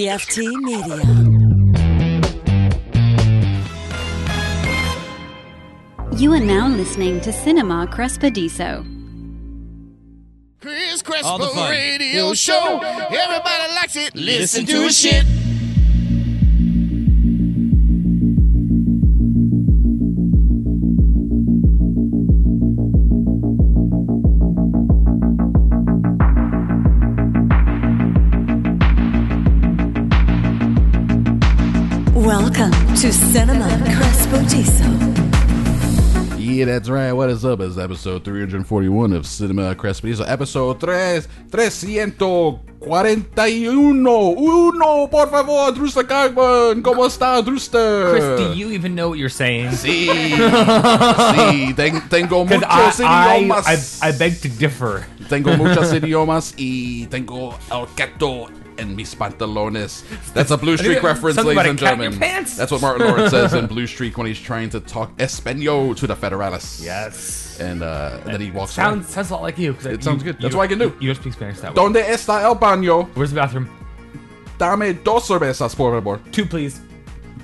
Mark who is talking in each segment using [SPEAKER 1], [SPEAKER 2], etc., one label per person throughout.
[SPEAKER 1] PFT Media.
[SPEAKER 2] You are now listening to Cinema Crespediso.
[SPEAKER 3] Chris
[SPEAKER 4] All the
[SPEAKER 3] Crespo
[SPEAKER 4] fun.
[SPEAKER 3] Radio Show. Everybody likes it. Listen to his shit.
[SPEAKER 1] Welcome to Cinema Crespodiso.
[SPEAKER 5] Yeah, that's right. What is up? It's episode 341 of Cinema Crespedizo. Episode 3, 341. Uno, por favor, Drewster Cogburn. ¿Cómo está, Drewster?
[SPEAKER 4] Chris, do you even know what you're saying?
[SPEAKER 5] Sí, sí, ten- tengo
[SPEAKER 4] Because
[SPEAKER 5] muchos
[SPEAKER 4] I,
[SPEAKER 5] idiomas.
[SPEAKER 4] I, I, I beg to differ.
[SPEAKER 5] Tengo muchos idiomas y tengo el gato en mis pantalones. That's a Blue Streak
[SPEAKER 4] Something
[SPEAKER 5] reference,
[SPEAKER 4] about
[SPEAKER 5] ladies
[SPEAKER 4] a
[SPEAKER 5] and
[SPEAKER 4] cat in your
[SPEAKER 5] gentlemen.
[SPEAKER 4] pants?
[SPEAKER 5] That's what Martin Lawrence says in Blue Streak when he's trying to talk Espanol to the Federales.
[SPEAKER 4] Yes.
[SPEAKER 5] And uh, then he walks away.
[SPEAKER 4] Sounds sounds a lot like you. 'cause
[SPEAKER 5] It
[SPEAKER 4] you-
[SPEAKER 5] sounds good. That's
[SPEAKER 4] you-
[SPEAKER 5] what I can do.
[SPEAKER 4] You don't speak Spanish that well.
[SPEAKER 5] ¿Dónde está el baño?
[SPEAKER 4] Where's the bathroom?
[SPEAKER 5] Dame dos cervezas, por favor.
[SPEAKER 4] Two, please.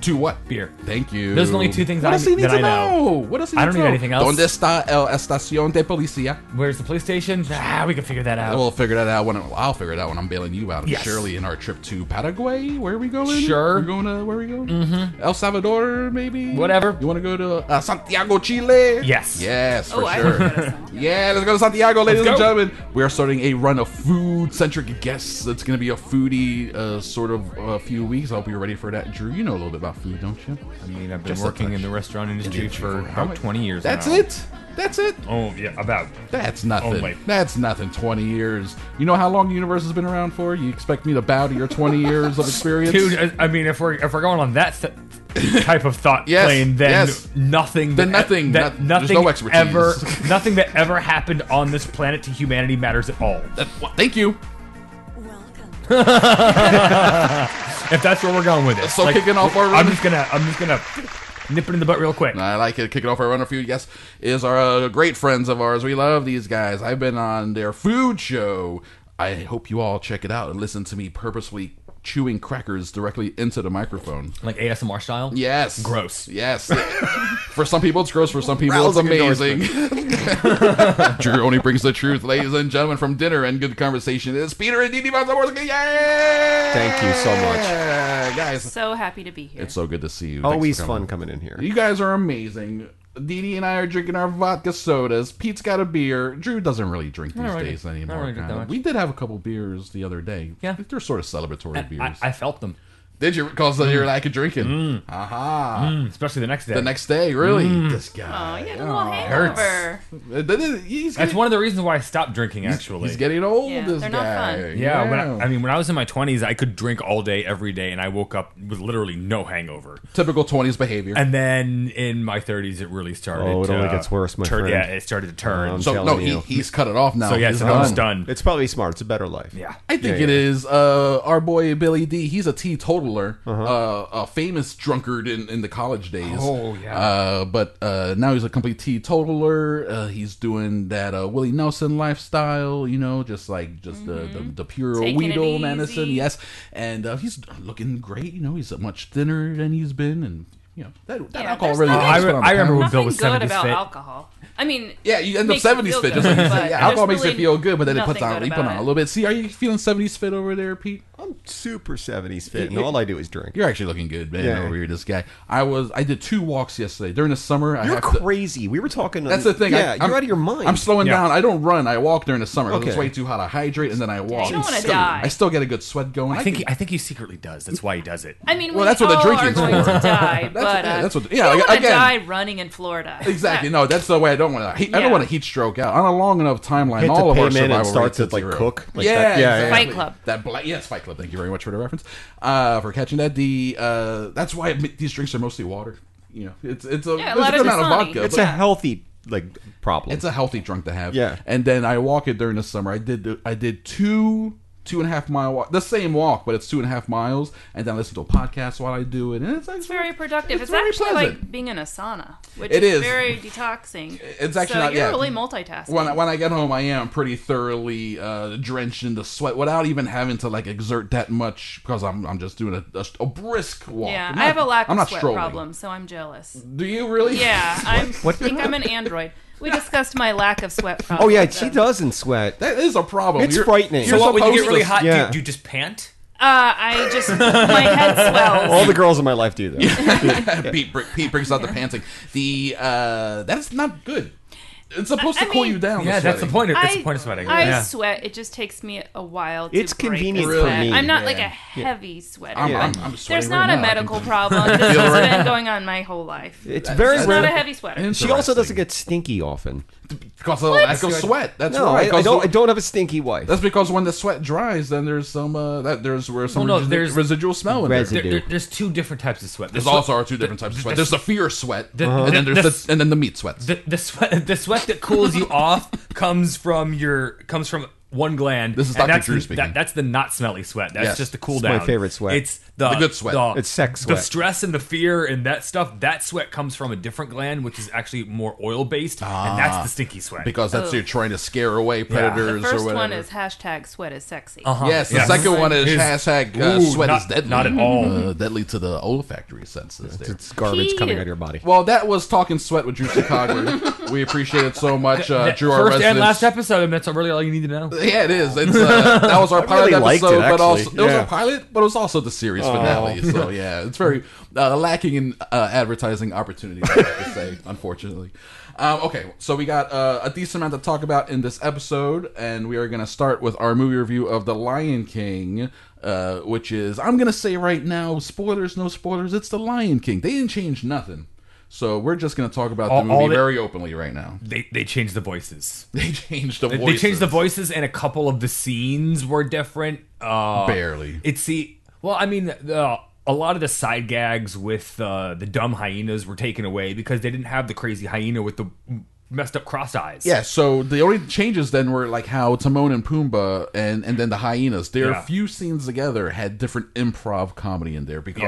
[SPEAKER 5] To what?
[SPEAKER 4] Beer.
[SPEAKER 5] Thank you.
[SPEAKER 4] Those are the only two things
[SPEAKER 5] What
[SPEAKER 4] I-
[SPEAKER 5] does he need
[SPEAKER 4] that
[SPEAKER 5] to
[SPEAKER 4] I know.
[SPEAKER 5] What does he need
[SPEAKER 4] I don't
[SPEAKER 5] to
[SPEAKER 4] need
[SPEAKER 5] know?
[SPEAKER 4] anything else.
[SPEAKER 5] ¿Dónde está el estación de policía?
[SPEAKER 4] Where's the police station? Ah, we can figure that out.
[SPEAKER 5] We'll figure that out when I'll figure it out when I'm bailing you out.
[SPEAKER 4] Yes.
[SPEAKER 5] Surely in our trip to Paraguay, where are we going?
[SPEAKER 4] Sure.
[SPEAKER 5] We're going to where are we going? Mm-hmm. El Salvador, maybe.
[SPEAKER 4] Whatever.
[SPEAKER 5] You want to go to uh, Santiago, Chile?
[SPEAKER 4] Yes.
[SPEAKER 5] Yes, for sure. yeah, let's go to Santiago, ladies
[SPEAKER 4] Let's
[SPEAKER 5] and
[SPEAKER 4] go.
[SPEAKER 5] gentlemen. We are starting a run of food-centric guests. It's going to be a foodie uh, sort of uh, few weeks. I hope you're ready for that. Drew, you know a little bit about food, don't you?
[SPEAKER 4] I mean, I've been
[SPEAKER 5] Just a
[SPEAKER 4] working
[SPEAKER 5] touch.
[SPEAKER 4] in the restaurant industry for
[SPEAKER 5] How
[SPEAKER 4] about
[SPEAKER 5] much-
[SPEAKER 4] 20 years
[SPEAKER 5] That's
[SPEAKER 4] now.
[SPEAKER 5] it. That's it.
[SPEAKER 4] Oh, yeah, about.
[SPEAKER 5] That's nothing.
[SPEAKER 4] Oh, wait.
[SPEAKER 5] That's nothing. Twenty years. You know how long the universe has been around for? You expect me to bow to your twenty years of experience?
[SPEAKER 4] Dude, uh, I- I mean, if we're if we're going on that th- type of thought
[SPEAKER 5] Yes,
[SPEAKER 4] plane, then
[SPEAKER 5] yes.
[SPEAKER 4] nothing,
[SPEAKER 5] Then
[SPEAKER 4] that-
[SPEAKER 5] nothing,
[SPEAKER 4] that
[SPEAKER 5] no- there's
[SPEAKER 4] nothing
[SPEAKER 5] no expertise.
[SPEAKER 4] ever, nothing that ever happened on this planet to humanity matters at all.
[SPEAKER 5] That- well, thank you.
[SPEAKER 1] Welcome.
[SPEAKER 4] If that's where we're going with it,
[SPEAKER 5] So kicking off our
[SPEAKER 4] I'm
[SPEAKER 5] run-
[SPEAKER 4] just gonna, I'm just gonna nip it in the butt real quick.
[SPEAKER 5] I like it. Kicking off our runner food, yes, is our uh, great friends of ours. We love these guys. I've been on their food show. I hope you all check it out and listen to me purposely chewing crackers directly into the microphone.
[SPEAKER 4] Like ASMR style.
[SPEAKER 5] Yes.
[SPEAKER 4] Gross.
[SPEAKER 5] Yes. for some people, it's gross. For some people,
[SPEAKER 4] Rousing
[SPEAKER 5] it's amazing. Drew only brings the truth, ladies and gentlemen, from dinner and good conversation. It's Peter and Didi Bonsaborski. Yay!
[SPEAKER 6] Thank you so much.
[SPEAKER 5] Guys,
[SPEAKER 7] So happy to be here.
[SPEAKER 5] it's so good to see you. Thanks for
[SPEAKER 6] Always
[SPEAKER 5] coming.
[SPEAKER 6] fun coming in here.
[SPEAKER 5] You guys are amazing. Didi and I are drinking our vodka sodas. Pete's got a beer. Drew doesn't really drink these
[SPEAKER 4] don't really-
[SPEAKER 5] days
[SPEAKER 4] I don't
[SPEAKER 5] anymore.
[SPEAKER 4] really drink that
[SPEAKER 5] kinda.
[SPEAKER 4] much.
[SPEAKER 5] we did have a couple beers the other day.
[SPEAKER 4] Yeah.
[SPEAKER 5] they're sort of celebratory beers.
[SPEAKER 4] I, I felt them,
[SPEAKER 5] did you? Because you're like drinking. Aha.
[SPEAKER 4] especially the next day.
[SPEAKER 5] The next day, really.
[SPEAKER 4] Mm.
[SPEAKER 5] This
[SPEAKER 7] Oh,
[SPEAKER 5] guy.
[SPEAKER 7] you had a little
[SPEAKER 4] hurts.
[SPEAKER 7] hangover.
[SPEAKER 5] Uh, that is- He's
[SPEAKER 4] That's
[SPEAKER 5] getting,
[SPEAKER 4] one of the reasons why I stopped drinking. Actually,
[SPEAKER 5] he's getting old.
[SPEAKER 7] Yeah,
[SPEAKER 5] this
[SPEAKER 7] they're not
[SPEAKER 5] guy.
[SPEAKER 7] fun.
[SPEAKER 4] Yeah, when I, I mean, when I was in my 20s, I could drink all day, every day, and I woke up with literally no hangover.
[SPEAKER 5] typical twenties behavior.
[SPEAKER 4] And then in my 30s, it really started.
[SPEAKER 6] Oh, it only
[SPEAKER 4] uh,
[SPEAKER 6] gets worse, my
[SPEAKER 4] turn-
[SPEAKER 6] friend.
[SPEAKER 4] Yeah, it started to turn.
[SPEAKER 6] Um,
[SPEAKER 4] so,
[SPEAKER 5] so no,
[SPEAKER 6] telling
[SPEAKER 5] he,
[SPEAKER 6] you.
[SPEAKER 5] he's cut it off now.
[SPEAKER 4] so yeah,
[SPEAKER 5] He's
[SPEAKER 4] so now it's done.
[SPEAKER 6] It's probably smart. It's a better life.
[SPEAKER 4] yeah.
[SPEAKER 5] I think
[SPEAKER 6] Yeah,
[SPEAKER 5] it
[SPEAKER 6] yeah.
[SPEAKER 5] is uh, our boy Billy D. He's a teetotaler, uh
[SPEAKER 4] Uh-huh.
[SPEAKER 5] a famous drunkard in, in the college days.
[SPEAKER 4] Oh, yeah.
[SPEAKER 5] Uh, but uh, now he's a complete teetotaler. Uh, he's doing that uh, Willie Nelson lifestyle, you know, just like just the, the the pure
[SPEAKER 7] Mm-hmm. Taking it
[SPEAKER 5] Weedle
[SPEAKER 7] easy.
[SPEAKER 5] medicine. Yes, and uh, he's looking great. You know, he's much thinner than he's been, and you know that, that
[SPEAKER 7] Yeah,
[SPEAKER 5] alcohol
[SPEAKER 7] there's
[SPEAKER 5] really.
[SPEAKER 7] no-
[SPEAKER 5] helps
[SPEAKER 7] I
[SPEAKER 5] put
[SPEAKER 4] re-
[SPEAKER 5] on
[SPEAKER 4] I
[SPEAKER 5] the
[SPEAKER 4] remember
[SPEAKER 5] pounds.
[SPEAKER 4] when Bill
[SPEAKER 7] Nothing
[SPEAKER 4] was
[SPEAKER 7] good
[SPEAKER 4] 70s
[SPEAKER 7] about
[SPEAKER 4] fit.
[SPEAKER 7] alcohol. I mean,
[SPEAKER 5] Yeah, you end up
[SPEAKER 7] makes you
[SPEAKER 5] seventies
[SPEAKER 7] feel
[SPEAKER 5] fit.
[SPEAKER 7] good,
[SPEAKER 5] Just like you
[SPEAKER 7] but
[SPEAKER 5] said. Yeah, alcohol
[SPEAKER 7] there's
[SPEAKER 5] makes you
[SPEAKER 7] really
[SPEAKER 5] feel good, but then it puts
[SPEAKER 7] nothing
[SPEAKER 5] on
[SPEAKER 7] good
[SPEAKER 5] you put
[SPEAKER 7] about
[SPEAKER 5] on a
[SPEAKER 7] it.
[SPEAKER 5] little bit. See, are you feeling seventies fit over there, Pete?
[SPEAKER 6] I'm super 70s fit, and all I do is drink.
[SPEAKER 5] You're actually looking good, man.
[SPEAKER 6] Yeah.
[SPEAKER 5] Over here, this guy. I was. I did two walks yesterday during the summer. I
[SPEAKER 6] You're
[SPEAKER 5] have to-
[SPEAKER 6] crazy. We were talking.
[SPEAKER 5] that's the thing. I-
[SPEAKER 6] Yeah,
[SPEAKER 5] I'm-
[SPEAKER 6] you're out of your mind.
[SPEAKER 5] I'm slowing
[SPEAKER 4] Yeah.
[SPEAKER 5] down. I don't run. I walk during the summer. 'cause It's
[SPEAKER 6] Okay.
[SPEAKER 5] way too hot. I hydrate and then I walk.
[SPEAKER 7] don't wanna
[SPEAKER 5] Still-
[SPEAKER 7] die.
[SPEAKER 5] I still get a good sweat going.
[SPEAKER 4] I think,
[SPEAKER 5] can-
[SPEAKER 4] he, I think he secretly does. That's why he does it.
[SPEAKER 7] I mean,
[SPEAKER 5] Well,
[SPEAKER 7] we
[SPEAKER 5] that's what the
[SPEAKER 7] all
[SPEAKER 5] drinking's
[SPEAKER 7] are going
[SPEAKER 5] for.
[SPEAKER 7] to die,
[SPEAKER 5] That's-
[SPEAKER 7] but
[SPEAKER 5] yeah,
[SPEAKER 7] uh,
[SPEAKER 5] that's what-
[SPEAKER 7] you
[SPEAKER 5] yeah,
[SPEAKER 7] don't
[SPEAKER 5] like,
[SPEAKER 7] wanna
[SPEAKER 5] again-
[SPEAKER 7] die running in Florida.
[SPEAKER 5] exactly. No, that's the way I don't want to. I don't
[SPEAKER 7] Yeah.
[SPEAKER 5] want to heat stroke out on a long enough timeline.
[SPEAKER 6] Hit the
[SPEAKER 5] all of our
[SPEAKER 6] payment and
[SPEAKER 5] survival
[SPEAKER 6] starts
[SPEAKER 5] rates
[SPEAKER 6] at, like,
[SPEAKER 5] zero.
[SPEAKER 6] Cook, like
[SPEAKER 5] yeah,
[SPEAKER 6] that. Yeah, yeah,
[SPEAKER 5] exactly.
[SPEAKER 7] Fight Club.
[SPEAKER 5] That black. Yes, Fight Club. Thank you very much for the reference. Uh, for catching that. The uh, that's why these drinks are mostly water. You know, it's it's a,
[SPEAKER 7] Yeah, a
[SPEAKER 5] there's
[SPEAKER 7] lot
[SPEAKER 5] good
[SPEAKER 7] of
[SPEAKER 5] amount of
[SPEAKER 7] Dasani.
[SPEAKER 5] vodka.
[SPEAKER 6] it's
[SPEAKER 5] but-
[SPEAKER 6] a healthy like problem.
[SPEAKER 5] It's a healthy drunk to have.
[SPEAKER 6] Yeah.
[SPEAKER 5] And then I walk it during the summer. I did I did two two and a half mile walk, the same walk, but it's two and a half miles, and then I listen to a podcast while I do it, and it's
[SPEAKER 7] It's
[SPEAKER 5] actually
[SPEAKER 7] very productive. It's,
[SPEAKER 5] very
[SPEAKER 7] actually
[SPEAKER 5] pleasant.
[SPEAKER 7] like being in a sauna, which
[SPEAKER 5] It
[SPEAKER 7] is,
[SPEAKER 5] is.
[SPEAKER 7] very detoxing.
[SPEAKER 5] It's actually
[SPEAKER 7] so
[SPEAKER 5] not-
[SPEAKER 7] you're
[SPEAKER 5] yeah.
[SPEAKER 7] really multitasking.
[SPEAKER 5] when I, when I get home, I am pretty thoroughly uh, drenched in the sweat without even having to like exert that much because I'm I'm just doing a, a, a brisk walk.
[SPEAKER 7] yeah,
[SPEAKER 5] I'm
[SPEAKER 7] I have
[SPEAKER 5] not-
[SPEAKER 7] a lack
[SPEAKER 5] I'm
[SPEAKER 7] of
[SPEAKER 5] not
[SPEAKER 7] sweat
[SPEAKER 5] strolling.
[SPEAKER 7] problem, so I'm jealous.
[SPEAKER 5] Do you really?
[SPEAKER 7] Yeah, I think I'm an android. We discussed my lack of sweat problem.
[SPEAKER 6] Oh yeah, she
[SPEAKER 7] so-
[SPEAKER 6] doesn't sweat.
[SPEAKER 5] That is a problem.
[SPEAKER 6] It's frightening.
[SPEAKER 4] So
[SPEAKER 6] You're
[SPEAKER 4] what, when you get
[SPEAKER 5] supposed
[SPEAKER 4] really
[SPEAKER 5] to-
[SPEAKER 4] hot, do you-
[SPEAKER 6] yeah.
[SPEAKER 4] do you just pant?
[SPEAKER 7] Uh, I just my head swells.
[SPEAKER 6] All the girls in my life do that.
[SPEAKER 5] Pete, br- Pete brings out the panting. The uh, that's not good. It's supposed
[SPEAKER 7] I-
[SPEAKER 5] to
[SPEAKER 7] I
[SPEAKER 5] cool
[SPEAKER 7] mean-
[SPEAKER 5] you down.
[SPEAKER 4] Yeah, that's the
[SPEAKER 5] sweating.
[SPEAKER 4] point. Of, that's
[SPEAKER 7] I,
[SPEAKER 4] the point of sweating.
[SPEAKER 7] I
[SPEAKER 4] yeah.
[SPEAKER 7] sweat. It just takes me a while. To
[SPEAKER 6] It's
[SPEAKER 7] break the
[SPEAKER 6] convenient
[SPEAKER 5] for
[SPEAKER 7] sweat.
[SPEAKER 5] me,
[SPEAKER 7] I'm not
[SPEAKER 5] yeah.
[SPEAKER 7] like a heavy sweater.
[SPEAKER 5] I'm,
[SPEAKER 7] but
[SPEAKER 5] I'm, I'm sweating
[SPEAKER 7] there's not
[SPEAKER 5] right
[SPEAKER 7] a
[SPEAKER 5] now. I
[SPEAKER 7] medical
[SPEAKER 5] can-
[SPEAKER 7] problem. This
[SPEAKER 5] Feel
[SPEAKER 7] has
[SPEAKER 5] right
[SPEAKER 7] been
[SPEAKER 5] now.
[SPEAKER 7] going on my whole life.
[SPEAKER 6] It's very
[SPEAKER 7] It's
[SPEAKER 6] rare.
[SPEAKER 7] not a heavy sweater.
[SPEAKER 6] she also doesn't
[SPEAKER 5] Interesting.
[SPEAKER 6] get stinky often.
[SPEAKER 5] because of the lack of sweat. That's
[SPEAKER 6] No,
[SPEAKER 5] right.
[SPEAKER 6] I, I
[SPEAKER 5] because-
[SPEAKER 6] don't. I don't have a stinky wife.
[SPEAKER 5] That's because when the sweat dries, then there's some uh, that there's where some
[SPEAKER 4] Well, no,
[SPEAKER 5] resi-
[SPEAKER 4] there's-
[SPEAKER 5] residual smell in there.
[SPEAKER 6] Residue.
[SPEAKER 4] There- there- there's two different types of sweat.
[SPEAKER 5] There's
[SPEAKER 4] The sweat-
[SPEAKER 5] also our two different types of sweat. There's the fear sweat, and then
[SPEAKER 4] the-
[SPEAKER 5] there's the, and then the meat sweats.
[SPEAKER 4] the, the sweat the sweat that cools you off comes from your comes from one gland.
[SPEAKER 5] This is
[SPEAKER 4] and
[SPEAKER 5] Dr.
[SPEAKER 4] that's
[SPEAKER 5] Drew
[SPEAKER 4] the-
[SPEAKER 5] speaking.
[SPEAKER 4] that- that's the not smelly sweat. That's
[SPEAKER 5] Yes.
[SPEAKER 4] just the cool
[SPEAKER 6] It's
[SPEAKER 4] down.
[SPEAKER 6] my favorite sweat.
[SPEAKER 4] It's the,
[SPEAKER 5] The good sweat.
[SPEAKER 6] It's sex
[SPEAKER 4] The
[SPEAKER 6] sweat.
[SPEAKER 4] stress and the fear and that stuff. That sweat comes from a different gland, which is actually more oil based, and that's the stinky sweat.
[SPEAKER 5] Ah. because that's
[SPEAKER 7] Ugh.
[SPEAKER 5] you're trying to scare away predators
[SPEAKER 7] Oh. The first
[SPEAKER 5] or whatever.
[SPEAKER 7] one is hashtag sweat is sexy.
[SPEAKER 5] yes, the
[SPEAKER 4] Yes.
[SPEAKER 5] second one is,
[SPEAKER 4] Is-
[SPEAKER 5] hashtag uh,
[SPEAKER 4] Ooh,
[SPEAKER 5] sweat
[SPEAKER 4] not-
[SPEAKER 5] is deadly.
[SPEAKER 4] not at all.
[SPEAKER 5] Uh, deadly to the olfactory senses. there.
[SPEAKER 6] It's garbage
[SPEAKER 7] Pee.
[SPEAKER 6] coming out of your body.
[SPEAKER 5] Well, that was talking sweat with Drew Cogler. we appreciate it so much, uh,
[SPEAKER 4] That
[SPEAKER 5] Drew. our
[SPEAKER 4] first and
[SPEAKER 5] resident-
[SPEAKER 4] last episode, and that's really all you need to know.
[SPEAKER 5] Yeah, it is. It's, uh, that was our
[SPEAKER 6] I really
[SPEAKER 5] pilot
[SPEAKER 6] liked it,
[SPEAKER 5] episode, but also
[SPEAKER 6] actually.
[SPEAKER 5] it was
[SPEAKER 6] Yeah.
[SPEAKER 5] our pilot, but it was also the series finale. So yeah, it's very uh, lacking in uh, advertising opportunities. I have to say, unfortunately. Um, okay, so we got uh, a decent amount to talk about in this episode, and we are going to start with our movie review of The Lion King. Uh, which is, I'm gonna say right now, spoilers, no spoilers. It's The Lion King. They didn't change nothing, so we're just gonna talk about
[SPEAKER 4] All-
[SPEAKER 5] the
[SPEAKER 4] all
[SPEAKER 5] movie
[SPEAKER 4] they-
[SPEAKER 5] very openly right now.
[SPEAKER 4] They they changed the voices.
[SPEAKER 5] They changed the voices.
[SPEAKER 4] They changed the voices, and a couple of the scenes were different. Uh,
[SPEAKER 5] Barely.
[SPEAKER 4] It's see, well, I mean, the, a lot of the side gags with uh, the dumb hyenas were taken away because they didn't have the crazy hyena with the messed up cross eyes.
[SPEAKER 5] Yeah, so the only changes then were like how Timon and Pumbaa and and then the hyenas. Their
[SPEAKER 4] Yeah.
[SPEAKER 5] few scenes together had different improv comedy in there because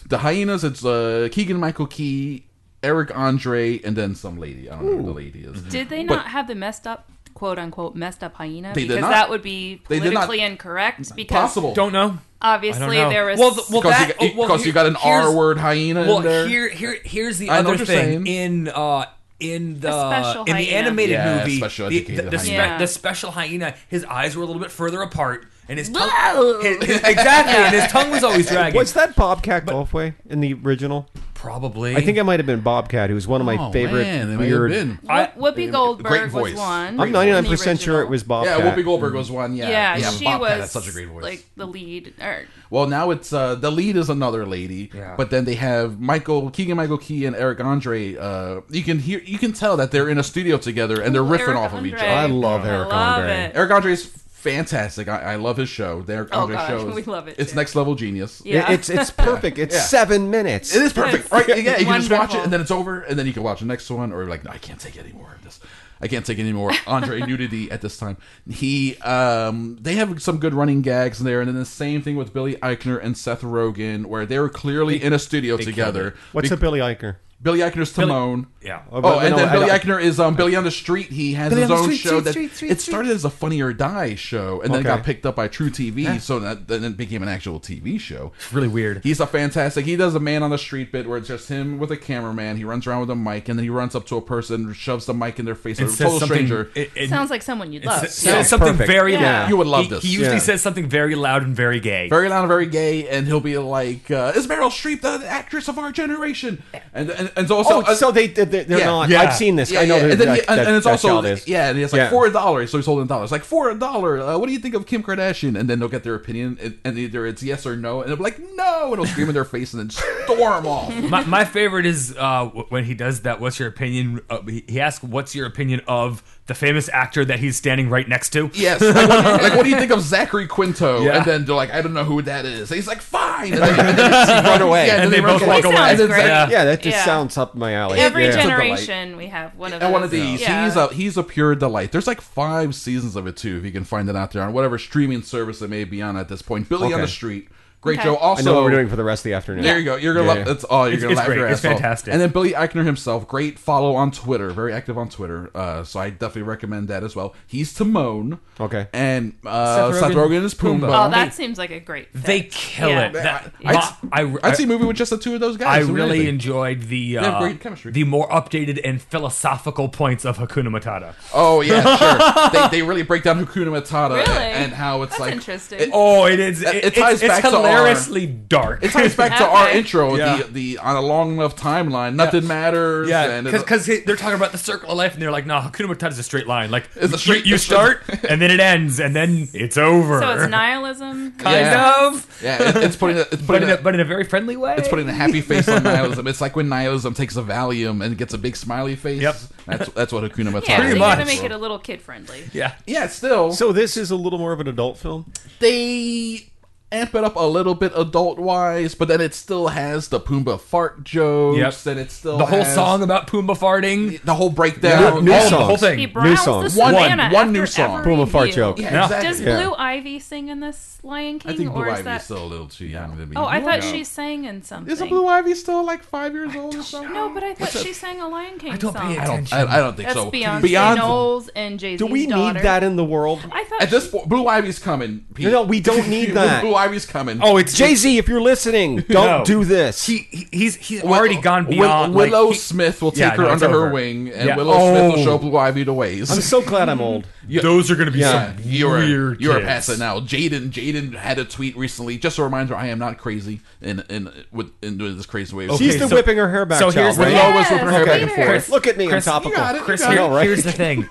[SPEAKER 4] Yes.
[SPEAKER 5] the hyenas it's uh, Keegan Michael Key, Eric Andre, and then some lady. I don't know who the lady is.
[SPEAKER 7] Did they
[SPEAKER 5] But-
[SPEAKER 7] not have the messed up, quote unquote, messed up hyena?
[SPEAKER 5] They did
[SPEAKER 7] because
[SPEAKER 5] not.
[SPEAKER 7] that would be
[SPEAKER 5] They did not.
[SPEAKER 7] politically incorrect. Because
[SPEAKER 5] Possible.
[SPEAKER 4] Don't know. I don't
[SPEAKER 7] obviously
[SPEAKER 4] know.
[SPEAKER 7] there was
[SPEAKER 4] well, th- well,
[SPEAKER 5] because
[SPEAKER 4] that-
[SPEAKER 5] you, got,
[SPEAKER 4] oh, well,
[SPEAKER 5] because you got an
[SPEAKER 4] here's-
[SPEAKER 5] R word hyena
[SPEAKER 4] Well,
[SPEAKER 5] in there.
[SPEAKER 4] here, here, here's the
[SPEAKER 5] I know
[SPEAKER 4] other
[SPEAKER 5] what you're
[SPEAKER 4] thing
[SPEAKER 5] saying.
[SPEAKER 4] in uh, in the
[SPEAKER 7] A special
[SPEAKER 4] in the
[SPEAKER 7] hyena.
[SPEAKER 4] animated
[SPEAKER 5] Yeah,
[SPEAKER 4] movie,
[SPEAKER 5] special
[SPEAKER 4] the, the,
[SPEAKER 5] educated
[SPEAKER 4] the, spe-
[SPEAKER 5] hyena.
[SPEAKER 7] Yeah.
[SPEAKER 4] the special hyena, his eyes were a little bit further apart, and his tongue, his, his- exactly, and his tongue was always dragging.
[SPEAKER 6] Was that Bobcat Golfway in the original?
[SPEAKER 4] Probably,
[SPEAKER 6] I think it might have been Bobcat, who's one of my
[SPEAKER 5] Oh,
[SPEAKER 6] favorite
[SPEAKER 5] man, it may have
[SPEAKER 6] weird.
[SPEAKER 5] been.
[SPEAKER 7] Whoop- Whoopi Goldberg was
[SPEAKER 5] um, voice.
[SPEAKER 7] one.
[SPEAKER 6] I'm
[SPEAKER 7] in the
[SPEAKER 6] 99 percent sure it
[SPEAKER 7] original.
[SPEAKER 6] was Bobcat.
[SPEAKER 5] yeah, Whoopi Goldberg was one. Yeah,
[SPEAKER 7] Yeah, she
[SPEAKER 5] Bobcat
[SPEAKER 7] was
[SPEAKER 5] had such a great voice.
[SPEAKER 7] like the lead. Or,
[SPEAKER 5] Well, now it's uh, the lead is another lady,
[SPEAKER 4] Yeah.
[SPEAKER 5] but then they have Michael Keegan, Michael Key, and Eric Andre. Uh, you can hear, you can tell that they're in a studio together and they're riffing
[SPEAKER 7] Eric
[SPEAKER 5] off of each
[SPEAKER 7] Andre.
[SPEAKER 5] other.
[SPEAKER 6] I love
[SPEAKER 7] I
[SPEAKER 6] Eric
[SPEAKER 7] love
[SPEAKER 6] Andre.
[SPEAKER 7] it.
[SPEAKER 5] Eric Andre's fantastic. I, I love his show. The Eric
[SPEAKER 7] Oh,
[SPEAKER 5] Andre
[SPEAKER 7] God,
[SPEAKER 5] show, is-
[SPEAKER 7] we love it,
[SPEAKER 5] It's
[SPEAKER 7] too.
[SPEAKER 5] next level genius.
[SPEAKER 7] Yeah.
[SPEAKER 6] It- It's it's perfect. It's
[SPEAKER 5] Yeah.
[SPEAKER 6] seven minutes.
[SPEAKER 5] It is perfect,
[SPEAKER 7] Yes.
[SPEAKER 5] right? Yeah, you can just watch it
[SPEAKER 7] Wonderful.
[SPEAKER 5] and then it's over, and then you can watch the next one, or like, no, I can't take any more of this. I can't take any more Andre nudity at this time. He, um, they have some good running gags in there, and then the same thing with Billy Eichner and Seth Rogen, where they were clearly in a studio together.
[SPEAKER 6] What's
[SPEAKER 5] Be-
[SPEAKER 6] a Billy Eichner?
[SPEAKER 5] Billy Eichner's Timon.
[SPEAKER 4] yeah.
[SPEAKER 5] Oh, and
[SPEAKER 6] no,
[SPEAKER 5] then
[SPEAKER 6] I
[SPEAKER 5] Billy
[SPEAKER 6] don't-
[SPEAKER 5] Eichner is um, Billy on the Street. He has
[SPEAKER 6] Billy
[SPEAKER 5] his
[SPEAKER 6] on the
[SPEAKER 5] own
[SPEAKER 6] Street,
[SPEAKER 5] show
[SPEAKER 6] Street,
[SPEAKER 5] that
[SPEAKER 6] Street, Street,
[SPEAKER 5] it started as a Funny or Die show, and then it
[SPEAKER 6] Okay.
[SPEAKER 5] got picked up by True TV, so that then it became an actual TV show.
[SPEAKER 4] really weird.
[SPEAKER 5] He's a fantastic. He does a man on the street bit where it's just him with a cameraman. He runs around with a mic, and then he runs up to a person, shoves the mic in their face,
[SPEAKER 4] It
[SPEAKER 5] a
[SPEAKER 4] says
[SPEAKER 5] total
[SPEAKER 4] something-
[SPEAKER 5] stranger.
[SPEAKER 4] it- it-
[SPEAKER 7] sounds like someone you'd
[SPEAKER 4] it
[SPEAKER 7] love.
[SPEAKER 4] says
[SPEAKER 5] sounds
[SPEAKER 4] something
[SPEAKER 6] perfect.
[SPEAKER 4] very
[SPEAKER 7] Yeah.
[SPEAKER 4] loud.
[SPEAKER 5] You would love
[SPEAKER 4] He-
[SPEAKER 5] this.
[SPEAKER 4] He usually
[SPEAKER 6] Yeah.
[SPEAKER 4] says something very loud and very gay.
[SPEAKER 5] very loud and very gay, and he'll be like, uh, "Is Meryl Streep the actress of our generation?" And and, and it's also
[SPEAKER 6] Oh, so they they- they're
[SPEAKER 5] uh, yeah,
[SPEAKER 6] not.
[SPEAKER 4] yeah.
[SPEAKER 6] I've seen this.
[SPEAKER 5] Yeah,
[SPEAKER 6] I know.
[SPEAKER 5] yeah.
[SPEAKER 6] that-
[SPEAKER 5] And, then he,
[SPEAKER 6] that-
[SPEAKER 5] and,
[SPEAKER 6] that-
[SPEAKER 5] and it's
[SPEAKER 6] that
[SPEAKER 5] also
[SPEAKER 6] child is.
[SPEAKER 5] yeah, and it's like
[SPEAKER 6] Yeah.
[SPEAKER 5] for a dollar, so he's holding dollars. Like for a dollar, uh, what do you think of Kim Kardashian? And then they'll get their opinion, and, and either it's yes or no, and they'll be like no, and they'll scream in their face and then storm off.
[SPEAKER 4] my, my favorite is uh, w- when he does that. What's your opinion? Uh, he, he asks, "What's your opinion of the famous actor that he's standing right next to?"
[SPEAKER 5] Yes, like what, like, what do you think of Zachary Quinto?
[SPEAKER 4] Yeah.
[SPEAKER 5] And then they're like, I don't know who that is. And he's like, fine, and, then, and then they run
[SPEAKER 6] away.
[SPEAKER 5] Yeah,
[SPEAKER 4] And they both
[SPEAKER 5] run
[SPEAKER 4] walk away.
[SPEAKER 5] And then
[SPEAKER 7] Sounds great.
[SPEAKER 5] Zach-
[SPEAKER 6] Yeah, that just
[SPEAKER 7] Yeah.
[SPEAKER 6] sounds up my alley.
[SPEAKER 7] Every
[SPEAKER 5] Yeah.
[SPEAKER 7] generation we have one of
[SPEAKER 5] And one of
[SPEAKER 7] those.
[SPEAKER 5] these.
[SPEAKER 7] Yeah.
[SPEAKER 5] He's a he's a pure delight. There's like five seasons of it too, if you can find it out there on whatever streaming service it may be on at this point. Billy on
[SPEAKER 6] Okay.
[SPEAKER 5] the Street, Great
[SPEAKER 7] Okay.
[SPEAKER 5] Joe.
[SPEAKER 6] I
[SPEAKER 5] Also,
[SPEAKER 6] know what we're doing for the rest of the afternoon.
[SPEAKER 5] There you go. You're gonna love.
[SPEAKER 6] Yeah.
[SPEAKER 5] That's all you're
[SPEAKER 4] It's-
[SPEAKER 5] gonna
[SPEAKER 4] it's
[SPEAKER 5] love.
[SPEAKER 4] great.
[SPEAKER 5] Your ass
[SPEAKER 4] It's
[SPEAKER 5] off.
[SPEAKER 4] fantastic.
[SPEAKER 5] And then Billy Eichner himself, great follow on Twitter, very active on Twitter. Uh, so I definitely recommend that as well. He's Timon.
[SPEAKER 6] Okay.
[SPEAKER 5] And uh, Seth,
[SPEAKER 4] Seth
[SPEAKER 5] Rogen.
[SPEAKER 4] Rogen.
[SPEAKER 5] is Pumbaa.
[SPEAKER 4] Pumbaa.
[SPEAKER 7] Oh,
[SPEAKER 4] Well,
[SPEAKER 7] that
[SPEAKER 4] they-
[SPEAKER 7] seems like a great. Fit.
[SPEAKER 4] They kill
[SPEAKER 7] Yeah.
[SPEAKER 4] it. Oh, That-
[SPEAKER 5] I'd,
[SPEAKER 4] I-
[SPEAKER 5] I'd,
[SPEAKER 4] I-
[SPEAKER 5] see a movie with just the two of those
[SPEAKER 4] I
[SPEAKER 5] guys. Who
[SPEAKER 4] really
[SPEAKER 5] anything.
[SPEAKER 4] enjoyed the
[SPEAKER 5] have
[SPEAKER 4] uh,
[SPEAKER 5] great chemistry.
[SPEAKER 4] the more updated and philosophical points of Hakuna Matata.
[SPEAKER 5] Oh yeah, sure. they, they really break down Hakuna Matata
[SPEAKER 7] Really?
[SPEAKER 5] and how it's
[SPEAKER 7] That's
[SPEAKER 5] like
[SPEAKER 7] interesting.
[SPEAKER 5] It,
[SPEAKER 4] Oh, it is.
[SPEAKER 5] It
[SPEAKER 4] It,
[SPEAKER 5] ties
[SPEAKER 4] it's, it's
[SPEAKER 5] back to our-
[SPEAKER 4] hilariously dark.
[SPEAKER 5] it ties back to our
[SPEAKER 7] Okay.
[SPEAKER 5] intro,
[SPEAKER 4] Yeah.
[SPEAKER 5] the the on a long enough timeline. Nothing matters.
[SPEAKER 4] Yeah,
[SPEAKER 5] and it-
[SPEAKER 4] because they're talking about the circle of life, and they're like, "No, Hakuna Matata is a straight line. Like,
[SPEAKER 5] It's a
[SPEAKER 4] you-
[SPEAKER 5] straight-
[SPEAKER 4] you start, and then it ends, and then it's over."
[SPEAKER 7] So it's nihilism.
[SPEAKER 4] kind
[SPEAKER 5] Yeah.
[SPEAKER 4] of,
[SPEAKER 5] yeah, it- it's putting a, it's
[SPEAKER 4] but
[SPEAKER 5] putting
[SPEAKER 4] in,
[SPEAKER 5] a,
[SPEAKER 4] a, but in a very friendly way.
[SPEAKER 5] It's putting a happy face on nihilism. It's like when nihilism takes a Valium and gets a big smiley face.
[SPEAKER 4] Yep.
[SPEAKER 5] That's that's what Hakuna Matata.
[SPEAKER 7] Yeah, so
[SPEAKER 4] Pretty
[SPEAKER 7] you
[SPEAKER 5] is.
[SPEAKER 7] gotta
[SPEAKER 4] much.
[SPEAKER 7] make it a little kid friendly.
[SPEAKER 4] yeah.
[SPEAKER 5] Yeah, still
[SPEAKER 6] So this is a little more of an adult film.
[SPEAKER 5] they amp it up a little bit adult wise, but then it still has the Pumbaa fart jokes, and it still
[SPEAKER 4] the whole
[SPEAKER 5] has
[SPEAKER 4] song about Pumbaa farting.
[SPEAKER 5] the whole breakdown,
[SPEAKER 6] New
[SPEAKER 5] all
[SPEAKER 4] the
[SPEAKER 6] songs.
[SPEAKER 4] whole thing.
[SPEAKER 7] He
[SPEAKER 4] New
[SPEAKER 7] browsed
[SPEAKER 6] song.
[SPEAKER 7] the
[SPEAKER 5] One-
[SPEAKER 7] savannah
[SPEAKER 5] one new
[SPEAKER 7] after
[SPEAKER 5] song.
[SPEAKER 7] every
[SPEAKER 6] Boom, a fart
[SPEAKER 7] view.
[SPEAKER 6] joke.
[SPEAKER 5] Yeah,
[SPEAKER 4] Yeah.
[SPEAKER 5] exactly.
[SPEAKER 7] Does Blue Ivy sing in this Lion King?
[SPEAKER 5] I think Blue
[SPEAKER 7] or is
[SPEAKER 5] Ivy's
[SPEAKER 7] that...
[SPEAKER 5] still a little too young to be.
[SPEAKER 7] Oh, I thought
[SPEAKER 5] Yeah.
[SPEAKER 7] she sang in something.
[SPEAKER 5] Isn't Blue Ivy still like five years old or something?
[SPEAKER 7] No, but I thought she sang a Lion King
[SPEAKER 4] don't
[SPEAKER 7] song.
[SPEAKER 4] pay
[SPEAKER 5] I don't,
[SPEAKER 4] attention.
[SPEAKER 5] I, I don't think
[SPEAKER 7] That's
[SPEAKER 5] so.
[SPEAKER 7] Beyonce,
[SPEAKER 5] Beyonce-
[SPEAKER 7] Knowles and Jay Z.
[SPEAKER 6] Do we
[SPEAKER 7] daughter.
[SPEAKER 6] need that in the world?
[SPEAKER 7] I thought
[SPEAKER 5] At this point, Blue Ivy's coming. Pete.
[SPEAKER 6] No, we don't need that.
[SPEAKER 5] Blue Ivy's coming.
[SPEAKER 4] Oh, it's
[SPEAKER 6] Jay Z, if you're listening, don't
[SPEAKER 4] No.
[SPEAKER 6] do this.
[SPEAKER 4] He, he he's he's already gone
[SPEAKER 5] Will-
[SPEAKER 4] beyond. like,
[SPEAKER 5] Willow
[SPEAKER 4] he-
[SPEAKER 5] Smith will take
[SPEAKER 4] Yeah,
[SPEAKER 5] her
[SPEAKER 4] no, it's
[SPEAKER 5] under her
[SPEAKER 4] over.
[SPEAKER 5] wing, and
[SPEAKER 4] Yeah. Oh.
[SPEAKER 5] Willow Smith will show Blue Ivy the ways.
[SPEAKER 6] I'm so glad I'm old.
[SPEAKER 4] Those are going to be
[SPEAKER 6] Yeah.
[SPEAKER 4] some
[SPEAKER 5] you're
[SPEAKER 4] weird.
[SPEAKER 5] you're
[SPEAKER 4] kids.
[SPEAKER 5] past it now. Jaden Jaden had a tweet recently. Just a reminder, I am not crazy in in with in this crazy way.
[SPEAKER 6] She's
[SPEAKER 4] Okay,
[SPEAKER 6] the
[SPEAKER 4] so-
[SPEAKER 6] whipping her hair back.
[SPEAKER 4] so
[SPEAKER 6] child,
[SPEAKER 4] here's the-
[SPEAKER 6] right?
[SPEAKER 5] Willow is
[SPEAKER 7] Yes,
[SPEAKER 5] whipping her back and
[SPEAKER 7] Peter.
[SPEAKER 5] forth.
[SPEAKER 6] Look at me,
[SPEAKER 4] Chris,
[SPEAKER 6] I'm topical.
[SPEAKER 5] you got it,
[SPEAKER 4] Chris,
[SPEAKER 5] you got
[SPEAKER 4] here-
[SPEAKER 6] I know, right?
[SPEAKER 4] here's the thing.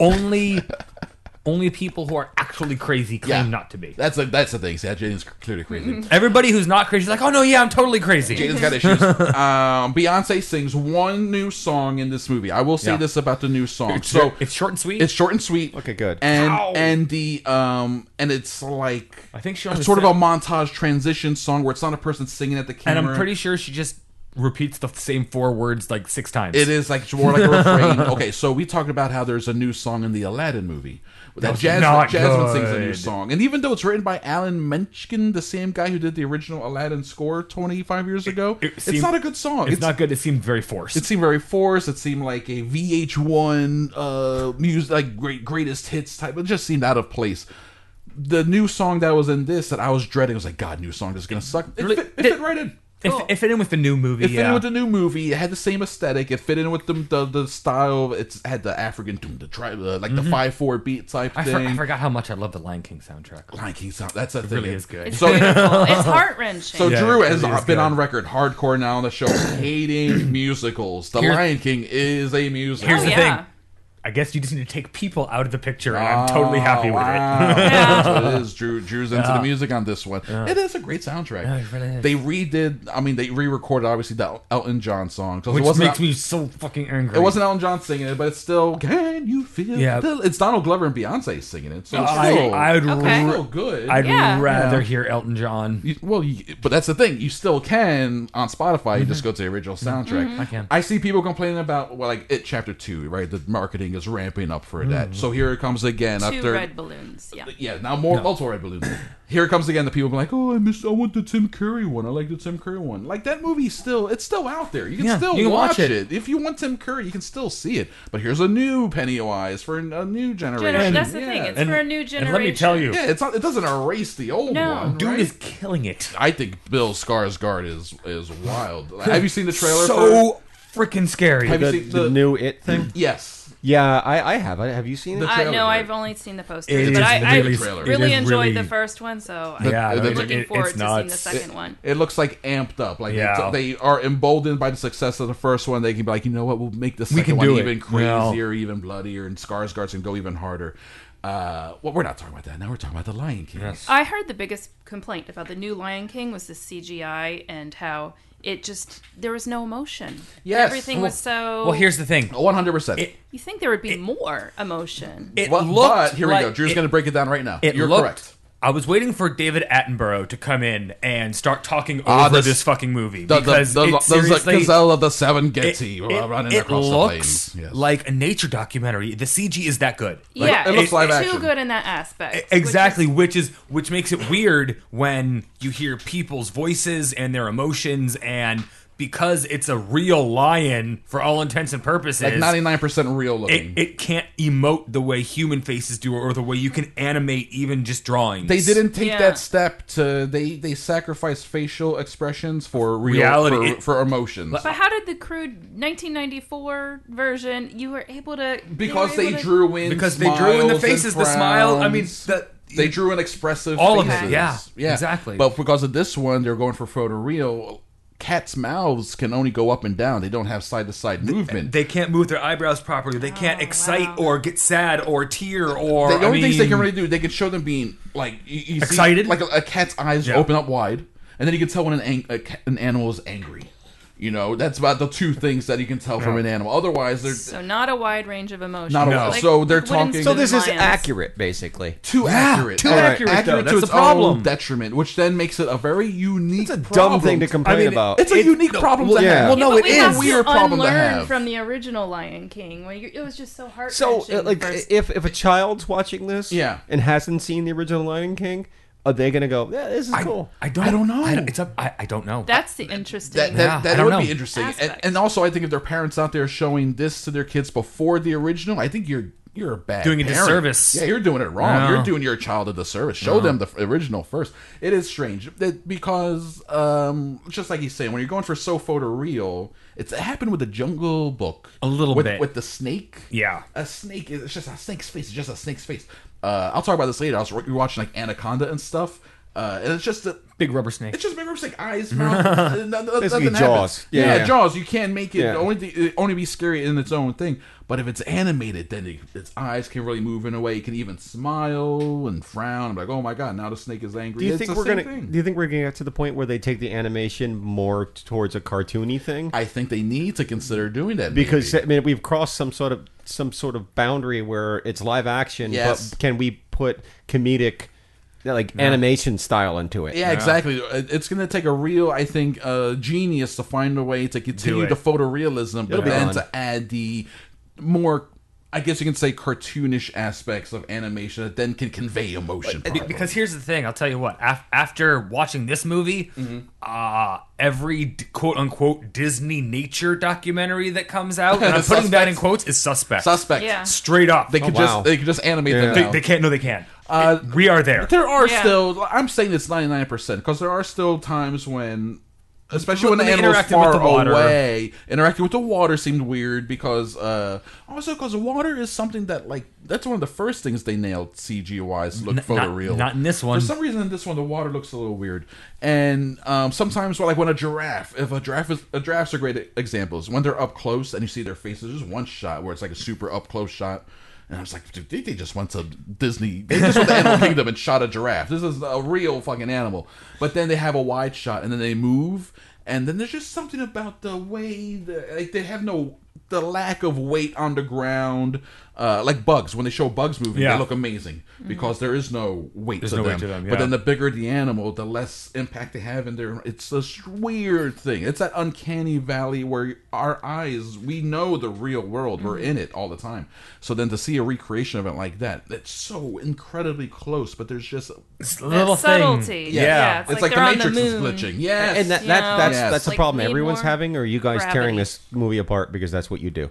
[SPEAKER 4] only only people who are actually crazy claim
[SPEAKER 5] Yeah.
[SPEAKER 4] not to be.
[SPEAKER 5] That's a, that's the thing. See, Jaden's clearly crazy.
[SPEAKER 4] Everybody who's not crazy is like, oh no, yeah, I'm totally crazy.
[SPEAKER 5] Jaden's got issues. Um, Beyonce sings one new song in this movie. I will say
[SPEAKER 4] Yeah.
[SPEAKER 5] this about the new song.
[SPEAKER 4] It's-
[SPEAKER 5] so
[SPEAKER 4] it's short and sweet.
[SPEAKER 5] It's short and sweet.
[SPEAKER 6] Okay, good.
[SPEAKER 5] And
[SPEAKER 4] Ow.
[SPEAKER 5] and the um and it's like
[SPEAKER 4] I think she
[SPEAKER 5] a
[SPEAKER 4] only
[SPEAKER 5] sort of a
[SPEAKER 4] said-
[SPEAKER 5] montage transition song where it's not a person singing at the camera.
[SPEAKER 4] and I'm pretty sure she just repeats the same four words like six times.
[SPEAKER 5] It is like more like a refrain. okay, so we talked about how there's a new song in the Aladdin movie. That
[SPEAKER 4] was
[SPEAKER 5] Jasmine,
[SPEAKER 4] not
[SPEAKER 5] Jasmine sings a new
[SPEAKER 4] good.
[SPEAKER 5] song, and even though it's written by Alan Menken, the same guy who did the original Aladdin score 25 years ago,
[SPEAKER 4] it
[SPEAKER 5] it's
[SPEAKER 4] seemed-
[SPEAKER 5] not a good song.
[SPEAKER 4] It's, not good. It seemed very forced.
[SPEAKER 5] It seemed very forced. It seemed like a VH1 uh music like great greatest hits type. It just seemed out of place. The new song that was in this that I was dreading I was like, God, new song is gonna suck. It,
[SPEAKER 4] really-
[SPEAKER 5] fit, it fit right in.
[SPEAKER 4] if, if it in with the new movie,
[SPEAKER 5] It fit in
[SPEAKER 4] yeah.
[SPEAKER 5] Oh. with the new movie. It had the same aesthetic. It fit in with the the, the style. It's had the African doom, the tri, uh, like the five four beat type
[SPEAKER 4] Mm-hmm. I, for-
[SPEAKER 5] thing.
[SPEAKER 4] I forgot how much I love the Lion King soundtrack.
[SPEAKER 5] Lion King sound. That's a thing.
[SPEAKER 4] really is good.
[SPEAKER 7] It's
[SPEAKER 5] So
[SPEAKER 7] beautiful. it's heart wrenching.
[SPEAKER 5] so
[SPEAKER 4] Yeah,
[SPEAKER 5] Drew
[SPEAKER 4] it
[SPEAKER 5] has
[SPEAKER 4] really is
[SPEAKER 5] been
[SPEAKER 4] good.
[SPEAKER 5] on record, hardcore now on the show, hating musicals. The
[SPEAKER 4] Here's-
[SPEAKER 5] Lion King is a musical.
[SPEAKER 4] Here's
[SPEAKER 7] Oh,
[SPEAKER 4] the
[SPEAKER 7] yeah.
[SPEAKER 4] thing. I guess you just need to take people out of the picture, and I'm totally happy with it.
[SPEAKER 5] Ah, Wow.
[SPEAKER 7] Yeah.
[SPEAKER 5] That's what it is. Drew Drew's into the music on this one. It is a great soundtrack.
[SPEAKER 4] it really is.
[SPEAKER 5] They redid. I mean, they re-recorded obviously the Elton John song. 'cause it
[SPEAKER 4] Which
[SPEAKER 5] wasn't
[SPEAKER 4] makes me so fucking angry.
[SPEAKER 5] It wasn't Elton John singing it, but it's still. Can you feel?
[SPEAKER 4] Yeah.
[SPEAKER 5] the- it's Donald Glover and Beyonce singing it. So it's
[SPEAKER 4] I,
[SPEAKER 5] still,
[SPEAKER 4] I'd,
[SPEAKER 7] Okay.
[SPEAKER 5] still
[SPEAKER 4] r-
[SPEAKER 5] good.
[SPEAKER 4] I'd
[SPEAKER 7] Yeah.
[SPEAKER 4] rather hear Elton John.
[SPEAKER 5] You- well, you, but that's the thing. You still can on Spotify.
[SPEAKER 4] Mm-hmm.
[SPEAKER 5] You just go to the original soundtrack. I
[SPEAKER 4] can.
[SPEAKER 5] see people complaining about well, like it chapter two, right? The marketing is ramping up for
[SPEAKER 4] Mm.
[SPEAKER 5] that. So here it comes again
[SPEAKER 7] Two
[SPEAKER 5] after
[SPEAKER 7] red balloons. Yeah.
[SPEAKER 5] yeah, now more multiple red balloons. Here comes again the people being like, "Oh, I missed. I want the Tim Curry one. I like the Tim Curry one." Like that movie still, it's still out there. You can
[SPEAKER 4] Yeah,
[SPEAKER 5] still
[SPEAKER 4] you can
[SPEAKER 5] watch,
[SPEAKER 4] watch
[SPEAKER 5] it.
[SPEAKER 4] it.
[SPEAKER 5] if you want Tim Curry. You can still see it. But here's a new Pennywise for an- a new generation.
[SPEAKER 7] Gener- that's the
[SPEAKER 5] yeah.
[SPEAKER 7] thing. It's
[SPEAKER 4] And-
[SPEAKER 7] for a new
[SPEAKER 4] And
[SPEAKER 7] generation.
[SPEAKER 4] let me tell you,
[SPEAKER 5] yeah, it's not. It doesn't erase the old
[SPEAKER 7] No.
[SPEAKER 5] one.
[SPEAKER 4] dude
[SPEAKER 5] right?
[SPEAKER 4] is killing it.
[SPEAKER 5] I think Bill Skarsgård is is wild. Have you seen the trailer? for,
[SPEAKER 4] so freaking scary.
[SPEAKER 5] have you
[SPEAKER 6] The,
[SPEAKER 5] seen
[SPEAKER 6] the
[SPEAKER 5] the,
[SPEAKER 6] new it thing.
[SPEAKER 5] Yes,
[SPEAKER 6] Yeah, I, I have. I, have you seen it?
[SPEAKER 5] The-
[SPEAKER 7] I
[SPEAKER 5] trailer,
[SPEAKER 7] no,
[SPEAKER 5] right?
[SPEAKER 7] I've only seen the poster,
[SPEAKER 4] It
[SPEAKER 7] but
[SPEAKER 4] is
[SPEAKER 7] I,
[SPEAKER 4] really-
[SPEAKER 7] I
[SPEAKER 5] Trailer.
[SPEAKER 7] really
[SPEAKER 4] it is
[SPEAKER 7] enjoyed
[SPEAKER 4] really-
[SPEAKER 7] the first one, so
[SPEAKER 4] Yeah,
[SPEAKER 7] I'm
[SPEAKER 5] it- it-
[SPEAKER 7] looking
[SPEAKER 4] it-
[SPEAKER 7] forward
[SPEAKER 4] it's
[SPEAKER 7] to seeing the
[SPEAKER 4] nuts.
[SPEAKER 7] second one.
[SPEAKER 5] It looks like amped up. Like
[SPEAKER 4] Yeah.
[SPEAKER 5] it's- they are emboldened by the success of the first one. They can be like, you know what, we'll make the second
[SPEAKER 4] can
[SPEAKER 5] one
[SPEAKER 4] do it.
[SPEAKER 5] even
[SPEAKER 4] Yeah.
[SPEAKER 5] crazier, even bloodier, and Skarsgård's can go even harder. Uh, well, we're not talking about that now. We're talking about the Lion King.
[SPEAKER 7] I heard the biggest complaint about the new Lion King was the CGI and how it just there was no emotion.
[SPEAKER 5] Yes.
[SPEAKER 7] everything was so.
[SPEAKER 4] well, here's the thing.
[SPEAKER 5] One hundred percent.
[SPEAKER 4] It-
[SPEAKER 7] you think there would be more emotion.
[SPEAKER 4] It
[SPEAKER 5] Well,
[SPEAKER 4] looked
[SPEAKER 5] but here we
[SPEAKER 4] like-
[SPEAKER 5] go. Drew's
[SPEAKER 4] it-
[SPEAKER 5] going to break it down right now.
[SPEAKER 4] It
[SPEAKER 5] You're
[SPEAKER 4] looked
[SPEAKER 5] correct.
[SPEAKER 4] I was waiting for David Attenborough to come in and start talking over
[SPEAKER 5] Ah, this-
[SPEAKER 4] this fucking movie
[SPEAKER 5] The, the,
[SPEAKER 4] because
[SPEAKER 5] the,
[SPEAKER 4] it
[SPEAKER 5] the, the
[SPEAKER 4] seriously-
[SPEAKER 5] gazelle of the Serengeti
[SPEAKER 4] it,
[SPEAKER 5] uh, running
[SPEAKER 4] it
[SPEAKER 5] across
[SPEAKER 4] looks
[SPEAKER 5] the plains. Yes.
[SPEAKER 4] like a nature documentary. The CG is that good. Like, e,
[SPEAKER 7] yeah,
[SPEAKER 5] it looks
[SPEAKER 7] it's
[SPEAKER 5] live
[SPEAKER 7] too
[SPEAKER 5] action.
[SPEAKER 7] good in that aspect. which is-
[SPEAKER 4] exactly which is which makes it weird when you hear people's voices and their emotions and because it's a real lion for all intents and purposes
[SPEAKER 5] like ninety nine percent real looking.
[SPEAKER 4] it, it can't emote the way human faces do or the way you can animate even just drawings
[SPEAKER 5] they didn't take
[SPEAKER 7] Yeah.
[SPEAKER 5] that step to they they sacrificed facial expressions for real,
[SPEAKER 4] Reality.
[SPEAKER 5] for,
[SPEAKER 4] It-
[SPEAKER 5] for emotions
[SPEAKER 7] But how did the crude 1994 version? You were able to you
[SPEAKER 5] because
[SPEAKER 7] were
[SPEAKER 5] they
[SPEAKER 7] able to-
[SPEAKER 5] drew in
[SPEAKER 4] because they drew in
[SPEAKER 5] smiles
[SPEAKER 4] the
[SPEAKER 5] and
[SPEAKER 4] faces the smile i mean
[SPEAKER 5] frowns.
[SPEAKER 4] the,
[SPEAKER 5] they drew in expressive
[SPEAKER 4] All of it,
[SPEAKER 5] faces.
[SPEAKER 4] yeah, exactly.
[SPEAKER 5] But because of this one, they're going for photoreal. Cats' mouths can only go up and down. They don't have side to side movement.
[SPEAKER 4] they can't move their eyebrows properly they can't excite
[SPEAKER 7] Oh, wow.
[SPEAKER 4] or get sad or tear or
[SPEAKER 5] the
[SPEAKER 4] I
[SPEAKER 5] only things they can
[SPEAKER 4] mean-
[SPEAKER 5] really do, they can show them being like you, you see-
[SPEAKER 4] Excited?
[SPEAKER 5] like a, a cat's eyes
[SPEAKER 4] Yeah.
[SPEAKER 5] open up wide, and then you can tell when an ang- a cat, an animal is angry. You know, that's about the two things that you can tell from an animal. Otherwise, they're
[SPEAKER 7] So not a wide range of emotions.
[SPEAKER 5] Not a
[SPEAKER 4] No.
[SPEAKER 5] lot. So they're
[SPEAKER 7] wooden
[SPEAKER 5] talking-
[SPEAKER 7] spoon
[SPEAKER 6] So this is
[SPEAKER 7] lions.
[SPEAKER 6] accurate, basically.
[SPEAKER 5] too accurate.
[SPEAKER 4] too
[SPEAKER 5] All
[SPEAKER 4] accurate, though. That's
[SPEAKER 5] to
[SPEAKER 4] the
[SPEAKER 5] its
[SPEAKER 4] problem.
[SPEAKER 5] own detriment, which then makes it a very unique.
[SPEAKER 6] It's a
[SPEAKER 5] problem.
[SPEAKER 6] dumb thing to complain
[SPEAKER 4] I mean,
[SPEAKER 6] about.
[SPEAKER 5] It's a unique problem
[SPEAKER 6] well,
[SPEAKER 5] to
[SPEAKER 6] yeah.
[SPEAKER 5] have. Well, no,
[SPEAKER 7] but
[SPEAKER 5] it
[SPEAKER 7] we
[SPEAKER 5] is
[SPEAKER 7] have
[SPEAKER 5] a weird
[SPEAKER 7] to
[SPEAKER 5] problem to
[SPEAKER 7] unlearn
[SPEAKER 5] have.
[SPEAKER 7] from the original Lion King. When you, it was just so hard.
[SPEAKER 6] so, uh, like, if if a child's watching this,
[SPEAKER 5] Yeah.
[SPEAKER 6] and hasn't seen the original Lion King, are they gonna go? Yeah, this is
[SPEAKER 4] I,
[SPEAKER 6] cool.
[SPEAKER 4] I don't
[SPEAKER 5] I don't know.
[SPEAKER 4] it's up I, I don't know
[SPEAKER 7] that's the interesting.
[SPEAKER 5] that
[SPEAKER 4] Yeah,
[SPEAKER 5] that,
[SPEAKER 4] I
[SPEAKER 5] that
[SPEAKER 4] don't
[SPEAKER 5] would
[SPEAKER 4] know.
[SPEAKER 5] be interesting. And,
[SPEAKER 7] Aspect.
[SPEAKER 5] and also, I think if there are parents out there showing this to their kids before the original, I think you're you're a bad
[SPEAKER 4] Doing a
[SPEAKER 5] parent.
[SPEAKER 4] disservice.
[SPEAKER 5] Yeah, you're doing it wrong.
[SPEAKER 4] No.
[SPEAKER 5] You're doing your child a disservice. Show them the f- original first. It is strange that because um, just like he's saying, when you're going for so photoreal, it's it happened with the Jungle Book
[SPEAKER 4] A little
[SPEAKER 5] with,
[SPEAKER 4] bit.
[SPEAKER 5] with the snake.
[SPEAKER 4] Yeah.
[SPEAKER 5] a snake is it's just a snake's face. It's just a snake's face. Uh, I'll talk about this later. I was re- watching like Anaconda and stuff. Uh, and it's just the
[SPEAKER 4] big rubber snake
[SPEAKER 5] it's just remember it's like eyes, mouth, uh, no- no-
[SPEAKER 6] Basically
[SPEAKER 5] nothing
[SPEAKER 6] Jaws.
[SPEAKER 5] happens.
[SPEAKER 6] Yeah,
[SPEAKER 5] Yeah,
[SPEAKER 6] yeah.
[SPEAKER 5] Jaws. You can't make it
[SPEAKER 6] Yeah.
[SPEAKER 5] only the, it only be scary in its own thing. But if it's animated, then it, its eyes can really move in a way. It can even smile and frown. I'm like, oh my god, now the snake is angry.
[SPEAKER 6] Do you
[SPEAKER 5] It's
[SPEAKER 6] think
[SPEAKER 5] the
[SPEAKER 6] we're
[SPEAKER 5] same
[SPEAKER 6] gonna?
[SPEAKER 5] thing.
[SPEAKER 6] Do you think we're gonna get to the point where they take the animation more towards a cartoony thing?
[SPEAKER 5] I think they need to consider doing that
[SPEAKER 6] because
[SPEAKER 5] maybe.
[SPEAKER 6] I mean we've crossed some sort of some sort of boundary where it's live action,
[SPEAKER 5] Yes.
[SPEAKER 6] but can we put comedic like animation style into it?
[SPEAKER 5] Yeah, exactly. It- It's going to take a real, I think, uh, genius to find a way to continue
[SPEAKER 4] it.
[SPEAKER 5] the photorealism, but
[SPEAKER 6] be
[SPEAKER 5] then
[SPEAKER 6] fun.
[SPEAKER 5] to add the more, I guess you can say, cartoonish aspects of animation that then can convey emotion.
[SPEAKER 6] uh,
[SPEAKER 4] Be-
[SPEAKER 5] properly.
[SPEAKER 4] because here's the thing i'll tell you what af- after watching this movie uh, every d- quote unquote disney nature documentary that comes out and i'm putting that in
[SPEAKER 5] Suspect.
[SPEAKER 4] quotes is suspect
[SPEAKER 5] suspect.
[SPEAKER 7] Yeah.
[SPEAKER 4] straight up
[SPEAKER 5] They could
[SPEAKER 6] Oh, wow.
[SPEAKER 5] just they could just animate them.
[SPEAKER 4] they,
[SPEAKER 5] now.
[SPEAKER 4] they can't no they can't uh, we are there
[SPEAKER 5] There are
[SPEAKER 7] Yeah.
[SPEAKER 5] still. I'm saying it's 99 percent because there are still times when, especially when
[SPEAKER 4] When
[SPEAKER 5] the
[SPEAKER 4] they
[SPEAKER 5] animal's
[SPEAKER 4] interacted
[SPEAKER 5] far
[SPEAKER 4] with the water.
[SPEAKER 5] away, interacting with the water seemed weird because uh also because water is something that like that's one of the first things they nailed CG wise to look
[SPEAKER 4] N- not-
[SPEAKER 5] photoreal.
[SPEAKER 4] not in this one.
[SPEAKER 5] For some reason, in this one the water looks a little weird, and um sometimes well, like when a giraffe, if a giraffe is a giraffes are great examples when they're up close and you see their faces. There's one shot where it's like a super up close shot. And I was like, dude, they, they just went to Disney. They just went to Animal Kingdom and shot a giraffe. This is a real fucking animal. But then they have a wide shot, and then they move, and then there's just something about the way the, like they have no the lack of weight on the ground. Uh, like bugs, when they show bugs moving,
[SPEAKER 4] Yeah.
[SPEAKER 5] they look amazing because there is no weight, to,
[SPEAKER 4] no
[SPEAKER 5] them.
[SPEAKER 4] weight to them, yeah.
[SPEAKER 5] But then the bigger the animal, the less impact they have in their. It's this weird thing. It's that uncanny valley where our eyes, we know the real world.
[SPEAKER 4] Mm-hmm.
[SPEAKER 5] We're in it all the time. So then to see a recreation of it like that, that's so incredibly close, but there's just.
[SPEAKER 4] It's a little
[SPEAKER 7] That subtlety.
[SPEAKER 4] thing
[SPEAKER 7] Yeah. Yeah. It's like they're on the
[SPEAKER 5] Matrix is
[SPEAKER 7] moon.
[SPEAKER 5] glitching. Yes.
[SPEAKER 6] And that,
[SPEAKER 7] You
[SPEAKER 6] that
[SPEAKER 7] know,
[SPEAKER 6] that's
[SPEAKER 5] Yes.
[SPEAKER 6] that's a
[SPEAKER 7] like,
[SPEAKER 6] problem
[SPEAKER 7] need
[SPEAKER 6] everyone's
[SPEAKER 7] more
[SPEAKER 6] having, or are you guys
[SPEAKER 7] gravity.
[SPEAKER 6] tearing this movie apart because that's what you do.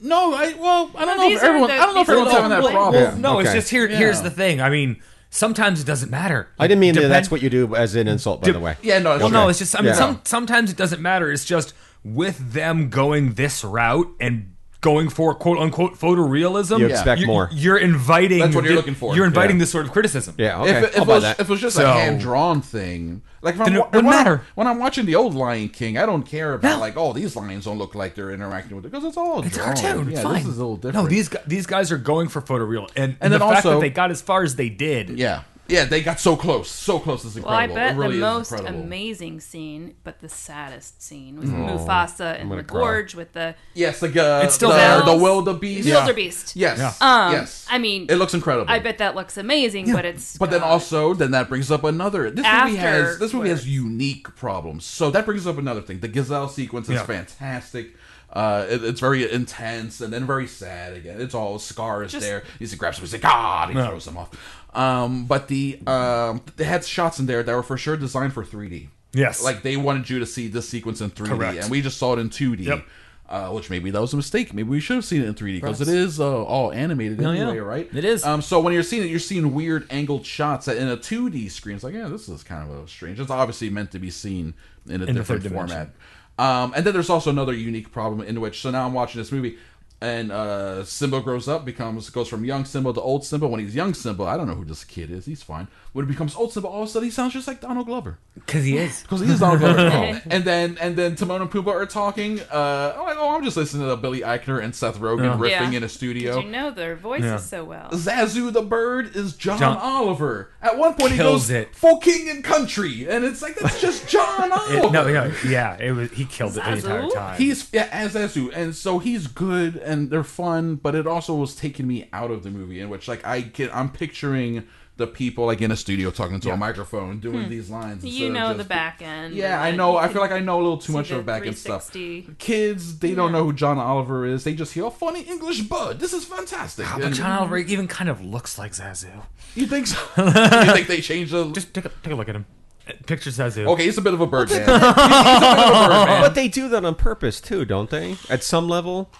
[SPEAKER 5] no, I. Well, I don't
[SPEAKER 7] No,
[SPEAKER 5] know
[SPEAKER 7] these
[SPEAKER 5] if
[SPEAKER 7] are
[SPEAKER 5] everyone.
[SPEAKER 7] the-
[SPEAKER 5] I don't know if
[SPEAKER 7] these are
[SPEAKER 5] everyone's having
[SPEAKER 7] the
[SPEAKER 5] that
[SPEAKER 7] little-
[SPEAKER 5] problem.
[SPEAKER 6] Yeah.
[SPEAKER 4] no it's
[SPEAKER 6] Okay.
[SPEAKER 4] just here here's the thing i mean sometimes it doesn't matter
[SPEAKER 6] I didn't mean that
[SPEAKER 4] Depend-
[SPEAKER 6] that's what you do as an insult, by the way.
[SPEAKER 5] Yeah, no, that's
[SPEAKER 4] well,
[SPEAKER 5] true.
[SPEAKER 4] no, it's just. I mean,
[SPEAKER 6] Yeah.
[SPEAKER 4] some, sometimes it doesn't matter. It's just with them going this route and going for quote unquote photorealism.
[SPEAKER 6] You expect
[SPEAKER 4] you're-
[SPEAKER 6] more.
[SPEAKER 4] You're inviting.
[SPEAKER 5] That's what you're
[SPEAKER 4] thi-
[SPEAKER 5] looking for.
[SPEAKER 4] You're inviting
[SPEAKER 6] Yeah.
[SPEAKER 4] this sort of criticism.
[SPEAKER 6] Yeah, okay.
[SPEAKER 5] If, it- if,
[SPEAKER 6] I'll
[SPEAKER 5] it
[SPEAKER 6] buy
[SPEAKER 5] was,
[SPEAKER 6] that.
[SPEAKER 5] if it was just
[SPEAKER 4] So-
[SPEAKER 5] a hand drawn thing, like if I'm,
[SPEAKER 4] Then it
[SPEAKER 5] wa-
[SPEAKER 4] wouldn't
[SPEAKER 5] when I'm-
[SPEAKER 4] matter.
[SPEAKER 5] when I'm watching the old Lion King, I don't care about like, oh, these lions don't look like they're interacting with it because it's all
[SPEAKER 4] It's a
[SPEAKER 5] drawn.
[SPEAKER 4] cartoon.
[SPEAKER 5] Oh, Yeah,
[SPEAKER 4] it's fine.
[SPEAKER 5] this is a little different.
[SPEAKER 4] No, these gu- these guys are going for photoreal, and, and,
[SPEAKER 5] And
[SPEAKER 4] the
[SPEAKER 5] then
[SPEAKER 4] fact that
[SPEAKER 5] also-
[SPEAKER 4] they got as far as they did.
[SPEAKER 5] yeah, Yeah, they got so close, so close. It's
[SPEAKER 7] Well, I
[SPEAKER 5] incredible.
[SPEAKER 7] bet
[SPEAKER 5] it really
[SPEAKER 7] the
[SPEAKER 5] is
[SPEAKER 7] most
[SPEAKER 5] incredible. Oh,
[SPEAKER 7] amazing scene, but the saddest scene was Mufasa in the
[SPEAKER 6] cry.
[SPEAKER 7] gorge with the.
[SPEAKER 5] Yes, the uh,
[SPEAKER 4] It's still
[SPEAKER 5] the,
[SPEAKER 4] there.
[SPEAKER 5] the wildebeest.
[SPEAKER 7] Yeah. Wildebeest.
[SPEAKER 5] Yes.
[SPEAKER 7] Um,
[SPEAKER 5] yes.
[SPEAKER 7] I mean,
[SPEAKER 5] it looks incredible.
[SPEAKER 7] I bet that looks amazing, but it's.
[SPEAKER 5] But then
[SPEAKER 7] God.
[SPEAKER 5] also, then that brings up another. This movie has this movie has
[SPEAKER 7] Afterwards.
[SPEAKER 5] unique problems. So that brings up another thing. The gazelle sequence is
[SPEAKER 4] Yeah.
[SPEAKER 5] fantastic. Uh, it- it's very intense and then very sad again. It's all scars
[SPEAKER 7] Just-
[SPEAKER 5] there. He grabs him. He's like, God, he
[SPEAKER 4] Yeah.
[SPEAKER 5] throws them off. Um, but the um, they had shots in there that were for sure designed for 3D.
[SPEAKER 4] Yes.
[SPEAKER 5] like they wanted you to see this sequence in 3D,
[SPEAKER 4] Correct.
[SPEAKER 5] and we just saw it in 2D.
[SPEAKER 4] Yep.
[SPEAKER 5] Uh, which maybe that was a mistake. Maybe we should have seen it in 3D because it is uh, all animated
[SPEAKER 4] No, yeah.
[SPEAKER 5] anyway, right?
[SPEAKER 4] It is.
[SPEAKER 5] Um, um, so when you're seeing it, you're seeing weird angled shots that in a 2D screen. It's like, yeah, this is kind of a strange. It's obviously meant to be seen in a
[SPEAKER 4] the
[SPEAKER 5] different
[SPEAKER 4] third
[SPEAKER 5] format.
[SPEAKER 4] dimension.
[SPEAKER 5] Um, and then there's also another unique problem in which. So now I'm watching this movie, and uh, Simba grows up, becomes goes from young Simba to old Simba. When he's young Simba, I don't know who this kid is. He's fine. When he becomes old Simba, all of a sudden he sounds just like Donald Glover
[SPEAKER 4] because he is.
[SPEAKER 5] because he is Donald Glover. and then and then Timon and Pumbaa are talking. Uh, I'm like, oh, I'm just listening to Billy Eichner and Seth
[SPEAKER 4] Uh-huh.
[SPEAKER 5] Rogen
[SPEAKER 7] Yeah.
[SPEAKER 5] riffing in a studio.
[SPEAKER 7] Did you know their voices
[SPEAKER 4] Yeah.
[SPEAKER 7] so well?
[SPEAKER 5] Zazu the bird is John,
[SPEAKER 4] John-
[SPEAKER 5] Oliver. At one point, he
[SPEAKER 4] Kills
[SPEAKER 5] goes
[SPEAKER 4] it.
[SPEAKER 5] for king and country, and it's like that's just John Oliver.
[SPEAKER 4] It- no, no, yeah, it was. He killed it the entire
[SPEAKER 7] Zazu?
[SPEAKER 4] time.
[SPEAKER 5] He's yeah, as Zazu, and so he's good, and they're fun, but it also was taking me out of the movie, in which like I get, I'm picturing the people like in a studio talking to a microphone, doing these lines. instead
[SPEAKER 7] Hmm. You
[SPEAKER 5] of
[SPEAKER 7] know the
[SPEAKER 5] just-
[SPEAKER 7] back end.
[SPEAKER 5] Yeah,
[SPEAKER 7] and
[SPEAKER 5] I
[SPEAKER 7] then
[SPEAKER 5] know.
[SPEAKER 7] you
[SPEAKER 5] I
[SPEAKER 7] can
[SPEAKER 5] feel like I know a little too
[SPEAKER 7] see
[SPEAKER 5] much
[SPEAKER 7] the
[SPEAKER 5] of back end stuff.
[SPEAKER 7] 360.
[SPEAKER 5] Kids, they don't know who John Oliver is. They just hear "Oh, funny English bud. This is fantastic.
[SPEAKER 4] but
[SPEAKER 5] And-
[SPEAKER 4] John Oliver even kind of looks like Zazu.
[SPEAKER 5] you think so? you think they changed the
[SPEAKER 4] Just take a, take a look at him. Uh, Picture Zazu.
[SPEAKER 5] Okay, he's a bit of a bird man. He's a bit of a bird man.
[SPEAKER 6] But they do that on purpose too, don't they? At some level,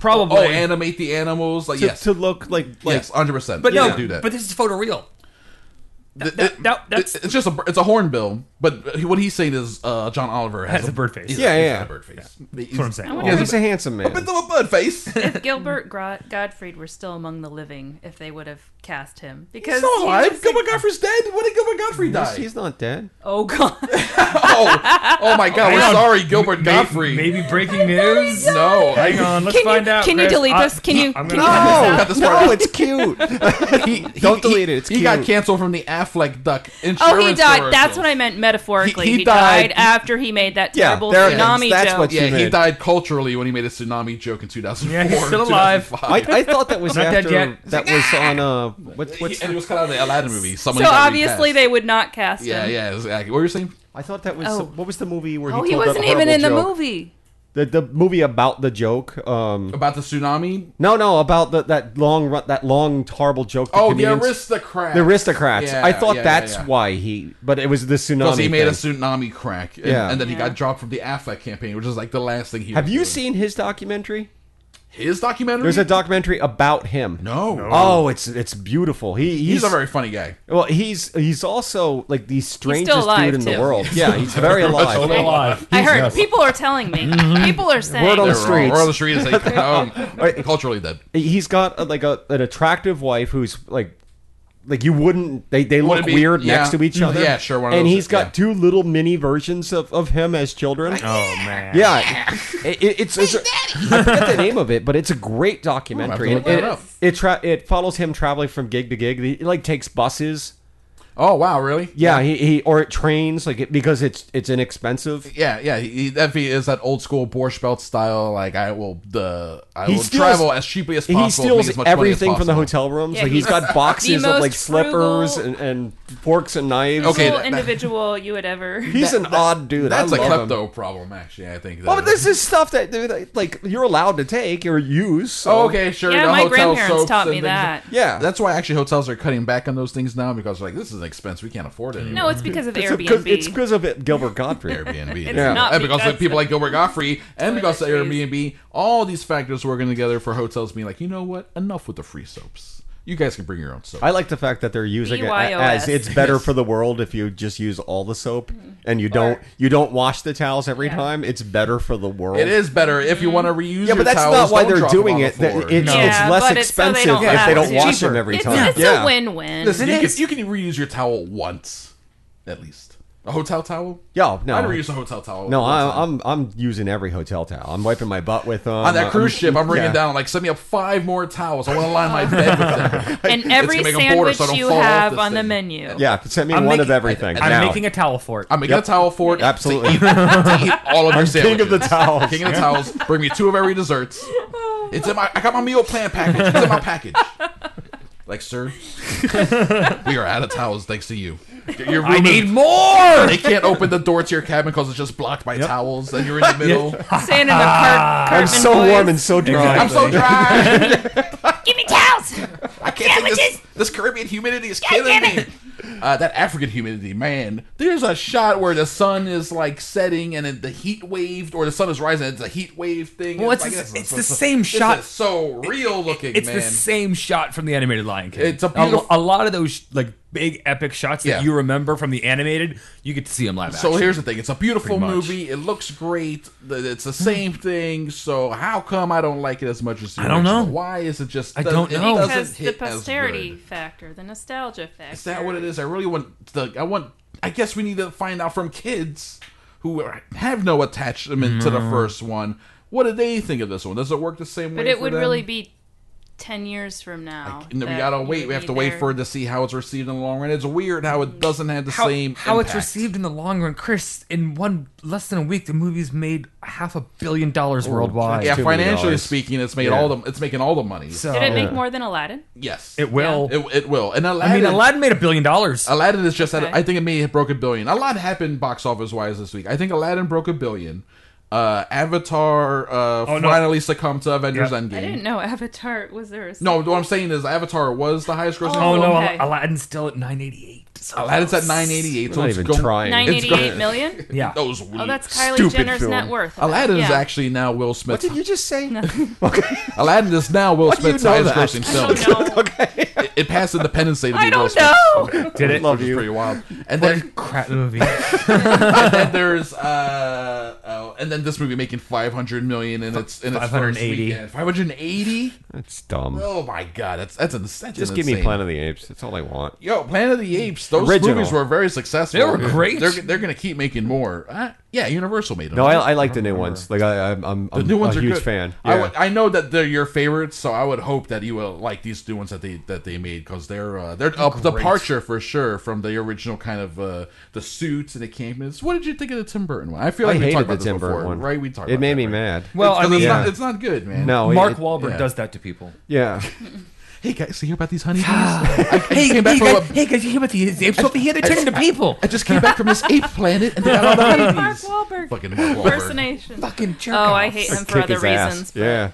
[SPEAKER 4] probably.
[SPEAKER 5] Oh, animate the animals. Like
[SPEAKER 6] to,
[SPEAKER 5] yes,
[SPEAKER 6] to look like like
[SPEAKER 5] yes, hundred percent.
[SPEAKER 4] but
[SPEAKER 5] yeah,
[SPEAKER 4] no,
[SPEAKER 5] do that.
[SPEAKER 4] but this is photoreal.
[SPEAKER 5] Th-
[SPEAKER 4] that-
[SPEAKER 5] it-
[SPEAKER 4] that-
[SPEAKER 5] it-
[SPEAKER 4] that's-
[SPEAKER 5] it's just a bir- it's a hornbill. But he- what he's saying is uh, John Oliver has,
[SPEAKER 4] Has a bird face.
[SPEAKER 5] he's
[SPEAKER 6] Yeah,
[SPEAKER 5] he's
[SPEAKER 6] yeah.
[SPEAKER 5] got a bird face. That's
[SPEAKER 4] what I'm saying. I
[SPEAKER 7] wonder
[SPEAKER 6] Oh,
[SPEAKER 7] if
[SPEAKER 6] he's a handsome
[SPEAKER 5] A
[SPEAKER 6] man.
[SPEAKER 5] bit of a bird face. He's
[SPEAKER 7] If Gilbert Gro- Gottfried were still among the living, if they would have cast him, because
[SPEAKER 5] still
[SPEAKER 7] he
[SPEAKER 5] alive.
[SPEAKER 7] was-
[SPEAKER 5] Gilbert Godfrey's dead. When did Gilbert Godfrey
[SPEAKER 6] He's-
[SPEAKER 5] die?
[SPEAKER 6] He's not dead.
[SPEAKER 7] oh god,
[SPEAKER 5] oh, oh my God! We're
[SPEAKER 4] Hang on.
[SPEAKER 5] sorry, Gilbert
[SPEAKER 4] May-
[SPEAKER 5] Godfrey.
[SPEAKER 4] Maybe breaking news.
[SPEAKER 5] No,
[SPEAKER 4] Hang on, let's
[SPEAKER 7] Can you-
[SPEAKER 4] find out.
[SPEAKER 7] can you
[SPEAKER 4] Chris.
[SPEAKER 7] delete
[SPEAKER 4] I-
[SPEAKER 7] this? Can you-
[SPEAKER 4] I'm
[SPEAKER 7] can
[SPEAKER 4] gonna-
[SPEAKER 7] you-
[SPEAKER 5] No, cut this part out.
[SPEAKER 6] it's cute.
[SPEAKER 5] He-
[SPEAKER 6] Don't delete
[SPEAKER 5] he-
[SPEAKER 6] it. It's
[SPEAKER 5] he
[SPEAKER 6] cute.
[SPEAKER 5] got canceled from the Affleck Duck insurance.
[SPEAKER 7] oh he died.
[SPEAKER 5] commercial.
[SPEAKER 7] That's what I meant metaphorically.
[SPEAKER 5] He-
[SPEAKER 7] He,
[SPEAKER 5] he
[SPEAKER 7] died,
[SPEAKER 5] died-
[SPEAKER 7] after he made that
[SPEAKER 6] Yeah,
[SPEAKER 7] terrible
[SPEAKER 6] there it is.
[SPEAKER 7] tsunami
[SPEAKER 6] That's
[SPEAKER 7] joke.
[SPEAKER 6] what you-
[SPEAKER 5] Yeah, he
[SPEAKER 6] meant.
[SPEAKER 5] died culturally when he made a tsunami joke in 2004.
[SPEAKER 4] Yeah, he's still alive.
[SPEAKER 5] 2005.
[SPEAKER 6] I, I thought that was
[SPEAKER 4] Not dead
[SPEAKER 6] after
[SPEAKER 4] yet.
[SPEAKER 6] that was on
[SPEAKER 7] "Ah."
[SPEAKER 6] uh what, what's
[SPEAKER 5] and it was kind of the Aladdin movie. Someone
[SPEAKER 7] so
[SPEAKER 5] got
[SPEAKER 7] obviously
[SPEAKER 5] recast.
[SPEAKER 7] they would not cast
[SPEAKER 5] Yeah,
[SPEAKER 7] him.
[SPEAKER 5] yeah, exactly. What were you saying?
[SPEAKER 6] I thought that was
[SPEAKER 7] Oh.
[SPEAKER 6] what was the movie where he
[SPEAKER 7] Oh, he
[SPEAKER 6] told that
[SPEAKER 7] wasn't even
[SPEAKER 6] horrible
[SPEAKER 7] in the
[SPEAKER 6] joke?
[SPEAKER 7] movie.
[SPEAKER 6] The the movie about the joke. Um
[SPEAKER 5] About the tsunami?
[SPEAKER 6] no no about the, that long run that long horrible joke.
[SPEAKER 5] Oh, the
[SPEAKER 6] comedians-
[SPEAKER 5] aristocrat.
[SPEAKER 6] The aristocrats.
[SPEAKER 5] Yeah,
[SPEAKER 6] I thought
[SPEAKER 5] yeah,
[SPEAKER 6] that's
[SPEAKER 5] yeah, yeah.
[SPEAKER 6] why he but it was the tsunami.
[SPEAKER 5] Because he made a
[SPEAKER 6] thing.
[SPEAKER 5] tsunami crack. And,
[SPEAKER 6] Yeah.
[SPEAKER 5] and then he
[SPEAKER 7] Yeah.
[SPEAKER 5] got dropped from the Affleck campaign, which is like the last thing he
[SPEAKER 6] Have
[SPEAKER 5] was
[SPEAKER 6] you
[SPEAKER 5] doing.
[SPEAKER 6] seen his documentary?
[SPEAKER 5] his documentary?
[SPEAKER 6] There's a documentary about him.
[SPEAKER 5] No.
[SPEAKER 6] Oh, it's it's beautiful. He he's,
[SPEAKER 5] He's a very funny guy.
[SPEAKER 6] well. He's he's also like the strangest
[SPEAKER 7] alive,
[SPEAKER 6] dude in the
[SPEAKER 7] too.
[SPEAKER 6] world. Yeah, he's very
[SPEAKER 4] Still
[SPEAKER 6] alive.
[SPEAKER 4] alive.
[SPEAKER 7] I heard people are telling me. people are saying.
[SPEAKER 6] Mm-hmm. Word on
[SPEAKER 5] They're all-
[SPEAKER 6] the streets.
[SPEAKER 5] We're on the street is like, um, culturally dead.
[SPEAKER 6] he's got uh, like a, an attractive wife who's like like you wouldn't they, they look
[SPEAKER 5] Wouldn't be-
[SPEAKER 6] weird
[SPEAKER 5] yeah.
[SPEAKER 6] next to each
[SPEAKER 5] Mhm.
[SPEAKER 6] other
[SPEAKER 5] Yeah, sure, one of
[SPEAKER 6] and
[SPEAKER 5] those-
[SPEAKER 6] he's got
[SPEAKER 5] yeah.
[SPEAKER 6] two little mini versions of, of him as children
[SPEAKER 4] Oh man.
[SPEAKER 6] yeah it, it- it's, it's a, i forget the name of it but it's a great documentary
[SPEAKER 5] I'll have to look
[SPEAKER 6] And
[SPEAKER 5] that
[SPEAKER 6] it,
[SPEAKER 5] up.
[SPEAKER 6] it, tra- it follows him traveling from gig to gig he like takes buses
[SPEAKER 5] Oh, wow, really?
[SPEAKER 6] yeah, He, he or it trains like it, because it's it's inexpensive
[SPEAKER 5] Yeah, yeah, he, that he is that old school Borscht Belt style. Like I will, uh, I
[SPEAKER 6] He
[SPEAKER 5] will
[SPEAKER 6] steals-
[SPEAKER 5] travel as cheaply as possible.
[SPEAKER 6] he
[SPEAKER 5] to make
[SPEAKER 6] steals
[SPEAKER 5] as much money as
[SPEAKER 6] everything from the
[SPEAKER 5] possible.
[SPEAKER 6] hotel rooms
[SPEAKER 7] Yeah,
[SPEAKER 6] like he's
[SPEAKER 7] he's the
[SPEAKER 6] got boxes of
[SPEAKER 7] most
[SPEAKER 6] like slippers
[SPEAKER 7] frugal-
[SPEAKER 6] and, and forks and knives
[SPEAKER 5] Okay,
[SPEAKER 7] Cool
[SPEAKER 5] that-
[SPEAKER 7] individual you would ever.
[SPEAKER 6] He's an odd dude.
[SPEAKER 5] That's
[SPEAKER 6] I
[SPEAKER 5] a
[SPEAKER 6] love him.
[SPEAKER 5] klepto problem, actually. I think.
[SPEAKER 6] Well, but this is stuff that dude, like you're allowed to take or use. so-
[SPEAKER 5] Oh, okay, sure.
[SPEAKER 7] Yeah,
[SPEAKER 5] the
[SPEAKER 7] my
[SPEAKER 5] hotel
[SPEAKER 7] grandparents
[SPEAKER 5] soaps
[SPEAKER 7] taught
[SPEAKER 5] and
[SPEAKER 7] me
[SPEAKER 5] things-
[SPEAKER 7] that.
[SPEAKER 6] Yeah.
[SPEAKER 5] that's why actually hotels are cutting back on those things now because like this is an expense we can't afford it
[SPEAKER 7] no,
[SPEAKER 5] anymore.
[SPEAKER 7] it's because of
[SPEAKER 6] It's
[SPEAKER 7] Airbnb.
[SPEAKER 6] because it's 'cause of it, Gilbert Gottfried.
[SPEAKER 5] Airbnb.
[SPEAKER 7] It's
[SPEAKER 5] yeah.
[SPEAKER 7] not
[SPEAKER 5] and because,
[SPEAKER 7] because
[SPEAKER 5] people
[SPEAKER 7] of-
[SPEAKER 5] like Gilbert Gottfried and because of
[SPEAKER 7] Toiletries.
[SPEAKER 5] Airbnb, all these factors working together for hotels being like, you know what? Enough with the free soaps. You guys can bring your own soap.
[SPEAKER 6] I like the fact that they're using it a-
[SPEAKER 7] BYOS.
[SPEAKER 6] as it's better for the world if you just use all the soap and you don't you don't wash the towels every
[SPEAKER 7] Yeah.
[SPEAKER 6] time. It's better for the world.
[SPEAKER 5] it is better if you want to reuse.
[SPEAKER 6] Yeah,
[SPEAKER 5] your
[SPEAKER 6] but that's
[SPEAKER 5] towels,
[SPEAKER 6] not why
[SPEAKER 5] don't
[SPEAKER 6] they're
[SPEAKER 5] drop them
[SPEAKER 6] doing
[SPEAKER 5] on the
[SPEAKER 6] it. That-
[SPEAKER 5] floor.
[SPEAKER 6] It's,
[SPEAKER 7] Yeah,
[SPEAKER 6] it's less
[SPEAKER 7] but it's so they
[SPEAKER 6] expensive
[SPEAKER 7] don't
[SPEAKER 6] if
[SPEAKER 7] have
[SPEAKER 6] they
[SPEAKER 7] to.
[SPEAKER 6] don't wash
[SPEAKER 4] Cheaper.
[SPEAKER 6] them every
[SPEAKER 7] It's,
[SPEAKER 6] time.
[SPEAKER 7] it's
[SPEAKER 6] yeah.
[SPEAKER 7] a win-win.
[SPEAKER 5] Listen,
[SPEAKER 4] It
[SPEAKER 5] you,
[SPEAKER 4] is.
[SPEAKER 5] Can, you can reuse your towel once, at least. A hotel towel?
[SPEAKER 6] Yo, no.
[SPEAKER 5] I never used a hotel towel.
[SPEAKER 6] No,
[SPEAKER 5] One time.
[SPEAKER 6] I, I'm I'm using every hotel towel. I'm wiping my butt with them.
[SPEAKER 5] on that cruise ship, I'm bringing
[SPEAKER 6] yeah.
[SPEAKER 5] down like send me up five more towels. I want to line my bed with them.
[SPEAKER 7] And every
[SPEAKER 5] gonna make a border
[SPEAKER 7] sandwich
[SPEAKER 5] so I don't
[SPEAKER 7] you
[SPEAKER 5] fall off
[SPEAKER 7] have
[SPEAKER 5] this
[SPEAKER 7] on the
[SPEAKER 5] thing.
[SPEAKER 7] menu.
[SPEAKER 6] Yeah, send me
[SPEAKER 4] I'm
[SPEAKER 6] one of
[SPEAKER 4] making-
[SPEAKER 6] everything.
[SPEAKER 4] I'm
[SPEAKER 6] now.
[SPEAKER 4] making a towel for it.
[SPEAKER 5] I'm making a towel for it.
[SPEAKER 6] Absolutely.
[SPEAKER 5] to eat all of your sandwiches.
[SPEAKER 6] king of the towels.
[SPEAKER 5] King of the towels. Bring me two of every desserts. It's in my. I got my meal plan package. It's in my package. Like, sir, we are out of towels thanks to you. Your room
[SPEAKER 4] I
[SPEAKER 5] is-
[SPEAKER 4] need more.
[SPEAKER 5] They can't open the door to your cabin because it's just blocked by towels, and you're in the middle.
[SPEAKER 7] Staying in the cart.
[SPEAKER 6] Ah, I'm so warm and so dry.
[SPEAKER 5] I'm so dry.
[SPEAKER 7] Give me towels.
[SPEAKER 5] I can't take this. This Caribbean humidity is killing me. Uh, that African humidity, man. There's a shot where the sun is like setting and it, the heat wave, or the sun is rising. It's a heat wave thing.
[SPEAKER 4] Well, it's
[SPEAKER 5] like,
[SPEAKER 4] the-
[SPEAKER 5] this is-
[SPEAKER 4] it's the same
[SPEAKER 5] this
[SPEAKER 4] shot.
[SPEAKER 5] is so real looking,
[SPEAKER 4] It's
[SPEAKER 5] man.
[SPEAKER 4] the same shot from the animated Lion King.
[SPEAKER 5] It's a
[SPEAKER 4] a,
[SPEAKER 5] beautiful-
[SPEAKER 4] a lot of those like big epic shots that
[SPEAKER 5] Yeah.
[SPEAKER 4] you remember from the animated. You get to see them live.
[SPEAKER 5] so
[SPEAKER 4] action.
[SPEAKER 5] here's the thing. It's a beautiful
[SPEAKER 4] Pretty much.
[SPEAKER 5] movie. It looks great. Th- It's the same thing. So how come I don't like it as much as the
[SPEAKER 4] I don't
[SPEAKER 5] original?
[SPEAKER 4] know.
[SPEAKER 5] Why is it just?
[SPEAKER 4] I don't
[SPEAKER 5] it
[SPEAKER 4] know.
[SPEAKER 5] doesn't
[SPEAKER 7] Because the
[SPEAKER 5] hit as
[SPEAKER 7] posterity
[SPEAKER 5] good.
[SPEAKER 7] factor, the nostalgia factor.
[SPEAKER 5] Is that what it is? I really want the. I want. I guess we need to find out from kids who are- have no attachment to the first one. What do they think of this one? Does it work the same way?
[SPEAKER 7] But it
[SPEAKER 5] for
[SPEAKER 7] would
[SPEAKER 5] them?
[SPEAKER 7] really be ten years from now.
[SPEAKER 5] And we
[SPEAKER 7] that
[SPEAKER 5] gotta
[SPEAKER 7] you
[SPEAKER 5] wait.
[SPEAKER 7] would
[SPEAKER 5] We have
[SPEAKER 7] be
[SPEAKER 5] to wait
[SPEAKER 7] there.
[SPEAKER 5] for it to see how it's received in the long run. It's weird how it doesn't have the
[SPEAKER 4] how,
[SPEAKER 5] same.
[SPEAKER 4] how it's
[SPEAKER 5] impact.
[SPEAKER 4] received in the long run, Chris. In one less than a week, the movie's made half a billion dollars worldwide.
[SPEAKER 5] Yeah,
[SPEAKER 6] Two million
[SPEAKER 5] financially
[SPEAKER 6] dollars.
[SPEAKER 5] speaking, it's made
[SPEAKER 6] Yeah.
[SPEAKER 5] all the. It's making all the money.
[SPEAKER 4] So
[SPEAKER 6] Oh,
[SPEAKER 7] Did it make more than Aladdin?
[SPEAKER 5] yes,
[SPEAKER 4] it will.
[SPEAKER 5] It, it will. And Aladdin,
[SPEAKER 4] I mean, Aladdin made a billion dollars.
[SPEAKER 5] Aladdin is just at,
[SPEAKER 7] Okay.
[SPEAKER 5] I think it may have broke a billion. A lot happened box office wise this week. I think Aladdin broke a billion. Uh, Avatar uh,
[SPEAKER 4] Oh, no.
[SPEAKER 5] finally succumbed to Avengers
[SPEAKER 4] Yeah.
[SPEAKER 5] Endgame.
[SPEAKER 7] I didn't know Avatar was there. A
[SPEAKER 5] No, what I'm saying is Avatar was the highest grossing.
[SPEAKER 4] Oh no,
[SPEAKER 7] Okay.
[SPEAKER 4] Al- Aladdin's still at 988. So
[SPEAKER 5] Aladdin's at 988. So
[SPEAKER 6] not
[SPEAKER 5] it's
[SPEAKER 6] even
[SPEAKER 5] going-
[SPEAKER 6] trying.
[SPEAKER 7] Nine
[SPEAKER 5] It's
[SPEAKER 7] eighty-eight
[SPEAKER 5] good.
[SPEAKER 7] million.
[SPEAKER 4] Yeah.
[SPEAKER 5] Those
[SPEAKER 7] Oh, that's Kylie
[SPEAKER 5] stupid
[SPEAKER 7] Jenner's
[SPEAKER 5] film.
[SPEAKER 7] net worth.
[SPEAKER 5] Aladdin is
[SPEAKER 7] Yeah.
[SPEAKER 5] actually now Will Smith.
[SPEAKER 6] Did you just say?
[SPEAKER 5] Aladdin is now Will
[SPEAKER 6] do you
[SPEAKER 5] Smith's
[SPEAKER 6] know
[SPEAKER 5] highest
[SPEAKER 6] that?
[SPEAKER 5] grossing
[SPEAKER 7] I
[SPEAKER 5] film.
[SPEAKER 7] don't know.
[SPEAKER 5] It, it passed Independence Day to be
[SPEAKER 7] I
[SPEAKER 5] Will
[SPEAKER 7] don't
[SPEAKER 5] Smith.
[SPEAKER 7] know.
[SPEAKER 4] Did it?
[SPEAKER 5] Which is pretty wild. And
[SPEAKER 4] What a
[SPEAKER 5] then,
[SPEAKER 4] crap movie.
[SPEAKER 5] and then there's uh oh, and then this movie making 500 million and it's in its
[SPEAKER 4] 580.
[SPEAKER 5] 580 580
[SPEAKER 6] That's dumb.
[SPEAKER 5] Oh my god, that's that's, ins- that's
[SPEAKER 6] Just give me Planet of the Apes. That's all I want.
[SPEAKER 5] Yo, Planet of the Apes. Those
[SPEAKER 6] Original.
[SPEAKER 5] movies were very successful.
[SPEAKER 4] They were great.
[SPEAKER 5] They're, they're going to keep making more. Uh, yeah, Universal made them.
[SPEAKER 6] No, I, I like the new ones. Like I, I'm, I'm, I'm
[SPEAKER 5] the new ones
[SPEAKER 6] a
[SPEAKER 5] are
[SPEAKER 6] huge
[SPEAKER 5] good.
[SPEAKER 6] fan.
[SPEAKER 5] I
[SPEAKER 6] Yeah.
[SPEAKER 5] would- I know that they're your favorites, so I would hope that you will like these new ones that they that they made because they're uh, they're a departure for sure from the original kind of uh, the suits and the campiness. What did you think of the Tim Burton one? I feel
[SPEAKER 6] I
[SPEAKER 5] like we talked
[SPEAKER 6] hated the
[SPEAKER 5] about this
[SPEAKER 6] Tim Burton
[SPEAKER 5] before,
[SPEAKER 6] one.
[SPEAKER 5] right? We talked.
[SPEAKER 6] It
[SPEAKER 5] about
[SPEAKER 6] made
[SPEAKER 5] that,
[SPEAKER 6] me
[SPEAKER 5] right?
[SPEAKER 6] mad.
[SPEAKER 4] Well,
[SPEAKER 5] It's-
[SPEAKER 4] I mean,
[SPEAKER 5] it's,
[SPEAKER 6] yeah.
[SPEAKER 5] not, it's not good, man.
[SPEAKER 6] No, it-
[SPEAKER 4] Mark
[SPEAKER 6] it-
[SPEAKER 4] Wahlberg
[SPEAKER 5] Oh, yeah.
[SPEAKER 4] does that to people.
[SPEAKER 6] Yeah.
[SPEAKER 5] Hey guys, so you hear about these honeybees? I, I came back
[SPEAKER 4] hey,
[SPEAKER 5] from
[SPEAKER 4] guys,
[SPEAKER 5] a-
[SPEAKER 4] hey guys, you hear about the apes over here? They're turning to people.
[SPEAKER 5] I just came back from this ape planet and they got all the honeybees.
[SPEAKER 7] Mark Wahlberg.
[SPEAKER 5] Fucking Mark Wahlberg.
[SPEAKER 7] Impersonation.
[SPEAKER 4] Fucking jerk
[SPEAKER 7] Oh, I
[SPEAKER 4] offs.
[SPEAKER 7] hate him for
[SPEAKER 6] Kick
[SPEAKER 7] other
[SPEAKER 6] his ass.
[SPEAKER 7] reasons.
[SPEAKER 6] Yeah.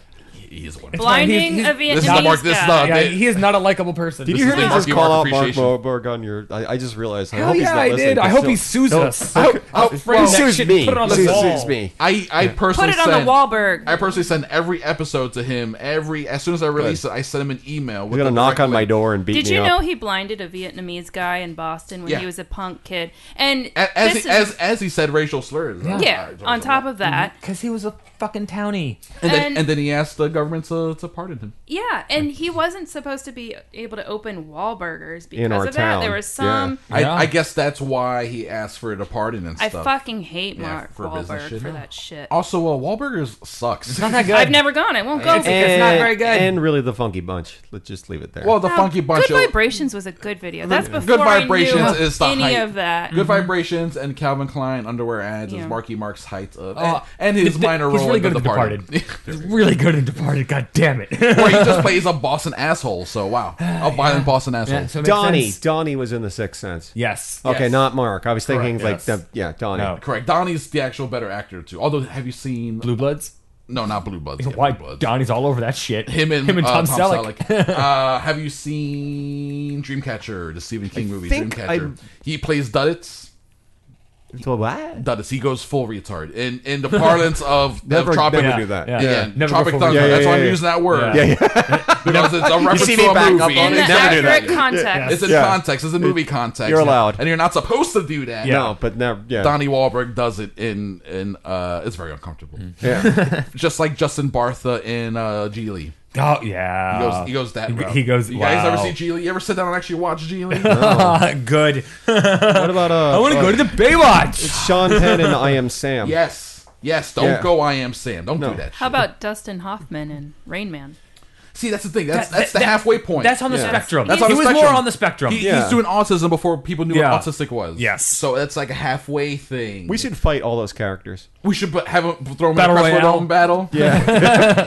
[SPEAKER 5] He is one.
[SPEAKER 7] Blinding
[SPEAKER 4] He's-
[SPEAKER 7] a Vietnamese
[SPEAKER 4] he's-
[SPEAKER 5] This is the mark- this is
[SPEAKER 7] guy.
[SPEAKER 5] the-
[SPEAKER 4] Yeah, he is not a likable person. Oh,
[SPEAKER 6] Did you hear
[SPEAKER 5] the
[SPEAKER 6] me just
[SPEAKER 5] Marky
[SPEAKER 6] call
[SPEAKER 5] Mark
[SPEAKER 6] out Mark
[SPEAKER 5] appreciation.
[SPEAKER 6] Wahlberg on your? I, I just realized. I
[SPEAKER 4] Hell
[SPEAKER 6] hope he's
[SPEAKER 4] yeah,
[SPEAKER 6] not
[SPEAKER 4] I
[SPEAKER 6] listening,
[SPEAKER 4] did. I
[SPEAKER 6] 'cause
[SPEAKER 4] hope
[SPEAKER 6] he'll-
[SPEAKER 4] he sues
[SPEAKER 6] he'll-
[SPEAKER 4] us.
[SPEAKER 6] I hope-
[SPEAKER 4] I hope-
[SPEAKER 6] He
[SPEAKER 4] Frame that
[SPEAKER 6] sues
[SPEAKER 4] shit,
[SPEAKER 6] me.
[SPEAKER 4] put it on the
[SPEAKER 6] He sues
[SPEAKER 4] wall.
[SPEAKER 6] me.
[SPEAKER 5] I, I
[SPEAKER 7] Put
[SPEAKER 5] personally
[SPEAKER 7] it on the
[SPEAKER 5] send-
[SPEAKER 7] Wahlberg.
[SPEAKER 5] I personally send every episode to him. Every as soon as I release it, I send him an email.
[SPEAKER 6] He's
[SPEAKER 5] We're
[SPEAKER 6] gonna knock on my door and beat
[SPEAKER 7] Did
[SPEAKER 6] me
[SPEAKER 7] you
[SPEAKER 6] up.
[SPEAKER 7] know he blinded a Vietnamese guy in Boston when
[SPEAKER 5] Yeah.
[SPEAKER 7] he was a punk kid? And
[SPEAKER 5] As
[SPEAKER 7] this
[SPEAKER 5] he,
[SPEAKER 7] is-
[SPEAKER 5] as as he said racial slurs.
[SPEAKER 7] yeah, on top of that,
[SPEAKER 4] Because he was a fucking townie.
[SPEAKER 5] and then
[SPEAKER 7] and-
[SPEAKER 5] and, then he asked the government to, to pardon him.
[SPEAKER 7] yeah, and he wasn't supposed to be able to open Wahlburgers because
[SPEAKER 6] In our
[SPEAKER 7] of that.
[SPEAKER 6] town,
[SPEAKER 7] There was some.
[SPEAKER 5] I,
[SPEAKER 4] Yeah.
[SPEAKER 5] I guess that's why he asked for the pardon and
[SPEAKER 7] I
[SPEAKER 5] stuff.
[SPEAKER 7] fucking hate
[SPEAKER 5] Yeah,
[SPEAKER 7] Mark
[SPEAKER 5] for business
[SPEAKER 7] Wahlberg
[SPEAKER 5] shit.
[SPEAKER 7] for that shit.
[SPEAKER 5] also, uh, Wahlburgers sucks.
[SPEAKER 4] Not that good.
[SPEAKER 7] I've never gone. I won't go.
[SPEAKER 4] It's- it's not very good.
[SPEAKER 6] And really, the Funky Bunch. Let's just leave it there.
[SPEAKER 5] well, the Funky Bunch.
[SPEAKER 7] Good vibrations was a good video. That's before
[SPEAKER 5] Good
[SPEAKER 7] I
[SPEAKER 5] Vibrations
[SPEAKER 7] knew
[SPEAKER 5] is the
[SPEAKER 7] any
[SPEAKER 5] hype.
[SPEAKER 7] of that.
[SPEAKER 6] Mm-hmm.
[SPEAKER 5] Good Vibrations and Calvin Klein underwear ads
[SPEAKER 7] Yeah.
[SPEAKER 5] is Marky Mark's height of,
[SPEAKER 4] Oh,
[SPEAKER 5] Uh, and, and his
[SPEAKER 4] th- th-
[SPEAKER 5] minor
[SPEAKER 4] he's
[SPEAKER 5] role
[SPEAKER 4] really
[SPEAKER 5] in
[SPEAKER 4] good
[SPEAKER 5] The
[SPEAKER 4] at Departed. He's really good in Departed. God damn it.
[SPEAKER 5] where he just plays a Boston asshole. So wow, a violent Boston asshole.
[SPEAKER 4] So it makes
[SPEAKER 6] Donnie.
[SPEAKER 4] sense.
[SPEAKER 6] Donnie was in the Sixth Sense.
[SPEAKER 4] Yes.
[SPEAKER 6] Okay,
[SPEAKER 5] Yes.
[SPEAKER 6] not Mark. I was thinking like,
[SPEAKER 5] Correct, yes.
[SPEAKER 6] the, yeah, Donnie.
[SPEAKER 4] No.
[SPEAKER 5] Correct. Donnie's the actual better actor too. Although, have you seen?
[SPEAKER 4] Blue Bloods.
[SPEAKER 5] No, not Blue Bloods. yeah,
[SPEAKER 4] Why
[SPEAKER 5] Blue Bloods.
[SPEAKER 4] Donnie's all over that shit.
[SPEAKER 5] him and,
[SPEAKER 4] him and
[SPEAKER 5] uh,
[SPEAKER 4] Tom, Selleck.
[SPEAKER 5] uh, have you seen Dreamcatcher, the Stephen King movie?
[SPEAKER 6] think
[SPEAKER 5] Dreamcatcher.
[SPEAKER 6] I-
[SPEAKER 5] He plays Duddits.
[SPEAKER 6] So what?
[SPEAKER 5] Duddits. He goes full retard in in the parlance of the
[SPEAKER 6] Never-
[SPEAKER 5] Tropic.
[SPEAKER 6] never
[SPEAKER 5] Yeah.
[SPEAKER 6] do that.
[SPEAKER 4] Yeah.
[SPEAKER 5] Yeah,
[SPEAKER 4] Never
[SPEAKER 5] Tropic
[SPEAKER 4] go full
[SPEAKER 5] Thunder.
[SPEAKER 4] retard.
[SPEAKER 5] That's why I'm
[SPEAKER 6] Yeah, yeah,
[SPEAKER 5] using that word.
[SPEAKER 4] Yeah.
[SPEAKER 5] Because it's a reference
[SPEAKER 6] see
[SPEAKER 5] to
[SPEAKER 6] me
[SPEAKER 5] a
[SPEAKER 6] back up
[SPEAKER 5] movie.
[SPEAKER 6] on
[SPEAKER 7] In the
[SPEAKER 6] it. Never do that.
[SPEAKER 7] accurate context.
[SPEAKER 5] It's in
[SPEAKER 6] Yeah.
[SPEAKER 5] context. It's in movie context.
[SPEAKER 6] You're allowed.
[SPEAKER 5] and you're not supposed to do that.
[SPEAKER 6] No, but never. Yeah.
[SPEAKER 5] Donnie Wahlberg does it in
[SPEAKER 6] Mm.
[SPEAKER 5] in uh, it's very uncomfortable.
[SPEAKER 6] Yeah.
[SPEAKER 5] Just like Justin Bartha in uh, Geely.
[SPEAKER 4] Oh
[SPEAKER 5] He
[SPEAKER 6] Ah.
[SPEAKER 4] yeah.
[SPEAKER 5] goes, he goes that
[SPEAKER 4] He-
[SPEAKER 5] route.
[SPEAKER 4] He goes.
[SPEAKER 5] You
[SPEAKER 4] wow.
[SPEAKER 5] guys ever see Geely? You ever sit down and actually watch Geely?
[SPEAKER 4] Good.
[SPEAKER 5] Oh,
[SPEAKER 6] What about uh?
[SPEAKER 4] I want to go to the Baywatch.
[SPEAKER 6] Sean Penn and I Am Sam.
[SPEAKER 5] yes. Yes. Don't
[SPEAKER 6] Yeah.
[SPEAKER 5] go. I am Sam. Don't
[SPEAKER 6] No.
[SPEAKER 5] do that.
[SPEAKER 7] How
[SPEAKER 5] shit.
[SPEAKER 7] about Dustin Hoffman and Rain Man?
[SPEAKER 5] See, that's the thing. That's
[SPEAKER 4] That-
[SPEAKER 5] that's the
[SPEAKER 4] that-
[SPEAKER 5] halfway point.
[SPEAKER 4] That's on the
[SPEAKER 6] Yeah.
[SPEAKER 4] spectrum.
[SPEAKER 5] That's
[SPEAKER 4] he
[SPEAKER 5] on the
[SPEAKER 4] was
[SPEAKER 5] spectrum.
[SPEAKER 4] more on the spectrum.
[SPEAKER 5] He,
[SPEAKER 6] Yeah.
[SPEAKER 5] He's doing autism before people knew
[SPEAKER 4] Yeah.
[SPEAKER 5] what autistic was.
[SPEAKER 4] Yes.
[SPEAKER 5] So it's like a halfway thing.
[SPEAKER 6] We should fight all those characters.
[SPEAKER 5] we should put, have them throw them
[SPEAKER 4] Battle
[SPEAKER 5] in a Crestwood
[SPEAKER 4] Royale.
[SPEAKER 5] Dome battle.
[SPEAKER 6] Yeah.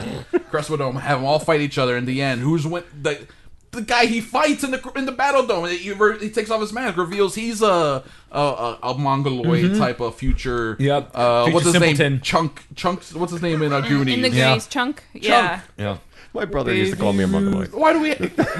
[SPEAKER 5] Crestwood Dome. Have them all fight each other in the end. Who's win the the guy he fights in the in the battle dome? He, he takes off his mask, reveals he's a a, a, a mongoloid type of future.
[SPEAKER 4] Mm-hmm. Yep.
[SPEAKER 5] Uh,
[SPEAKER 4] Future
[SPEAKER 5] what's his name?
[SPEAKER 4] simpleton.
[SPEAKER 5] Chunk. Chunks. What's his name in uh,
[SPEAKER 7] Mm, In,
[SPEAKER 5] Goonies?
[SPEAKER 7] in the
[SPEAKER 4] Yeah.
[SPEAKER 7] Goonies chunk? Yeah.
[SPEAKER 5] oh,
[SPEAKER 4] yeah.
[SPEAKER 6] My brother used to call me a mongoloid.
[SPEAKER 5] Why do we?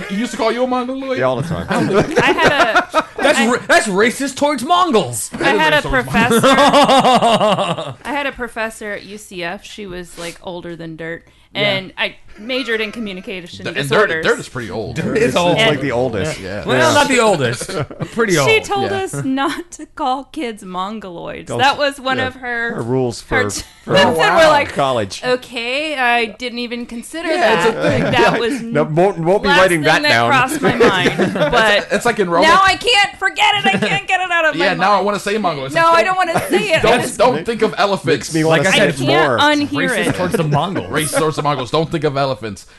[SPEAKER 5] He used to call you a mongoloid.
[SPEAKER 6] Yeah, all the time.
[SPEAKER 7] I had a
[SPEAKER 4] That's ra- that's racist towards Mongols.
[SPEAKER 7] I had a
[SPEAKER 5] So it's
[SPEAKER 7] professor. I had a professor at UCF. She was like older than dirt, and I majored in communication
[SPEAKER 5] And Dirt,
[SPEAKER 7] disorders.
[SPEAKER 5] Dirt is pretty old.
[SPEAKER 4] It's old.
[SPEAKER 6] It's like the oldest.
[SPEAKER 5] Yeah.
[SPEAKER 4] well, not the oldest. Pretty old.
[SPEAKER 7] she told
[SPEAKER 5] Yeah.
[SPEAKER 7] us not to call kids mongoloids.
[SPEAKER 6] Don't-
[SPEAKER 7] that was one
[SPEAKER 6] yeah.
[SPEAKER 7] of her,
[SPEAKER 6] Her rules
[SPEAKER 7] her
[SPEAKER 6] for,
[SPEAKER 7] t-
[SPEAKER 6] for
[SPEAKER 7] things that were like
[SPEAKER 6] college.
[SPEAKER 7] Okay, I didn't even consider
[SPEAKER 5] Yeah, it's
[SPEAKER 7] that.
[SPEAKER 5] a
[SPEAKER 7] Like, that was
[SPEAKER 6] No, won't, won't be
[SPEAKER 7] last
[SPEAKER 6] writing
[SPEAKER 7] thing
[SPEAKER 6] that, down.
[SPEAKER 7] crossed my mind. But
[SPEAKER 5] It's like in Roma.
[SPEAKER 7] now I can't forget it. I can't get it out of my
[SPEAKER 5] yeah,
[SPEAKER 7] mind.
[SPEAKER 5] now I want to say mongoloid.
[SPEAKER 7] No, I don't want to say it. I
[SPEAKER 5] Don't,
[SPEAKER 7] just-
[SPEAKER 5] don't think of elephants.
[SPEAKER 6] Makes me wanna
[SPEAKER 4] Like I
[SPEAKER 6] say
[SPEAKER 4] said,
[SPEAKER 7] I
[SPEAKER 6] it
[SPEAKER 4] it's
[SPEAKER 7] can't
[SPEAKER 6] more.
[SPEAKER 7] unhear
[SPEAKER 4] racist
[SPEAKER 7] it.
[SPEAKER 4] towards the Mongols.
[SPEAKER 5] race source of Mongols. Don't think of elephants.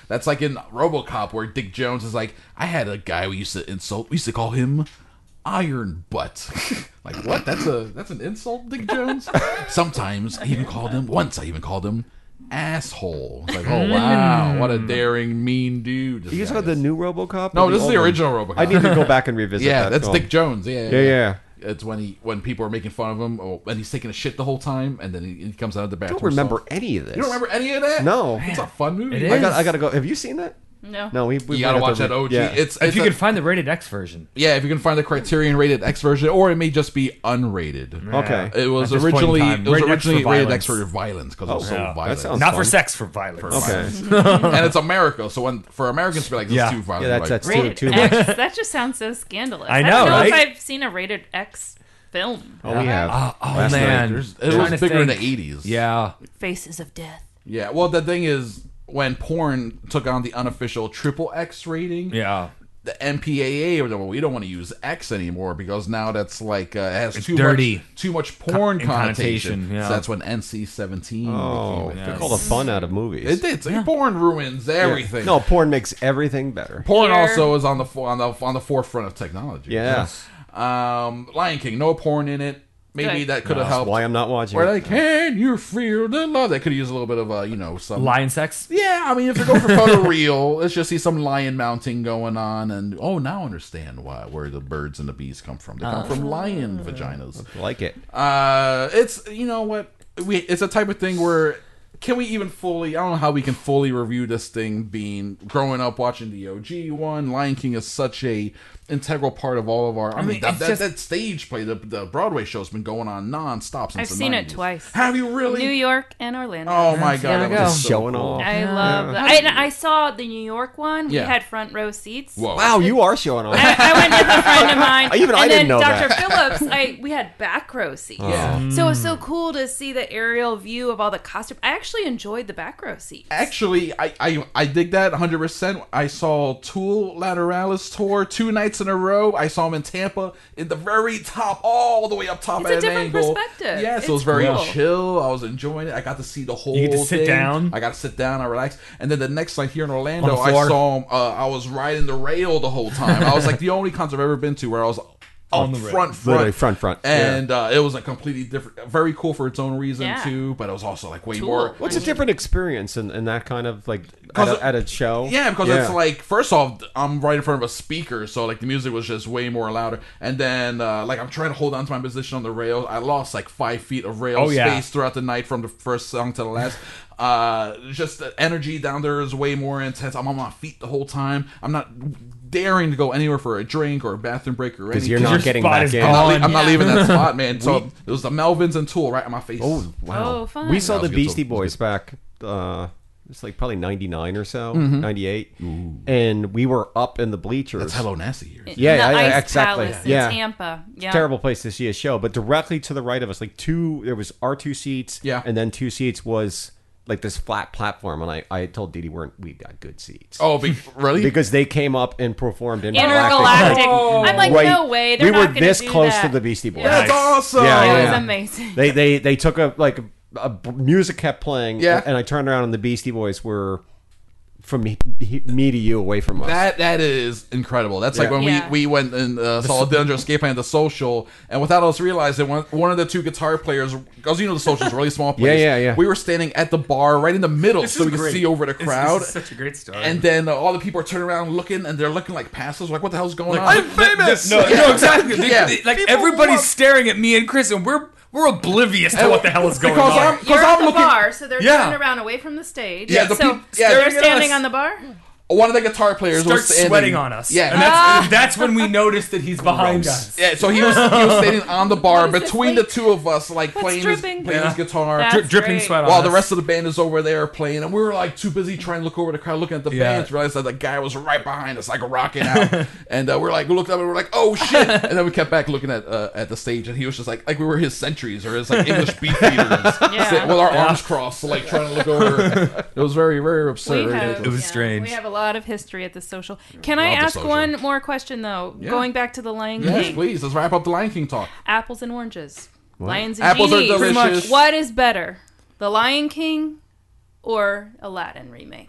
[SPEAKER 5] That's like in RoboCop where Dick Jones is like, I had a guy we used to insult. We used to call him Iron Butt. like what? That's a that's an insult, Dick Jones. Sometimes I even called him. Once I even called him asshole. It's like, oh wow, what a daring, mean dude. this
[SPEAKER 6] You guys
[SPEAKER 5] guy
[SPEAKER 6] heard the
[SPEAKER 5] is.
[SPEAKER 6] new RoboCop?
[SPEAKER 5] No,
[SPEAKER 6] or
[SPEAKER 5] this is the
[SPEAKER 6] old one?
[SPEAKER 5] original RoboCop.
[SPEAKER 6] I need to go back and revisit.
[SPEAKER 5] Yeah,
[SPEAKER 6] that
[SPEAKER 5] that's
[SPEAKER 6] film.
[SPEAKER 5] Dick Jones. Yeah,
[SPEAKER 6] Yeah, yeah.
[SPEAKER 5] It's when he when people are making fun of him, oh, and he's taking a shit the whole time, and then he, he comes out of the
[SPEAKER 6] I
[SPEAKER 5] bathroom.
[SPEAKER 6] don't remember
[SPEAKER 5] himself.
[SPEAKER 6] any of this.
[SPEAKER 5] You don't remember any of that?
[SPEAKER 6] No.
[SPEAKER 5] it's a fun movie.
[SPEAKER 4] It
[SPEAKER 5] I
[SPEAKER 4] is.
[SPEAKER 6] I
[SPEAKER 5] got-
[SPEAKER 6] got. I gotta go. Have you seen that?
[SPEAKER 7] No.
[SPEAKER 6] No, we. we
[SPEAKER 5] Mm-hmm. you
[SPEAKER 6] might
[SPEAKER 5] gotta
[SPEAKER 6] have
[SPEAKER 5] watch
[SPEAKER 6] to
[SPEAKER 5] that OG.
[SPEAKER 6] re- Yeah.
[SPEAKER 5] It's,
[SPEAKER 4] If
[SPEAKER 5] it's
[SPEAKER 4] you
[SPEAKER 5] a-
[SPEAKER 4] can find the rated X version.
[SPEAKER 5] yeah, if you can find the Criterion rated X version, or it may just be unrated.
[SPEAKER 6] okay.
[SPEAKER 5] It was
[SPEAKER 4] At this point in
[SPEAKER 5] originally
[SPEAKER 4] time,
[SPEAKER 5] it was
[SPEAKER 4] rated X for
[SPEAKER 5] originally rated
[SPEAKER 4] violence.
[SPEAKER 5] X for violence because it was so
[SPEAKER 4] Yeah. That
[SPEAKER 5] violent.
[SPEAKER 6] Oh, sounds-
[SPEAKER 4] Not for
[SPEAKER 6] fun.
[SPEAKER 4] sex, for violence.
[SPEAKER 6] okay.
[SPEAKER 5] and it's America, so when, for Americans to be like, "This
[SPEAKER 4] Yeah.
[SPEAKER 5] is too violent,"
[SPEAKER 6] Yeah, that's
[SPEAKER 5] like,
[SPEAKER 6] that's too
[SPEAKER 7] Rated
[SPEAKER 6] too much.
[SPEAKER 7] X. That just sounds so scandalous.
[SPEAKER 4] I
[SPEAKER 7] don't
[SPEAKER 4] know,
[SPEAKER 7] know if
[SPEAKER 4] right?
[SPEAKER 7] I've seen a rated X film.
[SPEAKER 6] Oh, we have.
[SPEAKER 5] Ah.
[SPEAKER 4] Oh, oh,
[SPEAKER 6] Last night,
[SPEAKER 4] man,
[SPEAKER 5] there's-
[SPEAKER 4] Trying
[SPEAKER 5] it was
[SPEAKER 4] to
[SPEAKER 5] bigger in the
[SPEAKER 4] think.
[SPEAKER 5] '80s.
[SPEAKER 4] Yeah,
[SPEAKER 7] Faces of Death.
[SPEAKER 5] yeah. Well, the thing is, when porn took on the unofficial triple X rating,
[SPEAKER 4] yeah.
[SPEAKER 5] the MPAA or the, well, we don't want to use X anymore because now that's like uh, it has too
[SPEAKER 4] dirty.
[SPEAKER 5] much too much porn connotation.
[SPEAKER 4] Co- connotation, yeah.
[SPEAKER 5] So that's when NC seventeen.
[SPEAKER 6] Oh,
[SPEAKER 5] became a
[SPEAKER 6] took
[SPEAKER 5] thing.
[SPEAKER 6] all the fun out of movies.
[SPEAKER 5] It did. See, Porn ruins
[SPEAKER 6] Yeah.
[SPEAKER 5] everything.
[SPEAKER 6] No, porn makes everything better.
[SPEAKER 5] porn
[SPEAKER 7] Here.
[SPEAKER 5] also is on the fo- on the on the forefront of technology.
[SPEAKER 6] Yeah.
[SPEAKER 5] Um, Lion King, no porn in it. Maybe
[SPEAKER 7] Good.
[SPEAKER 5] that could have
[SPEAKER 6] That's
[SPEAKER 5] helped.
[SPEAKER 6] why I'm not watching.
[SPEAKER 5] Or
[SPEAKER 6] it.
[SPEAKER 5] like, can you feel the love? They could use a little bit of uh, you know, some
[SPEAKER 4] Lion sex.
[SPEAKER 5] Yeah, I mean, if they're going for photo real, let's just see some lion mounting going on, and oh, now I understand why where the birds and the bees come from. They come from lion vaginas.
[SPEAKER 6] like it.
[SPEAKER 5] Uh, it's you know what we it's a type of thing where can we even fully I don't know how we can fully review this thing being growing up watching the OG one Lion King is such a integral part of all of our I, mean,
[SPEAKER 4] mean,
[SPEAKER 5] that,
[SPEAKER 4] it's
[SPEAKER 5] that,
[SPEAKER 4] just-
[SPEAKER 5] that stage play the, the Broadway show's been going on non-stop since
[SPEAKER 7] I've
[SPEAKER 5] the
[SPEAKER 7] seen it
[SPEAKER 5] 90s.
[SPEAKER 7] twice.
[SPEAKER 5] Have you really
[SPEAKER 7] New York and Orlando.
[SPEAKER 5] Oh my god
[SPEAKER 4] There we
[SPEAKER 5] that was
[SPEAKER 4] go.
[SPEAKER 5] just so
[SPEAKER 6] Showing
[SPEAKER 5] cool.
[SPEAKER 6] off.
[SPEAKER 7] I love that. I, and I saw the New York one. We
[SPEAKER 5] Yeah.
[SPEAKER 7] had front row seats.
[SPEAKER 5] Whoa.
[SPEAKER 6] Wow, you are showing off.
[SPEAKER 7] I, I went with a friend of mine.
[SPEAKER 6] Even
[SPEAKER 7] and then
[SPEAKER 6] I didn't know
[SPEAKER 7] Dr.
[SPEAKER 6] that.
[SPEAKER 7] Phillips, I we had back row seats.
[SPEAKER 5] Yeah.
[SPEAKER 7] So it was so cool to see the aerial view of all the costume. I actually enjoyed the back row seats.
[SPEAKER 5] Actually, I, I I dig that 100%. I saw Tool Lateralis tour two nights in a row. I saw him in Tampa in the very top, all the way up top
[SPEAKER 7] It's
[SPEAKER 5] at
[SPEAKER 7] a
[SPEAKER 5] an
[SPEAKER 7] different
[SPEAKER 5] angle.
[SPEAKER 7] perspective.
[SPEAKER 5] Yeah, so it was
[SPEAKER 7] It's
[SPEAKER 5] very
[SPEAKER 7] cool.
[SPEAKER 5] chill. I was enjoying it. I got to see the whole
[SPEAKER 4] You get to sit
[SPEAKER 5] thing.
[SPEAKER 4] down.
[SPEAKER 5] I got to sit down. I relaxed. And then the next night here in Orlando,
[SPEAKER 4] On the
[SPEAKER 5] I
[SPEAKER 4] floor.
[SPEAKER 5] saw him. Uh, I was riding the rail the whole time. I was like the only concert I've ever been to where I was on
[SPEAKER 4] the rail.
[SPEAKER 5] front,
[SPEAKER 6] Literally
[SPEAKER 5] front,
[SPEAKER 6] front, front.
[SPEAKER 5] and uh, it was a completely different, very cool for its own reason
[SPEAKER 7] Yeah.
[SPEAKER 5] too. But it was also like way
[SPEAKER 7] Tool.
[SPEAKER 5] more.
[SPEAKER 6] What's a different experience in, in that kind of like at
[SPEAKER 5] 'Cause
[SPEAKER 6] a, at a show?
[SPEAKER 5] Yeah, because it's like first off, I'm right in front of a speaker, so like the music was just way more louder. And then uh, like I'm trying to hold on to my position on the rail. I lost like five feet of rail
[SPEAKER 4] Oh,
[SPEAKER 5] space
[SPEAKER 4] yeah.
[SPEAKER 5] throughout the night from the first song to the last. uh, just the energy down there is way more intense. I'm on my feet the whole time. I'm not daring to go anywhere for a drink or a bathroom break or anything.
[SPEAKER 6] you're not
[SPEAKER 4] Your
[SPEAKER 6] getting
[SPEAKER 4] spot
[SPEAKER 6] back
[SPEAKER 4] is
[SPEAKER 6] in.
[SPEAKER 5] I'm not,
[SPEAKER 4] gone.
[SPEAKER 5] le- I'm not leaving that spot, man. So it was the Melvins and Tool right in my face.
[SPEAKER 6] Oh wow!
[SPEAKER 7] Oh, fun.
[SPEAKER 6] We saw
[SPEAKER 5] That
[SPEAKER 6] the
[SPEAKER 5] was good.
[SPEAKER 6] Beastie
[SPEAKER 5] That was
[SPEAKER 6] Boys back. Uh, it's like probably '99 or so, '98, and we were up in the bleachers.
[SPEAKER 5] Mm-hmm. that's hello nasty here.
[SPEAKER 6] Yeah,
[SPEAKER 7] the
[SPEAKER 6] yeah,
[SPEAKER 7] Ice
[SPEAKER 6] exactly.
[SPEAKER 7] Palace
[SPEAKER 6] Yeah.
[SPEAKER 7] in Tampa. Yeah.
[SPEAKER 6] Terrible place to see a show, but directly to the right of us, like two, there was our two seats,
[SPEAKER 5] Yeah.
[SPEAKER 6] and then two seats was like this flat platform, and I, I told Didi we're we got good seats.
[SPEAKER 5] Oh, be, really?
[SPEAKER 6] Because they came up and performed in
[SPEAKER 7] Intergalactic.
[SPEAKER 5] Oh.
[SPEAKER 7] I'm like,
[SPEAKER 6] Right.
[SPEAKER 7] no way. They're
[SPEAKER 6] we
[SPEAKER 7] not
[SPEAKER 6] were
[SPEAKER 7] gonna
[SPEAKER 6] this
[SPEAKER 7] do
[SPEAKER 6] close
[SPEAKER 7] that.
[SPEAKER 6] to the Beastie Boys.
[SPEAKER 5] That's awesome.
[SPEAKER 6] Yeah,
[SPEAKER 7] It
[SPEAKER 6] yeah,
[SPEAKER 7] was
[SPEAKER 6] yeah.
[SPEAKER 7] amazing.
[SPEAKER 6] They they they took a like a, a music kept playing.
[SPEAKER 5] Yeah.
[SPEAKER 6] and I turned around and the Beastie Boys were from me, he- me to you away from us.
[SPEAKER 5] That that is incredible. That's like
[SPEAKER 6] Yeah.
[SPEAKER 5] when
[SPEAKER 7] Yeah.
[SPEAKER 5] we, we went and uh, saw Dillinger Escape Plan the social, and without us realizing, one one of the two guitar players, because you know the social is a really small place.
[SPEAKER 6] yeah, yeah.
[SPEAKER 5] We were standing at the bar right in the middle,
[SPEAKER 4] This
[SPEAKER 5] so
[SPEAKER 4] is
[SPEAKER 5] we could
[SPEAKER 4] great.
[SPEAKER 5] see over the
[SPEAKER 4] This- this
[SPEAKER 5] crowd.
[SPEAKER 4] is such a great story.
[SPEAKER 5] and then uh, all the people are turning around looking, and they're looking like passes, like what the hell's going on?
[SPEAKER 4] I'm famous. No, no, exactly. They-
[SPEAKER 5] Oh. Yeah.
[SPEAKER 4] they- like
[SPEAKER 5] People
[SPEAKER 4] everybody's
[SPEAKER 5] love-
[SPEAKER 4] staring at me and Chris, and we're we're oblivious to
[SPEAKER 5] And-
[SPEAKER 4] what the hell is going
[SPEAKER 5] because
[SPEAKER 4] on.
[SPEAKER 5] I'm-
[SPEAKER 7] You're
[SPEAKER 5] Because
[SPEAKER 7] at the
[SPEAKER 5] looking-
[SPEAKER 7] bar, so they're
[SPEAKER 4] Yeah.
[SPEAKER 7] turning around away from the stage.
[SPEAKER 5] Yeah, the
[SPEAKER 7] so
[SPEAKER 5] peop- yeah,
[SPEAKER 7] they're
[SPEAKER 5] look at
[SPEAKER 7] standing
[SPEAKER 4] us.
[SPEAKER 7] on the bar.
[SPEAKER 5] One of the guitar players
[SPEAKER 4] Start
[SPEAKER 5] was standing-
[SPEAKER 4] sweating on us.
[SPEAKER 5] Yeah, Ah!
[SPEAKER 4] and that's, that's when we notice that he's behind us.
[SPEAKER 5] Yeah, so he was, he was standing on the bar
[SPEAKER 7] What is this,
[SPEAKER 5] between
[SPEAKER 7] like-
[SPEAKER 5] the two of us, like
[SPEAKER 7] What's
[SPEAKER 5] playing, his,
[SPEAKER 7] dripping?
[SPEAKER 5] playing
[SPEAKER 4] Yeah.
[SPEAKER 5] his guitar.
[SPEAKER 7] That's
[SPEAKER 4] Dri- dripping
[SPEAKER 7] great.
[SPEAKER 4] sweat on
[SPEAKER 5] while
[SPEAKER 4] us.
[SPEAKER 5] the rest of the band is over there playing, and we were like too busy trying to look over the crowd, looking at the
[SPEAKER 4] Yeah.
[SPEAKER 5] band, to realize that the guy was right behind us, like rocking out. and uh, we're like, we looked up and we're like, oh shit! And then we kept back looking at uh, at the stage, and he was just like, like we were his sentries or his like English beat feeders, sit- with our arms crossed, like trying to look over. it was very very absurd.
[SPEAKER 7] We have,
[SPEAKER 4] It was
[SPEAKER 7] yeah,
[SPEAKER 4] strange.
[SPEAKER 7] We have a lot of history at the social. Can
[SPEAKER 5] Love
[SPEAKER 7] I
[SPEAKER 5] the
[SPEAKER 7] ask
[SPEAKER 5] social.
[SPEAKER 7] one more question though?
[SPEAKER 5] Yeah.
[SPEAKER 7] Going back to the Lion
[SPEAKER 5] Yes,
[SPEAKER 7] King,
[SPEAKER 5] please. Let's wrap up the Lion King talk.
[SPEAKER 7] apples and oranges, lions and
[SPEAKER 5] Apples are
[SPEAKER 7] genies.
[SPEAKER 5] Pretty much. delicious.
[SPEAKER 7] What is better, the Lion King or Aladdin remake?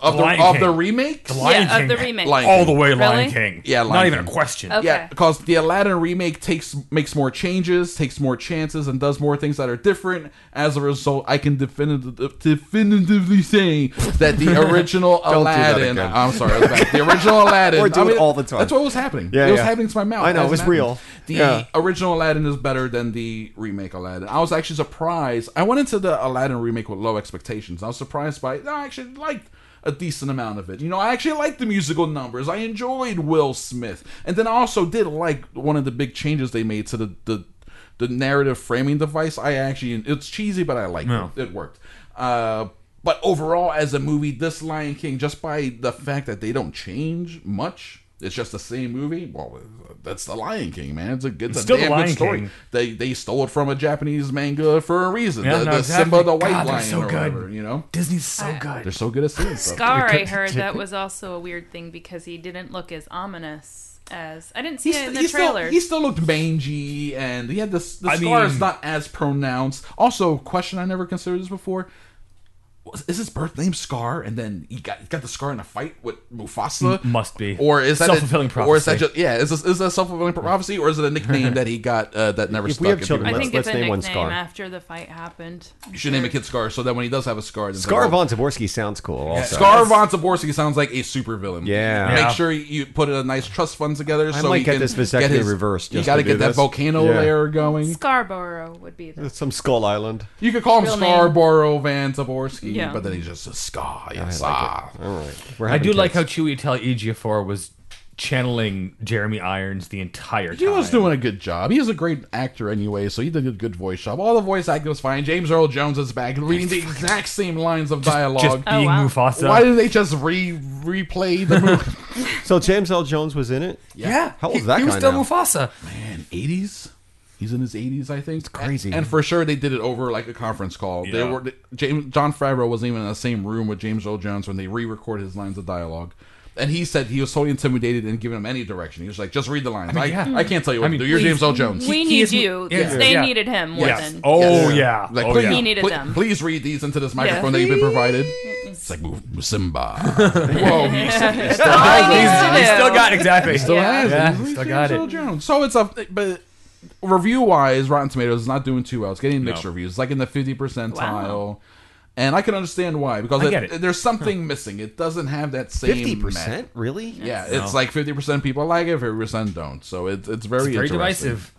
[SPEAKER 5] Of the,
[SPEAKER 4] Lion
[SPEAKER 5] of
[SPEAKER 4] King.
[SPEAKER 5] the remake,
[SPEAKER 4] The Lion
[SPEAKER 7] yeah,
[SPEAKER 4] King.
[SPEAKER 7] of the remake.
[SPEAKER 5] Lion
[SPEAKER 4] All the way
[SPEAKER 7] Really? Oh.
[SPEAKER 4] Lion King.
[SPEAKER 5] Yeah,
[SPEAKER 4] Not
[SPEAKER 5] Lion
[SPEAKER 4] even
[SPEAKER 5] King.
[SPEAKER 4] a question.
[SPEAKER 7] Okay.
[SPEAKER 5] Yeah, because the Aladdin remake takes makes more changes, takes more chances, and does more things that are different. As a result, I can definitiv- definitively say that the original
[SPEAKER 6] that
[SPEAKER 5] Aladdin.
[SPEAKER 6] again.
[SPEAKER 5] I'm sorry, that's bad. the original Aladdin.
[SPEAKER 6] Or do
[SPEAKER 5] I
[SPEAKER 6] it all the time.
[SPEAKER 5] That's what was happening.
[SPEAKER 6] Yeah,
[SPEAKER 5] it was
[SPEAKER 6] yeah.
[SPEAKER 5] happening to my mouth.
[SPEAKER 6] I know,
[SPEAKER 5] as
[SPEAKER 6] it was
[SPEAKER 5] happened.
[SPEAKER 6] real.
[SPEAKER 5] The
[SPEAKER 6] Yeah.
[SPEAKER 5] original Aladdin is better than the remake Aladdin. I was actually surprised. I went into the Aladdin remake with low expectations. I was surprised by it. I actually liked a decent amount of it. You know, I actually liked the musical numbers. I enjoyed Will Smith. And then I also did like one of the big changes they made to the the, the narrative framing device. I actually it's cheesy, but I liked it. It worked. Uh but overall, as a movie, this Lion King, just by the fact that they don't change much, it's just the same movie. Well, that's the Lion King, man. It's a it's, a
[SPEAKER 4] still The
[SPEAKER 5] damn
[SPEAKER 4] Lion
[SPEAKER 5] good story.
[SPEAKER 4] King.
[SPEAKER 5] They they stole it from a Japanese manga for a reason.
[SPEAKER 4] Yeah,
[SPEAKER 5] the
[SPEAKER 4] no,
[SPEAKER 5] the
[SPEAKER 4] exactly.
[SPEAKER 5] Simba the White
[SPEAKER 4] God, they're
[SPEAKER 5] Lion
[SPEAKER 4] so
[SPEAKER 5] or
[SPEAKER 4] good.
[SPEAKER 5] whatever, you know.
[SPEAKER 4] Disney's so good.
[SPEAKER 5] They're so good at seeing stuff.
[SPEAKER 7] Scar, I heard that was also a weird thing because he didn't look as ominous as I didn't see
[SPEAKER 5] He's-
[SPEAKER 7] it in
[SPEAKER 5] he
[SPEAKER 7] the
[SPEAKER 5] still-
[SPEAKER 7] trailers.
[SPEAKER 5] he still looked mangy, and he had this. The
[SPEAKER 4] I
[SPEAKER 5] scar is
[SPEAKER 4] mean-
[SPEAKER 5] not as pronounced. Also, question I never considered this before: was- Is his birth name Scar? And then he got he got the scar in a fight with Mufasa.
[SPEAKER 4] M- must be.
[SPEAKER 5] or is that a-
[SPEAKER 4] Self-fulfilling
[SPEAKER 5] Or is that
[SPEAKER 4] prophecy.
[SPEAKER 5] just yeah? Is this, is that self fulfilling prophecy, or is it a nickname that he got uh, that never
[SPEAKER 6] If
[SPEAKER 5] stuck?
[SPEAKER 6] we have
[SPEAKER 5] in
[SPEAKER 6] children,
[SPEAKER 5] people's
[SPEAKER 7] I
[SPEAKER 6] Let's-
[SPEAKER 7] think
[SPEAKER 6] let's
[SPEAKER 7] it's a
[SPEAKER 6] name
[SPEAKER 7] nickname
[SPEAKER 6] one Scar.
[SPEAKER 7] after the fight happened.
[SPEAKER 5] You should name a kid Scar, so that when he does have a scar, it's
[SPEAKER 6] Scar
[SPEAKER 5] like,
[SPEAKER 6] von Zaborski sounds cool. Also.
[SPEAKER 5] Scar von Zaborski sounds like a supervillain.
[SPEAKER 6] Yeah.
[SPEAKER 5] Make
[SPEAKER 4] Yeah.
[SPEAKER 5] sure you put a nice trust fund together.
[SPEAKER 6] I
[SPEAKER 5] so
[SPEAKER 6] might
[SPEAKER 5] he
[SPEAKER 6] get
[SPEAKER 5] can
[SPEAKER 6] this vasectomy
[SPEAKER 5] get his-
[SPEAKER 6] reversed
[SPEAKER 5] You
[SPEAKER 6] just
[SPEAKER 5] got to
[SPEAKER 6] to
[SPEAKER 5] get
[SPEAKER 6] do
[SPEAKER 5] that
[SPEAKER 6] this.
[SPEAKER 5] volcano
[SPEAKER 6] Yeah.
[SPEAKER 5] layer going.
[SPEAKER 7] Scarborough would be the.
[SPEAKER 6] Some Skull Island.
[SPEAKER 5] You could call him
[SPEAKER 7] Real name.
[SPEAKER 5] Scarborough Van Zaborski,
[SPEAKER 7] Yeah.
[SPEAKER 5] but then he's just a Scar. Yes, ah.
[SPEAKER 6] All right. We're
[SPEAKER 4] I do
[SPEAKER 6] having
[SPEAKER 4] like how
[SPEAKER 6] kids.
[SPEAKER 4] Chewie E Telegiafor was channeling Jeremy Irons the entire time.
[SPEAKER 5] He was doing a good job. He is a great actor anyway, so he did a good voice job. All the voice acting was fine. James Earl Jones is back reading the exact same lines of
[SPEAKER 4] just
[SPEAKER 5] dialogue.
[SPEAKER 4] being
[SPEAKER 7] wow.
[SPEAKER 4] Mufasa.
[SPEAKER 5] Why did they just re replay the movie?
[SPEAKER 6] So James L. Jones was in it.
[SPEAKER 4] yeah,
[SPEAKER 6] How old
[SPEAKER 4] he,
[SPEAKER 6] is that
[SPEAKER 4] He was
[SPEAKER 6] guy
[SPEAKER 4] still
[SPEAKER 6] now?
[SPEAKER 4] Mufasa.
[SPEAKER 5] man, eighties. He's in his eighties, I think. It's
[SPEAKER 6] crazy.
[SPEAKER 5] And, for sure, they did it over like a conference call. They
[SPEAKER 4] Yeah.
[SPEAKER 5] were James John Favreau wasn't even in the same room with James Earl Jones when they re-recorded his lines of dialogue. And he said he was totally intimidated and given him any direction. He was like, "Just read the lines. I,
[SPEAKER 4] yeah.
[SPEAKER 5] I can't tell you what
[SPEAKER 4] I mean,
[SPEAKER 5] to do. You're
[SPEAKER 4] please,
[SPEAKER 5] James L. Jones.
[SPEAKER 7] We
[SPEAKER 4] he
[SPEAKER 7] need
[SPEAKER 4] is-
[SPEAKER 7] you.
[SPEAKER 4] yeah.
[SPEAKER 7] They
[SPEAKER 4] Yeah.
[SPEAKER 7] needed him more
[SPEAKER 4] Yes.
[SPEAKER 7] than.
[SPEAKER 4] Oh yeah.
[SPEAKER 5] Like,
[SPEAKER 4] oh
[SPEAKER 5] please,
[SPEAKER 4] yeah.
[SPEAKER 7] He needed
[SPEAKER 5] pl-
[SPEAKER 7] them.
[SPEAKER 5] Please read these into this microphone that you've been provided. It's like "Move, Simba. Whoa, he
[SPEAKER 7] All he needs to
[SPEAKER 4] He's- he
[SPEAKER 7] do-
[SPEAKER 4] still got exactly.
[SPEAKER 5] still has it.
[SPEAKER 4] Yeah,
[SPEAKER 5] He's
[SPEAKER 4] he still
[SPEAKER 5] James
[SPEAKER 4] got
[SPEAKER 5] Earl
[SPEAKER 4] it.
[SPEAKER 5] Jones. So it's a but review wise, Rotten Tomatoes is not doing too well. It's getting mixed
[SPEAKER 4] No.
[SPEAKER 5] reviews. It's like in the fifty percentile.
[SPEAKER 7] Wow.
[SPEAKER 5] And I can understand why because
[SPEAKER 4] I
[SPEAKER 5] it,
[SPEAKER 4] get it.
[SPEAKER 5] there's something missing. It doesn't have that same
[SPEAKER 6] Fifty percent,
[SPEAKER 5] method.
[SPEAKER 6] really?
[SPEAKER 5] Yeah, it's like fifty percent people like it, fifty percent don't. So it's it's very
[SPEAKER 4] Very
[SPEAKER 5] interesting.
[SPEAKER 4] divisive.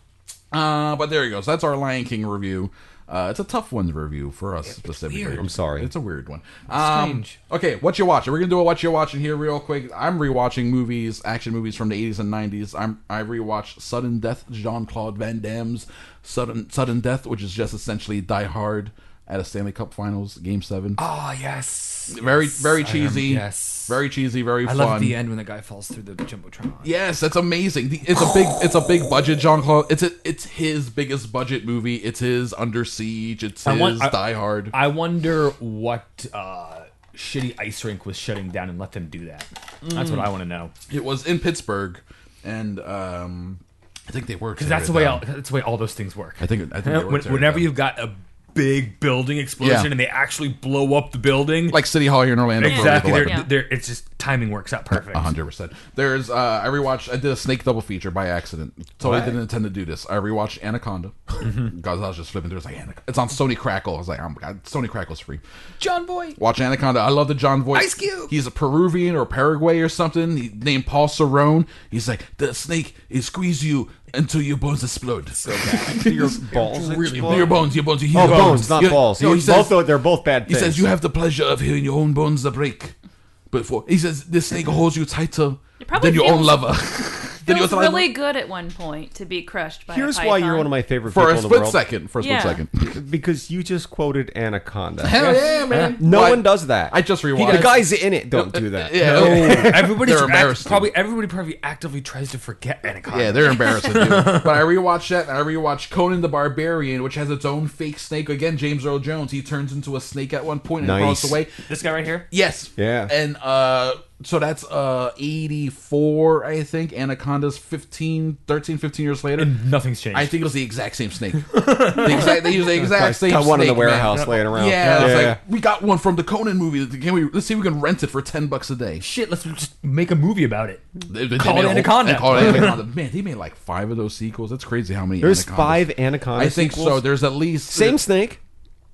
[SPEAKER 5] Uh, but there you go. So that's our Lion King review. Uh, it's a tough one to review for us specifically.
[SPEAKER 6] I'm sorry.
[SPEAKER 5] it's a weird one. Um,
[SPEAKER 4] Strange.
[SPEAKER 5] Okay, what you watching? We're gonna do a what you watching here real quick. I'm rewatching movies, action movies from the 80s and 90s. I'm I rewatched Sudden Death, Jean Claude Van Damme's Sudden Sudden Death, which is just essentially Die Hard. at a Stanley Cup Finals Game Seven.
[SPEAKER 4] Oh, yes.
[SPEAKER 5] Very,
[SPEAKER 4] Yes,
[SPEAKER 5] very
[SPEAKER 4] I am-
[SPEAKER 5] cheesy.
[SPEAKER 4] yes.
[SPEAKER 5] very cheesy. Very
[SPEAKER 4] I
[SPEAKER 5] fun.
[SPEAKER 4] love the end when the guy falls through the jumbotron.
[SPEAKER 5] Yes, that's amazing. The- It's a big, it's a big budget Jean Claude. It's a, it's his biggest budget movie. It's his Under Siege. It's his
[SPEAKER 4] I want- I-
[SPEAKER 5] Die Hard.
[SPEAKER 4] I wonder what uh, shitty ice rink was shutting down and let them do that. That's what I want to know.
[SPEAKER 5] it was in Pittsburgh, and um, I think they were because
[SPEAKER 4] That's the way. All, that's the way all those things work.
[SPEAKER 5] I think. I think they were
[SPEAKER 4] When-
[SPEAKER 5] tearing
[SPEAKER 4] whenever
[SPEAKER 5] down.
[SPEAKER 4] you've got a big building explosion
[SPEAKER 5] Yeah.
[SPEAKER 4] and they actually blow up the building,
[SPEAKER 5] like City Hall here in Orlando, for example,
[SPEAKER 4] exactly, they're,
[SPEAKER 5] like-
[SPEAKER 7] Yeah.
[SPEAKER 4] they're- it's just timing works out perfect.
[SPEAKER 5] A hundred percent. There's uh, I rewatched. I did a snake double feature by accident. Totally didn't intend to do this. I rewatched Anaconda.
[SPEAKER 4] Mm-hmm.
[SPEAKER 5] Guys, I was just flipping through. It's like Anaconda. It's on Sony Crackle. I was like, oh my god, Sony Crackle's free.
[SPEAKER 4] John Boy.
[SPEAKER 5] Watch Anaconda. I love the John voice.
[SPEAKER 4] Ice Cube.
[SPEAKER 5] He's a Peruvian or Paraguay or something. He named Paul Cerrone. He's like the snake. It squeeze you until your bones explode.
[SPEAKER 6] Your balls explode?
[SPEAKER 5] Your bones, your bones, you hear
[SPEAKER 6] Oh,
[SPEAKER 5] your
[SPEAKER 6] bones, not
[SPEAKER 5] You-
[SPEAKER 6] balls.
[SPEAKER 5] No,
[SPEAKER 6] You-
[SPEAKER 5] he says,
[SPEAKER 6] both are- they're both bad
[SPEAKER 5] He
[SPEAKER 6] things.
[SPEAKER 5] says you have the pleasure of hearing your own bones that break. But for he says this snake holds you tighter
[SPEAKER 7] probably
[SPEAKER 5] than your own
[SPEAKER 7] feels-
[SPEAKER 5] lover. than your
[SPEAKER 7] Feels
[SPEAKER 5] own
[SPEAKER 7] really
[SPEAKER 5] lover.
[SPEAKER 7] good at one point to be crushed by. a
[SPEAKER 6] Here's why you're
[SPEAKER 7] python.
[SPEAKER 6] one of my favorite
[SPEAKER 5] for a
[SPEAKER 6] people in the
[SPEAKER 5] split
[SPEAKER 6] world.
[SPEAKER 5] second. For a
[SPEAKER 7] Yeah.
[SPEAKER 5] split second.
[SPEAKER 6] Because you just quoted Anaconda.
[SPEAKER 5] Hell yeah, man.
[SPEAKER 6] No
[SPEAKER 5] Why-
[SPEAKER 6] one does that.
[SPEAKER 5] I just rewatched.
[SPEAKER 6] The guys in it don't do that.
[SPEAKER 5] Yeah,
[SPEAKER 4] Everybody's
[SPEAKER 5] They're
[SPEAKER 4] act-
[SPEAKER 5] embarrassed.
[SPEAKER 4] probably everybody probably actively tries to forget Anaconda.
[SPEAKER 5] Yeah, they're embarrassing. dude. But I rewatched that, and I rewatched Conan the Barbarian, which has its own fake snake. Again, James Earl Jones. He turns into a snake at one point and
[SPEAKER 6] Nice.
[SPEAKER 5] runs away.
[SPEAKER 4] this guy right here.
[SPEAKER 5] Yes.
[SPEAKER 6] Yeah.
[SPEAKER 5] And uh so that's uh 84, I think. Anaconda's 15, 13, 15 years later.
[SPEAKER 4] Nothing's changed.
[SPEAKER 5] I think it was the exact same snake. the exact, they use the
[SPEAKER 6] I
[SPEAKER 5] exact same
[SPEAKER 6] got one in
[SPEAKER 5] snake,
[SPEAKER 6] the
[SPEAKER 5] man.
[SPEAKER 6] warehouse laying around.
[SPEAKER 5] Yeah, it's like we got one from the Conan movie. Can we let's see if we can rent it for ten bucks a day?
[SPEAKER 4] Shit, let's just make a movie about it.
[SPEAKER 5] They- they
[SPEAKER 4] Call
[SPEAKER 5] made
[SPEAKER 4] it
[SPEAKER 5] a whole-
[SPEAKER 4] Anaconda.
[SPEAKER 5] they call it Anaconda. Man, they made like five of those sequels. That's crazy how many.
[SPEAKER 6] There's
[SPEAKER 5] Anacondas.
[SPEAKER 6] five Anaconda
[SPEAKER 5] I think
[SPEAKER 6] sequels?
[SPEAKER 5] so. There's at least
[SPEAKER 6] Same snake.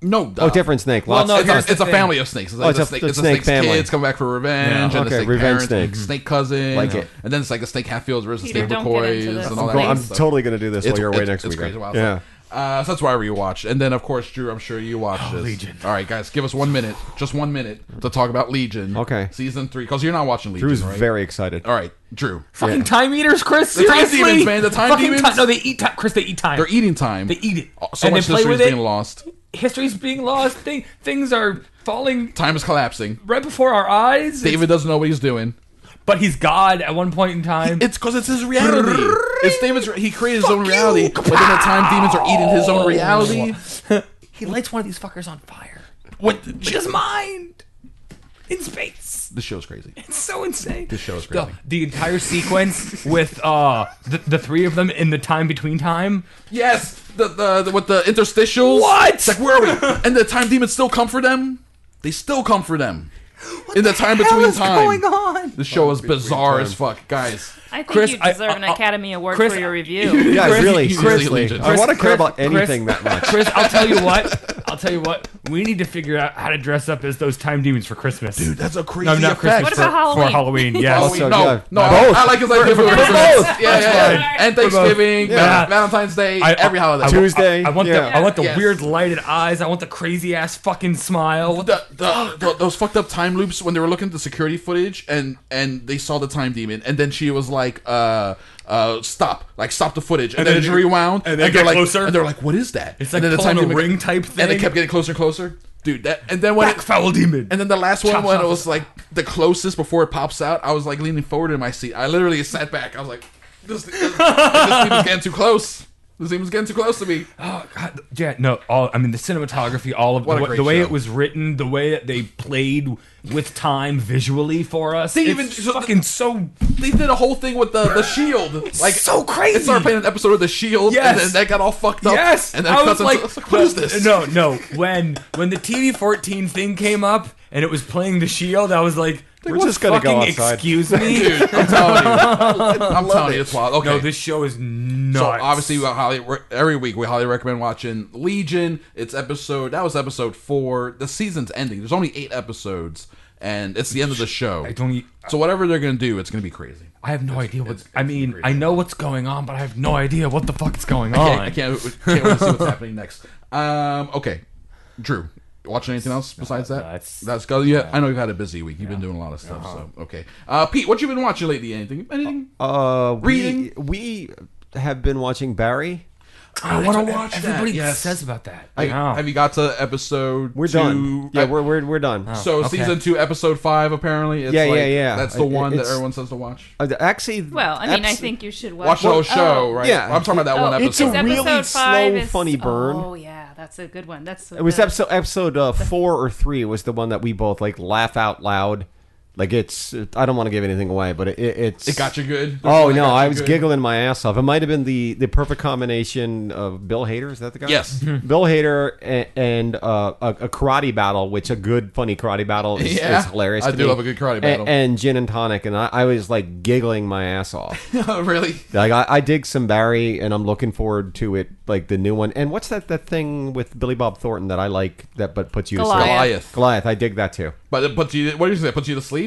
[SPEAKER 5] No, uh,
[SPEAKER 6] Oh, different snake.
[SPEAKER 4] Well,
[SPEAKER 6] Lots
[SPEAKER 4] no,
[SPEAKER 6] of
[SPEAKER 5] It's,
[SPEAKER 4] Here's
[SPEAKER 5] a,
[SPEAKER 4] the
[SPEAKER 5] it's a
[SPEAKER 4] thing.
[SPEAKER 5] family of snakes. It's like
[SPEAKER 6] it's
[SPEAKER 5] the
[SPEAKER 6] a-
[SPEAKER 5] snake,
[SPEAKER 6] the
[SPEAKER 5] it's
[SPEAKER 6] snake
[SPEAKER 5] snake's
[SPEAKER 6] family.
[SPEAKER 5] kids come back for revenge,
[SPEAKER 4] Yeah.
[SPEAKER 5] and the
[SPEAKER 6] Okay,
[SPEAKER 5] snake
[SPEAKER 6] revenge
[SPEAKER 5] parents,
[SPEAKER 6] snake.
[SPEAKER 5] and snake cousin,
[SPEAKER 6] Like
[SPEAKER 5] and,
[SPEAKER 6] it.
[SPEAKER 5] then it's like a snake Hatfields versus
[SPEAKER 7] Peter,
[SPEAKER 5] snake
[SPEAKER 7] don't get into
[SPEAKER 5] McCoys
[SPEAKER 7] this.
[SPEAKER 5] and all that.
[SPEAKER 6] Bro,
[SPEAKER 5] kind
[SPEAKER 6] I'm
[SPEAKER 5] of stuff.
[SPEAKER 6] totally gonna do this while
[SPEAKER 5] It's-
[SPEAKER 6] you're away
[SPEAKER 5] it's-
[SPEAKER 6] next
[SPEAKER 5] it's
[SPEAKER 6] week.
[SPEAKER 5] crazy wild
[SPEAKER 6] Yeah.
[SPEAKER 5] stuff. Uh, so that's why I rewatched, and then of course, Drew. I'm sure you watched this. Legion. All right, guys, give us one minute, just one minute, to talk about Legion.
[SPEAKER 6] Okay.
[SPEAKER 5] season three, because you're not watching Legion.
[SPEAKER 6] Drew's
[SPEAKER 5] right?
[SPEAKER 6] very excited.
[SPEAKER 5] All right, Drew.
[SPEAKER 4] Fucking time eaters, Chris.
[SPEAKER 5] The time
[SPEAKER 4] Seriously,
[SPEAKER 5] demons, man, the time
[SPEAKER 4] Fucking
[SPEAKER 5] demons.
[SPEAKER 4] ti- no, they eat time. Chris, they eat time.
[SPEAKER 5] They're eating time. Uh,
[SPEAKER 4] They eat it.
[SPEAKER 5] So
[SPEAKER 4] And
[SPEAKER 5] much
[SPEAKER 4] they play
[SPEAKER 5] history is
[SPEAKER 4] with it.
[SPEAKER 5] being lost.
[SPEAKER 4] History's being lost. Thing, things are falling
[SPEAKER 5] Time is collapsing.
[SPEAKER 4] right before our eyes.
[SPEAKER 5] David doesn't know what he's doing.
[SPEAKER 4] but he's God at one point in time.
[SPEAKER 5] It's because it's his reality. It's David's. He created his own reality, but then the time demons are eating his
[SPEAKER 4] Oh.
[SPEAKER 5] own reality.
[SPEAKER 4] he lights one of these fuckers on fire. What? Just mind in space.
[SPEAKER 5] The show's crazy.
[SPEAKER 4] It's so insane. This
[SPEAKER 5] show is
[SPEAKER 4] the,
[SPEAKER 5] crazy.
[SPEAKER 4] the entire sequence with uh the, the three of them in the time between time.
[SPEAKER 5] Yes, the the, the with the interstitials.
[SPEAKER 4] What?
[SPEAKER 5] It's like where are we? And the time demons still come for them. They still come for them. In the, time
[SPEAKER 4] hell
[SPEAKER 5] between
[SPEAKER 4] is
[SPEAKER 5] time.
[SPEAKER 4] going on?
[SPEAKER 5] The show is bizarre as fuck, guys.
[SPEAKER 7] I think
[SPEAKER 4] Chris,
[SPEAKER 7] you
[SPEAKER 4] I-
[SPEAKER 7] deserve an
[SPEAKER 4] I- I-
[SPEAKER 7] Academy Award
[SPEAKER 4] Chris,
[SPEAKER 7] for your review.
[SPEAKER 6] Yeah,
[SPEAKER 5] Chris-
[SPEAKER 6] really,
[SPEAKER 5] Chris-
[SPEAKER 6] seriously.
[SPEAKER 5] Chris-
[SPEAKER 6] I want to
[SPEAKER 4] Chris-
[SPEAKER 6] care about anything
[SPEAKER 4] Chris-
[SPEAKER 6] that much.
[SPEAKER 4] Chris, I'll tell you what. I'll tell you what. We need to figure out how to dress up as those time demons for Christmas.
[SPEAKER 5] Dude, that's a crazy
[SPEAKER 4] no, not
[SPEAKER 5] effect.
[SPEAKER 4] Christmas.
[SPEAKER 7] What
[SPEAKER 4] for,
[SPEAKER 7] about
[SPEAKER 4] for Halloween? yes.
[SPEAKER 5] Oh,
[SPEAKER 6] Also,
[SPEAKER 5] no,
[SPEAKER 6] yeah,
[SPEAKER 5] no,
[SPEAKER 6] both.
[SPEAKER 5] I like his idea for Christmas. Yeah, yeah.
[SPEAKER 7] fine.
[SPEAKER 5] And
[SPEAKER 4] both.
[SPEAKER 5] Thanksgiving,
[SPEAKER 4] Yeah.
[SPEAKER 5] Val- Valentine's Day,
[SPEAKER 4] I-
[SPEAKER 5] every
[SPEAKER 4] I-
[SPEAKER 5] holiday.
[SPEAKER 4] I-
[SPEAKER 6] Tuesday,
[SPEAKER 4] I, I want
[SPEAKER 6] yeah.
[SPEAKER 4] the I want the
[SPEAKER 5] Yes.
[SPEAKER 4] weird lighted eyes. I want the crazy ass fucking smile. What the-
[SPEAKER 5] the, the, the- those fucked up time loops when they were looking at the security footage and and they saw the time demon and then she was like uh uh stop like stop the footage and, then,
[SPEAKER 4] then
[SPEAKER 5] it
[SPEAKER 4] it-
[SPEAKER 5] rewound
[SPEAKER 4] and then
[SPEAKER 5] they're
[SPEAKER 4] get
[SPEAKER 5] like
[SPEAKER 4] closer.
[SPEAKER 5] and they're like what is that
[SPEAKER 4] It's
[SPEAKER 5] and
[SPEAKER 4] like
[SPEAKER 5] then
[SPEAKER 4] pulling a ring type
[SPEAKER 5] and they
[SPEAKER 4] thing.
[SPEAKER 5] kept getting closer and closer dude that and then when
[SPEAKER 4] Black
[SPEAKER 5] it,
[SPEAKER 4] foul demon.
[SPEAKER 5] and then the last one
[SPEAKER 4] Chops
[SPEAKER 5] when it
[SPEAKER 4] off
[SPEAKER 5] was like the closest before it pops out I was like leaning forward in my seat I literally sat back I was like this this, this demon's getting too close this demon's getting too close to me
[SPEAKER 4] oh god, yeah, no. All I mean, the cinematography, all of
[SPEAKER 5] What a
[SPEAKER 4] the,
[SPEAKER 5] great
[SPEAKER 4] the way
[SPEAKER 5] show.
[SPEAKER 4] it was written, the way that they played with time visually for us. They
[SPEAKER 5] even- so the-
[SPEAKER 4] fucking so
[SPEAKER 5] they did a whole thing with the, the shield. Like
[SPEAKER 4] So crazy.
[SPEAKER 5] It started playing an episode of the shield, and
[SPEAKER 4] Yes.
[SPEAKER 5] then that got all fucked up.
[SPEAKER 4] Yes,
[SPEAKER 5] and then
[SPEAKER 4] I
[SPEAKER 5] it
[SPEAKER 4] was
[SPEAKER 5] cuts into-
[SPEAKER 4] like,
[SPEAKER 5] I was like, "What is this?"
[SPEAKER 4] No, no. When when the TV fourteen thing came up and it was playing the Shield, I was like,
[SPEAKER 6] We're
[SPEAKER 4] "What
[SPEAKER 6] just gonna go
[SPEAKER 4] fucking
[SPEAKER 6] outside."
[SPEAKER 4] Excuse me.
[SPEAKER 5] dude, I'm telling you, I'm telling you, it's wild. Okay,
[SPEAKER 4] No, this show is nuts.
[SPEAKER 5] so obviously, we highly re- every week we highly recommend watching Legion. It's episode that was episode four. The season's ending. There's only eight episodes, and it's the end of the show.
[SPEAKER 4] I don't. e-
[SPEAKER 5] so whatever they're gonna do, it's gonna be crazy.
[SPEAKER 4] I have no idea what.
[SPEAKER 5] it's-
[SPEAKER 4] I
[SPEAKER 5] it's
[SPEAKER 4] mean,
[SPEAKER 5] really
[SPEAKER 4] I know what's going on, but I have no idea what the fuck is going
[SPEAKER 5] I
[SPEAKER 4] on.
[SPEAKER 5] can't, I can't, can't wait to see what's happening next. Um, okay, Drew, watching anything else besides that?
[SPEAKER 4] no, Uh, that's- Uh-huh.
[SPEAKER 5] that's good. Yeah, I know you've had a busy week. You've been doing a lot of stuff. So okay, uh, Pete, what you been watching lately? Anything? Anything?
[SPEAKER 6] Uh, we,
[SPEAKER 5] Reading.
[SPEAKER 6] we have been watching Barry.
[SPEAKER 4] I want to
[SPEAKER 5] watch that,
[SPEAKER 4] Everybody
[SPEAKER 5] yes.
[SPEAKER 4] says about that.
[SPEAKER 5] Like,
[SPEAKER 4] Yeah.
[SPEAKER 5] Have you got to Oh. episode?
[SPEAKER 6] We're
[SPEAKER 5] two?
[SPEAKER 6] done. Yeah,
[SPEAKER 5] I-
[SPEAKER 6] we're, we're, we're done.
[SPEAKER 5] so
[SPEAKER 4] okay.
[SPEAKER 5] season two, episode five. Apparently, it's
[SPEAKER 6] Oh, Yeah,
[SPEAKER 5] like,
[SPEAKER 6] yeah, yeah.
[SPEAKER 5] That's the
[SPEAKER 6] It-
[SPEAKER 5] one that
[SPEAKER 6] it's-
[SPEAKER 5] everyone says to watch.
[SPEAKER 6] Uh, Actually,
[SPEAKER 7] Well, I mean, I
[SPEAKER 6] abs-
[SPEAKER 7] think you should watch,
[SPEAKER 5] Watch the whole show, right?
[SPEAKER 6] Yeah.
[SPEAKER 5] I'm talking about that
[SPEAKER 7] Oh,
[SPEAKER 5] one
[SPEAKER 6] It's a
[SPEAKER 5] episode.
[SPEAKER 7] because
[SPEAKER 6] really
[SPEAKER 7] episode five
[SPEAKER 6] slow,
[SPEAKER 7] is-
[SPEAKER 6] funny burn.
[SPEAKER 7] Oh yeah, that's a good one. That's
[SPEAKER 6] It was episode episode uh, four or three was the one that we both like laugh out loud. Like it's I don't want to give anything away, but it, it, it's
[SPEAKER 5] It got you good.
[SPEAKER 6] Oh
[SPEAKER 5] It
[SPEAKER 6] no,
[SPEAKER 5] got you
[SPEAKER 6] I was
[SPEAKER 5] good.
[SPEAKER 6] giggling my ass off. It might have been the the perfect combination of Bill Hader. Is that the guy?
[SPEAKER 5] Yes.
[SPEAKER 6] Mm-hmm. Bill Hader and, and uh, a, a karate battle, which a good funny karate battle is,
[SPEAKER 5] Yeah.
[SPEAKER 6] is hilarious.
[SPEAKER 5] I
[SPEAKER 6] to
[SPEAKER 5] do
[SPEAKER 6] me.
[SPEAKER 5] love a good karate
[SPEAKER 6] A-
[SPEAKER 5] battle.
[SPEAKER 6] And, gin and tonic, and I, I was like giggling my ass off.
[SPEAKER 5] really?
[SPEAKER 6] like I, I dig some Barry, and I'm looking forward to it, like the new one. And what's that that thing with Billy Bob Thornton that I like that but puts you to sleep?
[SPEAKER 7] Goliath.
[SPEAKER 5] Goliath.
[SPEAKER 6] Goliath, I dig that too.
[SPEAKER 5] But it puts you. What did you say? It puts you to sleep.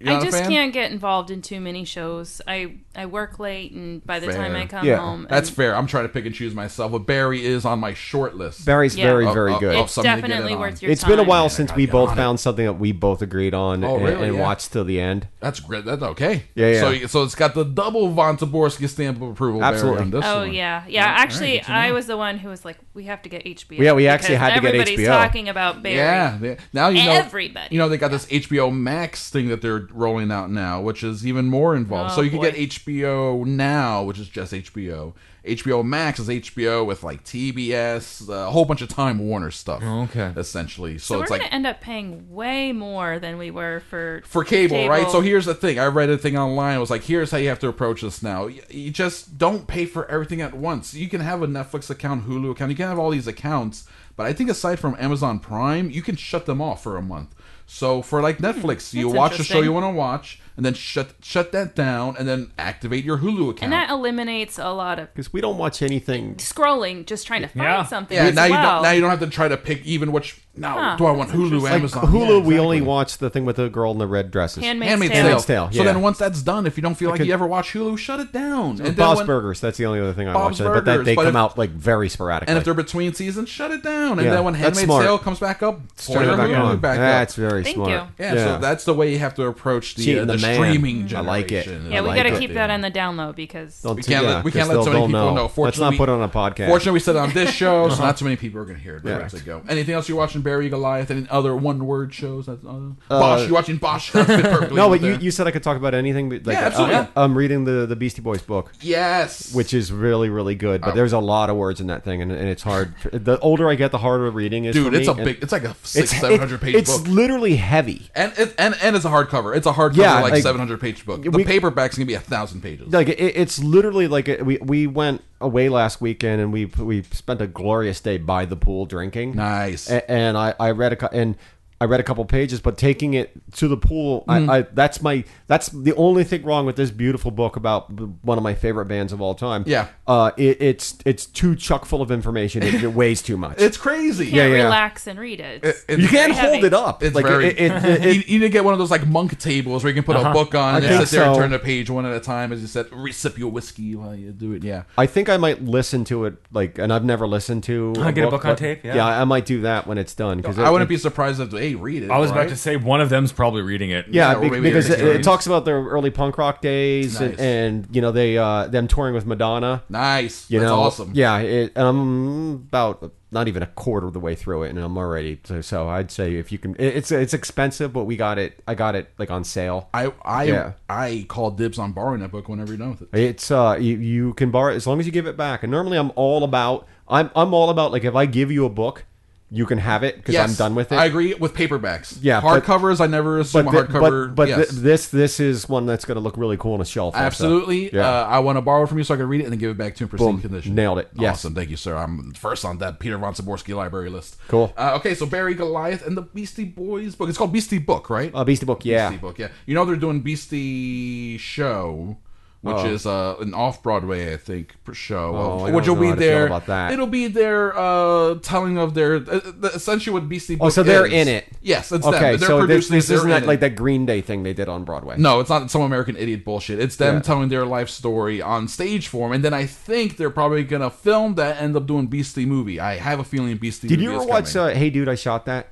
[SPEAKER 5] You're
[SPEAKER 7] I
[SPEAKER 5] not a
[SPEAKER 7] just
[SPEAKER 5] fan?
[SPEAKER 7] can't get involved in too many shows. I I work late, and by the time
[SPEAKER 5] Fair.
[SPEAKER 7] I come
[SPEAKER 6] Yeah,
[SPEAKER 7] home,
[SPEAKER 5] That's
[SPEAKER 7] and
[SPEAKER 5] fair. I'm trying to pick and choose myself, but Barry is on my short list.
[SPEAKER 6] Barry's
[SPEAKER 7] Yeah.
[SPEAKER 6] very
[SPEAKER 7] Oh,
[SPEAKER 6] very
[SPEAKER 5] oh,
[SPEAKER 6] good.
[SPEAKER 5] oh,
[SPEAKER 7] it's
[SPEAKER 5] something to get
[SPEAKER 7] definitely
[SPEAKER 5] in on.
[SPEAKER 7] worth your
[SPEAKER 6] It's
[SPEAKER 7] time.
[SPEAKER 6] been a while since we both found something that we both agreed on
[SPEAKER 5] Oh,
[SPEAKER 6] and,
[SPEAKER 5] really?
[SPEAKER 6] and
[SPEAKER 5] Yeah.
[SPEAKER 6] watched till the end.
[SPEAKER 5] That's great. That's okay.
[SPEAKER 6] Yeah, yeah.
[SPEAKER 5] So, so it's got the double Von Taborski stamp of approval. Barry,
[SPEAKER 6] Absolutely.
[SPEAKER 5] on this
[SPEAKER 7] Oh
[SPEAKER 5] one.
[SPEAKER 7] yeah, yeah. actually, I was the one who was like, "We have to get HBO."
[SPEAKER 6] Yeah, we actually
[SPEAKER 7] because
[SPEAKER 6] had to get
[SPEAKER 7] everybody's
[SPEAKER 6] HBO.
[SPEAKER 7] talking about Barry.
[SPEAKER 5] Yeah. they- Now you know
[SPEAKER 7] Everybody.
[SPEAKER 5] You know they got this HBO Max thing that they're rolling out now, which is even more involved.
[SPEAKER 7] Oh,
[SPEAKER 5] so you can
[SPEAKER 7] boy.
[SPEAKER 5] get HBO Now, which is just HBO. HBO Max is HBO with like TBS, a whole bunch of Time Warner stuff.
[SPEAKER 4] okay.
[SPEAKER 5] Essentially, so,
[SPEAKER 7] So, we're
[SPEAKER 5] it's like
[SPEAKER 7] gonna end up paying way more than we were for
[SPEAKER 5] for cable, right? So here's the thing. I read a thing online. It was like, here's how you have to approach this now. Y- You just don't pay for everything at once. You can have a Netflix account, Hulu account. You can have all these accounts, but I think aside from Amazon Prime, you can shut them off for a month. So for like Netflix, you
[SPEAKER 7] Hmm, that's
[SPEAKER 5] watch a show
[SPEAKER 7] interesting.
[SPEAKER 5] you want to watch, and then shut shut that down, and then activate your Hulu account.
[SPEAKER 7] and that eliminates a lot of
[SPEAKER 6] Because we don't watch anything.
[SPEAKER 7] scrolling, just trying to find
[SPEAKER 4] Yeah.
[SPEAKER 7] something.
[SPEAKER 5] yeah,
[SPEAKER 7] as
[SPEAKER 5] now you
[SPEAKER 7] well.
[SPEAKER 5] don't now you don't have to try to pick even which. Now
[SPEAKER 7] Huh,
[SPEAKER 5] do I want
[SPEAKER 7] that's
[SPEAKER 5] Hulu,
[SPEAKER 7] interesting. Like,
[SPEAKER 5] Amazon?
[SPEAKER 6] Hulu,
[SPEAKER 5] Yeah,
[SPEAKER 6] we only
[SPEAKER 5] exactly.
[SPEAKER 6] watched the thing with the girl in the red dresses.
[SPEAKER 7] Handmaid's,
[SPEAKER 5] Handmaid's Tale.
[SPEAKER 7] Tale.
[SPEAKER 6] Tale,
[SPEAKER 5] So
[SPEAKER 6] yeah.
[SPEAKER 5] then once that's done, if you don't feel like
[SPEAKER 6] could-
[SPEAKER 5] you ever watch Hulu, shut it down. then
[SPEAKER 6] And Bob's
[SPEAKER 5] when-
[SPEAKER 6] Burgers. That's the only other thing I
[SPEAKER 5] Bob's
[SPEAKER 6] watched. But that
[SPEAKER 5] Burgers,
[SPEAKER 6] they
[SPEAKER 5] but
[SPEAKER 6] come
[SPEAKER 5] if-
[SPEAKER 6] out like very sporadically.
[SPEAKER 5] And if they're between seasons, shut it down. And
[SPEAKER 6] Yeah,
[SPEAKER 5] then when
[SPEAKER 6] that's
[SPEAKER 5] Handmaid's
[SPEAKER 6] smart.
[SPEAKER 5] Tale comes back up,
[SPEAKER 6] Turn
[SPEAKER 5] turn
[SPEAKER 6] it back on.
[SPEAKER 5] back
[SPEAKER 6] That's
[SPEAKER 5] up.
[SPEAKER 6] very
[SPEAKER 7] Thank
[SPEAKER 6] smart.
[SPEAKER 7] you.
[SPEAKER 5] Yeah, so that's the way you have to approach the,
[SPEAKER 6] Cheating
[SPEAKER 5] uh, the,
[SPEAKER 6] the man.
[SPEAKER 5] streaming
[SPEAKER 6] I
[SPEAKER 5] generation.
[SPEAKER 6] like it.
[SPEAKER 7] Yeah,
[SPEAKER 6] I
[SPEAKER 7] we
[SPEAKER 6] like
[SPEAKER 7] gotta
[SPEAKER 6] it.
[SPEAKER 7] keep that on the down low because
[SPEAKER 6] Don't-
[SPEAKER 5] We can't,
[SPEAKER 6] yeah,
[SPEAKER 5] let, we
[SPEAKER 6] 'cause
[SPEAKER 5] can't let
[SPEAKER 6] they'll-
[SPEAKER 5] so many
[SPEAKER 6] they'll
[SPEAKER 5] people know.
[SPEAKER 6] Let's not
[SPEAKER 5] Fortunately,
[SPEAKER 6] put it on a podcast. Uh-huh.
[SPEAKER 5] Fortunately, we said it on this show, so not too many people are going to hear it. We're
[SPEAKER 6] Yeah.
[SPEAKER 5] good to go. Anything else you're watching? Barry Goliath? Any other one-word shows? That's, uh, Bosch. You're watching Bosch. That's fit perfectly
[SPEAKER 6] no,
[SPEAKER 5] with
[SPEAKER 6] but you,
[SPEAKER 5] there.
[SPEAKER 6] you said I could talk about anything. But like,
[SPEAKER 5] Yeah, absolutely.
[SPEAKER 6] uh, I'm reading the, the Beastie Boys book,
[SPEAKER 5] yes,
[SPEAKER 6] which is really really good.
[SPEAKER 5] Oh.
[SPEAKER 6] But there's a lot of words in that thing, and, and it's hard. The older I get, the harder reading is.
[SPEAKER 5] dude,
[SPEAKER 6] for
[SPEAKER 5] it's a
[SPEAKER 6] me, and
[SPEAKER 5] big. It's like a six,
[SPEAKER 6] it's
[SPEAKER 5] seven hundred
[SPEAKER 6] it-
[SPEAKER 5] page
[SPEAKER 6] It's
[SPEAKER 5] book.
[SPEAKER 6] literally heavy.
[SPEAKER 5] And it, and and it's a hardcover. It's a hardcover,
[SPEAKER 6] Yeah,
[SPEAKER 5] like,
[SPEAKER 6] like-
[SPEAKER 5] seven hundred page book. The
[SPEAKER 6] We-
[SPEAKER 5] paperback's gonna be a thousand pages.
[SPEAKER 6] like it, it's literally like a, we we went away last weekend and we we spent a glorious day by the pool drinking.
[SPEAKER 5] Nice.
[SPEAKER 6] A- and I I read a cou- and I read a couple pages, but taking it to the pool,
[SPEAKER 5] Mm.
[SPEAKER 6] I, I that's my that's the only thing wrong with this beautiful book about b- one of my favorite bands of all time.
[SPEAKER 5] Yeah.
[SPEAKER 6] uh, it, it's it's too chock full of information. It, it weighs too much.
[SPEAKER 5] It's crazy.
[SPEAKER 7] you can't
[SPEAKER 6] yeah.
[SPEAKER 7] relax and read it. It's-
[SPEAKER 5] It's-
[SPEAKER 6] you can't
[SPEAKER 7] very
[SPEAKER 6] hold
[SPEAKER 7] heavy.
[SPEAKER 6] it up.
[SPEAKER 5] It's
[SPEAKER 6] like
[SPEAKER 5] very.
[SPEAKER 6] it, it, it- it- Uh-huh.
[SPEAKER 5] you, you need to get one of those like monk tables where you can put a book on
[SPEAKER 6] I
[SPEAKER 5] and
[SPEAKER 6] think
[SPEAKER 5] sit there and
[SPEAKER 6] so.
[SPEAKER 5] turn the page one at a time, as you said. re- Sip your whiskey while you do it. Yeah.
[SPEAKER 6] I think I might listen to it like, and I've never listened to.
[SPEAKER 4] Uh, get a book on
[SPEAKER 6] but-
[SPEAKER 4] tape, yeah.
[SPEAKER 6] I might do that when it's done because
[SPEAKER 5] I wouldn't be surprised if hey, read it.
[SPEAKER 4] I was about
[SPEAKER 5] right?
[SPEAKER 4] to say one of them's probably reading it.
[SPEAKER 6] Yeah,
[SPEAKER 5] or
[SPEAKER 6] be-
[SPEAKER 5] maybe
[SPEAKER 6] because
[SPEAKER 5] early
[SPEAKER 6] it, it
[SPEAKER 5] 20s.
[SPEAKER 6] talks about their early punk rock days
[SPEAKER 5] Nice.
[SPEAKER 6] and, and you know they uh, them touring with Madonna.
[SPEAKER 5] Nice.
[SPEAKER 6] You
[SPEAKER 5] That's
[SPEAKER 6] know,
[SPEAKER 5] awesome.
[SPEAKER 6] Yeah, it, and I'm about not even a quarter of the way through it, and I'm already so. so I'd say if you can, it, it's it's expensive, but we got it. I got it like on sale.
[SPEAKER 5] I I
[SPEAKER 6] Yeah.
[SPEAKER 5] I call dibs on borrowing that book whenever you're done with it.
[SPEAKER 6] It's uh, you, you can borrow it as long as you give it back. And normally, I'm all about I'm I'm all about like if I give you a book, you can have it because
[SPEAKER 5] Yes,
[SPEAKER 6] I'm done with it.
[SPEAKER 5] I agree with paperbacks.
[SPEAKER 6] Yeah, but-
[SPEAKER 5] hardcovers. I never assume a
[SPEAKER 6] thi-
[SPEAKER 5] hardcover.
[SPEAKER 6] but, but
[SPEAKER 5] yes.
[SPEAKER 6] thi- this this is one that's going to look really cool on a shelf. also.
[SPEAKER 5] Absolutely.
[SPEAKER 6] Yeah.
[SPEAKER 5] Uh, I want to borrow it from you so I can read it and then give it back to you in pristine
[SPEAKER 6] Boom.
[SPEAKER 5] condition.
[SPEAKER 6] Nailed it. Yes.
[SPEAKER 5] Awesome. Thank you, sir. I'm first on that Peter von Siborsky library list.
[SPEAKER 6] Cool.
[SPEAKER 5] Uh, okay, so Barry Goliath and the Beastie Boys book. It's called Beastie Book, right?
[SPEAKER 6] uh, Beastie Book. Yeah,
[SPEAKER 5] Beastie Book, yeah. You know they're doing Beastie Show. Which is uh, an off-Broadway, I think, pr- show,
[SPEAKER 6] Oh, I
[SPEAKER 5] which will
[SPEAKER 6] don't know
[SPEAKER 5] be
[SPEAKER 6] how to feel
[SPEAKER 5] there.
[SPEAKER 6] about that.
[SPEAKER 5] It'll be their uh, telling of their uh, the, essentially what Beastie. Book
[SPEAKER 6] Oh, so they're
[SPEAKER 5] is.
[SPEAKER 6] in it.
[SPEAKER 5] Yes, it's
[SPEAKER 6] okay,
[SPEAKER 5] them. They're
[SPEAKER 6] so this,
[SPEAKER 5] producing. it,
[SPEAKER 6] this
[SPEAKER 5] they're
[SPEAKER 6] isn't
[SPEAKER 5] in
[SPEAKER 6] that,
[SPEAKER 5] it.
[SPEAKER 6] like that Green Day thing they did on Broadway.
[SPEAKER 5] No, it's not some American idiot bullshit. It's them
[SPEAKER 6] Yeah.
[SPEAKER 5] telling their life story on stage form, and then I think they're probably gonna film that, end up doing Beastie movie. I have a feeling Beastie.
[SPEAKER 6] Did
[SPEAKER 5] movie
[SPEAKER 6] you ever
[SPEAKER 5] is
[SPEAKER 6] watch
[SPEAKER 5] coming.
[SPEAKER 6] uh, Hey Dude, I Shot That?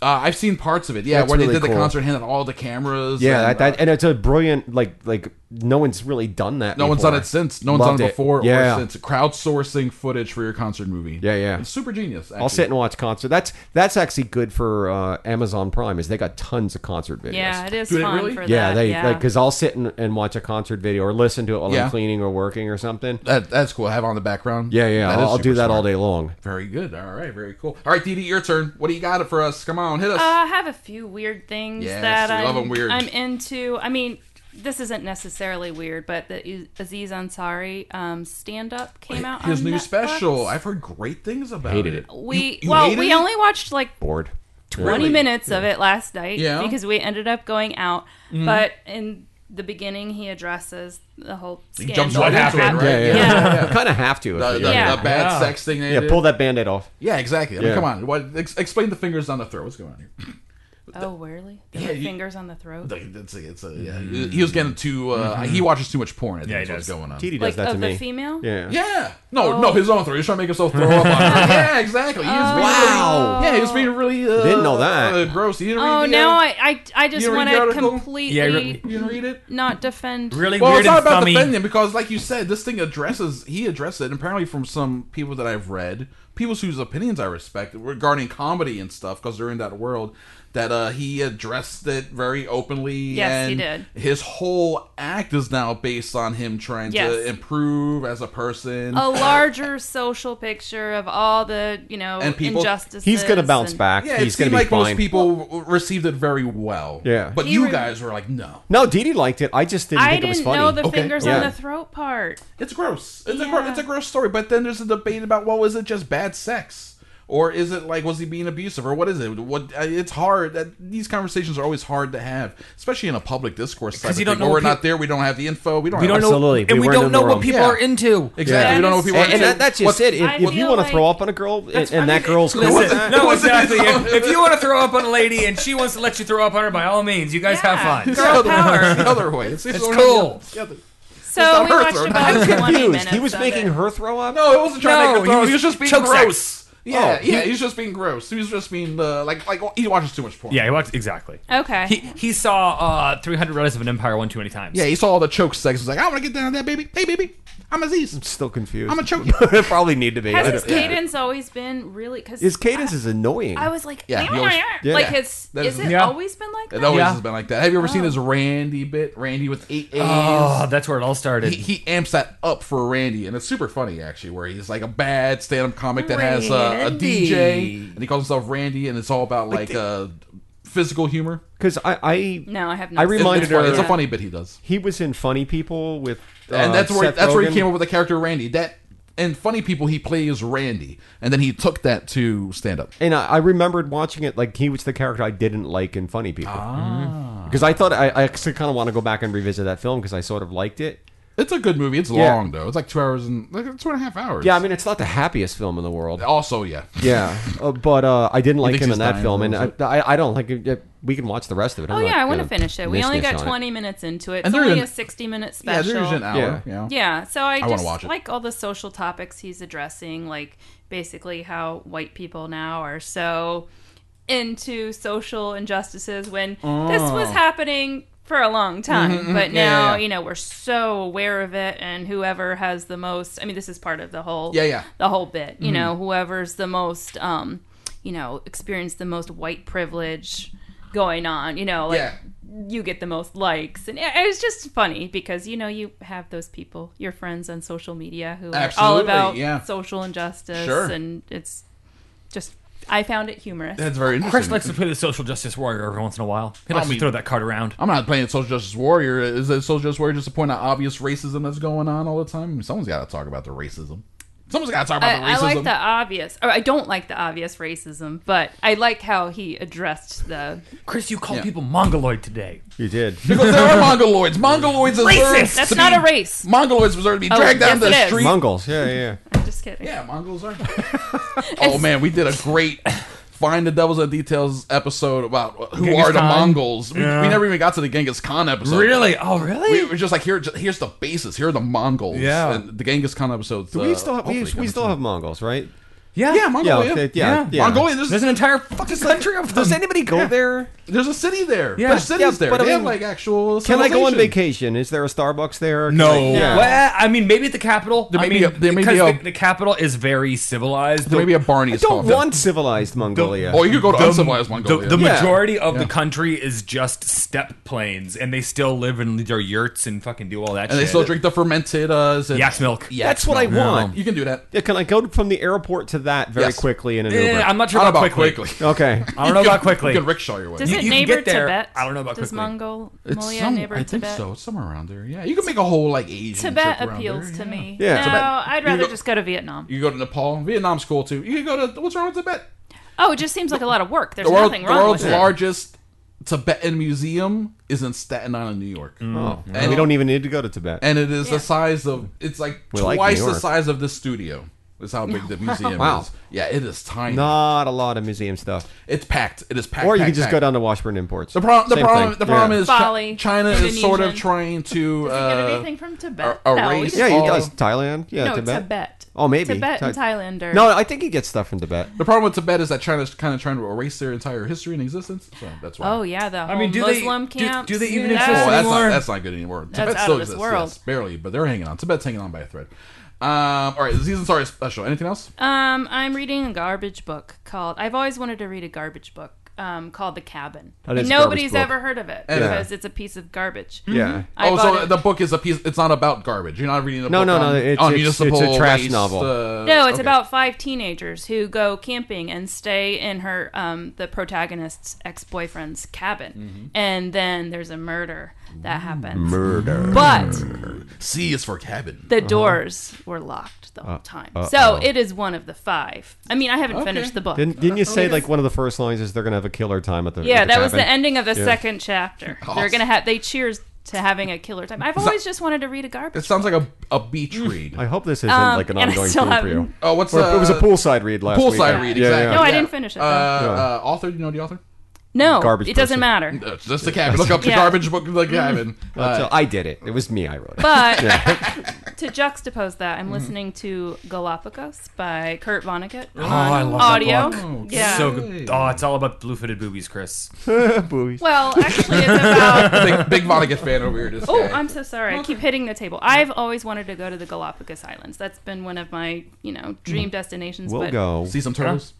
[SPEAKER 5] Uh, I've seen parts of it. Yeah,
[SPEAKER 6] That's
[SPEAKER 5] where they
[SPEAKER 6] really
[SPEAKER 5] did the
[SPEAKER 6] cool.
[SPEAKER 5] concert, handed all the cameras.
[SPEAKER 6] Yeah,
[SPEAKER 5] and, uh,
[SPEAKER 6] that, that, and it's a brilliant like like no one's really done that.
[SPEAKER 5] No one's
[SPEAKER 6] before.
[SPEAKER 5] done it since. No one's
[SPEAKER 6] Loved
[SPEAKER 5] done it before
[SPEAKER 6] yeah.
[SPEAKER 5] or since. Crowdsourcing footage for your concert movie.
[SPEAKER 6] Yeah, yeah.
[SPEAKER 5] It's super genius. Actually.
[SPEAKER 6] I'll sit and watch concert. That's that's actually good for uh, Amazon Prime, is they got tons of concert videos.
[SPEAKER 7] Yeah, it is
[SPEAKER 5] Do they
[SPEAKER 7] fun
[SPEAKER 5] really?
[SPEAKER 7] for
[SPEAKER 6] yeah,
[SPEAKER 7] that.
[SPEAKER 6] they
[SPEAKER 7] yeah,
[SPEAKER 6] because I'll sit and, and watch a concert video or listen to it while
[SPEAKER 5] Yeah.
[SPEAKER 6] I'm cleaning or working or something.
[SPEAKER 5] That, that's cool. Have it on the background.
[SPEAKER 6] Yeah, yeah,
[SPEAKER 5] That is
[SPEAKER 6] I'll, I'll
[SPEAKER 5] super
[SPEAKER 6] do that
[SPEAKER 5] smart.
[SPEAKER 6] all day long.
[SPEAKER 5] Very good. All right. Very cool. All right, Dee Dee, your turn. What do you got for us? Come on, hit us.
[SPEAKER 7] Uh, I have a few weird things
[SPEAKER 5] Yes,
[SPEAKER 7] that
[SPEAKER 5] we
[SPEAKER 7] I'm,
[SPEAKER 5] love 'em weird.
[SPEAKER 7] I'm into. I mean, this isn't necessarily weird, but the Aziz Ansari um, stand up came out.
[SPEAKER 5] His
[SPEAKER 7] on
[SPEAKER 5] new
[SPEAKER 7] Netflix.
[SPEAKER 5] special. I've heard great things about
[SPEAKER 6] Hated it.
[SPEAKER 7] We
[SPEAKER 5] You- you
[SPEAKER 7] well,
[SPEAKER 5] hated
[SPEAKER 7] we
[SPEAKER 5] it?
[SPEAKER 7] only watched like
[SPEAKER 6] Bored.
[SPEAKER 7] 20
[SPEAKER 5] Really?
[SPEAKER 7] minutes of it last night
[SPEAKER 5] Yeah. Mm-hmm.
[SPEAKER 7] because we ended up going out. But in the beginning, he addresses the whole
[SPEAKER 5] He
[SPEAKER 7] scandal.
[SPEAKER 5] jumps
[SPEAKER 4] What
[SPEAKER 5] right into it,
[SPEAKER 4] happened?
[SPEAKER 5] right?
[SPEAKER 6] Yeah, yeah.
[SPEAKER 7] Yeah.
[SPEAKER 6] You kind of have to. if
[SPEAKER 5] The,
[SPEAKER 6] you-
[SPEAKER 5] the-
[SPEAKER 7] Yeah.
[SPEAKER 5] the bad
[SPEAKER 4] Yeah.
[SPEAKER 5] sex thing. They
[SPEAKER 6] yeah,
[SPEAKER 5] did.
[SPEAKER 6] pull that band-aid off.
[SPEAKER 5] Yeah, exactly. I mean,
[SPEAKER 6] Yeah.
[SPEAKER 5] come on. What, ex- explain the fingers on the throat. What's going on here?
[SPEAKER 7] Oh, really? The
[SPEAKER 5] Yeah, you-
[SPEAKER 7] fingers on the throat?
[SPEAKER 5] Like, It's, it's a, yeah. He was getting too. Uh, He watches too much porn. I think
[SPEAKER 4] Yeah, he
[SPEAKER 5] is what's
[SPEAKER 4] does.
[SPEAKER 5] going on.
[SPEAKER 6] TD Mm-hmm. does
[SPEAKER 7] like,
[SPEAKER 6] that to
[SPEAKER 7] of the
[SPEAKER 6] me.
[SPEAKER 7] female?
[SPEAKER 6] yeah.
[SPEAKER 5] Yeah. No,
[SPEAKER 7] Oh.
[SPEAKER 5] no, his own throat. He's trying to make himself throw up on her. Yeah, exactly. He was being
[SPEAKER 6] Wow.
[SPEAKER 5] Really, yeah, he was being really. Uh,
[SPEAKER 6] Didn't know that.
[SPEAKER 5] Uh, gross. You didn't
[SPEAKER 7] Oh,
[SPEAKER 5] read the,
[SPEAKER 7] now
[SPEAKER 5] uh,
[SPEAKER 7] I, I, I just
[SPEAKER 5] you read
[SPEAKER 7] want
[SPEAKER 5] the
[SPEAKER 7] to
[SPEAKER 5] article?
[SPEAKER 7] completely
[SPEAKER 4] Yeah, re-
[SPEAKER 5] You didn't read it?
[SPEAKER 7] not defend.
[SPEAKER 4] Really
[SPEAKER 5] Well, it's
[SPEAKER 4] weird
[SPEAKER 5] not
[SPEAKER 4] and
[SPEAKER 5] about
[SPEAKER 4] thummy.
[SPEAKER 5] defending because, like you said, this thing addresses. He addressed it, and apparently from some people that I've read, people whose opinions I respect regarding comedy and stuff, because they're in that world. That uh, he addressed it very openly.
[SPEAKER 7] Yes, he
[SPEAKER 5] and
[SPEAKER 7] did.
[SPEAKER 5] His whole act is now based on him trying
[SPEAKER 7] Yes. Oh.
[SPEAKER 5] to improve as a person.
[SPEAKER 7] A larger social picture of all the, you know,
[SPEAKER 5] And people-
[SPEAKER 7] injustices.
[SPEAKER 6] He's gonna bounce
[SPEAKER 7] and-
[SPEAKER 6] back.
[SPEAKER 5] Yeah, it
[SPEAKER 6] He's gonna
[SPEAKER 5] seemed
[SPEAKER 6] be
[SPEAKER 5] like
[SPEAKER 6] fine.
[SPEAKER 5] most people w- received it very well.
[SPEAKER 6] Yeah.
[SPEAKER 5] but
[SPEAKER 7] He
[SPEAKER 5] you
[SPEAKER 7] re-
[SPEAKER 5] guys were like, no,
[SPEAKER 6] No, Dee Dee liked it. I just didn't
[SPEAKER 7] I
[SPEAKER 6] think it was
[SPEAKER 7] didn't
[SPEAKER 6] funny.
[SPEAKER 7] know the
[SPEAKER 5] Okay.
[SPEAKER 7] fingers on
[SPEAKER 6] Yeah.
[SPEAKER 7] the throat part.
[SPEAKER 5] it's gross. It's a
[SPEAKER 7] Yeah.
[SPEAKER 5] gross. It's a gross story. But then there's a debate about well, is it just bad sex? Or is it like was he being abusive or what is it? What uh, it's hard that these conversations are always hard to have, especially in a public discourse. type
[SPEAKER 4] 'Cause
[SPEAKER 5] of
[SPEAKER 4] you don't
[SPEAKER 5] thing,
[SPEAKER 4] know
[SPEAKER 5] where we're
[SPEAKER 4] what
[SPEAKER 5] not there. We don't have the info. We don't.
[SPEAKER 4] We
[SPEAKER 5] have
[SPEAKER 4] don't
[SPEAKER 6] Absolutely.
[SPEAKER 4] know, and we,
[SPEAKER 6] We weren't
[SPEAKER 4] don't
[SPEAKER 6] in the
[SPEAKER 4] know
[SPEAKER 6] room.
[SPEAKER 4] what people
[SPEAKER 5] Yeah.
[SPEAKER 4] are into.
[SPEAKER 5] exactly.
[SPEAKER 7] Yeah.
[SPEAKER 5] we don't know what
[SPEAKER 7] And-
[SPEAKER 5] people.
[SPEAKER 6] and,
[SPEAKER 5] are
[SPEAKER 6] and
[SPEAKER 5] into.
[SPEAKER 6] that, that's just
[SPEAKER 5] What's-
[SPEAKER 6] it. If,
[SPEAKER 7] I
[SPEAKER 6] if you
[SPEAKER 7] feel
[SPEAKER 6] want to
[SPEAKER 7] like-
[SPEAKER 6] throw up on a girl, and, and that girl's cool, with
[SPEAKER 4] Listen,
[SPEAKER 6] it,
[SPEAKER 4] no, exactly. If, if you want to throw up on a lady and she wants to let you throw up on her, by all means, you guys have fun.
[SPEAKER 5] It's the
[SPEAKER 7] Girl
[SPEAKER 5] other-
[SPEAKER 7] power.
[SPEAKER 5] it's the other way. It's,
[SPEAKER 4] It's cool.
[SPEAKER 7] So
[SPEAKER 5] not
[SPEAKER 7] we
[SPEAKER 5] her
[SPEAKER 7] watched
[SPEAKER 5] throat.
[SPEAKER 7] about
[SPEAKER 5] I'm
[SPEAKER 7] 20 minutes.
[SPEAKER 6] confused. He was
[SPEAKER 7] of
[SPEAKER 6] making
[SPEAKER 7] it.
[SPEAKER 6] her throw up.
[SPEAKER 5] No, it wasn't trying
[SPEAKER 4] No,
[SPEAKER 5] to make him
[SPEAKER 4] he
[SPEAKER 5] throw. He was,
[SPEAKER 4] was
[SPEAKER 5] just being
[SPEAKER 4] choke
[SPEAKER 5] gross.
[SPEAKER 4] sex.
[SPEAKER 5] Yeah,
[SPEAKER 6] Oh,
[SPEAKER 5] yeah, he's just being gross. He was just being uh, like like he watches too much porn.
[SPEAKER 4] Yeah, he watched exactly.
[SPEAKER 7] Okay.
[SPEAKER 4] He he saw uh, 300 Rise of an Empire one too many times.
[SPEAKER 5] yeah, he saw all the choke sex. He's like, I want to get down on that baby. Hey, baby, I'm Aziz.
[SPEAKER 6] Still confused.
[SPEAKER 5] I'm a choke. you.
[SPEAKER 6] Probably need to be.
[SPEAKER 7] Has
[SPEAKER 6] I
[SPEAKER 7] his
[SPEAKER 6] don't- yeah.
[SPEAKER 7] cadence always been really? Because
[SPEAKER 6] His cadence is annoying.
[SPEAKER 7] I was like,
[SPEAKER 5] Yeah, he always-
[SPEAKER 6] Yeah.
[SPEAKER 7] like his.
[SPEAKER 5] That
[SPEAKER 7] Is
[SPEAKER 5] is-
[SPEAKER 7] it
[SPEAKER 4] Yeah.
[SPEAKER 7] always been like
[SPEAKER 5] It
[SPEAKER 7] that?
[SPEAKER 5] always
[SPEAKER 4] Yeah.
[SPEAKER 5] has been like that. Have you ever seen his Randy bit? Randy with eight A's.
[SPEAKER 4] Oh, that's where it all started.
[SPEAKER 5] he, he amps that up for Randy, and it's super funny actually, where he's like a bad stand-up comic that has uh, a DJ, and he calls himself Randy, and it's all about like uh, physical humor.
[SPEAKER 6] because I, I,
[SPEAKER 7] No, I have not.
[SPEAKER 6] I
[SPEAKER 7] seen
[SPEAKER 5] It's,
[SPEAKER 6] reminded
[SPEAKER 5] it's, funny.
[SPEAKER 6] her.
[SPEAKER 5] it's a funny bit he does,
[SPEAKER 6] He was in Funny People with, uh,
[SPEAKER 5] and that's where
[SPEAKER 6] Seth
[SPEAKER 5] that's where he
[SPEAKER 6] Rogen.
[SPEAKER 5] came up with the character Randy. That and funny people he plays Randy, and then he took that to stand-up.
[SPEAKER 6] And I, I remembered watching it like he was the character I didn't like in Funny People.
[SPEAKER 5] Ah.
[SPEAKER 6] Because I thought I, I actually kind of want to go back and revisit that film because I sort of liked it.
[SPEAKER 5] It's a good movie. It's
[SPEAKER 6] Yeah.
[SPEAKER 5] long though. It's like two hours and like two and a half hours.
[SPEAKER 6] Yeah, I mean it's not the happiest film in the world.
[SPEAKER 5] also yeah.
[SPEAKER 6] Yeah, uh, but uh, I didn't like
[SPEAKER 5] thinks
[SPEAKER 6] him
[SPEAKER 5] he's
[SPEAKER 6] in that
[SPEAKER 5] dying,
[SPEAKER 6] film, and I,
[SPEAKER 5] is
[SPEAKER 6] I, I don't like. it- it- We can watch the rest of it. I'm
[SPEAKER 7] Oh
[SPEAKER 6] not
[SPEAKER 7] yeah, I want to
[SPEAKER 6] gonna
[SPEAKER 7] finish it. We only
[SPEAKER 6] nitpick
[SPEAKER 7] got
[SPEAKER 6] on it.
[SPEAKER 7] 20 minutes into it.
[SPEAKER 5] And
[SPEAKER 7] It's
[SPEAKER 5] they're
[SPEAKER 7] only
[SPEAKER 5] in-
[SPEAKER 7] a 60 minute
[SPEAKER 5] Yeah,
[SPEAKER 7] special.
[SPEAKER 5] there's usually an hour.
[SPEAKER 6] Yeah.
[SPEAKER 5] you know.
[SPEAKER 7] Yeah, so I,
[SPEAKER 5] wanna
[SPEAKER 7] just
[SPEAKER 5] watch it.
[SPEAKER 7] like all the social topics he's addressing, like basically how white people now are so into social injustices when this was happening for a long time,
[SPEAKER 5] Oh.
[SPEAKER 7] but now
[SPEAKER 5] Mm-hmm, yeah, yeah.
[SPEAKER 7] you know we're so aware of it, and whoever has the most—I mean, this is part of the whole,
[SPEAKER 5] Yeah, Mm-hmm. yeah.
[SPEAKER 7] the whole bit. You know, whoever's the most, um, you know, experienced the most white privilege going on. You know, like
[SPEAKER 5] Yeah.
[SPEAKER 7] you get the most likes and it- it's just funny because you know you have those people your friends on social media who are all
[SPEAKER 5] Absolutely,
[SPEAKER 7] about
[SPEAKER 5] yeah.
[SPEAKER 7] social injustice
[SPEAKER 5] Sure.
[SPEAKER 7] and it's just i found it humorous
[SPEAKER 5] That's very
[SPEAKER 4] Chris
[SPEAKER 5] interesting.
[SPEAKER 4] likes to play the social justice warrior every once in a while. He likes
[SPEAKER 5] mean-
[SPEAKER 4] to throw that card around.
[SPEAKER 5] I'm not playing social justice warrior. Is it social justice warrior just to point out obvious racism that's going on all the time? I mean, someone's got to talk about the racism. Someone's got to talk about the
[SPEAKER 7] I, I
[SPEAKER 5] racism.
[SPEAKER 7] like the obvious or i don't like the obvious racism but i like how he addressed the
[SPEAKER 4] Chris, you called
[SPEAKER 5] Yeah.
[SPEAKER 4] people mongoloid today.
[SPEAKER 6] You did.
[SPEAKER 5] Because there are mongoloids. Mongoloids deserve
[SPEAKER 7] Racist! That's
[SPEAKER 5] to
[SPEAKER 7] not
[SPEAKER 5] be-
[SPEAKER 7] a race. Oh,
[SPEAKER 5] Mongoloids deserve to be dragged down
[SPEAKER 7] yes, it
[SPEAKER 5] the
[SPEAKER 7] is.
[SPEAKER 5] street.
[SPEAKER 6] Mongols. Yeah, yeah, yeah.
[SPEAKER 7] i'm just kidding
[SPEAKER 5] yeah, Mongols are. oh man, we did a great find the devils in the details episode about who
[SPEAKER 4] Genghis
[SPEAKER 5] are the
[SPEAKER 4] Khan.
[SPEAKER 5] Mongols. We,
[SPEAKER 4] Yeah.
[SPEAKER 5] we never even got to the Genghis Khan episode.
[SPEAKER 4] Really? Oh, really?
[SPEAKER 5] We were just like here. Here's the basis. Here are the Mongols.
[SPEAKER 4] Yeah.
[SPEAKER 5] and the Genghis Khan episodes.
[SPEAKER 6] Do
[SPEAKER 5] uh,
[SPEAKER 6] we still have, we,
[SPEAKER 5] hopefully
[SPEAKER 6] we
[SPEAKER 5] coming
[SPEAKER 6] still
[SPEAKER 5] soon.
[SPEAKER 6] have Mongols, right?
[SPEAKER 4] yeah,
[SPEAKER 5] Yeah,
[SPEAKER 6] Yeah,
[SPEAKER 5] Mongolia.
[SPEAKER 6] okay, yeah, yeah.
[SPEAKER 5] Mongolia. There's,
[SPEAKER 4] There's an entire fucking country of them.
[SPEAKER 6] Does anybody go there?
[SPEAKER 5] There's a city there.
[SPEAKER 4] Yeah.
[SPEAKER 5] There's cities
[SPEAKER 6] Yeah,
[SPEAKER 5] there.
[SPEAKER 6] but I
[SPEAKER 5] they have
[SPEAKER 6] mean,
[SPEAKER 5] like actual.
[SPEAKER 6] Can I go on
[SPEAKER 5] civilization.
[SPEAKER 6] vacation? Is there a Starbucks there? Can
[SPEAKER 5] No.
[SPEAKER 6] I- yeah.
[SPEAKER 4] Well, I mean, maybe at the capital.
[SPEAKER 5] There may
[SPEAKER 4] I
[SPEAKER 5] be
[SPEAKER 4] mean,
[SPEAKER 5] a- there may be
[SPEAKER 4] because
[SPEAKER 5] a-
[SPEAKER 4] the, the capital is very civilized.
[SPEAKER 5] There may be a
[SPEAKER 6] I
[SPEAKER 5] Barney's.
[SPEAKER 6] don't
[SPEAKER 5] called.
[SPEAKER 6] want civilized Mongolia.
[SPEAKER 5] Oh, you could go to
[SPEAKER 4] the-
[SPEAKER 5] uncivilized Mongolia.
[SPEAKER 4] The, the
[SPEAKER 6] Yeah.
[SPEAKER 4] majority of the country is just steppe plains, and they still live in their yurts and fucking do all that.
[SPEAKER 5] and
[SPEAKER 4] shit.
[SPEAKER 5] they still drink the fermented. Uh, is it-
[SPEAKER 4] yak's milk.
[SPEAKER 5] Yak's
[SPEAKER 6] That's what I
[SPEAKER 5] milk.
[SPEAKER 6] want.
[SPEAKER 5] You can do that.
[SPEAKER 6] Yeah, can I go from the airport to that very
[SPEAKER 5] Yes.
[SPEAKER 6] quickly in an
[SPEAKER 4] Eh,
[SPEAKER 6] Uber?
[SPEAKER 4] I'm not sure
[SPEAKER 5] Not
[SPEAKER 4] about,
[SPEAKER 5] about
[SPEAKER 4] quickly.
[SPEAKER 5] quickly.
[SPEAKER 6] okay.
[SPEAKER 4] I don't know about quickly.
[SPEAKER 5] You can rickshaw your way.
[SPEAKER 7] Does
[SPEAKER 4] You-
[SPEAKER 7] it
[SPEAKER 4] you can
[SPEAKER 7] neighbor
[SPEAKER 4] get there.
[SPEAKER 7] Tibet?
[SPEAKER 4] I don't know about
[SPEAKER 7] Does
[SPEAKER 4] quickly.
[SPEAKER 7] Mongolia neighbor
[SPEAKER 5] I think
[SPEAKER 7] Tibet?
[SPEAKER 5] so. It's somewhere around there. Yeah, you can make a whole like Asian
[SPEAKER 7] Tibet
[SPEAKER 5] trip around
[SPEAKER 7] appeals
[SPEAKER 5] there,
[SPEAKER 7] to
[SPEAKER 5] yeah.
[SPEAKER 7] me.
[SPEAKER 6] Yeah.
[SPEAKER 7] No,
[SPEAKER 6] Tibet-
[SPEAKER 7] I'd
[SPEAKER 5] you
[SPEAKER 7] rather
[SPEAKER 5] go-
[SPEAKER 7] just go to Vietnam.
[SPEAKER 5] You can go to Nepal. Vietnam's cool too. You can go to what's wrong with Tibet?
[SPEAKER 7] Oh, it just seems like a lot of work. There's
[SPEAKER 5] The world,
[SPEAKER 7] nothing
[SPEAKER 5] the
[SPEAKER 7] wrong
[SPEAKER 5] world's
[SPEAKER 7] with
[SPEAKER 5] largest Tibetan museum is in Staten Island, New York,
[SPEAKER 6] Oh,
[SPEAKER 5] And-
[SPEAKER 6] we don't even need to go to Tibet.
[SPEAKER 5] and it is
[SPEAKER 7] Yeah.
[SPEAKER 5] the size of it's like
[SPEAKER 6] We like
[SPEAKER 5] twice
[SPEAKER 6] New
[SPEAKER 5] the
[SPEAKER 6] York.
[SPEAKER 5] size of this studio. Is how big the museum
[SPEAKER 6] Wow.
[SPEAKER 5] is. Yeah, it is tiny.
[SPEAKER 6] not a lot of museum stuff.
[SPEAKER 5] It's packed. It is packed.
[SPEAKER 6] Or you
[SPEAKER 5] packed,
[SPEAKER 6] can just
[SPEAKER 5] packed.
[SPEAKER 6] go down to Washburn Imports.
[SPEAKER 5] The problem. The
[SPEAKER 6] Same
[SPEAKER 5] problem.
[SPEAKER 6] thing.
[SPEAKER 5] The problem
[SPEAKER 6] Yeah.
[SPEAKER 5] is Chi-
[SPEAKER 7] Bali,
[SPEAKER 5] China is sort of
[SPEAKER 7] Indonesian.
[SPEAKER 5] trying to.
[SPEAKER 7] it. Get
[SPEAKER 5] Uh,
[SPEAKER 7] anything from Tibet?
[SPEAKER 5] a- a
[SPEAKER 7] no, we
[SPEAKER 5] race-
[SPEAKER 7] just-
[SPEAKER 6] Yeah, he
[SPEAKER 5] Oh.
[SPEAKER 6] does. Thailand. Yeah,
[SPEAKER 7] no,
[SPEAKER 6] Tibet.
[SPEAKER 7] Tibet.
[SPEAKER 6] Oh, maybe.
[SPEAKER 7] Tibet and
[SPEAKER 6] Ti-
[SPEAKER 7] Thailand are.
[SPEAKER 6] No, I think he gets stuff from Tibet.
[SPEAKER 5] the problem with Tibet is that China's kind of trying to erase their entire history and existence. So that's why.
[SPEAKER 7] Oh yeah, the whole
[SPEAKER 4] mean, do they-
[SPEAKER 7] Muslim
[SPEAKER 4] do-
[SPEAKER 7] camps.
[SPEAKER 4] do they even
[SPEAKER 7] Yeah.
[SPEAKER 4] exist?
[SPEAKER 5] Oh, that's not,
[SPEAKER 4] anymore.
[SPEAKER 5] that's not good anymore. Tibet
[SPEAKER 7] out
[SPEAKER 5] still
[SPEAKER 7] of this
[SPEAKER 5] exists,
[SPEAKER 7] world.
[SPEAKER 5] yes, barely, but they're hanging on. Tibet's hanging on by a thread. Um, all right, the season sorry special. Anything else?
[SPEAKER 7] Um, I'm reading a garbage book called. I've always wanted to read a garbage book um, called The Cabin.
[SPEAKER 6] That is
[SPEAKER 7] And
[SPEAKER 6] a garbage
[SPEAKER 7] nobody's
[SPEAKER 6] book.
[SPEAKER 7] ever heard of it because it's a piece of garbage.
[SPEAKER 6] Yeah.
[SPEAKER 7] I
[SPEAKER 5] oh,
[SPEAKER 7] bought
[SPEAKER 5] so
[SPEAKER 7] it-
[SPEAKER 5] the book is a piece. It's not about garbage. You're not reading a
[SPEAKER 6] No,
[SPEAKER 5] book.
[SPEAKER 6] no,
[SPEAKER 5] on,
[SPEAKER 6] no, it's-
[SPEAKER 5] on
[SPEAKER 6] it's- it's a
[SPEAKER 5] municipal
[SPEAKER 6] trash
[SPEAKER 5] waste,
[SPEAKER 6] novel.
[SPEAKER 5] uh,
[SPEAKER 7] No, it's
[SPEAKER 5] okay.
[SPEAKER 7] about five teenagers who go camping and stay in her um, the protagonist's ex boyfriend's cabin,
[SPEAKER 6] Mm-hmm.
[SPEAKER 7] and then there's a murder that happens.
[SPEAKER 6] Murder.
[SPEAKER 7] But
[SPEAKER 5] C is for cabin.
[SPEAKER 6] Uh-huh.
[SPEAKER 7] the doors were locked the whole
[SPEAKER 6] Uh,
[SPEAKER 7] time, so it is one of the five. I mean, I haven't finished the book.
[SPEAKER 6] Didn't, didn't you say like one of the first lines is they're gonna have a killer time at the
[SPEAKER 7] Oh, yeah,
[SPEAKER 6] at
[SPEAKER 7] that was the
[SPEAKER 6] cabin?
[SPEAKER 7] ending of the
[SPEAKER 6] Yeah.
[SPEAKER 7] second chapter. They're gonna have they cheers to having a killer time. I've always just wanted to read a
[SPEAKER 5] It
[SPEAKER 7] garbage.
[SPEAKER 5] sounds like a a beach read.
[SPEAKER 6] Mm. I hope this isn't
[SPEAKER 7] Um,
[SPEAKER 6] like an
[SPEAKER 7] and I
[SPEAKER 6] ongoing
[SPEAKER 7] still
[SPEAKER 6] thing for you.
[SPEAKER 7] haven't-
[SPEAKER 5] Oh, what's
[SPEAKER 6] Or
[SPEAKER 5] uh,
[SPEAKER 6] it was a poolside read last week.
[SPEAKER 5] poolside read?
[SPEAKER 6] Yeah, yeah.
[SPEAKER 5] Exactly.
[SPEAKER 7] No, I
[SPEAKER 5] yeah.
[SPEAKER 7] didn't finish it,
[SPEAKER 5] Uh,
[SPEAKER 7] though.
[SPEAKER 5] uh, author? Do you know the author?
[SPEAKER 7] No,
[SPEAKER 6] Garbage
[SPEAKER 7] it doesn't
[SPEAKER 6] person.
[SPEAKER 7] matter.
[SPEAKER 5] Uh, just the cabin. Look up the
[SPEAKER 7] Yeah. Mm.
[SPEAKER 5] garbage book. The cabin. Uh,
[SPEAKER 6] So I did it. It was me. I wrote it.
[SPEAKER 7] But to juxtapose that, I'm
[SPEAKER 6] Mm-hmm.
[SPEAKER 7] listening to Galapagos by Kurt Vonnegut
[SPEAKER 6] Oh,
[SPEAKER 7] on
[SPEAKER 4] Oh, I love that
[SPEAKER 7] audio.
[SPEAKER 4] book.
[SPEAKER 7] yeah.
[SPEAKER 4] Oh, So good. Oh, it's all about blue-footed boobies, Chris.
[SPEAKER 7] well, actually, it's about.
[SPEAKER 5] big, big Vonnegut fan over here. This
[SPEAKER 7] Oh,
[SPEAKER 5] guy.
[SPEAKER 7] I'm so sorry. I keep hitting the table. I've always wanted to go to the Galapagos Islands. That's been one of my, you know, dream destinations.
[SPEAKER 6] Hmm. We'll
[SPEAKER 7] but
[SPEAKER 6] go.
[SPEAKER 5] see some turtles.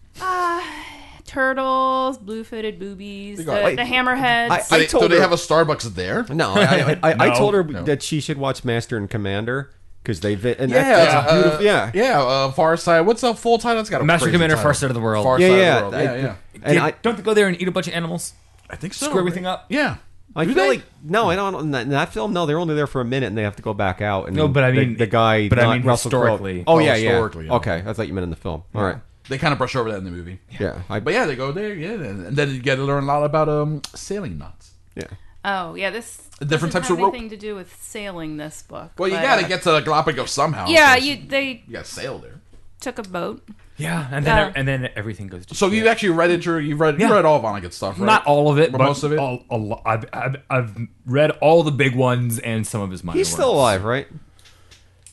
[SPEAKER 7] Turtles, blue-footed boobies, the,
[SPEAKER 5] got- Wait.
[SPEAKER 7] the hammerheads.
[SPEAKER 6] I,
[SPEAKER 5] Do
[SPEAKER 6] I
[SPEAKER 5] they,
[SPEAKER 6] told
[SPEAKER 5] do they
[SPEAKER 6] her,
[SPEAKER 5] have a Starbucks there?
[SPEAKER 6] No, I, I, I, I
[SPEAKER 4] No.
[SPEAKER 6] told her that she should watch Master and Commander because they vi- and that-
[SPEAKER 5] Yeah,
[SPEAKER 6] that's a beautiful. yeah,
[SPEAKER 5] uh, yeah. Uh, Far Side. What's a full title? It's got a
[SPEAKER 4] Master
[SPEAKER 5] crazy
[SPEAKER 4] Commander,
[SPEAKER 5] title.
[SPEAKER 4] Far Side of the World.
[SPEAKER 5] Far
[SPEAKER 6] Yeah,
[SPEAKER 5] Side
[SPEAKER 6] yeah,
[SPEAKER 5] Of the
[SPEAKER 6] I-
[SPEAKER 5] world. yeah, yeah.
[SPEAKER 6] And
[SPEAKER 4] Dude,
[SPEAKER 6] I,
[SPEAKER 4] don't they go there and eat a bunch of animals?
[SPEAKER 5] I think so.
[SPEAKER 4] Screw everything up.
[SPEAKER 5] Yeah.
[SPEAKER 6] I
[SPEAKER 5] Do
[SPEAKER 6] feel
[SPEAKER 5] they?
[SPEAKER 6] like no, I don't. In that, in that film, no, they're only there for a minute and they have to go back out. And
[SPEAKER 4] No, but I
[SPEAKER 6] the-
[SPEAKER 4] mean-
[SPEAKER 6] the, guy.
[SPEAKER 4] but I
[SPEAKER 6] not
[SPEAKER 4] mean
[SPEAKER 6] Russell Crowe.
[SPEAKER 4] historically.
[SPEAKER 6] Oh,
[SPEAKER 5] Oh,
[SPEAKER 6] yeah, yeah.
[SPEAKER 5] historically, yeah.
[SPEAKER 6] Okay, I thought you meant in the film. All right.
[SPEAKER 5] they kind of brush over that in the movie.
[SPEAKER 6] Yeah, I,
[SPEAKER 5] But yeah, they go there. Yeah, and and then you get to learn a lot about um sailing knots.
[SPEAKER 6] yeah.
[SPEAKER 7] oh, yeah, this
[SPEAKER 5] Different
[SPEAKER 7] doesn't
[SPEAKER 5] types
[SPEAKER 7] have
[SPEAKER 5] of rope.
[SPEAKER 7] anything to do with sailing. This book.
[SPEAKER 5] Well, you
[SPEAKER 7] but,
[SPEAKER 5] got
[SPEAKER 7] uh,
[SPEAKER 5] to get to the Galapagos somehow.
[SPEAKER 7] Yeah,
[SPEAKER 5] so
[SPEAKER 7] you they
[SPEAKER 5] you got to sail there.
[SPEAKER 7] took a boat.
[SPEAKER 4] Yeah, and then
[SPEAKER 7] Yeah.
[SPEAKER 4] and then everything goes. To
[SPEAKER 5] So
[SPEAKER 4] shit.
[SPEAKER 5] you've actually read it through. You've read you
[SPEAKER 4] Yeah.
[SPEAKER 5] read all Vonnegut stuff, right?
[SPEAKER 4] not all of it,
[SPEAKER 5] Or
[SPEAKER 4] but
[SPEAKER 5] most of it?
[SPEAKER 4] all- a lo- I've, I've I've read all the big ones and some of his minor.
[SPEAKER 6] He's still
[SPEAKER 4] ones.
[SPEAKER 6] alive, right?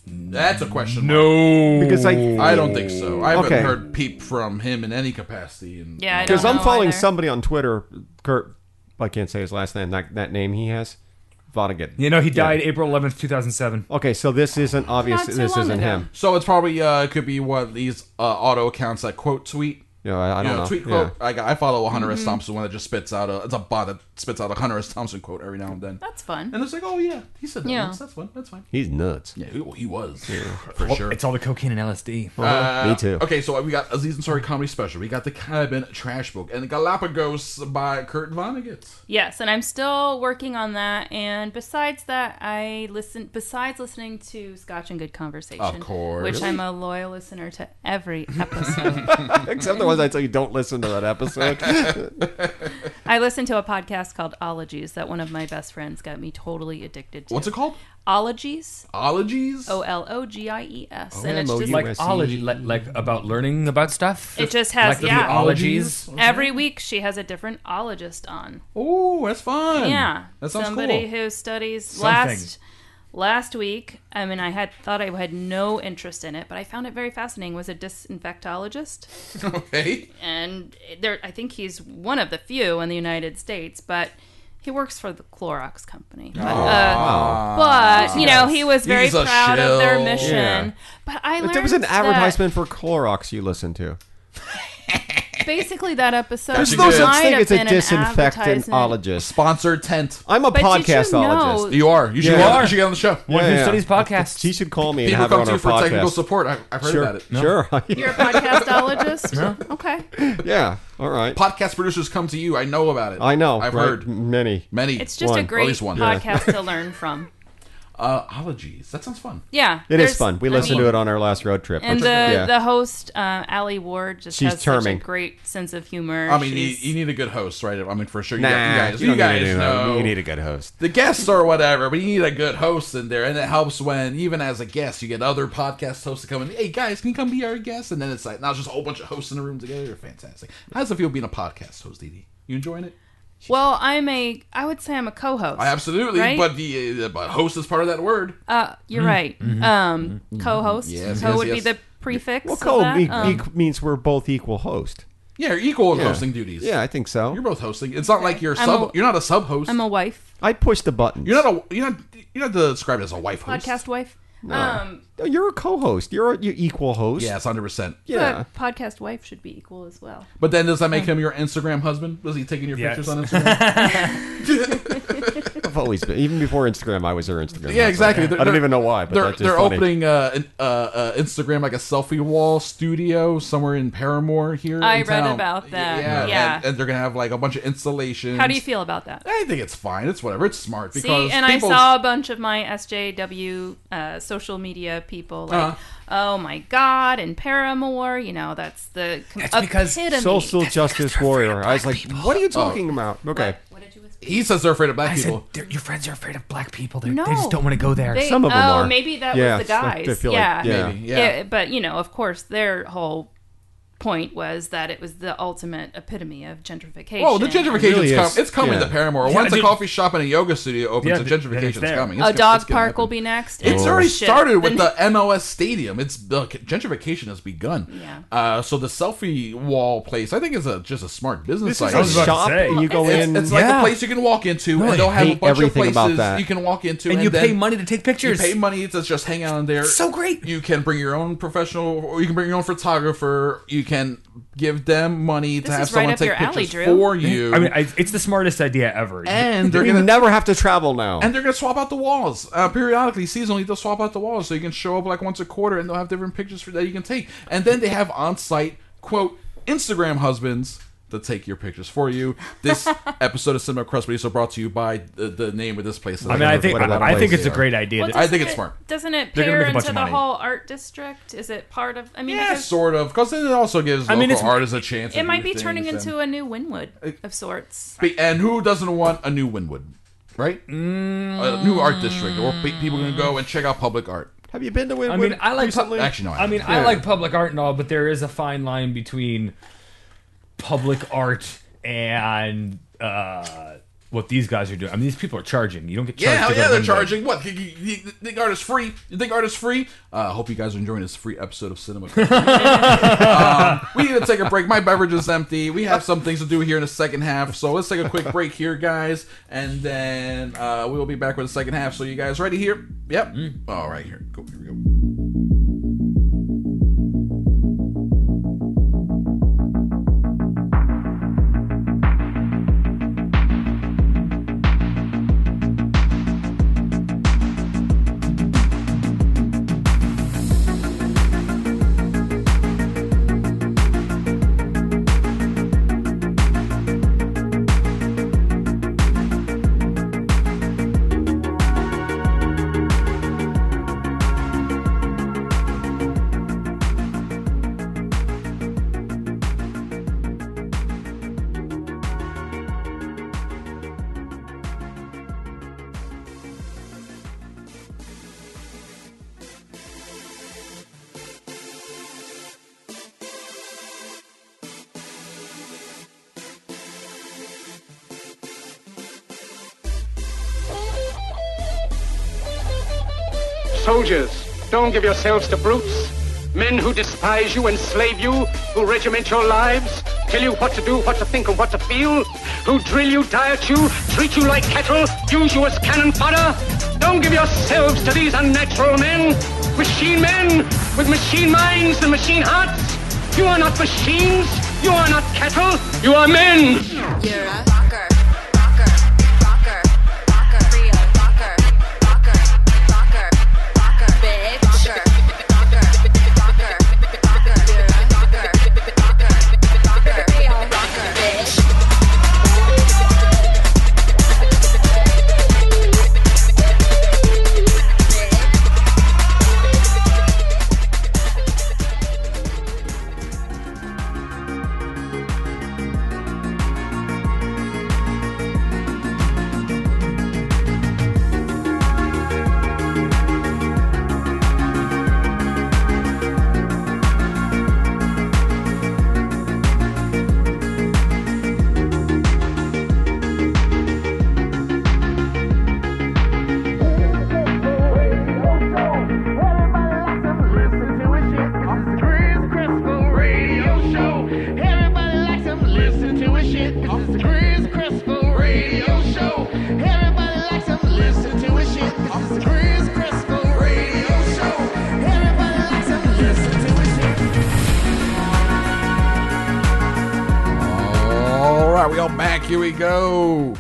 [SPEAKER 5] That's a question. mark.
[SPEAKER 4] No,
[SPEAKER 6] Because I,
[SPEAKER 5] I don't think so. I haven't
[SPEAKER 6] Okay.
[SPEAKER 5] heard peep from him in any capacity. And
[SPEAKER 7] Yeah, I don't
[SPEAKER 6] because I'm
[SPEAKER 7] know
[SPEAKER 6] following
[SPEAKER 7] either.
[SPEAKER 6] somebody on Twitter, Kurt. I can't say his last name. That that name he has, Vonnegut.
[SPEAKER 4] you know he died April eleventh, two thousand seven.
[SPEAKER 6] Okay, so this isn't obvious.
[SPEAKER 7] Not so
[SPEAKER 6] this
[SPEAKER 7] long
[SPEAKER 6] isn't
[SPEAKER 7] ago.
[SPEAKER 6] him.
[SPEAKER 5] So it's probably uh, could be one of these uh, auto accounts that quote tweet.
[SPEAKER 6] Yeah, I, I
[SPEAKER 5] You
[SPEAKER 6] don't
[SPEAKER 5] know,
[SPEAKER 6] know.
[SPEAKER 5] tweet
[SPEAKER 6] Yeah.
[SPEAKER 5] quote. I, got- I follow a Hunter
[SPEAKER 7] Mm-hmm.
[SPEAKER 5] S. Thompson one that just spits out a. It's a bot that spits out a Hunter S. Thompson quote every now and then.
[SPEAKER 7] That's fun.
[SPEAKER 5] And it's like, oh yeah, he said that.
[SPEAKER 7] Yeah.
[SPEAKER 5] Once. That's fun. That's fine.
[SPEAKER 6] He's nuts.
[SPEAKER 5] Yeah, he, he was for sure.
[SPEAKER 4] It's all the cocaine and LSD.
[SPEAKER 6] Uh-huh. Me too.
[SPEAKER 5] Uh, Okay, so we got Aziz Ansari comedy special. We got the Cabin Trash Book and Galapagos by Kurt Vonnegut.
[SPEAKER 7] Yes, and I'm still working on that. And besides that, I listen. Besides listening to Scotch and Good Conversation,
[SPEAKER 5] Of course.
[SPEAKER 7] which I'm a loyal listener to every episode.
[SPEAKER 6] Except the ones I tell you don't listen to that episode.
[SPEAKER 7] I listen to a podcast called Ologies that one of my best friends got me totally addicted to.
[SPEAKER 5] What's it called?
[SPEAKER 7] Ologies.
[SPEAKER 5] Ologies.
[SPEAKER 7] O L O G I E S, and it's just
[SPEAKER 4] like ology, like, like about learning about stuff.
[SPEAKER 7] It just has-
[SPEAKER 4] like the
[SPEAKER 7] yeah.
[SPEAKER 4] ologies.
[SPEAKER 7] every week she has a different ologist on.
[SPEAKER 5] Oh, that's fun.
[SPEAKER 7] Yeah,
[SPEAKER 5] that sounds
[SPEAKER 7] somebody
[SPEAKER 5] cool.
[SPEAKER 7] who studies
[SPEAKER 4] Something.
[SPEAKER 7] last last week, I mean, I had thought I had no interest in it, but I found it very fascinating. Was a disinfectologist
[SPEAKER 5] Okay.
[SPEAKER 7] and there I think he's one of the few in the United States, but he works for the Clorox company. But, uh, but you know, he was very
[SPEAKER 5] He's a
[SPEAKER 7] proud of their
[SPEAKER 5] shill.
[SPEAKER 7] mission.
[SPEAKER 6] Yeah.
[SPEAKER 7] But I learned
[SPEAKER 6] There was an
[SPEAKER 7] that
[SPEAKER 6] advertisement for Clorox you listened to.
[SPEAKER 7] Basically, that episode
[SPEAKER 6] There's
[SPEAKER 5] She
[SPEAKER 6] no
[SPEAKER 5] did.
[SPEAKER 6] such
[SPEAKER 7] might
[SPEAKER 6] thing
[SPEAKER 7] have
[SPEAKER 6] as a
[SPEAKER 7] been an advertisement.
[SPEAKER 6] disinfectantologist.
[SPEAKER 5] Sponsor tent.
[SPEAKER 6] I'm a
[SPEAKER 7] But did you
[SPEAKER 6] podcastologist.
[SPEAKER 7] know-
[SPEAKER 5] You are. You should,
[SPEAKER 6] Yeah.
[SPEAKER 5] get-
[SPEAKER 6] You are.
[SPEAKER 5] you should get on the show.
[SPEAKER 4] One
[SPEAKER 6] Yeah,
[SPEAKER 4] who
[SPEAKER 6] yeah.
[SPEAKER 4] studies podcasts.
[SPEAKER 6] She should call me and
[SPEAKER 5] People
[SPEAKER 6] have her
[SPEAKER 5] come
[SPEAKER 6] on
[SPEAKER 5] to
[SPEAKER 6] our
[SPEAKER 5] you for technical
[SPEAKER 6] podcast.
[SPEAKER 5] support. I, I've heard
[SPEAKER 6] Sure,
[SPEAKER 5] about it.
[SPEAKER 6] sure.
[SPEAKER 7] You're a podcastologist. Okay,
[SPEAKER 6] yeah, all right.
[SPEAKER 5] Podcast producers come to you. I know about it.
[SPEAKER 6] I know.
[SPEAKER 5] I've
[SPEAKER 6] right?
[SPEAKER 5] heard
[SPEAKER 6] many.
[SPEAKER 5] many.
[SPEAKER 7] it's just
[SPEAKER 6] One,
[SPEAKER 7] a
[SPEAKER 6] at
[SPEAKER 7] great
[SPEAKER 5] least one.
[SPEAKER 7] podcast to learn from.
[SPEAKER 5] Uh, ologies. That sounds fun.
[SPEAKER 7] Yeah,
[SPEAKER 6] It
[SPEAKER 7] there's-
[SPEAKER 6] is fun. We
[SPEAKER 7] I
[SPEAKER 6] listened
[SPEAKER 7] mean,
[SPEAKER 6] to it on our last road trip.
[SPEAKER 7] And
[SPEAKER 6] which-
[SPEAKER 7] the,
[SPEAKER 6] yeah.
[SPEAKER 7] the host, uh, Ali Ward, just
[SPEAKER 6] She's
[SPEAKER 7] has such
[SPEAKER 6] charming.
[SPEAKER 7] a great sense of humor.
[SPEAKER 5] I mean, you,
[SPEAKER 7] She's-
[SPEAKER 5] you need a good host, right? I mean, for sure. You,
[SPEAKER 6] nah,
[SPEAKER 5] guys, you
[SPEAKER 6] don't need
[SPEAKER 5] guys, you guys
[SPEAKER 6] anyone.
[SPEAKER 5] know.
[SPEAKER 6] You need a good host.
[SPEAKER 5] the guests or whatever, but you need a good host in there, and it helps when even as a guest you get other podcast hosts to come in. Hey guys, can you come be our guest? And then it's like now it's just a whole bunch of hosts in the room together. You're fantastic. How does it feel being a podcast host, Edie? You enjoying it?
[SPEAKER 7] well, I'm a, I would say I'm a co-host.
[SPEAKER 5] I absolutely.
[SPEAKER 7] Right?
[SPEAKER 5] But the uh, but host is part of that word.
[SPEAKER 7] Uh, you're right. Um, co-host.
[SPEAKER 5] Mm-hmm. Yes,
[SPEAKER 7] co
[SPEAKER 5] yes,
[SPEAKER 7] would
[SPEAKER 5] yes.
[SPEAKER 7] be the prefix.
[SPEAKER 6] Well, E-
[SPEAKER 7] of
[SPEAKER 6] co
[SPEAKER 7] that.
[SPEAKER 6] me-
[SPEAKER 7] Um,
[SPEAKER 6] me- means we're both equal host.
[SPEAKER 5] yeah, you're equal in
[SPEAKER 6] Yeah.
[SPEAKER 5] hosting duties.
[SPEAKER 6] Yeah, I think so.
[SPEAKER 5] you're both hosting. It's not like you're
[SPEAKER 7] I'm
[SPEAKER 5] sub.
[SPEAKER 7] a-
[SPEAKER 5] you're not a sub host.
[SPEAKER 7] I'm a wife,
[SPEAKER 6] I push the buttons.
[SPEAKER 5] You're not a. You're not. You're not described as a wife host.
[SPEAKER 7] podcast wife. Um,
[SPEAKER 6] No, you're a co-host. You're a, you're equal host.
[SPEAKER 5] Yes, hundred percent.
[SPEAKER 6] Yeah.
[SPEAKER 7] but podcast wife should be equal as well.
[SPEAKER 5] But then does that make him your Instagram husband? Was he taking your
[SPEAKER 4] Yes.
[SPEAKER 5] pictures on Instagram?
[SPEAKER 6] I've always been. Even before Instagram, I was her Instagram.
[SPEAKER 5] yeah, exactly.
[SPEAKER 6] I don't even know why, but
[SPEAKER 5] they're
[SPEAKER 6] that's just
[SPEAKER 5] they're
[SPEAKER 6] funny.
[SPEAKER 5] opening uh, an, uh, uh, Instagram like a selfie wall studio somewhere in Paramore here.
[SPEAKER 7] I
[SPEAKER 5] in
[SPEAKER 7] read
[SPEAKER 5] town.
[SPEAKER 7] about that.
[SPEAKER 5] Yeah,
[SPEAKER 7] Yeah.
[SPEAKER 5] And, and they're gonna have like a bunch of installations.
[SPEAKER 7] How do you feel about that?
[SPEAKER 5] I think it's fine. It's whatever. It's smart because
[SPEAKER 7] See, and I
[SPEAKER 5] people's-
[SPEAKER 7] saw a bunch of my SJW uh, social media people like,
[SPEAKER 5] Uh-huh.
[SPEAKER 7] "Oh my God!" and Paramore. You know, that's the com-
[SPEAKER 4] because
[SPEAKER 7] epitome.
[SPEAKER 6] Social justice warrior. I was like, what are
[SPEAKER 5] Oh.
[SPEAKER 6] you talking about? Okay.
[SPEAKER 7] What did you whisper?
[SPEAKER 5] He says they're afraid of black
[SPEAKER 4] I said
[SPEAKER 5] people.
[SPEAKER 4] "They're- your friends are afraid of black people. They're-
[SPEAKER 7] No,
[SPEAKER 4] They just don't want to go there.
[SPEAKER 7] They-
[SPEAKER 6] Some of 'em
[SPEAKER 7] oh,
[SPEAKER 6] are.
[SPEAKER 7] maybe that
[SPEAKER 6] Yeah,
[SPEAKER 7] was the
[SPEAKER 6] it's like
[SPEAKER 7] guys.
[SPEAKER 6] they feel like-
[SPEAKER 7] yeah,
[SPEAKER 6] yeah.
[SPEAKER 5] Maybe, yeah.
[SPEAKER 7] It- but you know, of course, their whole point was that it was the ultimate epitome of gentrification.
[SPEAKER 5] Oh, the gentrification's
[SPEAKER 6] really
[SPEAKER 5] com-
[SPEAKER 6] is.
[SPEAKER 5] it's coming
[SPEAKER 6] Yeah.
[SPEAKER 5] to Paramore. Once a
[SPEAKER 4] dude.
[SPEAKER 5] coffee shop and a yoga studio opens,
[SPEAKER 4] Yeah,
[SPEAKER 5] the
[SPEAKER 4] th- then it's
[SPEAKER 5] gentrification's
[SPEAKER 4] there.
[SPEAKER 5] coming.
[SPEAKER 7] A
[SPEAKER 5] It's-
[SPEAKER 7] dog
[SPEAKER 5] it's gonna
[SPEAKER 7] park will
[SPEAKER 5] happen.
[SPEAKER 7] be next.
[SPEAKER 5] It's
[SPEAKER 7] Oh,
[SPEAKER 5] already
[SPEAKER 7] shit.
[SPEAKER 5] started with
[SPEAKER 7] Then-
[SPEAKER 5] the MLS Stadium. It's the gentrification has begun.
[SPEAKER 7] Yeah.
[SPEAKER 5] Uh, so the selfie wall place, I think, is a just a smart business
[SPEAKER 6] This is
[SPEAKER 5] idea.
[SPEAKER 6] a
[SPEAKER 4] was about to
[SPEAKER 6] shop,
[SPEAKER 4] say.
[SPEAKER 6] and you go
[SPEAKER 5] It's,
[SPEAKER 6] in.
[SPEAKER 5] it's like
[SPEAKER 4] Yeah.
[SPEAKER 5] a place you can walk into,
[SPEAKER 4] No,
[SPEAKER 5] and
[SPEAKER 4] I
[SPEAKER 5] they'll have a
[SPEAKER 6] hate
[SPEAKER 5] bunch of
[SPEAKER 6] everything
[SPEAKER 5] places
[SPEAKER 6] about that.
[SPEAKER 5] you can walk into,
[SPEAKER 4] and you
[SPEAKER 5] then
[SPEAKER 4] pay money to take
[SPEAKER 5] You
[SPEAKER 4] pictures.
[SPEAKER 5] pay money to just hang out in there.
[SPEAKER 4] So great.
[SPEAKER 5] You can bring your own professional, or you can bring your own photographer. You can give them money to
[SPEAKER 7] This
[SPEAKER 5] have
[SPEAKER 7] is right
[SPEAKER 5] someone
[SPEAKER 7] up
[SPEAKER 5] take
[SPEAKER 7] your alley,
[SPEAKER 5] pictures
[SPEAKER 7] Drew.
[SPEAKER 5] for you.
[SPEAKER 4] I mean, I, it's the smartest idea ever.
[SPEAKER 5] and they're
[SPEAKER 6] We
[SPEAKER 5] gonna
[SPEAKER 6] never have to travel now.
[SPEAKER 5] and they're gonna swap out the walls uh, periodically, seasonally. They'll swap out the walls so you can show up like once a quarter, and they'll have different pictures for that you can take. And then they have on-site quote Instagram husbands to take your pictures for you. This episode of Cinema Crust is brought to you by the, the name of this place. that
[SPEAKER 4] I mean, I
[SPEAKER 5] never
[SPEAKER 4] think
[SPEAKER 5] forgot
[SPEAKER 4] I, I
[SPEAKER 5] about.
[SPEAKER 4] think it's a
[SPEAKER 5] Yeah.
[SPEAKER 4] great idea.
[SPEAKER 7] Well,
[SPEAKER 4] that-
[SPEAKER 5] I think
[SPEAKER 7] doesn't
[SPEAKER 5] it's
[SPEAKER 7] it-
[SPEAKER 5] smart.
[SPEAKER 7] Doesn't it
[SPEAKER 4] They're gonna
[SPEAKER 7] pair
[SPEAKER 4] make a bunch
[SPEAKER 7] into
[SPEAKER 4] of
[SPEAKER 7] the
[SPEAKER 4] money.
[SPEAKER 7] whole art district? Is it part of? I mean,
[SPEAKER 5] Yeah,
[SPEAKER 7] because
[SPEAKER 5] sort of, because it also gives
[SPEAKER 4] I mean,
[SPEAKER 5] local
[SPEAKER 4] it's-
[SPEAKER 5] artists a chance. to
[SPEAKER 7] it might
[SPEAKER 5] do
[SPEAKER 7] be
[SPEAKER 5] things
[SPEAKER 7] turning into
[SPEAKER 5] and,
[SPEAKER 7] a new Winwood of sorts.
[SPEAKER 5] Be- and who doesn't want a new Winwood, right? A new art district, or pe- people can go and check out public art.
[SPEAKER 6] have you been to Winwood
[SPEAKER 4] I mean, I like
[SPEAKER 6] recently?
[SPEAKER 4] public.
[SPEAKER 5] Actually, no, I
[SPEAKER 4] I, mean,
[SPEAKER 5] haven't.
[SPEAKER 4] I like public art and all, but there is a fine line between public art and uh, what these guys are doing. I mean, these people are charging. You don't get charged.
[SPEAKER 5] Yeah,
[SPEAKER 4] to
[SPEAKER 5] hell
[SPEAKER 4] go
[SPEAKER 5] yeah, they're
[SPEAKER 4] in there.
[SPEAKER 5] charging. What? You, you, you think art is free? You think art is free? Uh, I hope you guys are enjoying this free episode of Cinema. Club. um, we need to take a break. My beverage is empty. We have some things to do here in the second half, so let's take a quick break here, guys, and then uh, we will be back with the second half. So you guys ready here? Yep. All right, here. Go. Here we go.
[SPEAKER 8] soldiers. Don't give yourselves to brutes. Men who despise you, enslave you, who regiment your lives, tell you what to do, what to think, and what to feel, who drill you, diet you, treat you like cattle, use you as cannon fodder. Don't give yourselves to these unnatural men, machine men with machine minds and machine hearts. You are not machines. You are not cattle. You are men.
[SPEAKER 9] You're a rocker, rocker, rocker, rocker, real rocker, rocker, rocker, rocker, big rocker, rocker, rocker, rocker. You're a rocker, rocker, rocker, real rocker, bitch.
[SPEAKER 5] All right, we all back. Here we go.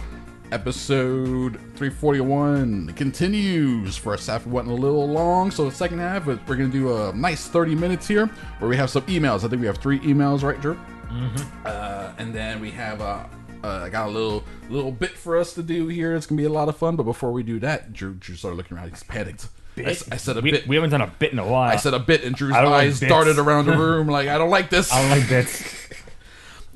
[SPEAKER 5] Episode 341 continues. First half went a little long, so the second half is- we're going to do a nice 30 minutes here where we have some emails. I think we have three emails, right, Drew?
[SPEAKER 4] Mm-hmm.
[SPEAKER 5] Uh, and then we have uh, uh, I got a little little bit for us to do here. It's gonna be a lot of fun. But before we do that, Drew Drew started looking around. He's panicked. I, s- I said a
[SPEAKER 4] we,
[SPEAKER 5] bit.
[SPEAKER 4] we haven't done a bit in a while.
[SPEAKER 5] I said a bit, and Drew's
[SPEAKER 4] I don't like
[SPEAKER 5] eyes
[SPEAKER 4] bits.
[SPEAKER 5] darted around the room like I don't like this.
[SPEAKER 4] I don't like bits.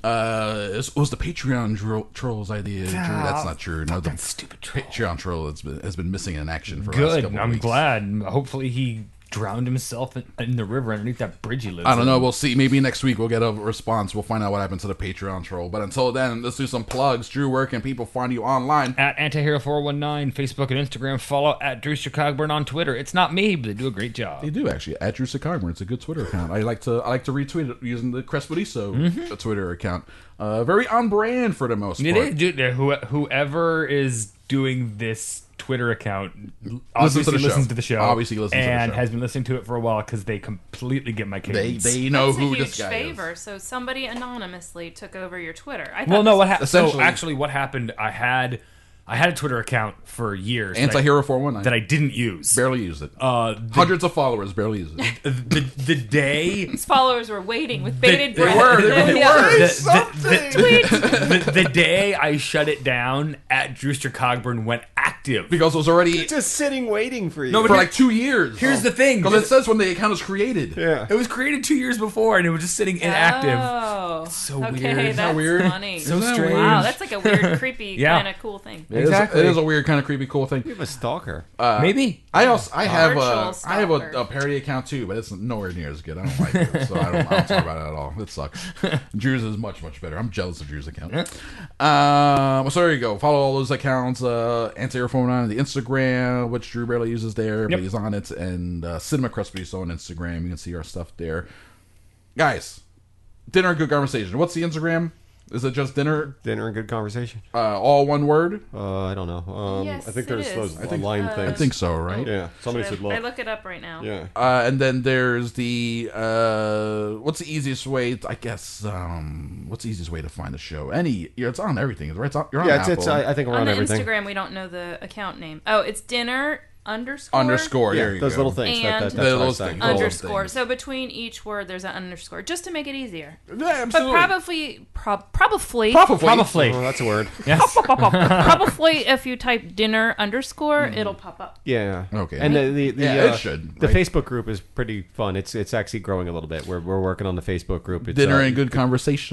[SPEAKER 5] Uh, this was the Patreon dro- trolls idea. Drew, that's not true. No, the
[SPEAKER 4] stupid troll.
[SPEAKER 5] Patreon troll has been, has been missing in action for the last
[SPEAKER 4] Good.
[SPEAKER 5] couple
[SPEAKER 4] I'm
[SPEAKER 5] weeks.
[SPEAKER 4] glad. Hopefully he drowned himself in, in the river underneath that bridge he lives
[SPEAKER 5] I don't know.
[SPEAKER 4] in.
[SPEAKER 5] We'll see. Maybe next week we'll get a response. We'll find out what happened to the Patreon troll. But until then, let's do some plugs. Drew, where can people find you online?
[SPEAKER 4] At Antihero419, Facebook and Instagram. Follow at Drew Cogburn on Twitter. It's not me, but they do a great job.
[SPEAKER 5] They do actually at Drew Sycamore. It's a good Twitter account. I like to I like to retweet it using the Crespodiso Twitter account. Uh, very on brand for the most
[SPEAKER 4] Mm-hmm. It
[SPEAKER 5] part.
[SPEAKER 4] is, dude. uh, Who, whoever is doing this Twitter account obviously
[SPEAKER 5] Listens to the show.
[SPEAKER 4] listens to the show.
[SPEAKER 5] Obviously listens to the
[SPEAKER 4] and
[SPEAKER 5] show.
[SPEAKER 4] has been listening to it for a while because they completely get my
[SPEAKER 5] They
[SPEAKER 4] cadence.
[SPEAKER 5] they know
[SPEAKER 7] That's
[SPEAKER 5] who
[SPEAKER 7] a huge
[SPEAKER 5] this guy
[SPEAKER 7] favor.
[SPEAKER 5] is.
[SPEAKER 7] So somebody anonymously took over your Twitter. I thought
[SPEAKER 4] well, no.
[SPEAKER 7] this-
[SPEAKER 4] What happened? So
[SPEAKER 5] Essentially-
[SPEAKER 4] actually, what happened? I had I had a Twitter account for years. that I-
[SPEAKER 5] Antihero four one nine.
[SPEAKER 4] that I didn't use.
[SPEAKER 5] barely use it.
[SPEAKER 4] Uh, the,
[SPEAKER 5] Hundreds of followers barely use it.
[SPEAKER 4] the the day
[SPEAKER 7] His followers were waiting with bated
[SPEAKER 4] They- they
[SPEAKER 5] were,
[SPEAKER 7] breath.
[SPEAKER 5] they
[SPEAKER 7] Yeah.
[SPEAKER 5] were.
[SPEAKER 4] the,
[SPEAKER 5] something!
[SPEAKER 4] the, the, the, the day I shut it down at Drewster Cogburn went active.
[SPEAKER 5] because it was already
[SPEAKER 6] Just sitting waiting for you.
[SPEAKER 4] No, but
[SPEAKER 5] for like two years.
[SPEAKER 4] Here's the thing.
[SPEAKER 5] because it says when the account is created.
[SPEAKER 6] yeah.
[SPEAKER 4] It was created two years before, and it was just sitting inactive.
[SPEAKER 7] Oh,
[SPEAKER 4] so
[SPEAKER 7] okay,
[SPEAKER 4] weird. Isn't
[SPEAKER 7] That's
[SPEAKER 4] that
[SPEAKER 5] weird?
[SPEAKER 7] funny.
[SPEAKER 4] So strange.
[SPEAKER 7] Wow, that's like a weird, creepy,
[SPEAKER 4] Yeah.
[SPEAKER 7] kind of cool thing.
[SPEAKER 5] It is-
[SPEAKER 4] Exactly.
[SPEAKER 5] It is a weird kind of creepy cool thing.
[SPEAKER 6] You have a stalker.
[SPEAKER 5] Uh,
[SPEAKER 4] Maybe.
[SPEAKER 5] I also I have a
[SPEAKER 7] Virtual
[SPEAKER 5] I have a,
[SPEAKER 7] stalker.
[SPEAKER 5] a parody account too, but it's nowhere near as good. I don't like it, so I don't, I don't talk about it at all. It sucks. Drew's is much much better. I'm jealous of Drew's account. Um, so there you go. Follow all those accounts. Uh, Anti Airphone on the Instagram, which Drew barely uses there, but
[SPEAKER 4] Yep.
[SPEAKER 5] he's on it. And uh, Cinema Crespy is on Instagram. You can see our stuff there. Guys, dinner, good conversation. What's the Instagram? Is it just dinner?
[SPEAKER 6] Dinner and good conversation.
[SPEAKER 5] Uh, all one word?
[SPEAKER 6] Uh, I don't know. Um,
[SPEAKER 7] Yes,
[SPEAKER 6] I think
[SPEAKER 7] it
[SPEAKER 6] there's
[SPEAKER 7] is.
[SPEAKER 6] those
[SPEAKER 7] I
[SPEAKER 5] think-
[SPEAKER 6] line things.
[SPEAKER 5] I think so, right?
[SPEAKER 6] Yeah. Somebody
[SPEAKER 7] I,
[SPEAKER 6] should look.
[SPEAKER 7] I look it up right now.
[SPEAKER 6] Yeah.
[SPEAKER 5] Uh, and then there's the uh, what's the easiest way? I guess um, what's the easiest way to find the show? Any, yeah, it's on everything, right? It's on, you're on
[SPEAKER 6] Yeah. It's,
[SPEAKER 5] Apple.
[SPEAKER 6] it's, I, I think we're on,
[SPEAKER 7] On the
[SPEAKER 6] everything.
[SPEAKER 7] Instagram, we don't know the account name. Oh, it's dinner underscore
[SPEAKER 5] underscore.
[SPEAKER 6] Yeah.
[SPEAKER 5] there you
[SPEAKER 6] Those
[SPEAKER 5] go.
[SPEAKER 6] little things. that,
[SPEAKER 7] And-
[SPEAKER 6] that, that's
[SPEAKER 7] The
[SPEAKER 6] what I
[SPEAKER 5] little
[SPEAKER 6] said.
[SPEAKER 5] things. Oh.
[SPEAKER 6] Cool.
[SPEAKER 7] underscore.
[SPEAKER 5] things.
[SPEAKER 7] So between each word, there's an underscore, just to make it easier.
[SPEAKER 5] Yeah,
[SPEAKER 7] But
[SPEAKER 5] absolutely.
[SPEAKER 7] probably, prob- probably,
[SPEAKER 5] Probably.
[SPEAKER 4] Probably.
[SPEAKER 6] Oh, that's a word.
[SPEAKER 4] Yes.
[SPEAKER 7] probably, if you type dinner underscore,
[SPEAKER 5] Mm-hmm.
[SPEAKER 7] it'll pop up.
[SPEAKER 6] Yeah.
[SPEAKER 5] Okay.
[SPEAKER 6] And the the, the
[SPEAKER 5] Yeah, it
[SPEAKER 6] uh,
[SPEAKER 5] should,
[SPEAKER 6] The
[SPEAKER 5] right?
[SPEAKER 6] Facebook group is pretty fun. It's it's actually growing a little bit. We're we're working on the Facebook group. It's,
[SPEAKER 5] Dinner
[SPEAKER 6] uh,
[SPEAKER 5] and good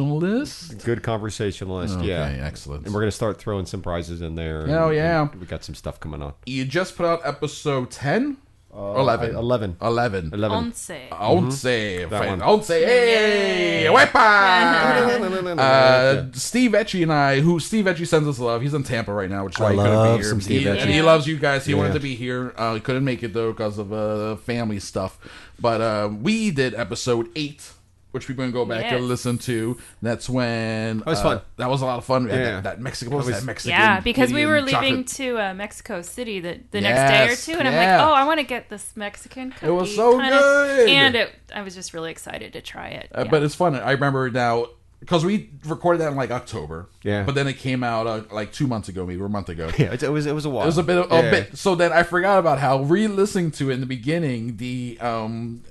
[SPEAKER 5] conversationalist.
[SPEAKER 6] good conversationalist.
[SPEAKER 5] Okay,
[SPEAKER 6] yeah.
[SPEAKER 5] excellent.
[SPEAKER 6] And we're gonna start throwing some prizes in there.
[SPEAKER 5] Oh,
[SPEAKER 6] and-
[SPEAKER 5] yeah.
[SPEAKER 6] and we got some stuff coming on.
[SPEAKER 5] You just put out episode ten.
[SPEAKER 6] Uh,
[SPEAKER 5] Oh, Eleven.
[SPEAKER 6] I- 11.
[SPEAKER 5] Eleven.
[SPEAKER 6] Eleven.
[SPEAKER 7] Once.
[SPEAKER 5] Once, friend.
[SPEAKER 6] Mm-hmm. one.
[SPEAKER 5] Once, hey, wepa! Uh, Steve Etchy and I, who Steve Etchy sends us love. He's in Tampa right now, which is why
[SPEAKER 6] I
[SPEAKER 5] he couldn't
[SPEAKER 6] love
[SPEAKER 5] be here.
[SPEAKER 6] some Steve
[SPEAKER 5] he,
[SPEAKER 6] Etche.
[SPEAKER 5] he loves you guys. He
[SPEAKER 6] Yeah.
[SPEAKER 5] wanted to be here. Uh, he couldn't make it though because of uh, family stuff. But uh, we did episode eight, which we're going to go back
[SPEAKER 7] Yes.
[SPEAKER 5] and listen to. That's when that
[SPEAKER 6] was fun.
[SPEAKER 5] That was a lot of fun. We had
[SPEAKER 6] Yeah.
[SPEAKER 5] That, that Mexican, what was,
[SPEAKER 6] was-
[SPEAKER 5] that Mexican?
[SPEAKER 7] Yeah, because we
[SPEAKER 5] Indian
[SPEAKER 7] were leaving
[SPEAKER 5] chocolate-
[SPEAKER 7] to uh, Mexico City the, the
[SPEAKER 5] Yes,
[SPEAKER 7] next day or two, and I'm
[SPEAKER 5] yeah.
[SPEAKER 7] like, oh, I want to get this Mexican cookie.
[SPEAKER 5] was so
[SPEAKER 7] kinda-
[SPEAKER 5] good.
[SPEAKER 7] and it, I was just really excited to try it.
[SPEAKER 5] Uh,
[SPEAKER 7] yeah.
[SPEAKER 5] But it's fun. I remember now because we recorded that in like October.
[SPEAKER 6] Yeah.
[SPEAKER 5] But then it came out uh, like two months ago, maybe or a month ago.
[SPEAKER 6] Yeah, it, it was it was a while.
[SPEAKER 5] It was a bit, of,
[SPEAKER 6] Yeah.
[SPEAKER 5] a bit. So then I forgot about how re-listening to it in the beginning. The um,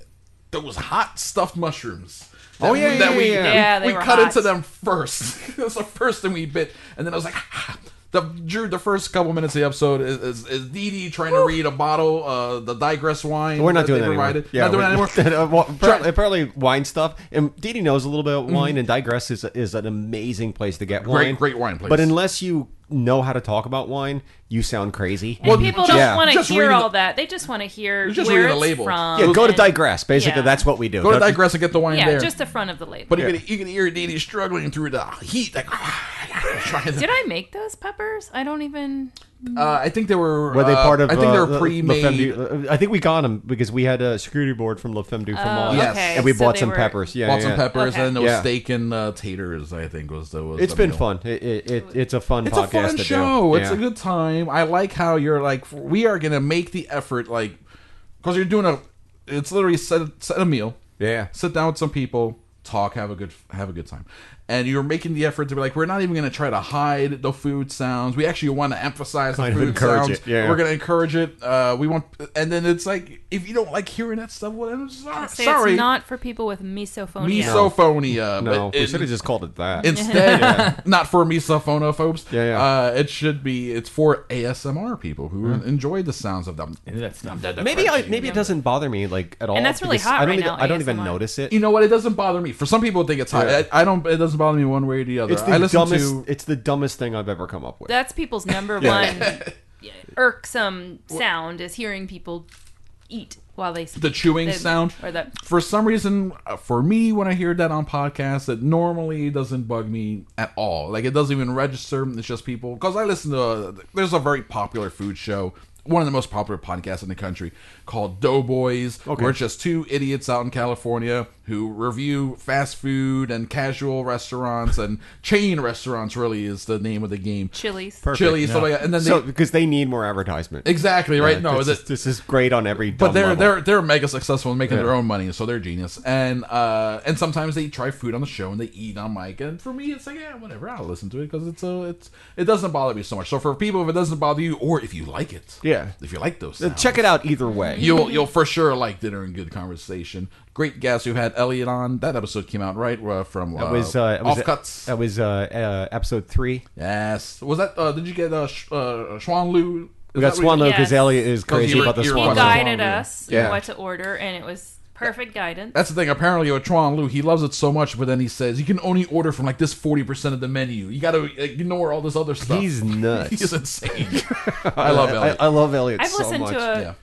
[SPEAKER 5] those hot stuffed mushrooms.
[SPEAKER 6] Oh, yeah, yeah,
[SPEAKER 5] we
[SPEAKER 6] yeah, yeah.
[SPEAKER 5] we,
[SPEAKER 7] Yeah, they
[SPEAKER 5] we
[SPEAKER 7] were
[SPEAKER 5] cut
[SPEAKER 7] hot.
[SPEAKER 5] into them first. it was the first thing we bit, and then I was like, the Drew. The first couple minutes of the episode is is, is Dee Dee trying to read a bottle, uh, the digress wine.
[SPEAKER 6] We're not
[SPEAKER 5] that they
[SPEAKER 6] doing that anymore.
[SPEAKER 5] provided. not doing that anymore.
[SPEAKER 6] we're- uh, well,
[SPEAKER 5] Try- Mm-hmm.
[SPEAKER 6] apparently, apparently wine stuff. And Didi knows a little bit about wine, and Digress is, is an amazing place to get wine.
[SPEAKER 5] great wine place.
[SPEAKER 6] But unless you know how to talk about wine, you sound crazy.
[SPEAKER 7] And people don't
[SPEAKER 6] yeah.
[SPEAKER 7] want to
[SPEAKER 5] just
[SPEAKER 7] hear
[SPEAKER 5] reading
[SPEAKER 7] all that. They just want to hear
[SPEAKER 5] Just
[SPEAKER 7] where
[SPEAKER 5] reading the
[SPEAKER 7] it's
[SPEAKER 5] label.
[SPEAKER 7] from.
[SPEAKER 6] yeah, go to
[SPEAKER 7] and-
[SPEAKER 6] Digress. Basically,
[SPEAKER 7] yeah.
[SPEAKER 6] that's what we do.
[SPEAKER 5] Go to digress and get the wine
[SPEAKER 7] Yeah,
[SPEAKER 5] there.
[SPEAKER 7] just the front of the label.
[SPEAKER 5] but you can you can hear Dee Dee struggling through the heat. Like, trying to-
[SPEAKER 7] Did I make those peppers? I don't even.
[SPEAKER 5] Uh, I think they were.
[SPEAKER 6] Were they
[SPEAKER 5] uh,
[SPEAKER 6] part of?
[SPEAKER 5] I think
[SPEAKER 6] uh,
[SPEAKER 5] they
[SPEAKER 6] the- uh,
[SPEAKER 5] were pre-made.
[SPEAKER 6] La Femme Du- I think we got them because we had a security board from La Femme du Fromage,
[SPEAKER 5] Yes. okay,
[SPEAKER 6] and we
[SPEAKER 7] Oh, so
[SPEAKER 6] bought
[SPEAKER 7] they
[SPEAKER 6] some
[SPEAKER 7] were-
[SPEAKER 6] peppers. Yeah,
[SPEAKER 5] bought
[SPEAKER 6] yeah.
[SPEAKER 5] some peppers
[SPEAKER 7] Okay.
[SPEAKER 5] and there was
[SPEAKER 6] Yeah.
[SPEAKER 5] steak and uh, taters. I think was the. Was
[SPEAKER 6] It's
[SPEAKER 5] the
[SPEAKER 6] been
[SPEAKER 5] meal.
[SPEAKER 6] fun. It, it, it, it's a fun.
[SPEAKER 5] It's a
[SPEAKER 6] podcast
[SPEAKER 5] fun
[SPEAKER 6] to do.
[SPEAKER 5] show. It's
[SPEAKER 6] Yeah.
[SPEAKER 5] a good time. I like how you're like. We are gonna make the effort, like, because you're doing a. It's literally set set a meal.
[SPEAKER 6] Yeah.
[SPEAKER 5] Sit down with some people, talk, have a good have a good time, and you're making the effort to be like, we're not even gonna try to hide the food sounds. We actually want to emphasize
[SPEAKER 6] Kind
[SPEAKER 5] the
[SPEAKER 6] of
[SPEAKER 5] food
[SPEAKER 6] encourage
[SPEAKER 5] sounds.
[SPEAKER 6] it, yeah.
[SPEAKER 5] We're gonna encourage it. Uh, we want, and then it's like, if you don't like hearing that stuff, well, I'm so-
[SPEAKER 7] Say
[SPEAKER 5] Uh, sorry.
[SPEAKER 7] it's not for people with misophonia.
[SPEAKER 5] misophonia.
[SPEAKER 6] No,
[SPEAKER 5] uh, but
[SPEAKER 6] we
[SPEAKER 5] in-
[SPEAKER 6] should have just called it that.
[SPEAKER 5] instead, not for misophonophobes.
[SPEAKER 6] Yeah, yeah.
[SPEAKER 5] Uh, it should be. It's for ASMR people who
[SPEAKER 6] Mm.
[SPEAKER 5] enjoy the sounds of them.
[SPEAKER 4] That's not that.
[SPEAKER 6] Maybe I, maybe it doesn't bother me like at all.
[SPEAKER 7] that's really
[SPEAKER 6] because
[SPEAKER 7] hot
[SPEAKER 6] I don't
[SPEAKER 7] right
[SPEAKER 6] even,
[SPEAKER 7] now,
[SPEAKER 6] I don't even
[SPEAKER 7] ASMR.
[SPEAKER 6] notice it.
[SPEAKER 5] You know what? It doesn't bother me. For some people, it gets hot.
[SPEAKER 6] Yeah.
[SPEAKER 5] I, I don't. It doesn't bother me one way or the other.
[SPEAKER 6] It's the
[SPEAKER 5] I listen
[SPEAKER 6] dumbest.
[SPEAKER 5] to.
[SPEAKER 6] It's the dumbest thing I've ever come up with.
[SPEAKER 7] That's people's number one irksome sound is hearing people eat while they speak.
[SPEAKER 5] The chewing
[SPEAKER 7] They-
[SPEAKER 5] sound.
[SPEAKER 7] or that
[SPEAKER 5] For some reason, uh, for me, when I hear that on podcasts, it normally doesn't bug me at all. Like it doesn't even register. It's just people because I listen to. uh there's a very popular food show, one of the most popular podcasts in the country, called Doughboys. Where it's just two idiots out in California who review fast food and casual restaurants and chain restaurants. Really, is the name of the game.
[SPEAKER 7] chilies.
[SPEAKER 5] Chili, stuff like that. And then they,
[SPEAKER 6] so because they need more advertisement.
[SPEAKER 5] exactly right. no,
[SPEAKER 6] this,
[SPEAKER 5] that-
[SPEAKER 6] is, this is great on every.
[SPEAKER 5] but
[SPEAKER 6] Dumb
[SPEAKER 5] they're
[SPEAKER 6] level.
[SPEAKER 5] they're they're mega successful in making
[SPEAKER 6] Yeah.
[SPEAKER 5] their own money, so they're genius. And uh, and sometimes they try food on the show and they eat on mic. And for me, it's like yeah, whatever. I'll listen to it because it's a it's it doesn't bother me so much. So for people, if it doesn't bother you, or if you like it,
[SPEAKER 6] Yeah.
[SPEAKER 5] if you like those,
[SPEAKER 6] Uh,
[SPEAKER 5] sounds,
[SPEAKER 6] check it out either way.
[SPEAKER 5] You'll you'll for sure like dinner and good conversation. Great guest who had Elliot on. That episode came out right uh, from uh,
[SPEAKER 6] That was, uh, it was
[SPEAKER 5] offcuts.
[SPEAKER 6] That was uh, uh, episode three.
[SPEAKER 5] yes, was that? Uh, did you get uh, Sh- uh, Shuan Lu?
[SPEAKER 6] We got Swan Low
[SPEAKER 7] Yes.
[SPEAKER 6] because Elliot is
[SPEAKER 5] Because
[SPEAKER 6] crazy
[SPEAKER 5] you were-
[SPEAKER 6] about the
[SPEAKER 5] you were
[SPEAKER 7] He
[SPEAKER 6] Swan
[SPEAKER 5] watching
[SPEAKER 6] Low.
[SPEAKER 7] guided us
[SPEAKER 6] Yeah.
[SPEAKER 7] what to order, and it was perfect guidance.
[SPEAKER 5] That's the thing. Apparently, with Chuan Lu, he loves it so much, but then he says you can only order from like this forty percent of the menu. You got to ignore all this other stuff.
[SPEAKER 6] He's nuts.
[SPEAKER 5] He's insane. I love Elliot.
[SPEAKER 6] I, I love Elliot
[SPEAKER 7] I've
[SPEAKER 6] so
[SPEAKER 7] listened
[SPEAKER 6] much.
[SPEAKER 7] to a,
[SPEAKER 5] Yeah.
[SPEAKER 7] a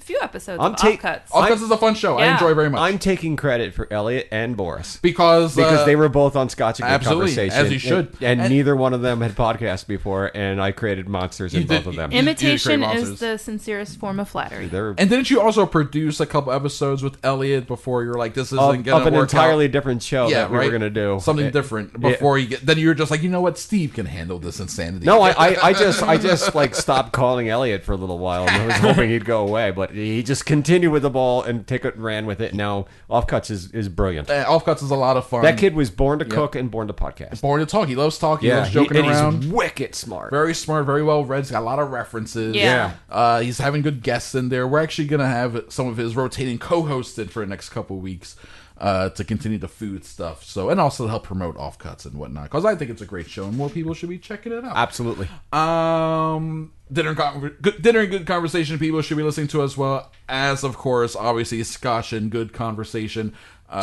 [SPEAKER 7] few episodes
[SPEAKER 6] I'm
[SPEAKER 7] of
[SPEAKER 6] take-
[SPEAKER 7] Offcuts.
[SPEAKER 5] Oh, 'cause it's a fun show. I
[SPEAKER 7] Yeah.
[SPEAKER 5] enjoy it very much
[SPEAKER 6] I'm taking credit for Elliot and Boris.
[SPEAKER 5] because
[SPEAKER 6] because
[SPEAKER 5] uh,
[SPEAKER 6] they were both on Scotch and Good
[SPEAKER 5] absolutely,
[SPEAKER 6] Conversation,
[SPEAKER 5] as you should.
[SPEAKER 6] and, and
[SPEAKER 5] And-
[SPEAKER 6] neither one of them had podcasts before, and I created monsters in
[SPEAKER 5] You
[SPEAKER 6] both
[SPEAKER 5] did-
[SPEAKER 6] of them.
[SPEAKER 5] you- you did create
[SPEAKER 7] Imitation
[SPEAKER 5] monsters.
[SPEAKER 7] is the sincerest form of flattery.
[SPEAKER 6] They're
[SPEAKER 5] And didn't you also produce a couple episodes with Elliot before you were like, "This isn't
[SPEAKER 6] of,
[SPEAKER 5] gonna
[SPEAKER 6] of an
[SPEAKER 5] work
[SPEAKER 6] entirely
[SPEAKER 5] out.
[SPEAKER 6] different show
[SPEAKER 5] yeah,
[SPEAKER 6] that we
[SPEAKER 5] right.
[SPEAKER 6] were going to do
[SPEAKER 5] something
[SPEAKER 6] It-
[SPEAKER 5] different
[SPEAKER 6] yeah.
[SPEAKER 5] before you get. Then you were just like, you know what, Steve can handle this insanity.
[SPEAKER 6] No, I, I, I just I just like stopped calling Elliot for a little while, and I was hoping he'd go away, but he just continued with the ball and took it and ran with it. Now offcuts is is brilliant.
[SPEAKER 5] Uh, Offcuts is a lot of fun.
[SPEAKER 6] That kid was born to cook and born to podcast.
[SPEAKER 5] born to talk. He loves talking. he
[SPEAKER 6] Yeah,
[SPEAKER 5] loves joking
[SPEAKER 6] he, and
[SPEAKER 5] around.
[SPEAKER 6] he's wicked smart.
[SPEAKER 5] Very smart, very well read. He's got a lot of references.
[SPEAKER 7] Yeah.
[SPEAKER 5] Uh, he's having good guests in there. We're actually going to have some of his rotating co hosted for the next couple weeks uh, to continue the food stuff. So, and also to help promote offcuts and whatnot. Because I think it's a great show and more people should be checking it out.
[SPEAKER 6] Absolutely.
[SPEAKER 5] Um, dinner and Con- good, dinner and good conversation. People should be listening to as well as, of course, obviously Scotch and good conversation.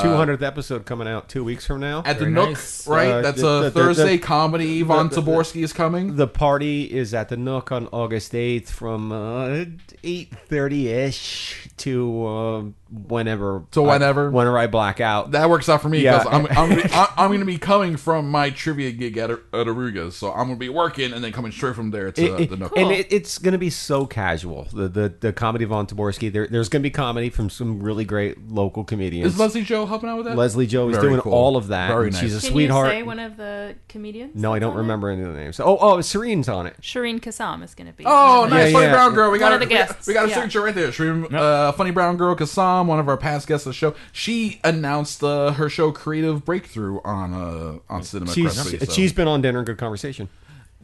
[SPEAKER 6] Two hundredth episode coming out two weeks from now.
[SPEAKER 5] Uh, At the
[SPEAKER 4] Very
[SPEAKER 5] Nook,
[SPEAKER 4] nice.
[SPEAKER 5] right?
[SPEAKER 6] Uh,
[SPEAKER 5] That's
[SPEAKER 6] the-
[SPEAKER 5] a
[SPEAKER 6] the- the-
[SPEAKER 5] Thursday
[SPEAKER 6] the-
[SPEAKER 5] comedy. Von
[SPEAKER 6] the- the-
[SPEAKER 5] Zaborski is coming.
[SPEAKER 6] the party is at the Nook on August eighth from uh, eight thirty ish to uh, whenever.
[SPEAKER 5] To whenever.
[SPEAKER 6] I, whenever I black out.
[SPEAKER 5] that works out for me
[SPEAKER 6] Yeah.
[SPEAKER 5] because I'm, I'm, I'm, going to be coming from my trivia gig at, at Aruga's. So I'm going to be working and then coming straight from there to
[SPEAKER 6] It-
[SPEAKER 5] uh, the
[SPEAKER 6] it-
[SPEAKER 5] Nook.
[SPEAKER 6] And it, it's going to be so casual. The the, the comedy Von Taborski. There, there's going to be comedy from some really great local comedians.
[SPEAKER 5] Is Leslie Joe helping out with that?
[SPEAKER 6] Leslie Joe is
[SPEAKER 5] Very
[SPEAKER 6] doing
[SPEAKER 5] cool.
[SPEAKER 6] all of that.
[SPEAKER 5] Very
[SPEAKER 6] and
[SPEAKER 5] nice.
[SPEAKER 6] She's a
[SPEAKER 7] Can
[SPEAKER 6] sweetheart.
[SPEAKER 7] you say one of the comedians?
[SPEAKER 6] no, I
[SPEAKER 7] that's
[SPEAKER 6] don't
[SPEAKER 7] on it?
[SPEAKER 6] remember any of the names. Oh, oh, Serene's on it.
[SPEAKER 7] Shireen Kassam is going to be.
[SPEAKER 5] Oh,
[SPEAKER 7] one of
[SPEAKER 5] nice
[SPEAKER 6] Yeah,
[SPEAKER 5] funny
[SPEAKER 6] yeah.
[SPEAKER 5] brown girl. We got
[SPEAKER 7] One of
[SPEAKER 5] her-
[SPEAKER 7] the guests.
[SPEAKER 5] We got, we got her
[SPEAKER 7] Yeah.
[SPEAKER 5] signature right there. She, uh, funny brown girl Kasam, one of our past guests of the show. She announced uh, her show Creative Breakthrough on uh, on Cinema.
[SPEAKER 6] She's
[SPEAKER 5] Crespi, so-
[SPEAKER 6] she's been on dinner and good conversation.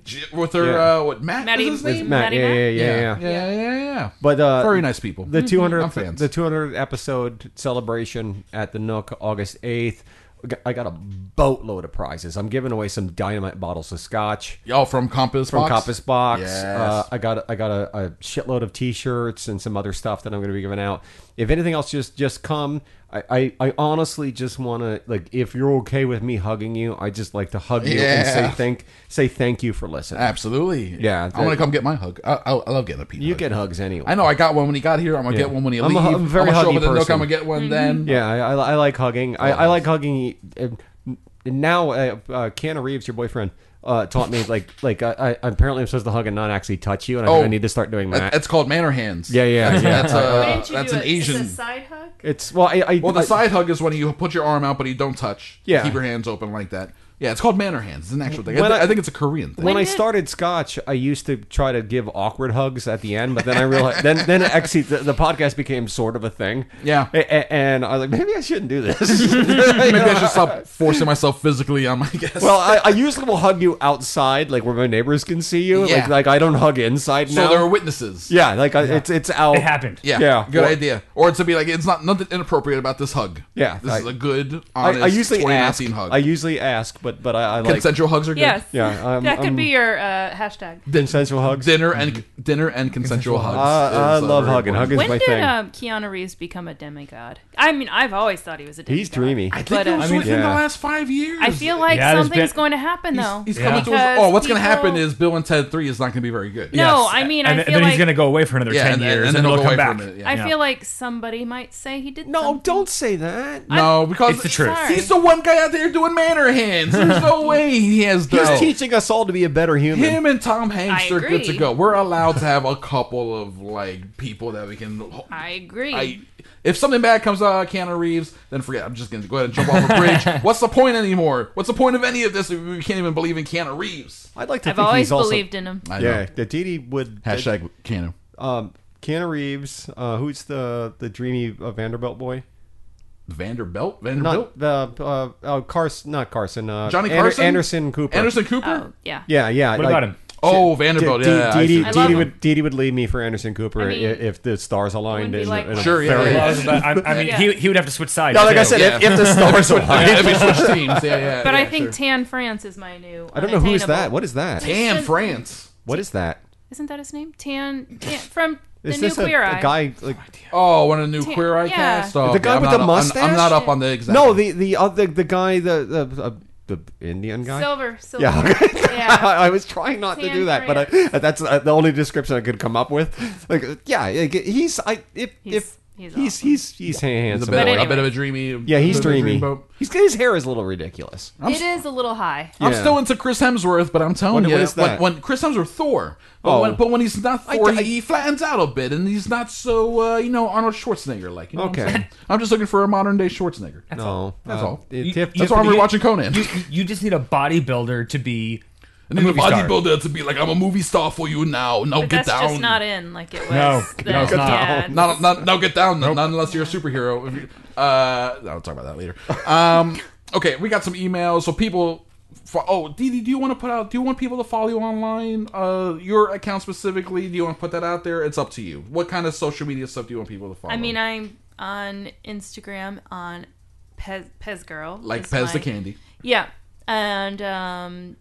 [SPEAKER 5] She- with her
[SPEAKER 6] Yeah.
[SPEAKER 5] uh, what Matt
[SPEAKER 7] Maddie-
[SPEAKER 5] is his
[SPEAKER 7] With
[SPEAKER 5] name.
[SPEAKER 6] Matt,
[SPEAKER 7] Maddie
[SPEAKER 6] yeah,
[SPEAKER 7] Matt? Mm-hmm.
[SPEAKER 6] yeah, yeah,
[SPEAKER 5] yeah,
[SPEAKER 6] yeah.
[SPEAKER 5] yeah, yeah, yeah.
[SPEAKER 6] But uh,
[SPEAKER 5] very nice people.
[SPEAKER 6] The 200
[SPEAKER 5] I'm fans.
[SPEAKER 6] the 200 episode celebration at the Nook August 8th. We got- I got a boatload of prizes. I'm giving away some dynamite bottles of scotch
[SPEAKER 5] Y'all from Compass
[SPEAKER 6] from
[SPEAKER 5] Box?
[SPEAKER 6] Compass Box.
[SPEAKER 5] Yes.
[SPEAKER 6] Uh, I got I got a, a shitload of T-shirts and some other stuff that I'm going to be giving out. If anything else, just just come. I, I, I honestly just want to like if you're okay with me hugging you, I just like to hug you and
[SPEAKER 5] Yeah.
[SPEAKER 6] say thank say thank you for listening.
[SPEAKER 5] Absolutely.
[SPEAKER 6] Yeah,
[SPEAKER 5] I want to
[SPEAKER 6] that-
[SPEAKER 5] come get my hug. I, I, I love getting a people.
[SPEAKER 6] You
[SPEAKER 5] hug.
[SPEAKER 6] get hugs anyway.
[SPEAKER 5] I know. I got one when he got here. I'm gonna get one when he
[SPEAKER 6] I'm
[SPEAKER 5] leaves.
[SPEAKER 6] a- I'm a very
[SPEAKER 5] gonna show up
[SPEAKER 6] huggy
[SPEAKER 5] at the Nook.
[SPEAKER 6] person.
[SPEAKER 5] I'm gonna get one
[SPEAKER 7] Mm-hmm.
[SPEAKER 5] then.
[SPEAKER 6] Yeah, I, I, I like hugging. I, I like hugging. uh, Now, uh, uh, Keanu Reeves, your boyfriend, uh, taught me like like I, I apparently I'm supposed to hug and not actually touch you, and I, think I need to start doing
[SPEAKER 5] Oh. that-
[SPEAKER 6] that.
[SPEAKER 5] It's called manor hands.
[SPEAKER 6] yeah, yeah, yeah.
[SPEAKER 5] That's, uh,
[SPEAKER 7] Why didn't you
[SPEAKER 5] that's
[SPEAKER 7] do
[SPEAKER 5] an
[SPEAKER 7] it?
[SPEAKER 5] Asian.
[SPEAKER 7] It's a side hug.
[SPEAKER 6] It's well, I, I
[SPEAKER 5] Well, the
[SPEAKER 6] I-
[SPEAKER 5] side hug is when you put your arm out, but you don't touch.
[SPEAKER 6] Yeah.
[SPEAKER 5] Keep your hands open like that. Yeah, it's called manor hands. It's an actual thing. I,
[SPEAKER 6] When
[SPEAKER 5] thi-
[SPEAKER 6] I-
[SPEAKER 5] I think it's a Korean thing.
[SPEAKER 6] When I
[SPEAKER 7] did-
[SPEAKER 6] started Scotch, I used to try to give awkward hugs at the end, but then I realized then then it actually the, the podcast became sort of a thing.
[SPEAKER 5] Yeah.
[SPEAKER 6] A- a- and I was like, maybe I shouldn't do this.
[SPEAKER 5] Maybe I should stop forcing myself physically um, on my guests.
[SPEAKER 6] well, I, I usually will hug you outside, like where my neighbors can see you.
[SPEAKER 5] Yeah.
[SPEAKER 6] Like like I don't hug inside
[SPEAKER 5] so
[SPEAKER 6] now.
[SPEAKER 5] there are witnesses.
[SPEAKER 6] Yeah, like I, it's it's out.
[SPEAKER 4] It happened.
[SPEAKER 5] Yeah,
[SPEAKER 6] Yeah.
[SPEAKER 5] good
[SPEAKER 6] Or-
[SPEAKER 5] idea. Or to be like, it's not nothing inappropriate about this hug.
[SPEAKER 6] Yeah,
[SPEAKER 5] this
[SPEAKER 6] I-
[SPEAKER 5] is a good,
[SPEAKER 6] I,
[SPEAKER 5] honest,
[SPEAKER 6] I usually
[SPEAKER 5] 2019
[SPEAKER 6] ask.
[SPEAKER 5] hug.
[SPEAKER 6] I usually ask, but but I, I like
[SPEAKER 5] consensual hugs are good.
[SPEAKER 7] Yes.
[SPEAKER 6] Yeah, I'm-
[SPEAKER 7] that could
[SPEAKER 6] I'm-
[SPEAKER 7] be your uh, hashtag.
[SPEAKER 6] consensual hugs.
[SPEAKER 5] Dinner and dinner and consensual hugs.
[SPEAKER 6] I- I
[SPEAKER 5] is, uh,
[SPEAKER 6] love
[SPEAKER 5] very
[SPEAKER 6] hugging.
[SPEAKER 5] important.
[SPEAKER 6] Hugging's
[SPEAKER 7] When
[SPEAKER 6] my
[SPEAKER 7] did
[SPEAKER 6] thing.
[SPEAKER 7] um, Keanu Reeves become a demigod? I mean, I've always thought he was a demigod.
[SPEAKER 6] He's dreamy.
[SPEAKER 5] I think
[SPEAKER 7] But,
[SPEAKER 5] it
[SPEAKER 7] uh,
[SPEAKER 5] was
[SPEAKER 7] I mean-
[SPEAKER 5] within the
[SPEAKER 6] Yeah.
[SPEAKER 5] last five years.
[SPEAKER 7] I feel like
[SPEAKER 4] Yeah, there's
[SPEAKER 7] something's
[SPEAKER 4] been-
[SPEAKER 7] going to happen though.
[SPEAKER 5] he's
[SPEAKER 4] Yeah.
[SPEAKER 5] coming to us.
[SPEAKER 7] Because
[SPEAKER 5] Oh, what's going to
[SPEAKER 7] people-
[SPEAKER 5] happen is Bill and Ted Three is not going to be very good.
[SPEAKER 7] No, I mean, I
[SPEAKER 4] and,
[SPEAKER 7] feel
[SPEAKER 4] then
[SPEAKER 7] like-
[SPEAKER 4] he's gonna go away for another
[SPEAKER 5] Yeah,
[SPEAKER 4] ten
[SPEAKER 5] and- and-
[SPEAKER 4] years,
[SPEAKER 5] and
[SPEAKER 4] and,
[SPEAKER 5] then
[SPEAKER 4] then
[SPEAKER 5] he'll
[SPEAKER 4] he'll come
[SPEAKER 5] go away for
[SPEAKER 4] back.
[SPEAKER 5] a minute, yeah.
[SPEAKER 7] I
[SPEAKER 4] Yeah.
[SPEAKER 7] feel like somebody might say he did.
[SPEAKER 6] No,
[SPEAKER 7] something.
[SPEAKER 6] don't say that.
[SPEAKER 5] No, because
[SPEAKER 4] It's the truth.
[SPEAKER 7] Sorry.
[SPEAKER 5] He's the one guy out there doing manor hands. There's no way he has
[SPEAKER 6] He's
[SPEAKER 5] the
[SPEAKER 6] teaching us all to be a better human.
[SPEAKER 5] Him and Tom Hanks
[SPEAKER 7] I
[SPEAKER 5] are good to
[SPEAKER 7] agree.
[SPEAKER 5] go. We're allowed to have a couple of like people that we can.
[SPEAKER 7] I agree.
[SPEAKER 5] I- if something bad comes out of Keanu Reeves, then forget. it. I'm just gonna go ahead and jump off a bridge. What's the point anymore? What's the point of any of this if we can't even believe in Keanu Reeves?
[SPEAKER 6] I'd like to.
[SPEAKER 7] I've
[SPEAKER 6] think
[SPEAKER 7] always
[SPEAKER 6] he's also,
[SPEAKER 7] believed in him.
[SPEAKER 5] I
[SPEAKER 6] Yeah, the Didi would
[SPEAKER 5] Hashtag Keanu.
[SPEAKER 6] Um, Keanu Reeves. Uh, who's the the dreamy uh, Vanderbilt boy?
[SPEAKER 5] Vanderbilt. Vanderbilt.
[SPEAKER 6] Not uh, uh, oh, Carson. Not Carson. Uh,
[SPEAKER 5] Johnny
[SPEAKER 6] Ander-
[SPEAKER 5] Carson.
[SPEAKER 6] Anderson Cooper.
[SPEAKER 5] Anderson Cooper.
[SPEAKER 7] Oh, yeah.
[SPEAKER 6] Yeah, yeah.
[SPEAKER 4] What
[SPEAKER 6] like-
[SPEAKER 4] about him?
[SPEAKER 5] Oh,
[SPEAKER 6] D-
[SPEAKER 5] Vanderbilt.
[SPEAKER 6] D-
[SPEAKER 5] yeah, I
[SPEAKER 6] Didi,
[SPEAKER 5] see.
[SPEAKER 7] I
[SPEAKER 6] Didi
[SPEAKER 7] love
[SPEAKER 6] would Didi would leave me for Anderson Cooper
[SPEAKER 7] I mean,
[SPEAKER 6] i- if the stars aligned.
[SPEAKER 7] be
[SPEAKER 6] in a-
[SPEAKER 7] like
[SPEAKER 6] in a
[SPEAKER 7] that.
[SPEAKER 5] Sure, yeah,
[SPEAKER 6] very-
[SPEAKER 5] yeah,
[SPEAKER 4] Well, but I'm- I, mean,
[SPEAKER 7] Yeah.
[SPEAKER 4] he, he would have to switch sides.
[SPEAKER 6] No, like I
[SPEAKER 4] too.
[SPEAKER 6] said, if, if the stars aligned.
[SPEAKER 5] Yeah, if we switch teams, yeah, yeah.
[SPEAKER 7] But
[SPEAKER 5] yeah,
[SPEAKER 7] I think
[SPEAKER 5] sure.
[SPEAKER 7] Tan France is my new.
[SPEAKER 6] I don't know who is
[SPEAKER 7] unattainable.
[SPEAKER 6] that. What is that?
[SPEAKER 5] Damn France.
[SPEAKER 6] What is that?
[SPEAKER 7] Isn't that his name? Tan, Tan from the
[SPEAKER 6] Is
[SPEAKER 7] new
[SPEAKER 6] this a,
[SPEAKER 7] Queer
[SPEAKER 6] a
[SPEAKER 7] Eye.
[SPEAKER 6] guy? Like,
[SPEAKER 5] Oh, one of the new
[SPEAKER 7] Ta-
[SPEAKER 5] Queer Eye
[SPEAKER 7] yeah.
[SPEAKER 5] cast. Oh,
[SPEAKER 6] The guy
[SPEAKER 5] I'm
[SPEAKER 6] with
[SPEAKER 5] not
[SPEAKER 6] the
[SPEAKER 5] up- I'm- I'm,
[SPEAKER 6] mustache?
[SPEAKER 5] not up on the exact.
[SPEAKER 6] no, the the other the guy the the uh, the Indian guy.
[SPEAKER 7] Silver, silver.
[SPEAKER 6] Yeah, okay.
[SPEAKER 7] yeah.
[SPEAKER 6] I was trying not to do that, but I, that's uh, the only description I could come up with. Like, uh, yeah, like, he's I if
[SPEAKER 7] He's- he's
[SPEAKER 6] if he's he's
[SPEAKER 7] awesome.
[SPEAKER 6] he's,
[SPEAKER 5] He's a bit,
[SPEAKER 6] handsome.
[SPEAKER 7] But
[SPEAKER 5] a bit
[SPEAKER 7] anyway.
[SPEAKER 5] of a dreamy.
[SPEAKER 6] yeah, he's
[SPEAKER 5] bit of a
[SPEAKER 6] dreamy.
[SPEAKER 5] dreamboat.
[SPEAKER 6] He's his hair is a little ridiculous.
[SPEAKER 7] It is a little high.
[SPEAKER 5] I'm
[SPEAKER 6] Yeah.
[SPEAKER 5] still into Chris Hemsworth, but I'm telling
[SPEAKER 6] What-
[SPEAKER 5] you,
[SPEAKER 6] what is that?
[SPEAKER 5] When, when Chris Hemsworth Thor, but,
[SPEAKER 6] Oh.
[SPEAKER 5] when, but when he's not
[SPEAKER 6] I-
[SPEAKER 5] Thor,
[SPEAKER 6] I-
[SPEAKER 5] he flattens out a bit, and he's not so uh, you know Arnold Schwarzenegger like. You know what I'm
[SPEAKER 6] Okay.
[SPEAKER 5] saying? I'm just looking for a modern day Schwarzenegger.
[SPEAKER 6] No,
[SPEAKER 5] That's
[SPEAKER 6] uh,
[SPEAKER 5] all.
[SPEAKER 6] it-
[SPEAKER 4] You-
[SPEAKER 6] Tiff-
[SPEAKER 5] That's
[SPEAKER 4] you-
[SPEAKER 5] why we're
[SPEAKER 4] you-
[SPEAKER 5] watching Conan.
[SPEAKER 4] You, you just need a bodybuilder to be
[SPEAKER 5] And then the
[SPEAKER 4] movie star.
[SPEAKER 5] bodybuilder to be like, I'm a movie star for you now. Now
[SPEAKER 7] But
[SPEAKER 5] get
[SPEAKER 7] that's
[SPEAKER 5] down.
[SPEAKER 7] just not in like it was.
[SPEAKER 4] No,
[SPEAKER 7] then.
[SPEAKER 4] no, it's not.
[SPEAKER 7] Yeah,
[SPEAKER 5] Not, not, now get down. Not unless you're a superhero. If you- Uh, I'll talk about that later. Um, okay, we got some emails. So people, fo- oh, Didi, do you want to put out? Do you want people to follow you online? Uh, your account specifically? Do you want to put that out there? It's up to you. What kind of social media stuff do you want people to follow?
[SPEAKER 7] I mean, I'm on Instagram on Pez, Pez Girl.
[SPEAKER 5] like
[SPEAKER 7] is
[SPEAKER 5] Pez
[SPEAKER 7] my-
[SPEAKER 5] the Candy.
[SPEAKER 7] Yeah, and um,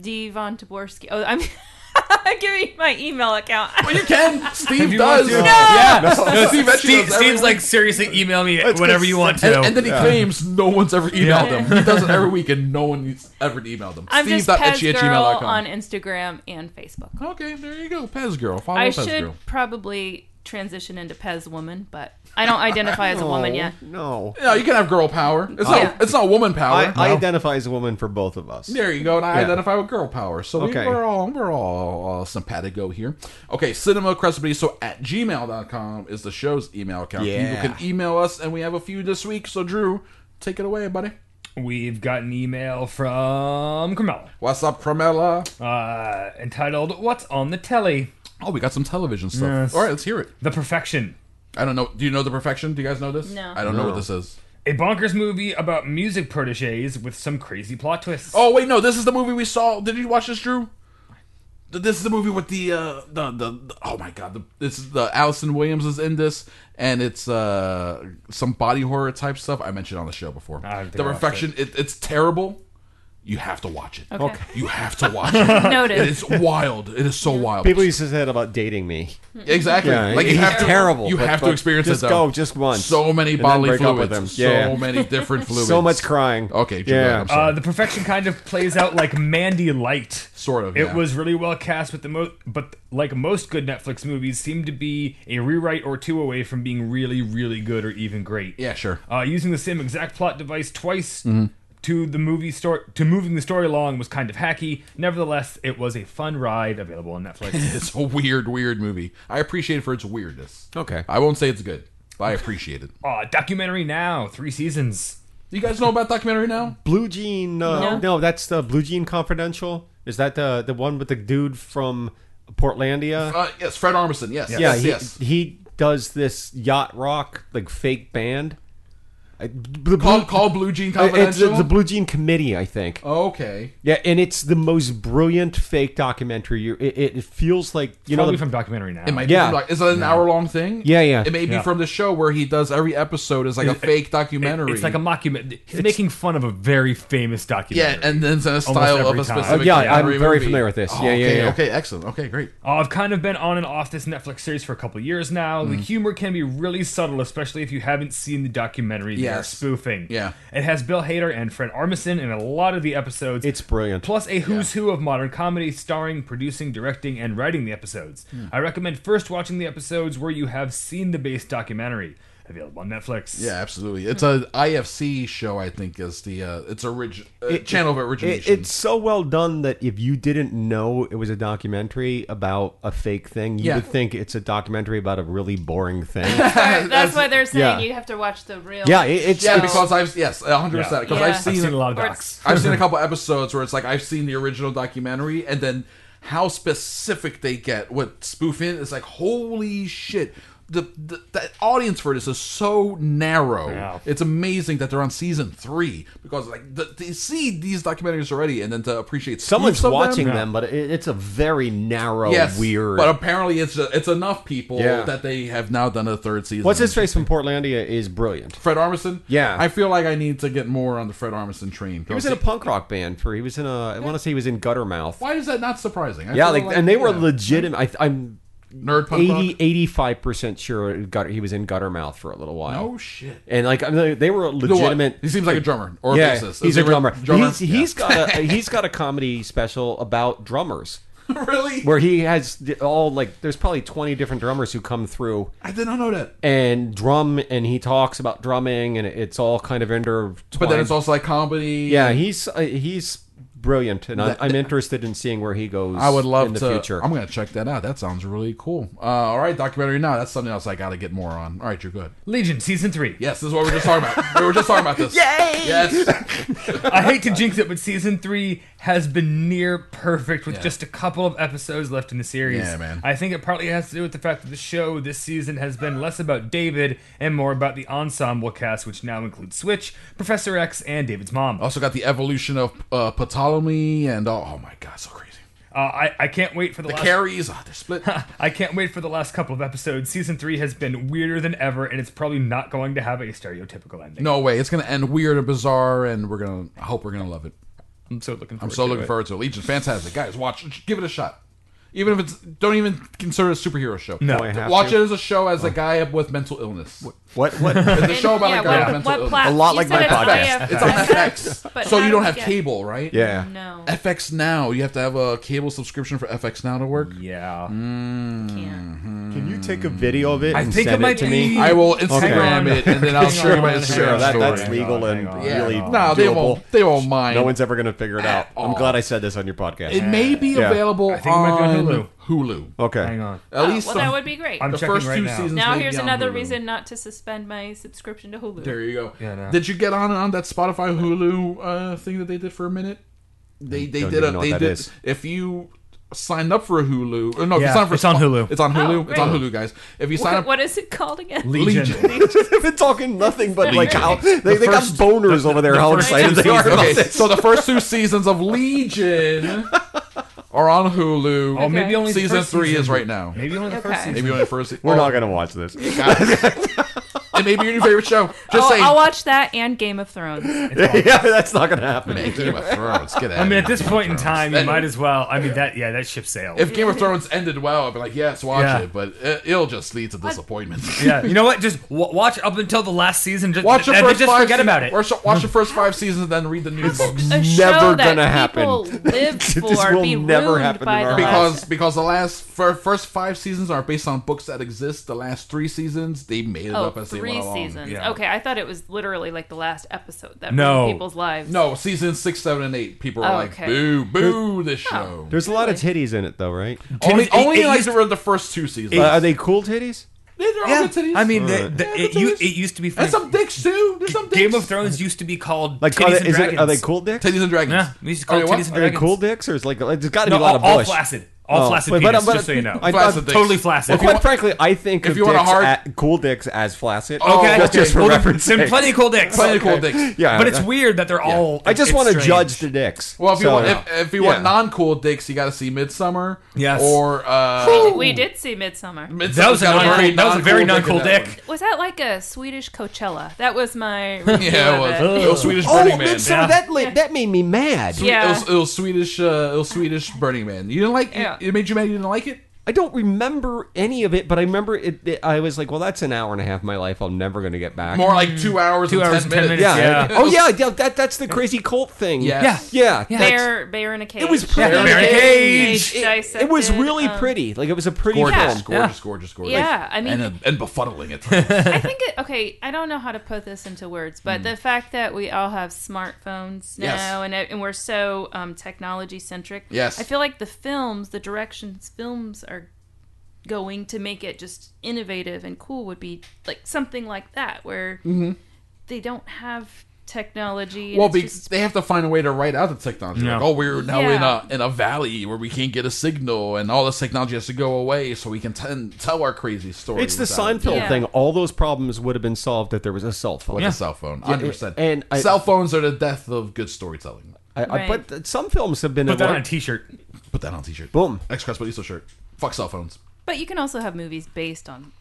[SPEAKER 7] D Von Taborski. Oh, I'm. I'm not giving you my email account.
[SPEAKER 5] Well, you can. Steve
[SPEAKER 4] you
[SPEAKER 5] does.
[SPEAKER 4] want to? No.
[SPEAKER 5] Yeah.
[SPEAKER 10] No,
[SPEAKER 5] Steve actually
[SPEAKER 10] Steve, Steve's
[SPEAKER 5] does every-
[SPEAKER 10] like seriously, email me whenever you want to.
[SPEAKER 5] And, and then he claims no one's ever emailed him. He does it every week, and no one's ever emailed him.
[SPEAKER 7] I'm just Pez
[SPEAKER 5] Steve.etchy@gmail.com.
[SPEAKER 7] Girl on Instagram and Facebook.
[SPEAKER 5] Okay, there you go. Pez girl. Follow
[SPEAKER 7] I
[SPEAKER 5] Pez
[SPEAKER 7] should
[SPEAKER 5] girl.
[SPEAKER 7] probably transition into Pez woman, but I don't identify as a woman yet.
[SPEAKER 6] No.
[SPEAKER 5] No, you can have girl power. It's
[SPEAKER 7] Yeah.
[SPEAKER 5] not. It's not woman power.
[SPEAKER 6] I, I
[SPEAKER 5] No.
[SPEAKER 6] identify as a woman for both of us.
[SPEAKER 5] Oh, There you go, and I
[SPEAKER 6] Yeah.
[SPEAKER 5] identify with girl power. So
[SPEAKER 6] Okay.
[SPEAKER 5] we, we're all we're all uh, simpatico here. Okay, cinema crespity. So at gmail.com is the show's email account.
[SPEAKER 6] Yeah.
[SPEAKER 5] People can email us, and we have a few this week. So Drew, take it away, buddy.
[SPEAKER 4] We've got an email from Carmela
[SPEAKER 5] What's up, Carmela?
[SPEAKER 4] uh, entitled "What's on the Telly."
[SPEAKER 5] Oh, we got some television stuff.
[SPEAKER 4] Yes.
[SPEAKER 5] All right, let's hear it.
[SPEAKER 4] The Perfection,
[SPEAKER 5] I don't know. Do you know the perfection? Do you guys know this?
[SPEAKER 7] No.
[SPEAKER 5] I don't know what this is.
[SPEAKER 4] a bonkers movie about music proteges with some crazy plot twists.
[SPEAKER 5] Oh wait, no. This is the movie we saw. Did you watch this, Drew? Th- This is the movie with the uh, the, the the- oh my god. The, this is the Allison Williams is in this, and it's uh some body horror type stuff. I mentioned on the show before.
[SPEAKER 4] I don't think
[SPEAKER 5] The
[SPEAKER 4] I watched
[SPEAKER 5] perfection. It. it's terrible. You have to watch it.
[SPEAKER 7] Okay. Okay.
[SPEAKER 5] You have to watch it.
[SPEAKER 7] Noted.
[SPEAKER 5] It is wild. It is so wild.
[SPEAKER 6] People used to say that about dating me.
[SPEAKER 5] exactly. like you
[SPEAKER 6] he's
[SPEAKER 5] have to,
[SPEAKER 6] terrible.
[SPEAKER 5] You
[SPEAKER 6] but-
[SPEAKER 5] have
[SPEAKER 6] but
[SPEAKER 5] to experience
[SPEAKER 6] just
[SPEAKER 5] it though.
[SPEAKER 6] go just once.
[SPEAKER 5] So many
[SPEAKER 6] and then
[SPEAKER 5] bodily
[SPEAKER 6] break up with
[SPEAKER 5] fluids.
[SPEAKER 6] him.
[SPEAKER 5] So
[SPEAKER 6] Yeah.
[SPEAKER 5] many different fluids.
[SPEAKER 6] So much crying.
[SPEAKER 5] Okay, Drew,
[SPEAKER 6] Yeah.
[SPEAKER 5] I'm sorry.
[SPEAKER 4] Uh, the perfection kind of plays out like Mandy Light.
[SPEAKER 5] Sort of,
[SPEAKER 4] It
[SPEAKER 5] yeah.
[SPEAKER 4] was really well cast, but the mo- but like most good Netflix movies, seemed to be a rewrite or two away from being really, really good or even great.
[SPEAKER 5] Yeah, sure. Mm-hmm.
[SPEAKER 4] Uh, using the same exact plot device twice to the movie story to moving the story along was kind of hacky. Nevertheless, it was a fun ride available on Netflix.
[SPEAKER 5] It's a weird, weird movie. I appreciate it for its weirdness.
[SPEAKER 6] Okay.
[SPEAKER 5] I won't say it's good, but I appreciate it.
[SPEAKER 4] uh, documentary now, three seasons.
[SPEAKER 5] You guys know about documentary now?
[SPEAKER 6] Blue Jean. Uh, no. that's the Blue Jean Confidential. Is that the the one with the dude from Portlandia?
[SPEAKER 5] Uh, yes, Fred Armisen. Yes,
[SPEAKER 6] yeah,
[SPEAKER 5] yes,
[SPEAKER 6] he,
[SPEAKER 5] yes.
[SPEAKER 6] he does this yacht rock like fake band. I- The
[SPEAKER 5] Call,
[SPEAKER 6] blue,
[SPEAKER 5] call Blue Jean
[SPEAKER 6] it's
[SPEAKER 5] Confidential. Oh.
[SPEAKER 6] the Blue Jean Committee, I think.
[SPEAKER 5] okay.
[SPEAKER 6] Yeah, and it's the most brilliant fake documentary. You, it, it- it feels like you know.
[SPEAKER 4] Probably
[SPEAKER 6] The,
[SPEAKER 4] from documentary now.
[SPEAKER 5] It might be
[SPEAKER 6] Yeah.
[SPEAKER 5] from, like, is it an hour long thing?
[SPEAKER 6] Yeah, yeah.
[SPEAKER 5] It may be
[SPEAKER 4] Yeah.
[SPEAKER 5] from the show where he does every episode is like a fake documentary.
[SPEAKER 4] It's like a mockumentary. He's making fun of a very famous documentary.
[SPEAKER 5] yeah, and then it's in a style of
[SPEAKER 4] every
[SPEAKER 5] a
[SPEAKER 4] time.
[SPEAKER 5] specific.
[SPEAKER 4] Oh,
[SPEAKER 6] yeah, I'm
[SPEAKER 5] documentary
[SPEAKER 6] very
[SPEAKER 5] movie.
[SPEAKER 6] familiar with this.
[SPEAKER 5] Oh,
[SPEAKER 6] Yeah, yeah,
[SPEAKER 5] okay,
[SPEAKER 6] yeah.
[SPEAKER 5] Okay, excellent. Okay, great.
[SPEAKER 4] Uh, I've kind of been on and off this Netflix series for a couple years now. The
[SPEAKER 5] Mm.
[SPEAKER 4] humor can be really subtle, especially if you haven't seen the documentary they're
[SPEAKER 5] Yes.
[SPEAKER 4] spoofing.
[SPEAKER 5] Yeah.
[SPEAKER 4] It has Bill Hader and Fred Armisen in a lot of the episodes.
[SPEAKER 6] it's brilliant.
[SPEAKER 4] Plus a who's who of modern comedy, starring, producing, directing, and writing the episodes.
[SPEAKER 5] Hmm.
[SPEAKER 4] I recommend first watching the episodes where you have seen the base documentary. Available on Netflix.
[SPEAKER 5] Yeah, absolutely. It's a IFC show, I think, is the uh, it's origin uh,
[SPEAKER 6] It-
[SPEAKER 5] channel of
[SPEAKER 6] it-
[SPEAKER 5] origination.
[SPEAKER 6] it's so well done that if you didn't know it was a documentary about a fake thing, you
[SPEAKER 5] Yeah.
[SPEAKER 6] would think it's a documentary about a really boring thing.
[SPEAKER 7] That's, why they're saying
[SPEAKER 6] yeah.
[SPEAKER 7] you have to watch the real.
[SPEAKER 6] yeah, it, it's,
[SPEAKER 5] yeah,
[SPEAKER 6] it's-
[SPEAKER 5] because I've yes, hundred percent. Because
[SPEAKER 7] Yeah.
[SPEAKER 5] I've
[SPEAKER 7] I've
[SPEAKER 5] seen,
[SPEAKER 4] I've seen a lot of
[SPEAKER 7] Or
[SPEAKER 4] docs.
[SPEAKER 5] I've seen a couple episodes where it's like I've seen the original documentary and then how specific they get with spoofing. It's like holy shit. The, the that audience for this is so narrow.
[SPEAKER 4] Yeah.
[SPEAKER 5] It's amazing that they're on season three because like the, they see these documentaries already and then to appreciate
[SPEAKER 6] someone's
[SPEAKER 5] spoofs of
[SPEAKER 6] watching
[SPEAKER 5] them.
[SPEAKER 6] them, but it, it's a very narrow,
[SPEAKER 5] Yes,
[SPEAKER 6] weird.
[SPEAKER 5] But apparently, it's it's enough people
[SPEAKER 6] Yeah.
[SPEAKER 5] that they have now done a third season.
[SPEAKER 6] What's his face from Portlandia is brilliant.
[SPEAKER 5] Fred Armisen.
[SPEAKER 6] Yeah.
[SPEAKER 5] I feel like I need to get more on the Fred Armisen train.
[SPEAKER 6] He was in a punk rock band for. He was in a. I want to say he was in Guttermouth.
[SPEAKER 5] Why is that not surprising? I
[SPEAKER 6] Yeah,
[SPEAKER 5] feel
[SPEAKER 6] like, and they were
[SPEAKER 5] yeah.
[SPEAKER 6] legitimate. I, I'm
[SPEAKER 5] nerd punk
[SPEAKER 6] 80,
[SPEAKER 5] rock?
[SPEAKER 6] 85 percent sure it got- he was in Guttermouth for a little while.
[SPEAKER 5] Oh shit!
[SPEAKER 6] And like I mean, they were
[SPEAKER 5] You know what?
[SPEAKER 6] legitimate.
[SPEAKER 5] He seems like a drummer or a
[SPEAKER 6] yeah,
[SPEAKER 5] bassist.
[SPEAKER 6] he's
[SPEAKER 5] Is he
[SPEAKER 6] a
[SPEAKER 5] re-
[SPEAKER 6] drummer.
[SPEAKER 5] drummer?
[SPEAKER 6] He's, he's got a he's got a comedy special about drummers
[SPEAKER 5] really.
[SPEAKER 6] where he has the- all like there's probably twenty different drummers who come through
[SPEAKER 5] I did not know that.
[SPEAKER 6] and drum and he talks about drumming and it's all kind of inter.
[SPEAKER 5] But then it's also like comedy.
[SPEAKER 6] Yeah, he's uh, he's brilliant, and I'm, I'm interested in seeing where he goes.
[SPEAKER 5] I would love
[SPEAKER 6] in the
[SPEAKER 5] to.
[SPEAKER 6] future.
[SPEAKER 5] I'm gonna check that out. That sounds really cool. Uh, all right, documentary now. That's something else I got to get more on. All right, you're good.
[SPEAKER 4] Legion season three.
[SPEAKER 5] Yes, this is what we are just talking about. we were just talking about this. Yay! Yes.
[SPEAKER 4] I hate to jinx it, but season three has been near perfect with
[SPEAKER 5] Yeah.
[SPEAKER 4] just a couple of episodes left in the series.
[SPEAKER 5] Yeah, man.
[SPEAKER 4] I think it partly has to do with the fact that the show this season has been less about David and more about the ensemble cast, which now includes Switch, Professor X, and David's mom.
[SPEAKER 5] Also got the evolution of uh, Ptolemy and oh, oh my god, so crazy.
[SPEAKER 4] Uh, I, I can't wait for the,
[SPEAKER 5] The
[SPEAKER 4] last.
[SPEAKER 5] carries, oh, they're split.
[SPEAKER 4] I can't wait for the last couple of episodes. Season three has been weirder than ever, and it's probably not going to have a stereotypical ending.
[SPEAKER 5] no way, it's gonna end weird and bizarre, and we're gonna. I hope we're gonna love it.
[SPEAKER 4] I'm so looking. Forward
[SPEAKER 5] I'm so
[SPEAKER 4] to
[SPEAKER 5] looking
[SPEAKER 4] it.
[SPEAKER 5] forward to it. Legion's fantastic, guys. Watch, give it a shot. Even if it's don't even consider it a superhero show.
[SPEAKER 4] No.
[SPEAKER 6] Do I have
[SPEAKER 5] watch
[SPEAKER 6] to?
[SPEAKER 5] it as a show as a guy with mental illness.
[SPEAKER 6] What? What?
[SPEAKER 5] It's a show about a guy with mental illness.
[SPEAKER 7] plat-
[SPEAKER 6] A lot
[SPEAKER 7] you
[SPEAKER 6] like
[SPEAKER 7] said
[SPEAKER 6] my
[SPEAKER 7] it's
[SPEAKER 6] podcast.
[SPEAKER 7] IF.
[SPEAKER 5] It's on FX,
[SPEAKER 7] But
[SPEAKER 5] so
[SPEAKER 7] how
[SPEAKER 5] you
[SPEAKER 7] do
[SPEAKER 5] don't
[SPEAKER 7] we
[SPEAKER 5] have
[SPEAKER 7] get-
[SPEAKER 5] cable, right?
[SPEAKER 6] yeah.
[SPEAKER 7] No,
[SPEAKER 5] FX Now, you have to have a cable subscription for FX Now to Mm. work.
[SPEAKER 4] Yeah.
[SPEAKER 7] can't.
[SPEAKER 11] Can you take a video of it?
[SPEAKER 4] I
[SPEAKER 11] and
[SPEAKER 4] think
[SPEAKER 11] send
[SPEAKER 4] it might
[SPEAKER 11] to
[SPEAKER 4] be-
[SPEAKER 11] me?
[SPEAKER 5] I will
[SPEAKER 4] Hang
[SPEAKER 5] Instagram
[SPEAKER 4] on.
[SPEAKER 5] it, and then I'll show you my
[SPEAKER 4] Hang on,
[SPEAKER 5] Instagram
[SPEAKER 4] hang
[SPEAKER 11] Yeah,
[SPEAKER 4] on,
[SPEAKER 11] that,
[SPEAKER 5] story.
[SPEAKER 11] that's
[SPEAKER 4] Hang
[SPEAKER 11] legal
[SPEAKER 4] on,
[SPEAKER 11] and
[SPEAKER 4] hang on.
[SPEAKER 5] Yeah.
[SPEAKER 11] really
[SPEAKER 5] no, they
[SPEAKER 11] doable.
[SPEAKER 5] won't. They won't mind.
[SPEAKER 11] No one's ever going to figure it out. I'm
[SPEAKER 5] all.
[SPEAKER 11] glad I said this on your podcast.
[SPEAKER 5] It may be
[SPEAKER 11] Yeah.
[SPEAKER 5] available
[SPEAKER 4] I think it might be
[SPEAKER 5] on
[SPEAKER 4] on
[SPEAKER 5] Hulu. Hulu.
[SPEAKER 11] okay.
[SPEAKER 4] Hang on.
[SPEAKER 5] At
[SPEAKER 7] Oh,
[SPEAKER 5] least
[SPEAKER 7] well,
[SPEAKER 5] the,
[SPEAKER 7] that would be great.
[SPEAKER 4] I'm
[SPEAKER 5] the
[SPEAKER 4] checking
[SPEAKER 5] first
[SPEAKER 4] right
[SPEAKER 5] two
[SPEAKER 4] now.
[SPEAKER 5] seasons.
[SPEAKER 7] Now
[SPEAKER 5] may
[SPEAKER 7] here's
[SPEAKER 5] be on
[SPEAKER 7] another
[SPEAKER 5] Hulu.
[SPEAKER 7] reason not to suspend my subscription to Hulu.
[SPEAKER 5] There you go.
[SPEAKER 4] Yeah, no.
[SPEAKER 5] Did you get on on that Spotify Hulu uh, thing that they did for a minute? They they
[SPEAKER 6] don't
[SPEAKER 5] did
[SPEAKER 6] even
[SPEAKER 5] a
[SPEAKER 6] know what
[SPEAKER 5] they
[SPEAKER 6] that
[SPEAKER 5] did
[SPEAKER 6] is.
[SPEAKER 5] if you signed up for a Hulu. Or no, if you
[SPEAKER 4] Yeah,
[SPEAKER 5] sign up for
[SPEAKER 4] it's on
[SPEAKER 5] Spo-
[SPEAKER 4] Hulu.
[SPEAKER 5] It's on Hulu.
[SPEAKER 7] Oh,
[SPEAKER 5] it's on
[SPEAKER 7] great.
[SPEAKER 5] Hulu, guys. If you sign
[SPEAKER 7] What,
[SPEAKER 5] up,
[SPEAKER 7] what is it called again?
[SPEAKER 4] Legion.
[SPEAKER 11] They've been talking nothing but like how they, they got
[SPEAKER 5] first-
[SPEAKER 11] boners over there. How excited they are about
[SPEAKER 5] okay,
[SPEAKER 11] this.
[SPEAKER 5] so the first two seasons of Legion are on Hulu.
[SPEAKER 4] Oh, maybe only the
[SPEAKER 5] season
[SPEAKER 4] first
[SPEAKER 5] three is
[SPEAKER 4] season.
[SPEAKER 5] right now.
[SPEAKER 4] Maybe only the
[SPEAKER 7] Okay.
[SPEAKER 4] first season.
[SPEAKER 5] Maybe only the first. Oh,
[SPEAKER 11] We're not going to watch this.
[SPEAKER 5] It may be your new favorite show. Just
[SPEAKER 4] Oh,
[SPEAKER 7] I'll,
[SPEAKER 5] say
[SPEAKER 7] Oh, I'll watch that and Game of Thrones.
[SPEAKER 11] yeah, that's not going to happen.
[SPEAKER 5] Game of Thrones. Get out
[SPEAKER 4] I
[SPEAKER 5] of
[SPEAKER 4] mean,
[SPEAKER 5] here.
[SPEAKER 4] at this point in time, you
[SPEAKER 5] That-
[SPEAKER 4] might as well. I mean, that yeah, that ship sailed.
[SPEAKER 5] If Game of Thrones ended well, I'd be like, yes, watch
[SPEAKER 4] Yeah.
[SPEAKER 5] it. But it, it'll just lead to disappointment.
[SPEAKER 4] yeah, you know what? Just w- watch up until the last season. Just
[SPEAKER 5] Watch the
[SPEAKER 4] and then
[SPEAKER 5] first
[SPEAKER 4] just
[SPEAKER 5] five.
[SPEAKER 4] forget
[SPEAKER 5] se-
[SPEAKER 4] about it.
[SPEAKER 5] or so- watch the first five seasons, and then read the new books.
[SPEAKER 7] A
[SPEAKER 11] Never
[SPEAKER 7] show that
[SPEAKER 11] gonna happen.
[SPEAKER 7] people live
[SPEAKER 11] This
[SPEAKER 7] for
[SPEAKER 11] will
[SPEAKER 7] be
[SPEAKER 11] never
[SPEAKER 7] ruined
[SPEAKER 11] happen
[SPEAKER 7] by
[SPEAKER 11] in
[SPEAKER 7] the
[SPEAKER 11] our-
[SPEAKER 7] last-
[SPEAKER 5] Because because the last fir- first five seasons are based on books that exist. The last three seasons they made it
[SPEAKER 7] Oh,
[SPEAKER 5] up as they
[SPEAKER 7] three
[SPEAKER 5] went along.
[SPEAKER 7] seasons.
[SPEAKER 4] Yeah.
[SPEAKER 7] Okay, I thought it was literally like the last episode that
[SPEAKER 4] No.
[SPEAKER 7] ruined people's lives.
[SPEAKER 5] No, season six, seven, and eight. People are like,
[SPEAKER 7] Oh, Okay.
[SPEAKER 5] boo,
[SPEAKER 7] Oh.
[SPEAKER 5] boo, this show.
[SPEAKER 6] There's a lot of titties in it, though, right?
[SPEAKER 5] Only,
[SPEAKER 4] It- it
[SPEAKER 5] only like
[SPEAKER 4] used-
[SPEAKER 5] the, the first two seasons.
[SPEAKER 6] Uh, are they cool titties?
[SPEAKER 5] Yeah, they're all
[SPEAKER 4] yeah,
[SPEAKER 5] good titties.
[SPEAKER 4] I mean, the,
[SPEAKER 6] Alright.
[SPEAKER 4] the,
[SPEAKER 5] Yeah,
[SPEAKER 4] it,
[SPEAKER 5] the
[SPEAKER 4] you,
[SPEAKER 5] titties.
[SPEAKER 4] it used to be
[SPEAKER 5] and
[SPEAKER 4] from
[SPEAKER 5] some dicks too. There's some dicks.
[SPEAKER 4] Game of Thrones used to be called
[SPEAKER 6] Like,
[SPEAKER 4] titties
[SPEAKER 6] are
[SPEAKER 4] and
[SPEAKER 6] they, is it,
[SPEAKER 4] dragons.
[SPEAKER 6] are they cool dicks?
[SPEAKER 5] Titties and dragons.
[SPEAKER 4] Yeah, we used to call
[SPEAKER 5] Are
[SPEAKER 4] it
[SPEAKER 5] they what?
[SPEAKER 4] titties and
[SPEAKER 6] Are they
[SPEAKER 4] dragons.
[SPEAKER 6] cool dicks, or is like there's got to be
[SPEAKER 4] No,
[SPEAKER 6] a lot
[SPEAKER 4] all,
[SPEAKER 6] of
[SPEAKER 4] all
[SPEAKER 6] bush?
[SPEAKER 4] flaccid, all
[SPEAKER 6] Oh,
[SPEAKER 4] flaccid
[SPEAKER 6] but- but-
[SPEAKER 4] penis.
[SPEAKER 6] but-
[SPEAKER 4] just so you know,
[SPEAKER 6] I-
[SPEAKER 5] Flaccid dicks.
[SPEAKER 4] totally flaccid.
[SPEAKER 6] Well, quite frankly, I think
[SPEAKER 5] If
[SPEAKER 6] of
[SPEAKER 5] you want a
[SPEAKER 6] dicks
[SPEAKER 5] hard-
[SPEAKER 6] a- cool dicks as flaccid.
[SPEAKER 5] Oh, okay.
[SPEAKER 6] just, just for
[SPEAKER 5] Well, then-
[SPEAKER 6] reference.
[SPEAKER 4] Then
[SPEAKER 6] sake.
[SPEAKER 4] plenty of cool dicks.
[SPEAKER 5] Plenty of cool dicks.
[SPEAKER 6] Yeah,
[SPEAKER 4] but it's
[SPEAKER 6] that-
[SPEAKER 4] weird that they're all.
[SPEAKER 6] I just
[SPEAKER 4] it's
[SPEAKER 6] want to
[SPEAKER 4] strange.
[SPEAKER 6] judge the dicks.
[SPEAKER 5] Well, if you
[SPEAKER 6] So-
[SPEAKER 5] want if, if you want
[SPEAKER 6] Yeah.
[SPEAKER 5] non-cool dicks, you got to see Midsummer.
[SPEAKER 4] Yes.
[SPEAKER 5] Or
[SPEAKER 7] We
[SPEAKER 5] uh,
[SPEAKER 7] did, we did see Midsummer.
[SPEAKER 4] That was, a
[SPEAKER 5] got
[SPEAKER 4] non-
[SPEAKER 5] great
[SPEAKER 4] that was a very
[SPEAKER 5] non-cool
[SPEAKER 4] non-cool
[SPEAKER 5] dick in
[SPEAKER 4] dick.
[SPEAKER 7] Was that like a Swedish Coachella? That was my review
[SPEAKER 5] Yeah, it
[SPEAKER 7] of
[SPEAKER 5] was.
[SPEAKER 7] it.
[SPEAKER 5] It was Swedish
[SPEAKER 6] oh,
[SPEAKER 5] Burning Man.
[SPEAKER 6] Midsummer,
[SPEAKER 4] Yeah.
[SPEAKER 6] that li- that made me mad.
[SPEAKER 5] Swe-
[SPEAKER 7] Yeah.
[SPEAKER 5] It was, it was Swedish. Uh, it was Swedish Burning Man. You didn't like.
[SPEAKER 7] Yeah.
[SPEAKER 5] It, it made you mad. You didn't like it.
[SPEAKER 6] I don't remember any of it, but I remember it, it- I was like, well, that's an hour and a half of my life I'm never going to get back.
[SPEAKER 5] More like two hours.
[SPEAKER 4] Two
[SPEAKER 5] and
[SPEAKER 4] hours
[SPEAKER 5] ten
[SPEAKER 4] and 10
[SPEAKER 5] minutes.
[SPEAKER 4] minutes,
[SPEAKER 6] yeah.
[SPEAKER 4] Yeah.
[SPEAKER 6] Oh yeah, yeah, that that's the crazy cult thing.
[SPEAKER 5] Yes.
[SPEAKER 6] Yeah. Yeah. that's-
[SPEAKER 7] Bear, bear in a cage.
[SPEAKER 6] It was
[SPEAKER 7] Yeah,
[SPEAKER 6] pretty.
[SPEAKER 4] Bear in a
[SPEAKER 7] cage.
[SPEAKER 6] It- It, was
[SPEAKER 7] Dissected,
[SPEAKER 6] really
[SPEAKER 7] um,
[SPEAKER 6] pretty. Like it was a pretty
[SPEAKER 5] Gorgeous,
[SPEAKER 6] film.
[SPEAKER 5] gorgeous, gorgeous, gorgeous,
[SPEAKER 7] Yeah, I mean-
[SPEAKER 5] and, uh, and befuddling it.
[SPEAKER 7] I think it, okay, I don't know how to put this into words, but the fact that we all have smartphones now
[SPEAKER 5] Hmm. Yes.
[SPEAKER 7] and it, and we're so um, technology centric.
[SPEAKER 5] Yes.
[SPEAKER 7] I feel like the films, the directions films are going to make it just innovative and cool would be like something like that where they don't have technology. and
[SPEAKER 5] Mm-hmm. well,
[SPEAKER 7] it's
[SPEAKER 5] be,
[SPEAKER 7] just-
[SPEAKER 5] they have to find a way to write out the technology. Like,
[SPEAKER 4] No.
[SPEAKER 5] oh, we're now
[SPEAKER 7] Yeah.
[SPEAKER 5] in a in a valley where we can't get a signal, and all this technology has to go away, so we can ten- tell our crazy story.
[SPEAKER 6] It's the
[SPEAKER 5] without it.
[SPEAKER 6] Seinfeld
[SPEAKER 7] Yeah.
[SPEAKER 6] thing. All those problems would have been solved if there was a cell phone.
[SPEAKER 5] with a cell phone. 100%.
[SPEAKER 6] and I-
[SPEAKER 5] cell phones are the death of good storytelling.
[SPEAKER 6] I, I,
[SPEAKER 7] Right.
[SPEAKER 6] but th- some films have been
[SPEAKER 4] Put that
[SPEAKER 6] a-
[SPEAKER 4] on a t-shirt.
[SPEAKER 5] Put that on a t-shirt.
[SPEAKER 6] Boom.
[SPEAKER 5] X Crespodiso shirt. Fuck cell phones.
[SPEAKER 7] but you can also have movies based on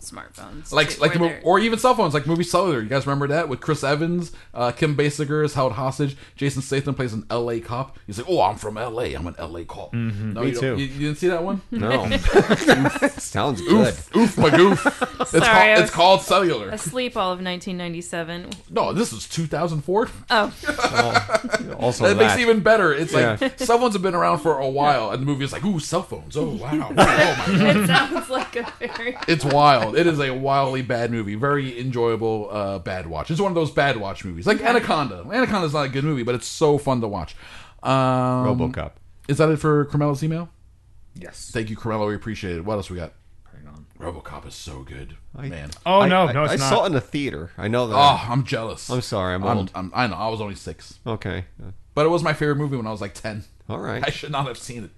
[SPEAKER 7] smartphones.
[SPEAKER 5] Like
[SPEAKER 7] too,
[SPEAKER 5] like the
[SPEAKER 7] where
[SPEAKER 5] mo-
[SPEAKER 7] they're-
[SPEAKER 5] or even cell phones like movie Cellular. You guys remember that with Chris Evans, uh, Kim Basinger is held hostage. Jason Statham plays an L.A. cop. He's like, oh, I'm from L.A. I'm an L.A. cop. No,
[SPEAKER 6] Mm-hmm. Me
[SPEAKER 5] you don't-
[SPEAKER 6] too.
[SPEAKER 5] You, you didn't see that one?
[SPEAKER 6] No. Sounds good.
[SPEAKER 5] Oof, oof, my goof. It's,
[SPEAKER 7] Sorry,
[SPEAKER 5] called,
[SPEAKER 7] I
[SPEAKER 5] it's
[SPEAKER 7] was-
[SPEAKER 5] called Cellular.
[SPEAKER 7] Asleep all of 1997.
[SPEAKER 5] No, this is 2004.
[SPEAKER 7] Oh,
[SPEAKER 6] Also
[SPEAKER 5] That
[SPEAKER 6] that.
[SPEAKER 5] makes it even better. It's
[SPEAKER 6] Yeah.
[SPEAKER 5] like cell phones have been around for a while, and the movie is like, ooh, cell phones. Oh wow, oh my
[SPEAKER 7] it sounds like a very
[SPEAKER 5] It's wild. It is a wildly bad movie. Very enjoyable uh, bad watch. It's one of those bad watch movies, like Anaconda. Anaconda's not a good movie, but it's so fun to watch. Um,
[SPEAKER 4] Mm-hmm.
[SPEAKER 6] RoboCop.
[SPEAKER 5] Is that it for Carmelo's email?
[SPEAKER 4] Yes.
[SPEAKER 5] Thank you, Carmelo. We appreciate it. What else we got? RoboCop is so good, man.
[SPEAKER 4] Oh
[SPEAKER 6] I-
[SPEAKER 4] no,
[SPEAKER 6] I,
[SPEAKER 4] no, it's
[SPEAKER 6] I
[SPEAKER 4] not.
[SPEAKER 6] saw it in the theater. I know that.
[SPEAKER 5] Oh, I'm jealous.
[SPEAKER 6] I'm sorry, I'm old.
[SPEAKER 5] I'm, I know. I was only six,
[SPEAKER 6] Okay. Uh,
[SPEAKER 5] but it was my favorite movie when I was like ten.
[SPEAKER 6] All right.
[SPEAKER 5] I should not have seen it,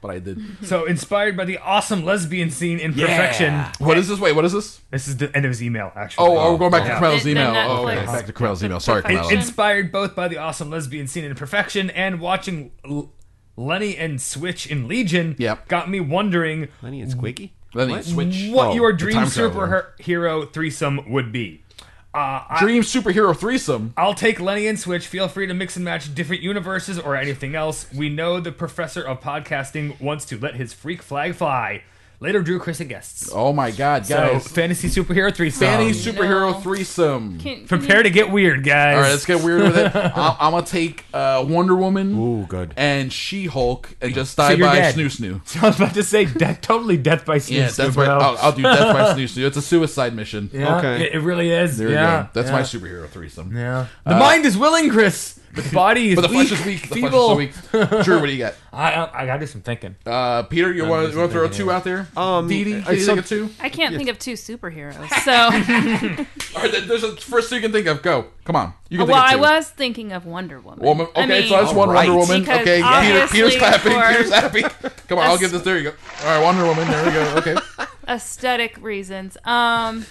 [SPEAKER 5] but I did.
[SPEAKER 4] So inspired by the awesome lesbian scene in Perfection.
[SPEAKER 5] What is this? Wait, what is this?
[SPEAKER 4] This is the end of his email, actually.
[SPEAKER 5] Oh, oh, we're going back to
[SPEAKER 4] Yeah.
[SPEAKER 5] Carmelo's
[SPEAKER 7] The- the
[SPEAKER 5] email. Oh, okay.
[SPEAKER 7] Netflix.
[SPEAKER 5] Back to Carmelo's email. Sorry,
[SPEAKER 7] Perfection.
[SPEAKER 5] Carmelo.
[SPEAKER 7] It's-
[SPEAKER 4] Inspired both by the awesome lesbian scene in Perfection and watching L- Lenny and Switch in Legion
[SPEAKER 5] Yep.
[SPEAKER 4] got me wondering
[SPEAKER 6] Lenny and Squeaky.
[SPEAKER 5] Lenny, switch.
[SPEAKER 4] what
[SPEAKER 5] Oh,
[SPEAKER 4] your
[SPEAKER 5] the
[SPEAKER 4] dream
[SPEAKER 5] time traveler.
[SPEAKER 4] superhero threesome would be. Uh, I-
[SPEAKER 5] Dream superhero threesome.
[SPEAKER 4] I'll take Lenny and Switch. Feel free to mix and match different universes or anything else. We know the professor of podcasting wants to let his freak flag fly. Later, Drew, Chris, and guests.
[SPEAKER 5] Oh my god,
[SPEAKER 4] So,
[SPEAKER 5] guys!
[SPEAKER 4] fantasy superhero threesome.
[SPEAKER 5] Fanny superhero threesome.
[SPEAKER 7] Can, can
[SPEAKER 4] Prepare
[SPEAKER 7] you-
[SPEAKER 4] to get weird, guys.
[SPEAKER 5] All right, let's get weird with it. I'm, I'm gonna take uh, Wonder Woman.
[SPEAKER 6] Ooh, good.
[SPEAKER 5] And She Hulk, and just die
[SPEAKER 4] you're
[SPEAKER 5] by
[SPEAKER 4] dead.
[SPEAKER 5] Snoo Snoo.
[SPEAKER 4] I was about to say death, totally death by snooze.
[SPEAKER 5] Yeah, that's my. I'll, I'll do death by Snoo Snoo. It's a suicide mission.
[SPEAKER 4] Yeah,
[SPEAKER 6] Okay.
[SPEAKER 4] It, it really is.
[SPEAKER 5] There
[SPEAKER 4] yeah,
[SPEAKER 5] you go. That's
[SPEAKER 4] yeah.
[SPEAKER 5] my superhero threesome.
[SPEAKER 4] Yeah. The mind is willing, Chris, but the body is
[SPEAKER 5] But the
[SPEAKER 4] weak.
[SPEAKER 5] flesh is weak. The flesh is
[SPEAKER 4] feeble.
[SPEAKER 5] so weak. Drew, what do you got?
[SPEAKER 4] I, I, I gotta do some thinking.
[SPEAKER 5] Uh, Peter, you want to throw a two out there?
[SPEAKER 6] Um,
[SPEAKER 5] Dee Dee,
[SPEAKER 6] I-
[SPEAKER 5] can you think
[SPEAKER 6] some-
[SPEAKER 5] of two?
[SPEAKER 7] I can't think of two superheroes. So,
[SPEAKER 5] All right, th- there's a first two you can think of. Go. Come on. You can
[SPEAKER 7] well,
[SPEAKER 5] think of
[SPEAKER 7] I
[SPEAKER 5] two.
[SPEAKER 7] was thinking of Wonder Woman.
[SPEAKER 5] Woman. Okay,
[SPEAKER 7] I mean,
[SPEAKER 5] so that's one Wonder Woman.
[SPEAKER 7] Because
[SPEAKER 5] Okay, Peter,
[SPEAKER 7] obviously
[SPEAKER 5] Peter's clapping.
[SPEAKER 7] for-
[SPEAKER 5] Peter's happy. Come on, I'll give this. There you go. All right, Wonder Woman. There we go. Okay.
[SPEAKER 7] aesthetic reasons. Um,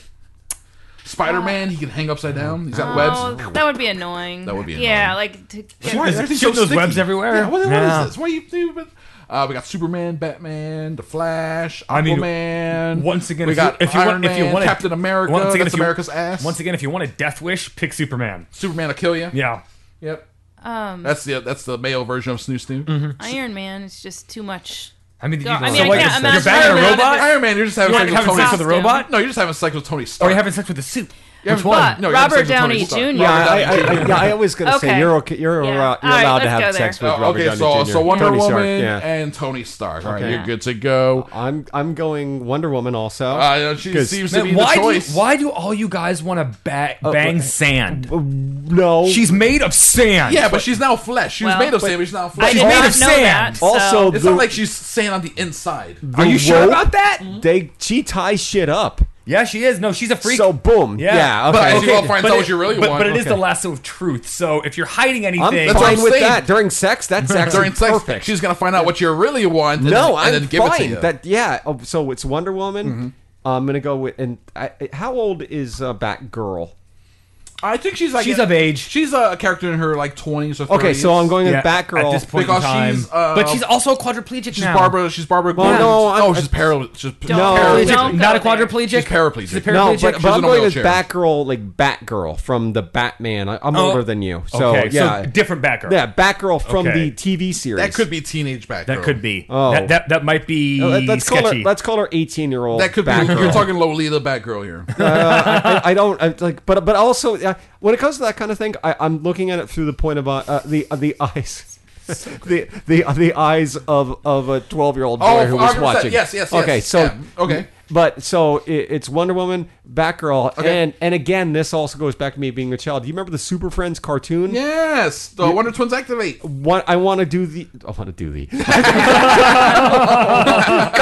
[SPEAKER 5] Spider Man. He can hang upside down. He's got
[SPEAKER 7] oh,
[SPEAKER 5] webs.
[SPEAKER 7] that would be annoying.
[SPEAKER 5] That would be
[SPEAKER 7] Yeah, like to get
[SPEAKER 4] What is
[SPEAKER 5] Everything's
[SPEAKER 4] shooting those
[SPEAKER 5] sticky.
[SPEAKER 4] webs everywhere?
[SPEAKER 5] Yeah, what, what is
[SPEAKER 4] Yeah.
[SPEAKER 5] this? What are you doing? Uh, we got Superman, Batman, The Flash, Aquaman.
[SPEAKER 4] I mean, Once again,
[SPEAKER 5] we
[SPEAKER 4] if
[SPEAKER 5] got
[SPEAKER 4] you, if you
[SPEAKER 5] Iron
[SPEAKER 4] want, if you
[SPEAKER 5] Man,
[SPEAKER 4] want a-
[SPEAKER 5] Captain America.
[SPEAKER 4] once again,
[SPEAKER 5] that's
[SPEAKER 4] if you-
[SPEAKER 5] America's ass.
[SPEAKER 4] Once again, if you want a death wish, pick Superman.
[SPEAKER 5] Superman will kill you.
[SPEAKER 4] Yeah.
[SPEAKER 5] Yep. Um, that's the that's the male version of Snoo Snoo.
[SPEAKER 7] Iron Man. It's just too much.
[SPEAKER 4] I mean,
[SPEAKER 7] Go-
[SPEAKER 4] you
[SPEAKER 7] I
[SPEAKER 4] go-
[SPEAKER 7] mean, I
[SPEAKER 4] what,
[SPEAKER 7] can't
[SPEAKER 4] you're
[SPEAKER 7] imagine
[SPEAKER 4] banging a
[SPEAKER 7] Iron Man
[SPEAKER 4] robot.
[SPEAKER 7] in a-
[SPEAKER 5] Iron Man, you're just having,
[SPEAKER 4] You
[SPEAKER 5] sex
[SPEAKER 4] want
[SPEAKER 5] with
[SPEAKER 4] to have
[SPEAKER 5] Tony
[SPEAKER 4] sex
[SPEAKER 5] Stark.
[SPEAKER 4] with a
[SPEAKER 7] costume.
[SPEAKER 4] robot? Oh,
[SPEAKER 5] No, you're just having sex with Tony
[SPEAKER 4] Or
[SPEAKER 5] Stark.
[SPEAKER 4] you're having sex with a suit?
[SPEAKER 5] You're
[SPEAKER 4] Which
[SPEAKER 5] having-
[SPEAKER 4] one?
[SPEAKER 5] No, you're having
[SPEAKER 7] Robert
[SPEAKER 5] sex with Tony
[SPEAKER 7] Downey
[SPEAKER 5] Stark.
[SPEAKER 7] Jr.
[SPEAKER 6] Yeah, I, I, I, yeah, I always gonna say
[SPEAKER 7] Okay.
[SPEAKER 6] you're okay. You're,
[SPEAKER 7] Yeah.
[SPEAKER 6] allowed, you're
[SPEAKER 7] All right,
[SPEAKER 6] allowed to
[SPEAKER 7] let's
[SPEAKER 6] have
[SPEAKER 7] go
[SPEAKER 6] sex
[SPEAKER 7] there.
[SPEAKER 6] with
[SPEAKER 5] Oh,
[SPEAKER 6] Robert
[SPEAKER 5] okay,
[SPEAKER 6] Downey
[SPEAKER 5] so,
[SPEAKER 6] Jr.
[SPEAKER 5] so Wonder
[SPEAKER 6] Tony
[SPEAKER 5] Woman
[SPEAKER 6] Stark, yeah.
[SPEAKER 5] and Tony Stark. All right,
[SPEAKER 6] Okay.
[SPEAKER 5] you're good to go.
[SPEAKER 6] I'm I'm going Wonder Woman also.
[SPEAKER 5] Uh, she
[SPEAKER 6] 'Cause-
[SPEAKER 5] seems to
[SPEAKER 4] Man,
[SPEAKER 5] be
[SPEAKER 4] why,
[SPEAKER 5] the
[SPEAKER 4] do you,
[SPEAKER 5] choice.
[SPEAKER 4] why do all you guys want to ba- bang
[SPEAKER 6] uh,
[SPEAKER 4] sand?
[SPEAKER 6] no.
[SPEAKER 4] She's made of sand.
[SPEAKER 5] Oh. Yeah, but she's now flesh. She was
[SPEAKER 7] Well,
[SPEAKER 5] made of sand, but she's now flesh.
[SPEAKER 7] I did
[SPEAKER 4] made
[SPEAKER 7] not
[SPEAKER 4] of
[SPEAKER 7] know
[SPEAKER 4] sand.
[SPEAKER 7] that. so-
[SPEAKER 6] Also-
[SPEAKER 5] It's not like she's sand on the inside.
[SPEAKER 4] Are you sure
[SPEAKER 6] woke- Mm-hmm.
[SPEAKER 4] about that?
[SPEAKER 6] they she ties shit up.
[SPEAKER 4] Yeah, she is. No, she's a freak.
[SPEAKER 6] So boom.
[SPEAKER 4] Yeah.
[SPEAKER 6] Yeah.
[SPEAKER 5] But I
[SPEAKER 6] okay.
[SPEAKER 5] see what finds out what you really
[SPEAKER 4] but,
[SPEAKER 5] want.
[SPEAKER 4] But it is the
[SPEAKER 6] Okay.
[SPEAKER 4] lasso of truth. So if you're hiding
[SPEAKER 6] I'm
[SPEAKER 4] anything,
[SPEAKER 5] what
[SPEAKER 6] fine
[SPEAKER 5] I'm
[SPEAKER 6] with
[SPEAKER 5] saying.
[SPEAKER 6] that during sex. That's actually
[SPEAKER 5] During sex,
[SPEAKER 6] perfect.
[SPEAKER 5] she's gonna find out what you really want. And
[SPEAKER 6] no,
[SPEAKER 5] then, and
[SPEAKER 6] I'm
[SPEAKER 5] then give
[SPEAKER 6] fine.
[SPEAKER 5] it to you. Mm-hmm.
[SPEAKER 6] That yeah. Oh, so it's Wonder Woman. I'm gonna go with and I, how old is uh, Batgirl?
[SPEAKER 5] I think she's like
[SPEAKER 4] She's of age.
[SPEAKER 5] She's a character in her like twenties or 30s.
[SPEAKER 6] Okay, so I'm going
[SPEAKER 4] Yeah,
[SPEAKER 6] with Batgirl.
[SPEAKER 4] at this point
[SPEAKER 5] Because
[SPEAKER 4] in time.
[SPEAKER 5] she's, uh,
[SPEAKER 4] but she's also quadriplegic
[SPEAKER 5] She's
[SPEAKER 4] now.
[SPEAKER 5] Barbara. She's Barbara.
[SPEAKER 6] Well,
[SPEAKER 5] Gordon.
[SPEAKER 6] no, I'm-
[SPEAKER 5] oh, she's paraplegic. She's
[SPEAKER 6] No.
[SPEAKER 5] paraplegic.
[SPEAKER 7] Don't
[SPEAKER 4] not a
[SPEAKER 7] go there.
[SPEAKER 4] quadriplegic.
[SPEAKER 5] She's paraplegic.
[SPEAKER 4] She's a
[SPEAKER 6] no,
[SPEAKER 4] paraplegic.
[SPEAKER 6] but,
[SPEAKER 5] She's
[SPEAKER 6] but I'm
[SPEAKER 5] in a
[SPEAKER 6] going with
[SPEAKER 5] wheelchair.
[SPEAKER 6] Batgirl, like Batgirl from the Batman. I, I'm
[SPEAKER 4] Oh,
[SPEAKER 6] older than you, so
[SPEAKER 4] okay, so
[SPEAKER 6] yeah,
[SPEAKER 4] different Batgirl.
[SPEAKER 6] Yeah, Batgirl from
[SPEAKER 4] Okay.
[SPEAKER 6] the TV series.
[SPEAKER 5] That could be teenage Batgirl.
[SPEAKER 4] that could be.
[SPEAKER 6] Oh.
[SPEAKER 4] That, that that might be
[SPEAKER 6] Uh, let- Let's
[SPEAKER 4] sketchy.
[SPEAKER 6] call her. Let's call her 18 year old.
[SPEAKER 5] That could be. You're talking Lolita Batgirl here.
[SPEAKER 6] I, I don't I, like, but but also uh, when it comes to that kind of thing, I, I'm looking at it through the point of uh, uh, the uh, the eyes. the the uh, the eyes of of a 12 year old boy
[SPEAKER 5] Oh,
[SPEAKER 6] who was
[SPEAKER 5] 100%.
[SPEAKER 6] watching.
[SPEAKER 5] Yes, yes,
[SPEAKER 6] Okay,
[SPEAKER 5] yes.
[SPEAKER 6] so
[SPEAKER 5] Yeah, okay.
[SPEAKER 6] but so it, it's Wonder Woman, Batgirl,
[SPEAKER 5] Okay.
[SPEAKER 6] and and again, this also goes back to me being a child. Do you remember the Super Friends cartoon?
[SPEAKER 5] Yes, the Wonder Twins activate.
[SPEAKER 6] What I want to do the I want to do the cut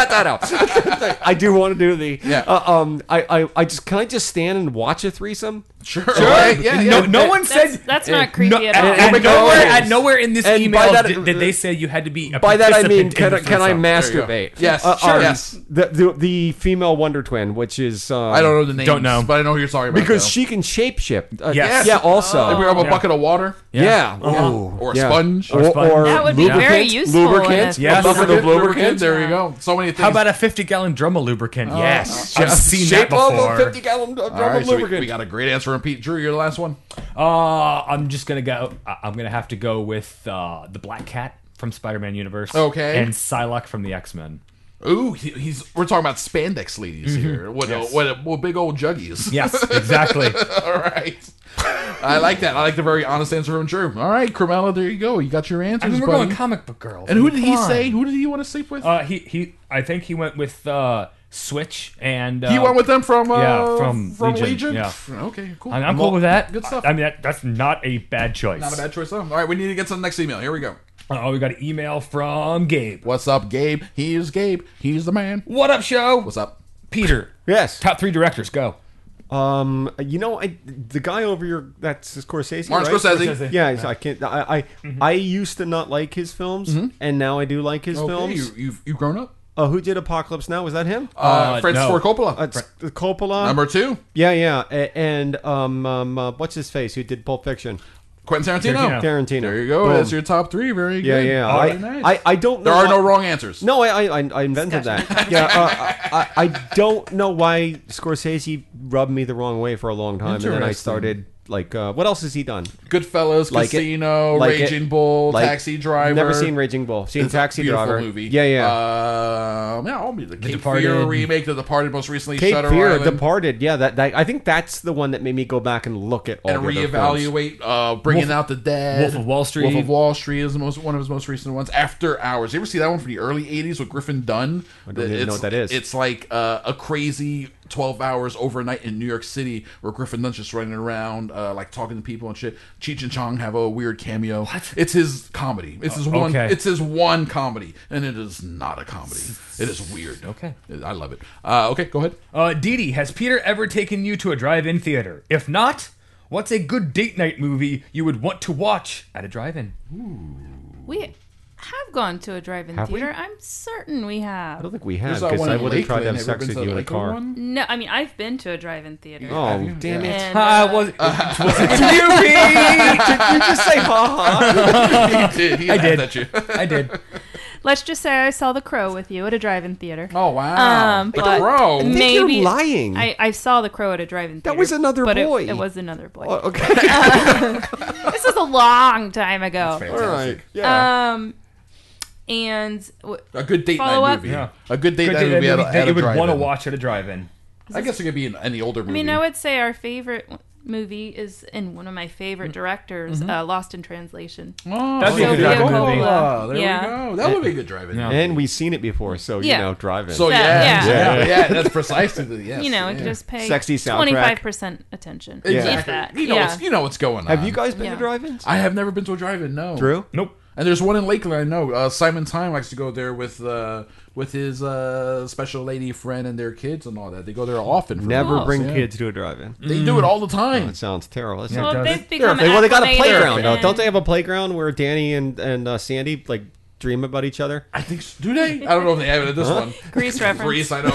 [SPEAKER 6] that out. I do want to do the
[SPEAKER 5] Yeah.
[SPEAKER 6] Uh, um, I, I I just can I just stand and watch a threesome?
[SPEAKER 5] Sure. Okay, yeah, yeah.
[SPEAKER 4] no, no one
[SPEAKER 7] That's,
[SPEAKER 4] said.
[SPEAKER 5] Eh,
[SPEAKER 7] that's not creepy
[SPEAKER 4] no,
[SPEAKER 7] at
[SPEAKER 4] at,
[SPEAKER 7] all.
[SPEAKER 5] oh
[SPEAKER 4] at
[SPEAKER 6] Everybody
[SPEAKER 4] nowhere,
[SPEAKER 6] knows.
[SPEAKER 4] at nowhere in this
[SPEAKER 6] And by
[SPEAKER 4] email
[SPEAKER 6] that-
[SPEAKER 4] did, did they say you had to be. A
[SPEAKER 6] By that I mean,
[SPEAKER 4] participant in
[SPEAKER 6] can, I-
[SPEAKER 4] the
[SPEAKER 6] can I
[SPEAKER 4] threesome.
[SPEAKER 5] you go.
[SPEAKER 6] masturbate?
[SPEAKER 5] Yes,
[SPEAKER 6] Uh,
[SPEAKER 5] sure.
[SPEAKER 6] um,
[SPEAKER 5] Yes.
[SPEAKER 6] The, the the female Wonder Twin, which is um,
[SPEAKER 5] I don't know the name.
[SPEAKER 4] Don't know.
[SPEAKER 5] but I know who you're talking about.
[SPEAKER 6] because
[SPEAKER 5] though.
[SPEAKER 6] she can shapeshift. Uh,
[SPEAKER 4] Yes. Oh.
[SPEAKER 6] Yeah. Also.
[SPEAKER 5] Like we have a
[SPEAKER 4] Yeah. Oh.
[SPEAKER 5] bucket of water.
[SPEAKER 6] yeah. Ooh,
[SPEAKER 5] Or a
[SPEAKER 6] yeah.
[SPEAKER 5] sponge.
[SPEAKER 6] Or,
[SPEAKER 4] sponge.
[SPEAKER 6] or
[SPEAKER 7] That would be very
[SPEAKER 6] lubricant,
[SPEAKER 7] useful in
[SPEAKER 6] Lubricant.
[SPEAKER 7] a-
[SPEAKER 6] A
[SPEAKER 4] Yes.
[SPEAKER 6] bucket of
[SPEAKER 5] Lubricant,
[SPEAKER 6] lubricant.
[SPEAKER 5] There you go. So many things.
[SPEAKER 4] How about a 50 gallon drum a
[SPEAKER 5] Oh.
[SPEAKER 4] lubricant? yes, I've
[SPEAKER 6] Just
[SPEAKER 4] seen that
[SPEAKER 6] shape of
[SPEAKER 4] before.
[SPEAKER 6] a 50 gallon drum
[SPEAKER 5] All right,
[SPEAKER 6] of
[SPEAKER 5] so we,
[SPEAKER 6] lubricant.
[SPEAKER 5] we got a great answer from Pete Drew. You're the last one.
[SPEAKER 4] Uh, I'm just gonna go. I- I'm gonna have to go with uh, the Black Cat from Spider-Man universe.
[SPEAKER 5] Okay.
[SPEAKER 4] And Psylocke from the X-Men.
[SPEAKER 5] Ooh, he, he's. We're talking about spandex ladies here. What? a What? a- What? Big old juggies.
[SPEAKER 4] Yes, exactly.
[SPEAKER 5] All right. I like that. I like the very honest answer from Drew. All right, Carmella, there you go. You got your answers,
[SPEAKER 4] I mean, we're
[SPEAKER 5] buddy.
[SPEAKER 4] going comic book girls.
[SPEAKER 5] and who did he
[SPEAKER 4] Come on.
[SPEAKER 5] say? Who did he want to sleep with?
[SPEAKER 4] Uh, he he. I think he went with uh, Switch and uh,
[SPEAKER 5] he went with them from. Uh,
[SPEAKER 4] yeah, from Legion,
[SPEAKER 5] Legion?
[SPEAKER 4] yeah.
[SPEAKER 5] Okay. Cool.
[SPEAKER 4] I'm, I'm cool with that.
[SPEAKER 5] Good stuff.
[SPEAKER 4] I, I mean, that, that's not a bad choice.
[SPEAKER 5] Not a bad choice. Though. All right, we need to get to the next email. Here we go.
[SPEAKER 4] Oh, we got an email from Gabe.
[SPEAKER 5] What's up, Gabe? He's Gabe. He's the man.
[SPEAKER 4] What up, show?
[SPEAKER 5] What's up?
[SPEAKER 4] Peter?
[SPEAKER 6] Yes.
[SPEAKER 4] Top three directors. Go.
[SPEAKER 6] Um, you know, I, the guy over your that's Scorsese.
[SPEAKER 5] Martin
[SPEAKER 6] right?
[SPEAKER 5] Scorsese.
[SPEAKER 4] Scorsese.
[SPEAKER 6] Yeah, so I can't. I I,
[SPEAKER 4] Mm-hmm.
[SPEAKER 6] I used to not like his films, and now I do like his
[SPEAKER 5] Mm-hmm. Okay, you,
[SPEAKER 6] films.
[SPEAKER 5] you've, you've grown up.
[SPEAKER 6] Uh, who did Apocalypse Now? Was that him?
[SPEAKER 5] Uh, Francis
[SPEAKER 4] no.
[SPEAKER 5] Ford Coppola.
[SPEAKER 6] Uh, it's Coppola.
[SPEAKER 5] Number two,
[SPEAKER 6] Yeah, yeah, a- and um, um, uh, what's his face? Who did Pulp Fiction?
[SPEAKER 5] Quentin Tarantino.
[SPEAKER 6] Tarantino. Tarantino.
[SPEAKER 5] There you go.
[SPEAKER 6] Boom.
[SPEAKER 5] That's your top three. Very
[SPEAKER 6] Yeah,
[SPEAKER 5] good.
[SPEAKER 6] yeah.
[SPEAKER 5] All
[SPEAKER 6] I,
[SPEAKER 5] right, nice.
[SPEAKER 6] I, I don't know.
[SPEAKER 5] there are
[SPEAKER 6] why-
[SPEAKER 5] no wrong answers.
[SPEAKER 6] No, I, I, I invented that. Yeah, uh, I, I don't know why Scorsese rubbed me the wrong way for a long time, and then I
[SPEAKER 5] Interesting.
[SPEAKER 6] started like, uh, what else has he done?
[SPEAKER 5] Goodfellas,
[SPEAKER 6] Like it.
[SPEAKER 5] Casino,
[SPEAKER 6] Like it.
[SPEAKER 5] Raging Bull,
[SPEAKER 6] Like-
[SPEAKER 5] Taxi Driver.
[SPEAKER 6] Never seen Raging Bull. Seen
[SPEAKER 5] It's a
[SPEAKER 6] Taxi
[SPEAKER 5] beautiful
[SPEAKER 6] Driver.
[SPEAKER 5] Movie.
[SPEAKER 6] Yeah, yeah.
[SPEAKER 5] Um, yeah, I'll be the, Cape
[SPEAKER 4] Departed.
[SPEAKER 5] Fear remake, The Departed, most recently
[SPEAKER 6] Cape
[SPEAKER 5] Shutter
[SPEAKER 6] Fear,
[SPEAKER 5] Island,
[SPEAKER 6] Departed. Yeah, that, that I think that's the one that made me go back and look at all
[SPEAKER 5] and
[SPEAKER 6] the other films.
[SPEAKER 5] reevaluate. Uh, Bringing
[SPEAKER 4] Wolf-
[SPEAKER 5] Out the Dead,
[SPEAKER 4] Wolf of Wall Street.
[SPEAKER 5] Wolf of Wall Street is the most one of his most recent ones. After Hours, you ever see that one from the early '80s with Griffin Dunn? I
[SPEAKER 6] don't even know what that is.
[SPEAKER 5] It's like uh, a crazy 12 hours overnight in New York City where Griffin Dunn's just running around, uh, like talking to people and shit. Cheech and Chong have a weird cameo. It's his comedy. It's his one.
[SPEAKER 4] okay.
[SPEAKER 5] It's his one comedy, and it is not a comedy. It is weird.
[SPEAKER 4] Okay.
[SPEAKER 5] I love it. Uh, okay, go ahead.
[SPEAKER 4] Uh, Dee Dee, has Peter ever taken you to a drive-in theater? If not, what's a good date night movie you would want to watch at a drive-in?
[SPEAKER 7] We have gone to a drive-in
[SPEAKER 6] Have we?
[SPEAKER 7] theater. I'm certain we have.
[SPEAKER 6] I don't think we
[SPEAKER 5] There's
[SPEAKER 6] have
[SPEAKER 5] that
[SPEAKER 6] because
[SPEAKER 5] one
[SPEAKER 6] I
[SPEAKER 5] in
[SPEAKER 6] would have tried to
[SPEAKER 5] Lakeland.
[SPEAKER 6] have sex
[SPEAKER 5] Ever been
[SPEAKER 6] with
[SPEAKER 5] to
[SPEAKER 6] you
[SPEAKER 5] the
[SPEAKER 6] in a
[SPEAKER 5] Lakeland
[SPEAKER 6] car.
[SPEAKER 5] one?
[SPEAKER 7] No, I mean I've been to a drive-in theater.
[SPEAKER 6] Oh damn it!
[SPEAKER 7] And,
[SPEAKER 4] I
[SPEAKER 7] uh,
[SPEAKER 4] was, was it you, Pete?
[SPEAKER 6] you just say ha ha?
[SPEAKER 5] he did. He I
[SPEAKER 4] did.
[SPEAKER 5] At you.
[SPEAKER 4] I did.
[SPEAKER 7] let's just say I saw The Crow with you at a drive-in theater.
[SPEAKER 5] Oh wow.
[SPEAKER 7] Um,
[SPEAKER 5] The
[SPEAKER 7] but
[SPEAKER 5] Crow.
[SPEAKER 6] think you're lying.
[SPEAKER 7] I, I saw The Crow at a drive-in theater.
[SPEAKER 6] was another
[SPEAKER 7] but it-
[SPEAKER 6] boy. Oh,
[SPEAKER 7] It, was another boy.
[SPEAKER 6] Okay,
[SPEAKER 7] This was a long time ago.
[SPEAKER 6] all right. Yeah.
[SPEAKER 7] Um, and w-
[SPEAKER 5] A good date
[SPEAKER 7] Follow
[SPEAKER 5] night
[SPEAKER 7] up?
[SPEAKER 5] movie.
[SPEAKER 4] Yeah.
[SPEAKER 5] A good date
[SPEAKER 4] Good
[SPEAKER 5] night
[SPEAKER 4] date night
[SPEAKER 5] movie, at,
[SPEAKER 4] movie
[SPEAKER 5] a,
[SPEAKER 4] that
[SPEAKER 5] at
[SPEAKER 4] you
[SPEAKER 5] a
[SPEAKER 4] would want to
[SPEAKER 5] drive-in.
[SPEAKER 4] watch at a drive-in.
[SPEAKER 5] I guess it could be in any older movie.
[SPEAKER 7] I mean, I would say our favorite w- movie is in one of my
[SPEAKER 6] Mm-hmm.
[SPEAKER 7] favorite directors, uh, Lost in Translation.
[SPEAKER 5] Oh,
[SPEAKER 4] That'd be a good
[SPEAKER 7] Sofia
[SPEAKER 4] drive-in movie.
[SPEAKER 7] Coppola.
[SPEAKER 5] there
[SPEAKER 7] yeah.
[SPEAKER 5] we go. That would be a good drive-in.
[SPEAKER 4] Yeah.
[SPEAKER 5] movie.
[SPEAKER 6] and we've seen it before, so you
[SPEAKER 7] Yeah.
[SPEAKER 6] know, Um, driving.
[SPEAKER 5] So
[SPEAKER 7] Yeah,
[SPEAKER 5] yeah, yeah,
[SPEAKER 7] yeah.
[SPEAKER 5] yeah, that's precisely the yes.
[SPEAKER 7] You
[SPEAKER 5] yeah.
[SPEAKER 7] know, it could just pay
[SPEAKER 6] Sexy soundtrack.
[SPEAKER 7] twenty-five percent attention. if
[SPEAKER 5] exactly.
[SPEAKER 7] that.
[SPEAKER 5] You know,
[SPEAKER 7] yeah.
[SPEAKER 5] what's, you know what's going on.
[SPEAKER 6] have you guys been
[SPEAKER 7] Yeah.
[SPEAKER 6] to drive-ins?
[SPEAKER 5] I have never been to a drive-in. No.
[SPEAKER 6] Drew?
[SPEAKER 4] Nope.
[SPEAKER 5] And there's one in Lakeland. I know. Uh, Simon Time likes to go there with uh, with his uh, special lady friend and their kids and all that. They go there often. for
[SPEAKER 6] Never
[SPEAKER 5] meals,
[SPEAKER 6] bring
[SPEAKER 5] yeah.
[SPEAKER 6] kids to a drive-in.
[SPEAKER 5] They do it all the time.
[SPEAKER 6] That sounds terrible. That sounds
[SPEAKER 7] well,
[SPEAKER 4] does.
[SPEAKER 7] they've become
[SPEAKER 6] They, well, they got a
[SPEAKER 7] acclimated
[SPEAKER 6] playground. though.
[SPEAKER 7] and-
[SPEAKER 6] Don't they have a playground where Danny and and uh, Sandy like dream about each other?
[SPEAKER 5] I think so. do they? I don't know if they have it at this one.
[SPEAKER 7] Grease reference.
[SPEAKER 5] Grease, I know.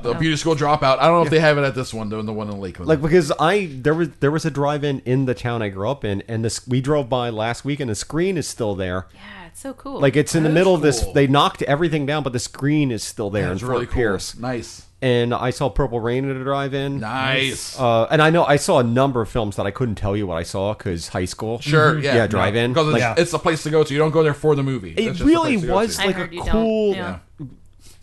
[SPEAKER 5] The beauty school dropout. I don't know if they have it at this one though. In the one in Lakeland.
[SPEAKER 6] Like because I there was there was a drive-in in the town I grew up in, and this we drove by last week, and the screen is still there.
[SPEAKER 7] Yeah, it's so cool.
[SPEAKER 6] Like it's in the
[SPEAKER 5] That
[SPEAKER 6] middle
[SPEAKER 5] is
[SPEAKER 6] of this.
[SPEAKER 5] cool.
[SPEAKER 6] They knocked everything down, but the screen is still there in
[SPEAKER 5] That's
[SPEAKER 6] Fort
[SPEAKER 5] really cool.
[SPEAKER 6] Pierce.
[SPEAKER 5] Nice,
[SPEAKER 6] And I saw Purple Rain at a drive-in.
[SPEAKER 5] nice.
[SPEAKER 6] Uh, and I know I saw a number of films that I couldn't tell you what I saw because high school.
[SPEAKER 5] Sure, yeah,
[SPEAKER 6] Mm-hmm. yeah, drive-in.
[SPEAKER 5] Because it's,
[SPEAKER 6] Like,
[SPEAKER 5] it's the place to go to. You don't go there for the movie. It's
[SPEAKER 6] It
[SPEAKER 5] just the
[SPEAKER 6] really
[SPEAKER 5] place to go
[SPEAKER 6] was
[SPEAKER 5] to.
[SPEAKER 7] I
[SPEAKER 6] like a
[SPEAKER 7] heard you don't,
[SPEAKER 6] cool,
[SPEAKER 7] yeah.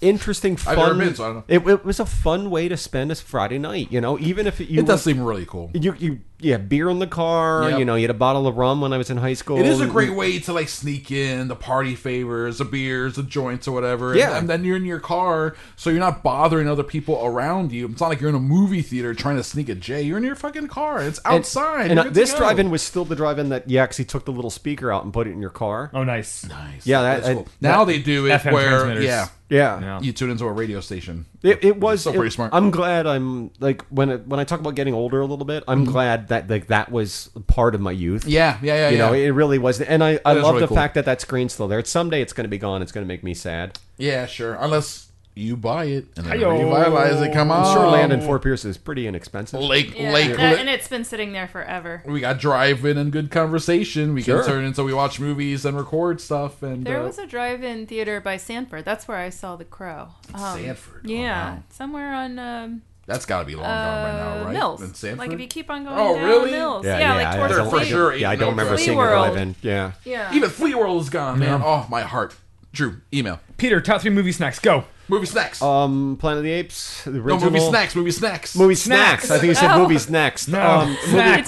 [SPEAKER 6] interesting, fun.
[SPEAKER 5] I've never been, so I don't know.
[SPEAKER 6] It, it was a fun way to spend a Friday night. You know, even if you
[SPEAKER 5] It does
[SPEAKER 6] were-
[SPEAKER 5] seem really cool.
[SPEAKER 6] you you yeah beer in the car.
[SPEAKER 5] Yep.
[SPEAKER 6] You know, you had a bottle of rum when I was in high school.
[SPEAKER 5] It is a
[SPEAKER 6] and-
[SPEAKER 5] great way to like sneak in the party favors, the beers, the joints, or whatever. and-
[SPEAKER 6] Yeah.
[SPEAKER 5] and then you're in your car, so you're not bothering other people around you. It's not like you're in a movie theater trying to sneak a J. You're in your fucking car. It's
[SPEAKER 6] and-
[SPEAKER 5] outside.
[SPEAKER 6] And,
[SPEAKER 5] You're
[SPEAKER 6] uh,
[SPEAKER 5] good to
[SPEAKER 6] this
[SPEAKER 5] go.
[SPEAKER 6] drive-in was still the drive-in that you actually took the little speaker out and put it in your car.
[SPEAKER 4] Oh, nice.
[SPEAKER 5] Nice.
[SPEAKER 6] Yeah, that-
[SPEAKER 5] That's
[SPEAKER 6] I-
[SPEAKER 5] cool. now they do it
[SPEAKER 4] FM
[SPEAKER 5] where
[SPEAKER 4] transmitters.
[SPEAKER 5] yeah,
[SPEAKER 6] Yeah.
[SPEAKER 4] Yeah.
[SPEAKER 5] you tune into a radio station.
[SPEAKER 6] It, it was
[SPEAKER 5] Still
[SPEAKER 6] it-
[SPEAKER 5] pretty smart.
[SPEAKER 6] I'm glad I'm like when it, when I talk about getting older a little bit, I'm glad that like that was part of my youth.
[SPEAKER 5] Mm-hmm. Yeah, yeah, yeah.
[SPEAKER 6] you
[SPEAKER 5] yeah.
[SPEAKER 6] know, it really was. And I, I
[SPEAKER 5] That is
[SPEAKER 6] love
[SPEAKER 5] really
[SPEAKER 6] the
[SPEAKER 5] cool.
[SPEAKER 6] fact that that screen's still there. It's, someday it's going to be gone. It's going to make me sad.
[SPEAKER 5] Yeah, sure. Unless you buy it and then
[SPEAKER 4] Hi-yo.
[SPEAKER 5] revitalize it. Come on.
[SPEAKER 6] I'm sure land in Fort Pierce is pretty inexpensive.
[SPEAKER 5] Lake,
[SPEAKER 7] yeah,
[SPEAKER 5] Lake.
[SPEAKER 7] that- and it's been sitting there forever.
[SPEAKER 5] we got driving and good conversation. We
[SPEAKER 6] Sure.
[SPEAKER 5] can turn into we watch movies and record stuff. And
[SPEAKER 7] There
[SPEAKER 5] uh,
[SPEAKER 7] was a drive-in theater by Sanford. That's where I saw The Crow. Um,
[SPEAKER 5] Sanford. Oh,
[SPEAKER 7] Yeah,
[SPEAKER 5] wow.
[SPEAKER 7] somewhere on um,
[SPEAKER 5] that's got to be long
[SPEAKER 7] uh,
[SPEAKER 5] gone by now, right?
[SPEAKER 7] Mills.
[SPEAKER 5] In Sanford?
[SPEAKER 7] Like if you keep on going
[SPEAKER 5] Oh,
[SPEAKER 7] down
[SPEAKER 5] really?
[SPEAKER 7] Mills.
[SPEAKER 6] Yeah,
[SPEAKER 7] Yeah,
[SPEAKER 6] yeah,
[SPEAKER 7] like
[SPEAKER 6] I
[SPEAKER 7] towards
[SPEAKER 5] don't
[SPEAKER 7] the
[SPEAKER 5] for
[SPEAKER 7] fleet.
[SPEAKER 5] sure.
[SPEAKER 6] Yeah, I don't remember
[SPEAKER 5] Flea
[SPEAKER 6] seeing
[SPEAKER 7] World.
[SPEAKER 6] it live in. Yeah.
[SPEAKER 7] Yeah.
[SPEAKER 5] Even Flea World is gone, man. Oh, my heart. Drew, email.
[SPEAKER 4] Peter, top three movie snacks. Go.
[SPEAKER 5] Movie snacks.
[SPEAKER 6] Um, Planet of the Apes. The
[SPEAKER 5] no,
[SPEAKER 6] original.
[SPEAKER 5] movie snacks. Uh, Movie snacks.
[SPEAKER 6] Movie snacks. I think you said
[SPEAKER 7] Oh.
[SPEAKER 6] movies next.
[SPEAKER 4] No.
[SPEAKER 6] Um,
[SPEAKER 4] snacks.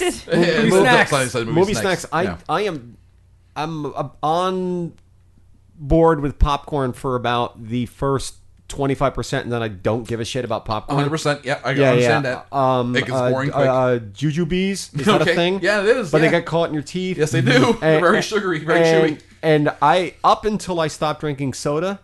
[SPEAKER 7] It did.
[SPEAKER 5] Yeah,
[SPEAKER 4] Movie
[SPEAKER 5] movie
[SPEAKER 4] snacks.
[SPEAKER 5] I said
[SPEAKER 6] movie snacks. I
[SPEAKER 5] Yeah.
[SPEAKER 6] I am I'm uh, on board with popcorn for about the first twenty five percent, and then I don't give a shit about popcorn.
[SPEAKER 5] 100%. Yeah, I
[SPEAKER 6] Yeah,
[SPEAKER 5] understand
[SPEAKER 6] yeah.
[SPEAKER 5] that.
[SPEAKER 6] Um,
[SPEAKER 5] it gets
[SPEAKER 6] uh,
[SPEAKER 5] boring
[SPEAKER 6] uh,
[SPEAKER 5] quick.
[SPEAKER 6] uh, jujubes is that
[SPEAKER 5] Okay.
[SPEAKER 6] a thing?
[SPEAKER 5] Yeah, it is,
[SPEAKER 6] But
[SPEAKER 5] yeah.
[SPEAKER 6] they get caught in your teeth.
[SPEAKER 5] Yes, they do.
[SPEAKER 6] Mhm.
[SPEAKER 5] They're very sugary, very
[SPEAKER 6] and,
[SPEAKER 5] chewy.
[SPEAKER 6] And I up until I stopped drinking soda.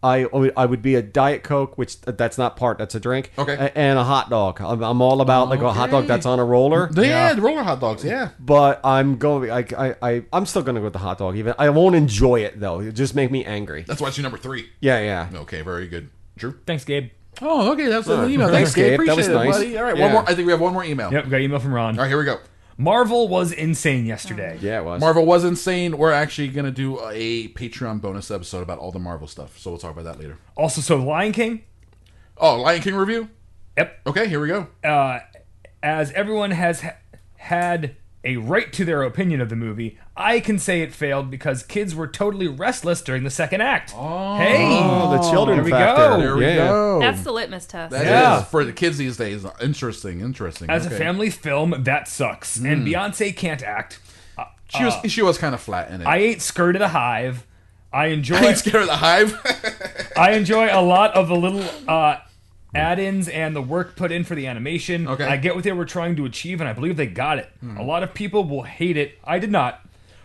[SPEAKER 6] I, I would be a diet coke, which uh, that's not part, that's a drink.
[SPEAKER 5] Okay.
[SPEAKER 6] a- And a hot dog. I'm, I'm all about like a hot dog
[SPEAKER 5] Okay.
[SPEAKER 6] that's on a roller
[SPEAKER 5] yeah, the roller hot dogs. Yeah.
[SPEAKER 6] but I'm going. I, I, I I'm still going to go with the hot dog. Even I won't enjoy it though. It just make me angry.
[SPEAKER 5] That's why it's your number three.
[SPEAKER 6] Yeah, yeah.
[SPEAKER 5] Okay, very good. Drew?
[SPEAKER 4] Thanks, Gabe.
[SPEAKER 5] Oh, okay. That's an email.
[SPEAKER 6] Thanks,
[SPEAKER 5] Gabe.
[SPEAKER 6] Gabe. That was
[SPEAKER 5] Appreciate it,
[SPEAKER 6] nice.
[SPEAKER 5] buddy. All right,
[SPEAKER 6] Yeah.
[SPEAKER 5] one more. I think we have one more email.
[SPEAKER 4] Yep, got email from Ron.
[SPEAKER 5] All right, here we go.
[SPEAKER 4] Marvel was insane yesterday.
[SPEAKER 6] Yeah, it was.
[SPEAKER 5] Marvel was insane. We're actually going to do a Patreon bonus episode about all the Marvel stuff. So we'll talk about that later.
[SPEAKER 4] Also, so Lion King.
[SPEAKER 5] Oh, Lion King review?
[SPEAKER 4] Yep.
[SPEAKER 5] Okay, here we go.
[SPEAKER 4] Uh, as everyone has ha- had a right to their opinion of the movie, I can say it failed because kids were totally restless during the second act. hey,
[SPEAKER 6] Oh, the children
[SPEAKER 4] There we
[SPEAKER 6] factor.
[SPEAKER 4] go.
[SPEAKER 5] There we
[SPEAKER 6] yeah.
[SPEAKER 5] go.
[SPEAKER 7] That's the litmus test.
[SPEAKER 5] That
[SPEAKER 4] Yeah.
[SPEAKER 5] is- for the kids these days. Interesting, interesting.
[SPEAKER 4] as
[SPEAKER 5] Okay.
[SPEAKER 4] a family film, that sucks. And Beyonce can't act. Uh,
[SPEAKER 5] she was she was kind of flat in it.
[SPEAKER 4] I ain't scared of the hive. I enjoy.
[SPEAKER 5] I ain't scared of the hive.
[SPEAKER 4] I enjoy a lot of the little uh, add-ins and the work put in for the animation.
[SPEAKER 5] Okay.
[SPEAKER 4] I get what they were trying to achieve, and I believe they got it. A lot of people will hate it. I did not.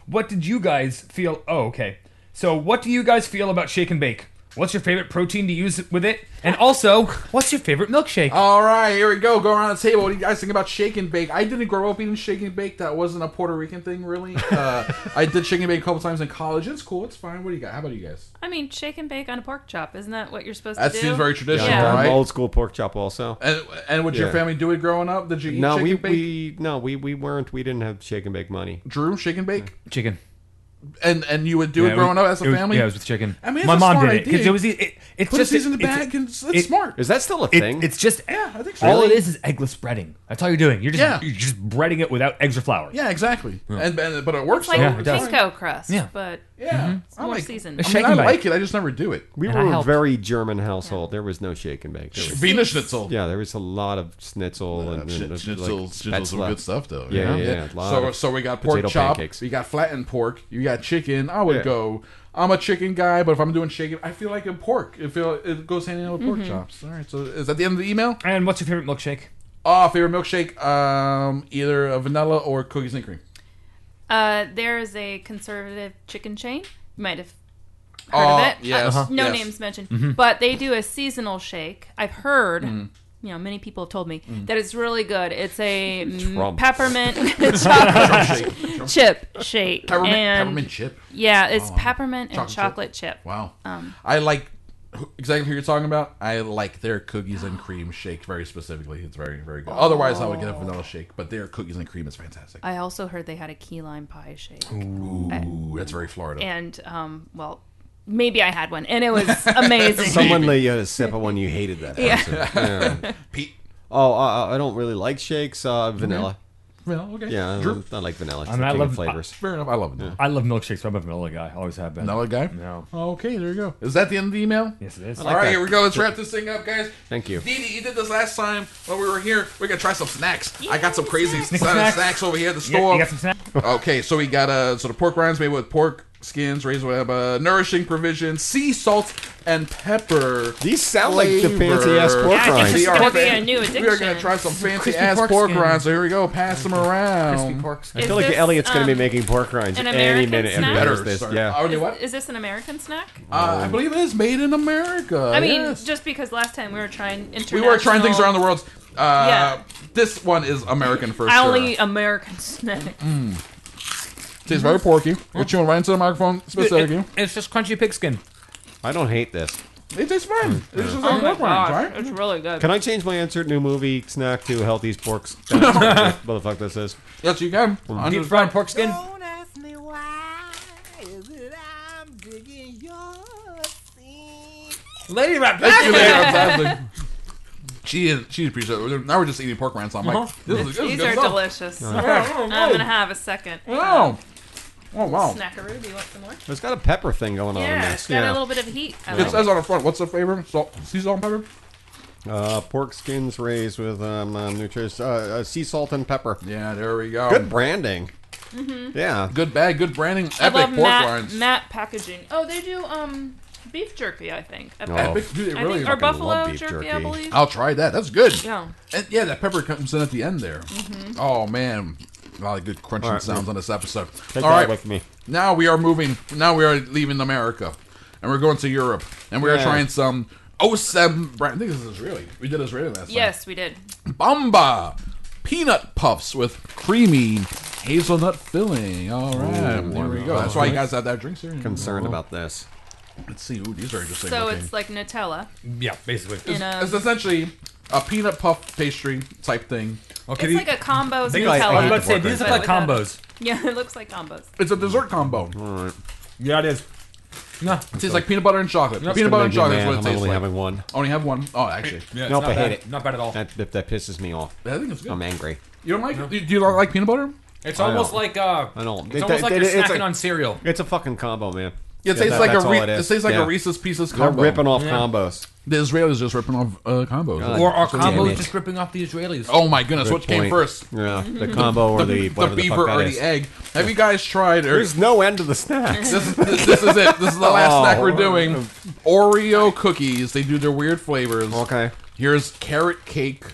[SPEAKER 4] What did you guys feel? Oh, okay. So, what do you guys feel about shake and bake? What's your favorite protein to use with it? And also, what's your favorite milkshake?
[SPEAKER 5] All right, here we go. Go around the table. What do you guys think about shake and bake? I didn't grow up eating shake and bake. That wasn't a Puerto Rican thing, really. Uh, I did shake and bake a couple times in college. It's cool. It's fine. What do you got? How about you guys?
[SPEAKER 7] I mean, shake and bake on a pork chop. Isn't that what you're supposed
[SPEAKER 5] That
[SPEAKER 7] to do?
[SPEAKER 5] seems very traditional,
[SPEAKER 7] Yeah.
[SPEAKER 6] I'm
[SPEAKER 5] right?
[SPEAKER 6] old school pork chop also.
[SPEAKER 5] And, and would your
[SPEAKER 6] Yeah.
[SPEAKER 5] family do it growing up? Did you eat
[SPEAKER 6] No,
[SPEAKER 5] shake
[SPEAKER 6] we,
[SPEAKER 5] and bake?
[SPEAKER 6] we no we we weren't we didn't have shake and bake money.
[SPEAKER 5] Drew shake and bake,
[SPEAKER 4] chicken.
[SPEAKER 5] and and you would do it growing up as a family.
[SPEAKER 4] yeah, it was with chicken.
[SPEAKER 5] I mean, it's
[SPEAKER 4] my
[SPEAKER 5] a
[SPEAKER 4] mom
[SPEAKER 5] smart
[SPEAKER 4] did it because
[SPEAKER 5] idea.
[SPEAKER 4] it was. e- It, it's
[SPEAKER 5] Put
[SPEAKER 4] just
[SPEAKER 5] seeds in the
[SPEAKER 4] it's-
[SPEAKER 5] bag, and it's, it's
[SPEAKER 4] it-
[SPEAKER 5] smart.
[SPEAKER 6] Is that still a
[SPEAKER 4] It-
[SPEAKER 6] thing?
[SPEAKER 4] it's just
[SPEAKER 5] Yeah, I think so.
[SPEAKER 4] all it
[SPEAKER 5] Really?
[SPEAKER 4] is is eggless breading. That's all you're doing. You're just
[SPEAKER 5] Yeah.
[SPEAKER 4] you're just breading it without extra flour.
[SPEAKER 5] yeah, exactly. And, and but it works.
[SPEAKER 7] It's like
[SPEAKER 5] though.
[SPEAKER 4] Yeah, it does.
[SPEAKER 7] Kinko crust,
[SPEAKER 4] Yeah.
[SPEAKER 7] but
[SPEAKER 5] Yeah, I
[SPEAKER 7] more
[SPEAKER 5] like.
[SPEAKER 7] seasoned.
[SPEAKER 5] I, mean,
[SPEAKER 4] Mm-hmm. Shake
[SPEAKER 5] I
[SPEAKER 4] and bake.
[SPEAKER 5] like it. I just never do it.
[SPEAKER 6] we
[SPEAKER 4] and
[SPEAKER 6] were
[SPEAKER 4] I
[SPEAKER 6] a
[SPEAKER 4] helped.
[SPEAKER 6] very German household. There was no shake and bake. There was-
[SPEAKER 5] Wiener Schnitzel.
[SPEAKER 6] yeah, there was a lot of schnitzel and,
[SPEAKER 5] Sch-
[SPEAKER 6] and like,
[SPEAKER 5] schnitzel, schnitzel's some
[SPEAKER 6] spätzle.
[SPEAKER 5] good stuff though.
[SPEAKER 6] Yeah, yeah, yeah, a lot
[SPEAKER 5] So,
[SPEAKER 6] of
[SPEAKER 5] so we got
[SPEAKER 6] potato
[SPEAKER 5] pork chop.
[SPEAKER 6] pancakes.
[SPEAKER 5] We got flattened pork. You got chicken. I would
[SPEAKER 6] Yeah.
[SPEAKER 5] go. I'm a chicken guy, but if I'm doing chicken, I feel like a pork. It feel it goes hand in hand with
[SPEAKER 7] Mm-hmm.
[SPEAKER 5] pork chops. All right. So is that the end of the email?
[SPEAKER 4] And what's your favorite milkshake?
[SPEAKER 5] Oh, favorite milkshake? Um, either a vanilla or cookies and cream.
[SPEAKER 7] Uh, there's a conservative chicken chain. You might have heard
[SPEAKER 5] Oh,
[SPEAKER 7] of it.
[SPEAKER 5] yes,
[SPEAKER 7] Uh, no
[SPEAKER 5] yes.
[SPEAKER 7] names mentioned.
[SPEAKER 6] Mm-hmm.
[SPEAKER 7] But they do a seasonal shake. I've heard,
[SPEAKER 5] Mm.
[SPEAKER 7] you know, many people have told me that it's really good. It's a mm,
[SPEAKER 6] Trump.
[SPEAKER 7] peppermint chocolate
[SPEAKER 5] Shake.
[SPEAKER 7] chip shake.
[SPEAKER 5] Peppermint,
[SPEAKER 7] and
[SPEAKER 5] peppermint chip.
[SPEAKER 7] Yeah, it's
[SPEAKER 5] Oh, Wow.
[SPEAKER 7] peppermint and
[SPEAKER 5] Chocolate chip.
[SPEAKER 7] chocolate chip.
[SPEAKER 5] Wow.
[SPEAKER 7] Um.
[SPEAKER 5] I like exactly who you're talking about. I like their cookies and cream shake very specifically. It's very, very good. Otherwise, I would get a vanilla shake, but their cookies and cream is fantastic.
[SPEAKER 7] Oh. I also heard they had a key lime pie shake.
[SPEAKER 5] Ooh, that's very Florida.
[SPEAKER 7] And, um, well, maybe I had one. And it was amazing.
[SPEAKER 6] Someone lay you a sip of one you hated that. person. Yeah.
[SPEAKER 5] Pete.
[SPEAKER 6] Oh, I, I don't really like shakes. Uh, vanilla.
[SPEAKER 5] Well, okay.
[SPEAKER 6] Yeah, I,
[SPEAKER 5] Drew.
[SPEAKER 6] don't- I like vanilla.
[SPEAKER 4] mean, I
[SPEAKER 6] I
[SPEAKER 4] love-
[SPEAKER 6] love uh, flavors.
[SPEAKER 5] Fair enough. I love vanilla.
[SPEAKER 4] I love milkshakes. but I'm a vanilla guy. I always have been.
[SPEAKER 5] Vanilla guy?
[SPEAKER 4] No.
[SPEAKER 5] Okay, there you go. Is that the end of the email?
[SPEAKER 4] Yes, it is.
[SPEAKER 5] All right,
[SPEAKER 6] that.
[SPEAKER 5] here we go. Let's wrap this thing up, guys.
[SPEAKER 6] Thank you.
[SPEAKER 5] Didi, you did this last time when we were here. We're gonna try some snacks. I got some crazy snacks,
[SPEAKER 4] Snacks.
[SPEAKER 5] snacks over here at the
[SPEAKER 4] You-
[SPEAKER 5] store.
[SPEAKER 4] you got some snacks?
[SPEAKER 5] okay, so we got uh, so the pork rinds made with pork skins, raised with uh, nourishing provisions, sea salt and pepper.
[SPEAKER 6] These sound like the
[SPEAKER 5] flavor.
[SPEAKER 6] fancy-ass pork Yeah,
[SPEAKER 7] I guess
[SPEAKER 5] We
[SPEAKER 7] it's
[SPEAKER 5] are
[SPEAKER 7] gonna be
[SPEAKER 5] fan-
[SPEAKER 7] a new
[SPEAKER 5] We are gonna
[SPEAKER 7] addiction.
[SPEAKER 5] try some fancy ass pork,
[SPEAKER 4] pork skin.
[SPEAKER 5] rinds. So here we go. Pass them around.
[SPEAKER 4] Crispy pork skin.
[SPEAKER 6] I feel like
[SPEAKER 7] this,
[SPEAKER 6] Elliot's going to be
[SPEAKER 7] um,
[SPEAKER 6] making pork rinds
[SPEAKER 7] an
[SPEAKER 6] any
[SPEAKER 7] American
[SPEAKER 6] minute.
[SPEAKER 7] snack?
[SPEAKER 6] after
[SPEAKER 5] Better.
[SPEAKER 6] this.
[SPEAKER 5] sir.
[SPEAKER 6] Yeah.
[SPEAKER 5] Oh, you know what?
[SPEAKER 7] Is, is this an American snack?
[SPEAKER 5] Uh, I believe it is made in America.
[SPEAKER 7] I mean,
[SPEAKER 5] yes.
[SPEAKER 7] just because last time we were trying international.
[SPEAKER 5] we were trying things around the world. Uh,
[SPEAKER 7] Yeah.
[SPEAKER 5] This one is American for sure. Mm-hmm.
[SPEAKER 7] Only American snack.
[SPEAKER 5] Tastes very porky. You're chewing right into the microphone.
[SPEAKER 4] It-
[SPEAKER 5] Specifically.
[SPEAKER 4] it- it's just crunchy pig skin.
[SPEAKER 6] I don't hate this.
[SPEAKER 5] It tastes fine. It's just
[SPEAKER 7] Oh
[SPEAKER 5] like
[SPEAKER 7] my
[SPEAKER 5] pork rinds,
[SPEAKER 7] gosh,
[SPEAKER 5] right?
[SPEAKER 7] it's really good.
[SPEAKER 6] Can I change my answer? New movie snack to healthy's pork. What the fuck this is?
[SPEAKER 5] Yes, you can. Under
[SPEAKER 4] Deep
[SPEAKER 5] the
[SPEAKER 4] fried pork skin.
[SPEAKER 12] Don't ask me why is it I'm digging your seat.
[SPEAKER 4] Lady wrap.
[SPEAKER 5] Thank you, man. Fantastic. She is. She's pretty sure. Now we're just eating pork rinds. I'm like, this is, this is
[SPEAKER 7] These
[SPEAKER 5] good
[SPEAKER 7] are
[SPEAKER 5] stuff.
[SPEAKER 7] delicious.
[SPEAKER 5] Yeah.
[SPEAKER 7] I'm gonna have a second. um,
[SPEAKER 5] Wow. Oh wow.
[SPEAKER 7] Snackaroo, do you want some more?
[SPEAKER 6] There's got a pepper thing going on in
[SPEAKER 7] Yeah, it's
[SPEAKER 6] this.
[SPEAKER 7] got a little bit of heat. I
[SPEAKER 5] It
[SPEAKER 7] like
[SPEAKER 5] says on the front. What's the flavor? Salt, sea salt, and pepper.
[SPEAKER 6] Uh, pork skins raised with um, uh, nutritious uh, uh, sea salt and pepper.
[SPEAKER 5] Yeah, there we go.
[SPEAKER 6] Good branding.
[SPEAKER 7] Mm-hmm.
[SPEAKER 6] Yeah.
[SPEAKER 5] Good bag. Good branding.
[SPEAKER 7] I
[SPEAKER 5] Epic
[SPEAKER 7] love
[SPEAKER 5] pork
[SPEAKER 7] matte,
[SPEAKER 5] rinds.
[SPEAKER 7] matte packaging. Oh, they do um beef jerky, I think. I think-
[SPEAKER 5] Epic. Dude, it
[SPEAKER 7] I
[SPEAKER 5] really.
[SPEAKER 7] think, or
[SPEAKER 5] fucking-
[SPEAKER 7] buffalo
[SPEAKER 6] beef
[SPEAKER 7] jerky, I
[SPEAKER 6] jerky.
[SPEAKER 7] believe.
[SPEAKER 5] I'll try that. That's good.
[SPEAKER 7] Yeah. Mm-hmm.
[SPEAKER 5] And yeah, that pepper comes in at the end there. Oh man, a lot of good crunching
[SPEAKER 6] All right,
[SPEAKER 5] sounds on this episode.
[SPEAKER 6] Take
[SPEAKER 5] All
[SPEAKER 6] that
[SPEAKER 5] right,
[SPEAKER 6] away from me.
[SPEAKER 5] now we are moving. Now we are leaving America, and we're going to Europe, and we are
[SPEAKER 6] Yeah.
[SPEAKER 5] trying some OSEM brand. I think this is Israeli. We did Israeli last
[SPEAKER 7] Yes, we did.
[SPEAKER 5] time. Bamba peanut puffs with creamy hazelnut filling. All right, there we go. That's why you guys have that drink here.
[SPEAKER 6] Concerned about this.
[SPEAKER 5] Let's see. Ooh, these are interesting.
[SPEAKER 7] So
[SPEAKER 5] looking.
[SPEAKER 7] it's um, like Nutella.
[SPEAKER 4] Yeah, basically.
[SPEAKER 7] In a,
[SPEAKER 5] It's essentially a peanut puff pastry type thing
[SPEAKER 4] Okay,
[SPEAKER 7] it's like a combo
[SPEAKER 4] They like-
[SPEAKER 7] Nutella.
[SPEAKER 4] I was about to say, these look like
[SPEAKER 7] But without-
[SPEAKER 4] combos.
[SPEAKER 7] Yeah, it looks like combos.
[SPEAKER 5] It's a dessert
[SPEAKER 6] Oh,
[SPEAKER 5] combo.
[SPEAKER 4] Yeah, it is. No, it
[SPEAKER 5] tastes like peanut butter and chocolate.
[SPEAKER 6] That's
[SPEAKER 5] peanut butter
[SPEAKER 6] gonna
[SPEAKER 5] and chocolate
[SPEAKER 6] make me
[SPEAKER 5] is
[SPEAKER 6] mad.
[SPEAKER 5] what it
[SPEAKER 6] I'm
[SPEAKER 5] tastes
[SPEAKER 6] only
[SPEAKER 5] like.
[SPEAKER 6] having one.
[SPEAKER 5] Only have one. Oh, actually,
[SPEAKER 4] Yeah, it's not
[SPEAKER 6] nope, I hate
[SPEAKER 4] bad.
[SPEAKER 6] it.
[SPEAKER 4] Not bad at all.
[SPEAKER 6] That, that, that pisses me off.
[SPEAKER 5] I think it's good.
[SPEAKER 6] I'm angry.
[SPEAKER 5] You don't like it? Do you don't like peanut butter?
[SPEAKER 4] It's
[SPEAKER 6] I
[SPEAKER 4] almost
[SPEAKER 6] don't.
[SPEAKER 4] like uh,
[SPEAKER 6] I don't.
[SPEAKER 4] It's
[SPEAKER 6] It-
[SPEAKER 4] almost
[SPEAKER 6] it-
[SPEAKER 4] like
[SPEAKER 6] it-
[SPEAKER 4] you're
[SPEAKER 6] it's
[SPEAKER 4] snacking
[SPEAKER 6] a-
[SPEAKER 4] on cereal.
[SPEAKER 6] It's a fucking combo, man.
[SPEAKER 5] Yeah, it tastes
[SPEAKER 6] that-
[SPEAKER 5] like a
[SPEAKER 6] that's all
[SPEAKER 5] Re-
[SPEAKER 6] is.
[SPEAKER 5] it tastes like a
[SPEAKER 6] Yeah.
[SPEAKER 5] Reese's Pieces
[SPEAKER 6] They're
[SPEAKER 5] combo.
[SPEAKER 6] ripping off
[SPEAKER 5] Yeah.
[SPEAKER 6] combos.
[SPEAKER 5] The Israelis just ripping off uh, combos.
[SPEAKER 6] God.
[SPEAKER 4] or are
[SPEAKER 6] Damn
[SPEAKER 4] combos
[SPEAKER 6] it.
[SPEAKER 4] just ripping off the Israelis?
[SPEAKER 5] Oh my goodness!
[SPEAKER 6] Good
[SPEAKER 5] what came
[SPEAKER 6] point.
[SPEAKER 5] first?
[SPEAKER 6] Yeah, the combo or the,
[SPEAKER 5] the
[SPEAKER 6] whatever the fuck
[SPEAKER 5] beaver
[SPEAKER 6] that
[SPEAKER 5] or
[SPEAKER 6] is.
[SPEAKER 5] the egg? Have you guys tried? Or,
[SPEAKER 6] There's no end to the snacks.
[SPEAKER 5] this, this, this is it. This is the last
[SPEAKER 6] Oh.
[SPEAKER 5] snack we're doing. Oreo cookies. They do their weird flavors.
[SPEAKER 6] Okay. Oh.
[SPEAKER 5] Here's carrot cake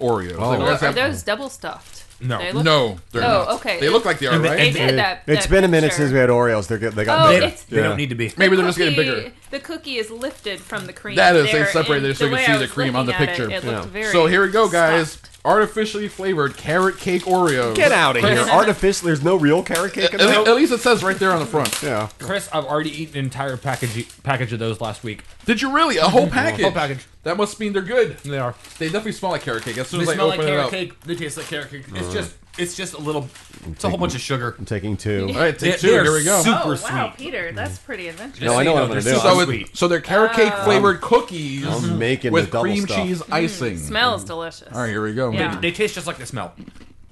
[SPEAKER 5] Oreos. They
[SPEAKER 7] Are
[SPEAKER 5] always
[SPEAKER 7] tho- are
[SPEAKER 5] have-
[SPEAKER 7] those double stuffed?
[SPEAKER 4] No.
[SPEAKER 7] They look-
[SPEAKER 5] No, they're
[SPEAKER 7] oh,
[SPEAKER 5] not.
[SPEAKER 7] okay.
[SPEAKER 5] They look like they are, right?
[SPEAKER 7] They did that.
[SPEAKER 6] It's
[SPEAKER 7] that
[SPEAKER 6] been a minute
[SPEAKER 7] picture.
[SPEAKER 6] since we had Oreos. They're good. They got
[SPEAKER 7] Oh,
[SPEAKER 6] bigger.
[SPEAKER 7] it's-
[SPEAKER 4] They don't need to be.
[SPEAKER 5] Maybe they're just getting
[SPEAKER 7] cookie-
[SPEAKER 5] bigger.
[SPEAKER 7] The cookie is lifted from the cream.
[SPEAKER 5] That is, they
[SPEAKER 7] there,
[SPEAKER 5] separated
[SPEAKER 7] and
[SPEAKER 5] it so you
[SPEAKER 7] the
[SPEAKER 5] can
[SPEAKER 7] way
[SPEAKER 5] see
[SPEAKER 7] I
[SPEAKER 5] the
[SPEAKER 7] was
[SPEAKER 5] cream on
[SPEAKER 7] looking
[SPEAKER 5] the
[SPEAKER 7] at It, it
[SPEAKER 5] picture.
[SPEAKER 7] looked
[SPEAKER 6] Yeah.
[SPEAKER 7] very
[SPEAKER 5] So here we go, guys.
[SPEAKER 7] stuffed.
[SPEAKER 5] Artificially flavored carrot cake Oreos.
[SPEAKER 6] Get out of here. Artificial. There's no real carrot cake in
[SPEAKER 5] At, le-
[SPEAKER 6] there.
[SPEAKER 5] at least it says right there on the front.
[SPEAKER 6] Yeah.
[SPEAKER 4] Chris, I've already eaten an entire package package of those last week.
[SPEAKER 5] Did you really? A whole
[SPEAKER 6] Mm-hmm.
[SPEAKER 5] package?
[SPEAKER 4] Whole package.
[SPEAKER 5] That must mean they're good.
[SPEAKER 4] They are.
[SPEAKER 5] They definitely smell like carrot cake. As soon
[SPEAKER 4] They
[SPEAKER 5] as I
[SPEAKER 4] smell
[SPEAKER 5] open
[SPEAKER 4] like
[SPEAKER 5] it
[SPEAKER 4] carrot
[SPEAKER 5] up.
[SPEAKER 4] cake. They taste like carrot cake.
[SPEAKER 6] Mm.
[SPEAKER 4] It's just it's just a little. It's a whole bunch of sugar.
[SPEAKER 6] I'm taking two.
[SPEAKER 5] All right,
[SPEAKER 4] They-
[SPEAKER 5] take two.
[SPEAKER 4] they are
[SPEAKER 5] Here we go.
[SPEAKER 4] super
[SPEAKER 7] Oh wow,
[SPEAKER 4] sweet.
[SPEAKER 7] Peter, that's pretty adventurous.
[SPEAKER 6] No, I know what I'm
[SPEAKER 4] They're
[SPEAKER 6] gonna do.
[SPEAKER 4] super
[SPEAKER 5] So,
[SPEAKER 4] sweet.
[SPEAKER 5] it, so they're
[SPEAKER 7] Ah.
[SPEAKER 5] carrot cake flavored cookies
[SPEAKER 6] I'm making
[SPEAKER 5] with
[SPEAKER 6] the double
[SPEAKER 5] cream
[SPEAKER 6] stuff.
[SPEAKER 5] cheese icing.
[SPEAKER 7] Mm, Smells delicious.
[SPEAKER 5] All right, here we go.
[SPEAKER 7] Yeah.
[SPEAKER 4] They taste just like they smell.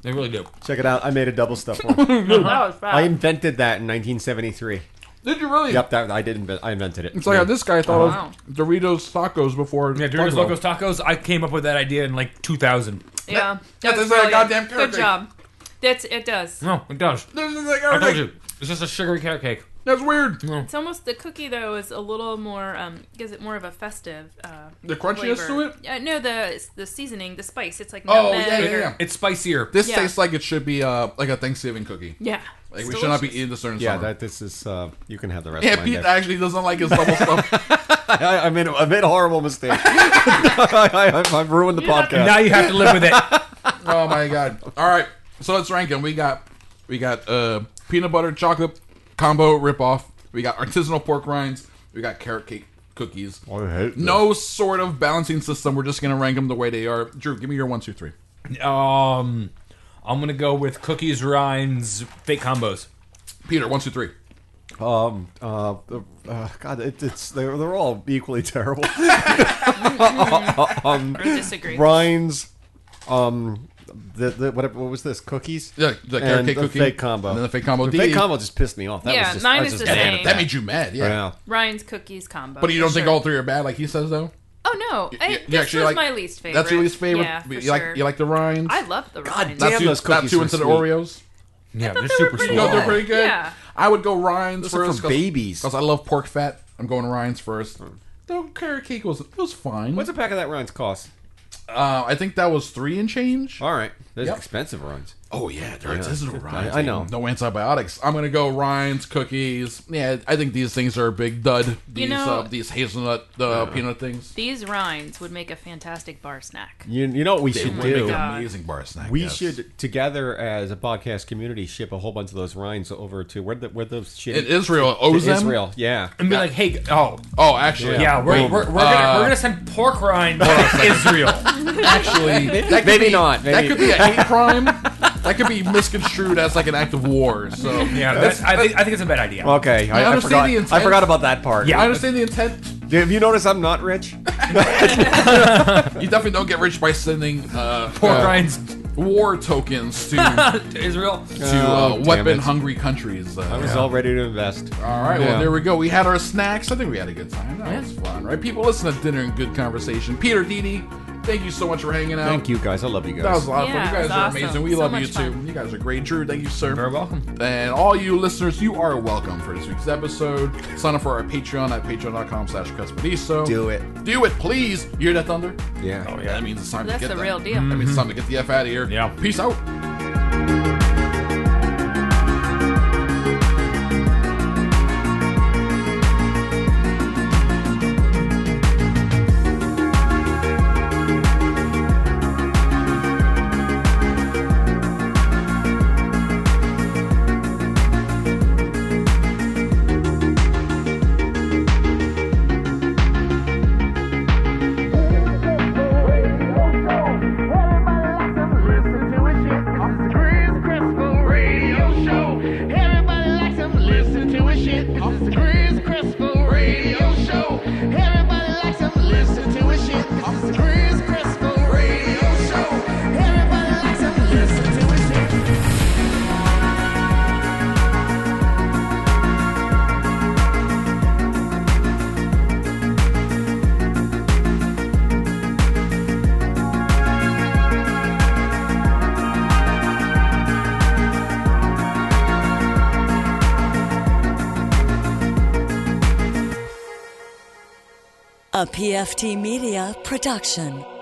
[SPEAKER 4] They really do.
[SPEAKER 6] Check it out. I made a double stuff one.
[SPEAKER 7] That was bad.
[SPEAKER 6] I invented that in 1973.
[SPEAKER 5] Did you really?
[SPEAKER 6] Yep, that I did. Invent, I invented it.
[SPEAKER 5] It's like how this guy thought
[SPEAKER 7] Wow.
[SPEAKER 5] of Doritos tacos before.
[SPEAKER 4] Yeah, Doritos Locos Tacos. I came up with that idea in like 2000.
[SPEAKER 7] Yeah,
[SPEAKER 5] that tastes like
[SPEAKER 7] was
[SPEAKER 5] a
[SPEAKER 7] brilliant.
[SPEAKER 5] goddamn carrot
[SPEAKER 7] Good
[SPEAKER 5] cake.
[SPEAKER 7] job. That's it. Does
[SPEAKER 4] No, it does.
[SPEAKER 5] This is like
[SPEAKER 4] I
[SPEAKER 5] carrot
[SPEAKER 4] told
[SPEAKER 5] cake.
[SPEAKER 4] you. It's just a sugary carrot cake.
[SPEAKER 5] That's weird.
[SPEAKER 7] it's almost the cookie though is a little more um gives it more of a festive. uh
[SPEAKER 5] The crunchiness
[SPEAKER 7] flavor.
[SPEAKER 5] to it?
[SPEAKER 7] Yeah, no, the the seasoning, the spice. It's like
[SPEAKER 5] Oh,
[SPEAKER 7] nutmeg
[SPEAKER 5] yeah, yeah,
[SPEAKER 7] or-
[SPEAKER 5] yeah.
[SPEAKER 4] It's spicier.
[SPEAKER 5] This
[SPEAKER 7] Yeah.
[SPEAKER 5] tastes like it should be uh, like a Thanksgiving cookie.
[SPEAKER 7] yeah.
[SPEAKER 5] Like
[SPEAKER 7] It's
[SPEAKER 5] we should not be
[SPEAKER 7] delicious.
[SPEAKER 5] eating this during
[SPEAKER 6] yeah,
[SPEAKER 5] summer.
[SPEAKER 6] that this is. Uh, you can have the rest.
[SPEAKER 5] yeah,
[SPEAKER 6] of mine
[SPEAKER 5] Pete
[SPEAKER 6] Dave.
[SPEAKER 5] actually doesn't like his double stuff.
[SPEAKER 6] I, I made a, I made a horrible mistake. I, I, I've ruined the
[SPEAKER 7] not-
[SPEAKER 6] podcast.
[SPEAKER 4] Now you have to live with it.
[SPEAKER 5] oh my god! All right, so let's rank them. We got we got uh, peanut butter chocolate combo ripoff. We got artisanal pork rinds. We got carrot cake cookies.
[SPEAKER 6] I hate
[SPEAKER 5] No sort of balancing system. We're just gonna rank them the way they are. Drew, give me your one, two, three.
[SPEAKER 4] Um, I'm gonna go with cookies, rinds, fake combos.
[SPEAKER 5] Peter, one, two, three.
[SPEAKER 6] Um. Uh. uh God, it, it's they're they're all equally terrible.
[SPEAKER 7] Or disagree.
[SPEAKER 6] Rinds. Um. The, the what, what was this? Cookies.
[SPEAKER 5] Yeah, the carrot
[SPEAKER 6] And
[SPEAKER 5] cake
[SPEAKER 6] the
[SPEAKER 5] cookie.
[SPEAKER 6] fake combo.
[SPEAKER 5] And then the fake combo
[SPEAKER 6] The
[SPEAKER 5] D.
[SPEAKER 6] fake combo just pissed me off. That
[SPEAKER 7] Yeah,
[SPEAKER 6] was just,
[SPEAKER 7] mine
[SPEAKER 6] I
[SPEAKER 7] is
[SPEAKER 6] just
[SPEAKER 7] the
[SPEAKER 6] hated
[SPEAKER 7] same.
[SPEAKER 5] That made you mad, yeah.
[SPEAKER 6] Yeah.
[SPEAKER 7] Ryan's cookies combo.
[SPEAKER 5] But you
[SPEAKER 7] for
[SPEAKER 5] don't think
[SPEAKER 7] sure.
[SPEAKER 5] all three are bad, like he says though.
[SPEAKER 7] Oh no, I,
[SPEAKER 5] You- you
[SPEAKER 7] this
[SPEAKER 5] actually
[SPEAKER 7] was
[SPEAKER 5] like-
[SPEAKER 7] my least favorite.
[SPEAKER 5] That's your least favorite.
[SPEAKER 7] Yeah, for
[SPEAKER 5] you
[SPEAKER 7] sure.
[SPEAKER 5] like you like the rinds.
[SPEAKER 7] I love the Ryan's.
[SPEAKER 6] damn,
[SPEAKER 5] not two,
[SPEAKER 6] those
[SPEAKER 5] not
[SPEAKER 6] cookies
[SPEAKER 5] two
[SPEAKER 6] were
[SPEAKER 5] into the
[SPEAKER 6] sweet.
[SPEAKER 5] Oreos.
[SPEAKER 4] Yeah, they're
[SPEAKER 7] they were
[SPEAKER 4] super
[SPEAKER 7] pretty
[SPEAKER 4] sweet.
[SPEAKER 5] No, they're
[SPEAKER 7] Yeah.
[SPEAKER 5] pretty good.
[SPEAKER 7] Yeah.
[SPEAKER 5] I would go rinds
[SPEAKER 6] are
[SPEAKER 5] first
[SPEAKER 6] for babies.
[SPEAKER 5] because I love pork fat. I'm going rinds first. Though carrot cake was it was fine.
[SPEAKER 6] What's a pack of that rinds cost?
[SPEAKER 5] uh, I think that was three and change.
[SPEAKER 6] All right, there's
[SPEAKER 5] Yep.
[SPEAKER 6] expensive rinds.
[SPEAKER 5] Oh yeah, they're artisanal rinds.
[SPEAKER 6] I know.
[SPEAKER 5] No antibiotics. I'm gonna go rinds cookies. Yeah, I think these things are a big dud. These
[SPEAKER 7] know-
[SPEAKER 5] uh, these hazelnut uh, peanut things.
[SPEAKER 7] These rinds would make a fantastic bar snack.
[SPEAKER 6] You you know what we
[SPEAKER 5] They
[SPEAKER 6] should
[SPEAKER 5] would
[SPEAKER 6] do?
[SPEAKER 5] make an amazing bar snack.
[SPEAKER 6] We
[SPEAKER 5] yes.
[SPEAKER 6] should together as a podcast community ship a whole bunch of those rinds over to where the where those shit
[SPEAKER 5] in Israel.
[SPEAKER 6] to
[SPEAKER 5] Ozem.
[SPEAKER 6] Israel. Yeah.
[SPEAKER 4] And be like, hey, oh,
[SPEAKER 5] Oh, actually, Uh,
[SPEAKER 4] yeah, we're,
[SPEAKER 6] Boom.
[SPEAKER 4] we're, we're, gonna, we're gonna send pork rind to Israel.
[SPEAKER 5] actually, that could
[SPEAKER 6] Maybe
[SPEAKER 5] be-
[SPEAKER 6] not.
[SPEAKER 5] That
[SPEAKER 6] Maybe-
[SPEAKER 5] could be a hate crime. that could be misconstrued as like an act of war. So
[SPEAKER 4] Yeah, that's, I, think, I think it's a bad idea.
[SPEAKER 6] Okay,
[SPEAKER 5] I
[SPEAKER 6] I, I
[SPEAKER 5] understand
[SPEAKER 6] forgot.
[SPEAKER 5] the intent.
[SPEAKER 6] I forgot about that part.
[SPEAKER 5] I uh, understand the intent.
[SPEAKER 6] Have you noticed I'm not rich?
[SPEAKER 5] You definitely don't get rich by sending uh,
[SPEAKER 4] pork
[SPEAKER 5] uh,
[SPEAKER 4] rinds
[SPEAKER 5] war tokens to to
[SPEAKER 4] to Israel.
[SPEAKER 6] Oh,
[SPEAKER 5] uh,
[SPEAKER 6] damn
[SPEAKER 5] weapon
[SPEAKER 6] it.
[SPEAKER 5] hungry countries. Uh,
[SPEAKER 6] I was
[SPEAKER 5] yeah.
[SPEAKER 6] all ready to invest.
[SPEAKER 5] all right, well
[SPEAKER 6] Yeah.
[SPEAKER 5] there we go. We had our snacks. I think we had a good time. That was fun, right? People listen to dinner and good conversation. Peter Didi, thank you so much for hanging out.
[SPEAKER 6] Thank you guys. I love you guys.
[SPEAKER 5] That was a lot of fun.
[SPEAKER 7] Yeah, it
[SPEAKER 5] You guys
[SPEAKER 7] was
[SPEAKER 5] are
[SPEAKER 7] awesome.
[SPEAKER 5] amazing. We
[SPEAKER 7] So
[SPEAKER 5] love
[SPEAKER 7] much
[SPEAKER 5] you too.
[SPEAKER 7] fun.
[SPEAKER 5] You guys are great. Drew, thank you, sir.
[SPEAKER 4] You're welcome.
[SPEAKER 5] And all you listeners, you are welcome for this week's episode. Sign up for our Patreon at patreon.com slash crespediso.
[SPEAKER 6] Do it.
[SPEAKER 5] Do it, please. You hear that thunder?
[SPEAKER 6] Yeah.
[SPEAKER 5] Oh, yeah. That means it's time
[SPEAKER 7] That's
[SPEAKER 5] to get
[SPEAKER 7] the
[SPEAKER 5] that-
[SPEAKER 7] real deal.
[SPEAKER 5] That means it's time to get the F out of here.
[SPEAKER 4] Yeah.
[SPEAKER 5] Peace out.
[SPEAKER 12] Everybody likes to listen to
[SPEAKER 1] a PFT Media production.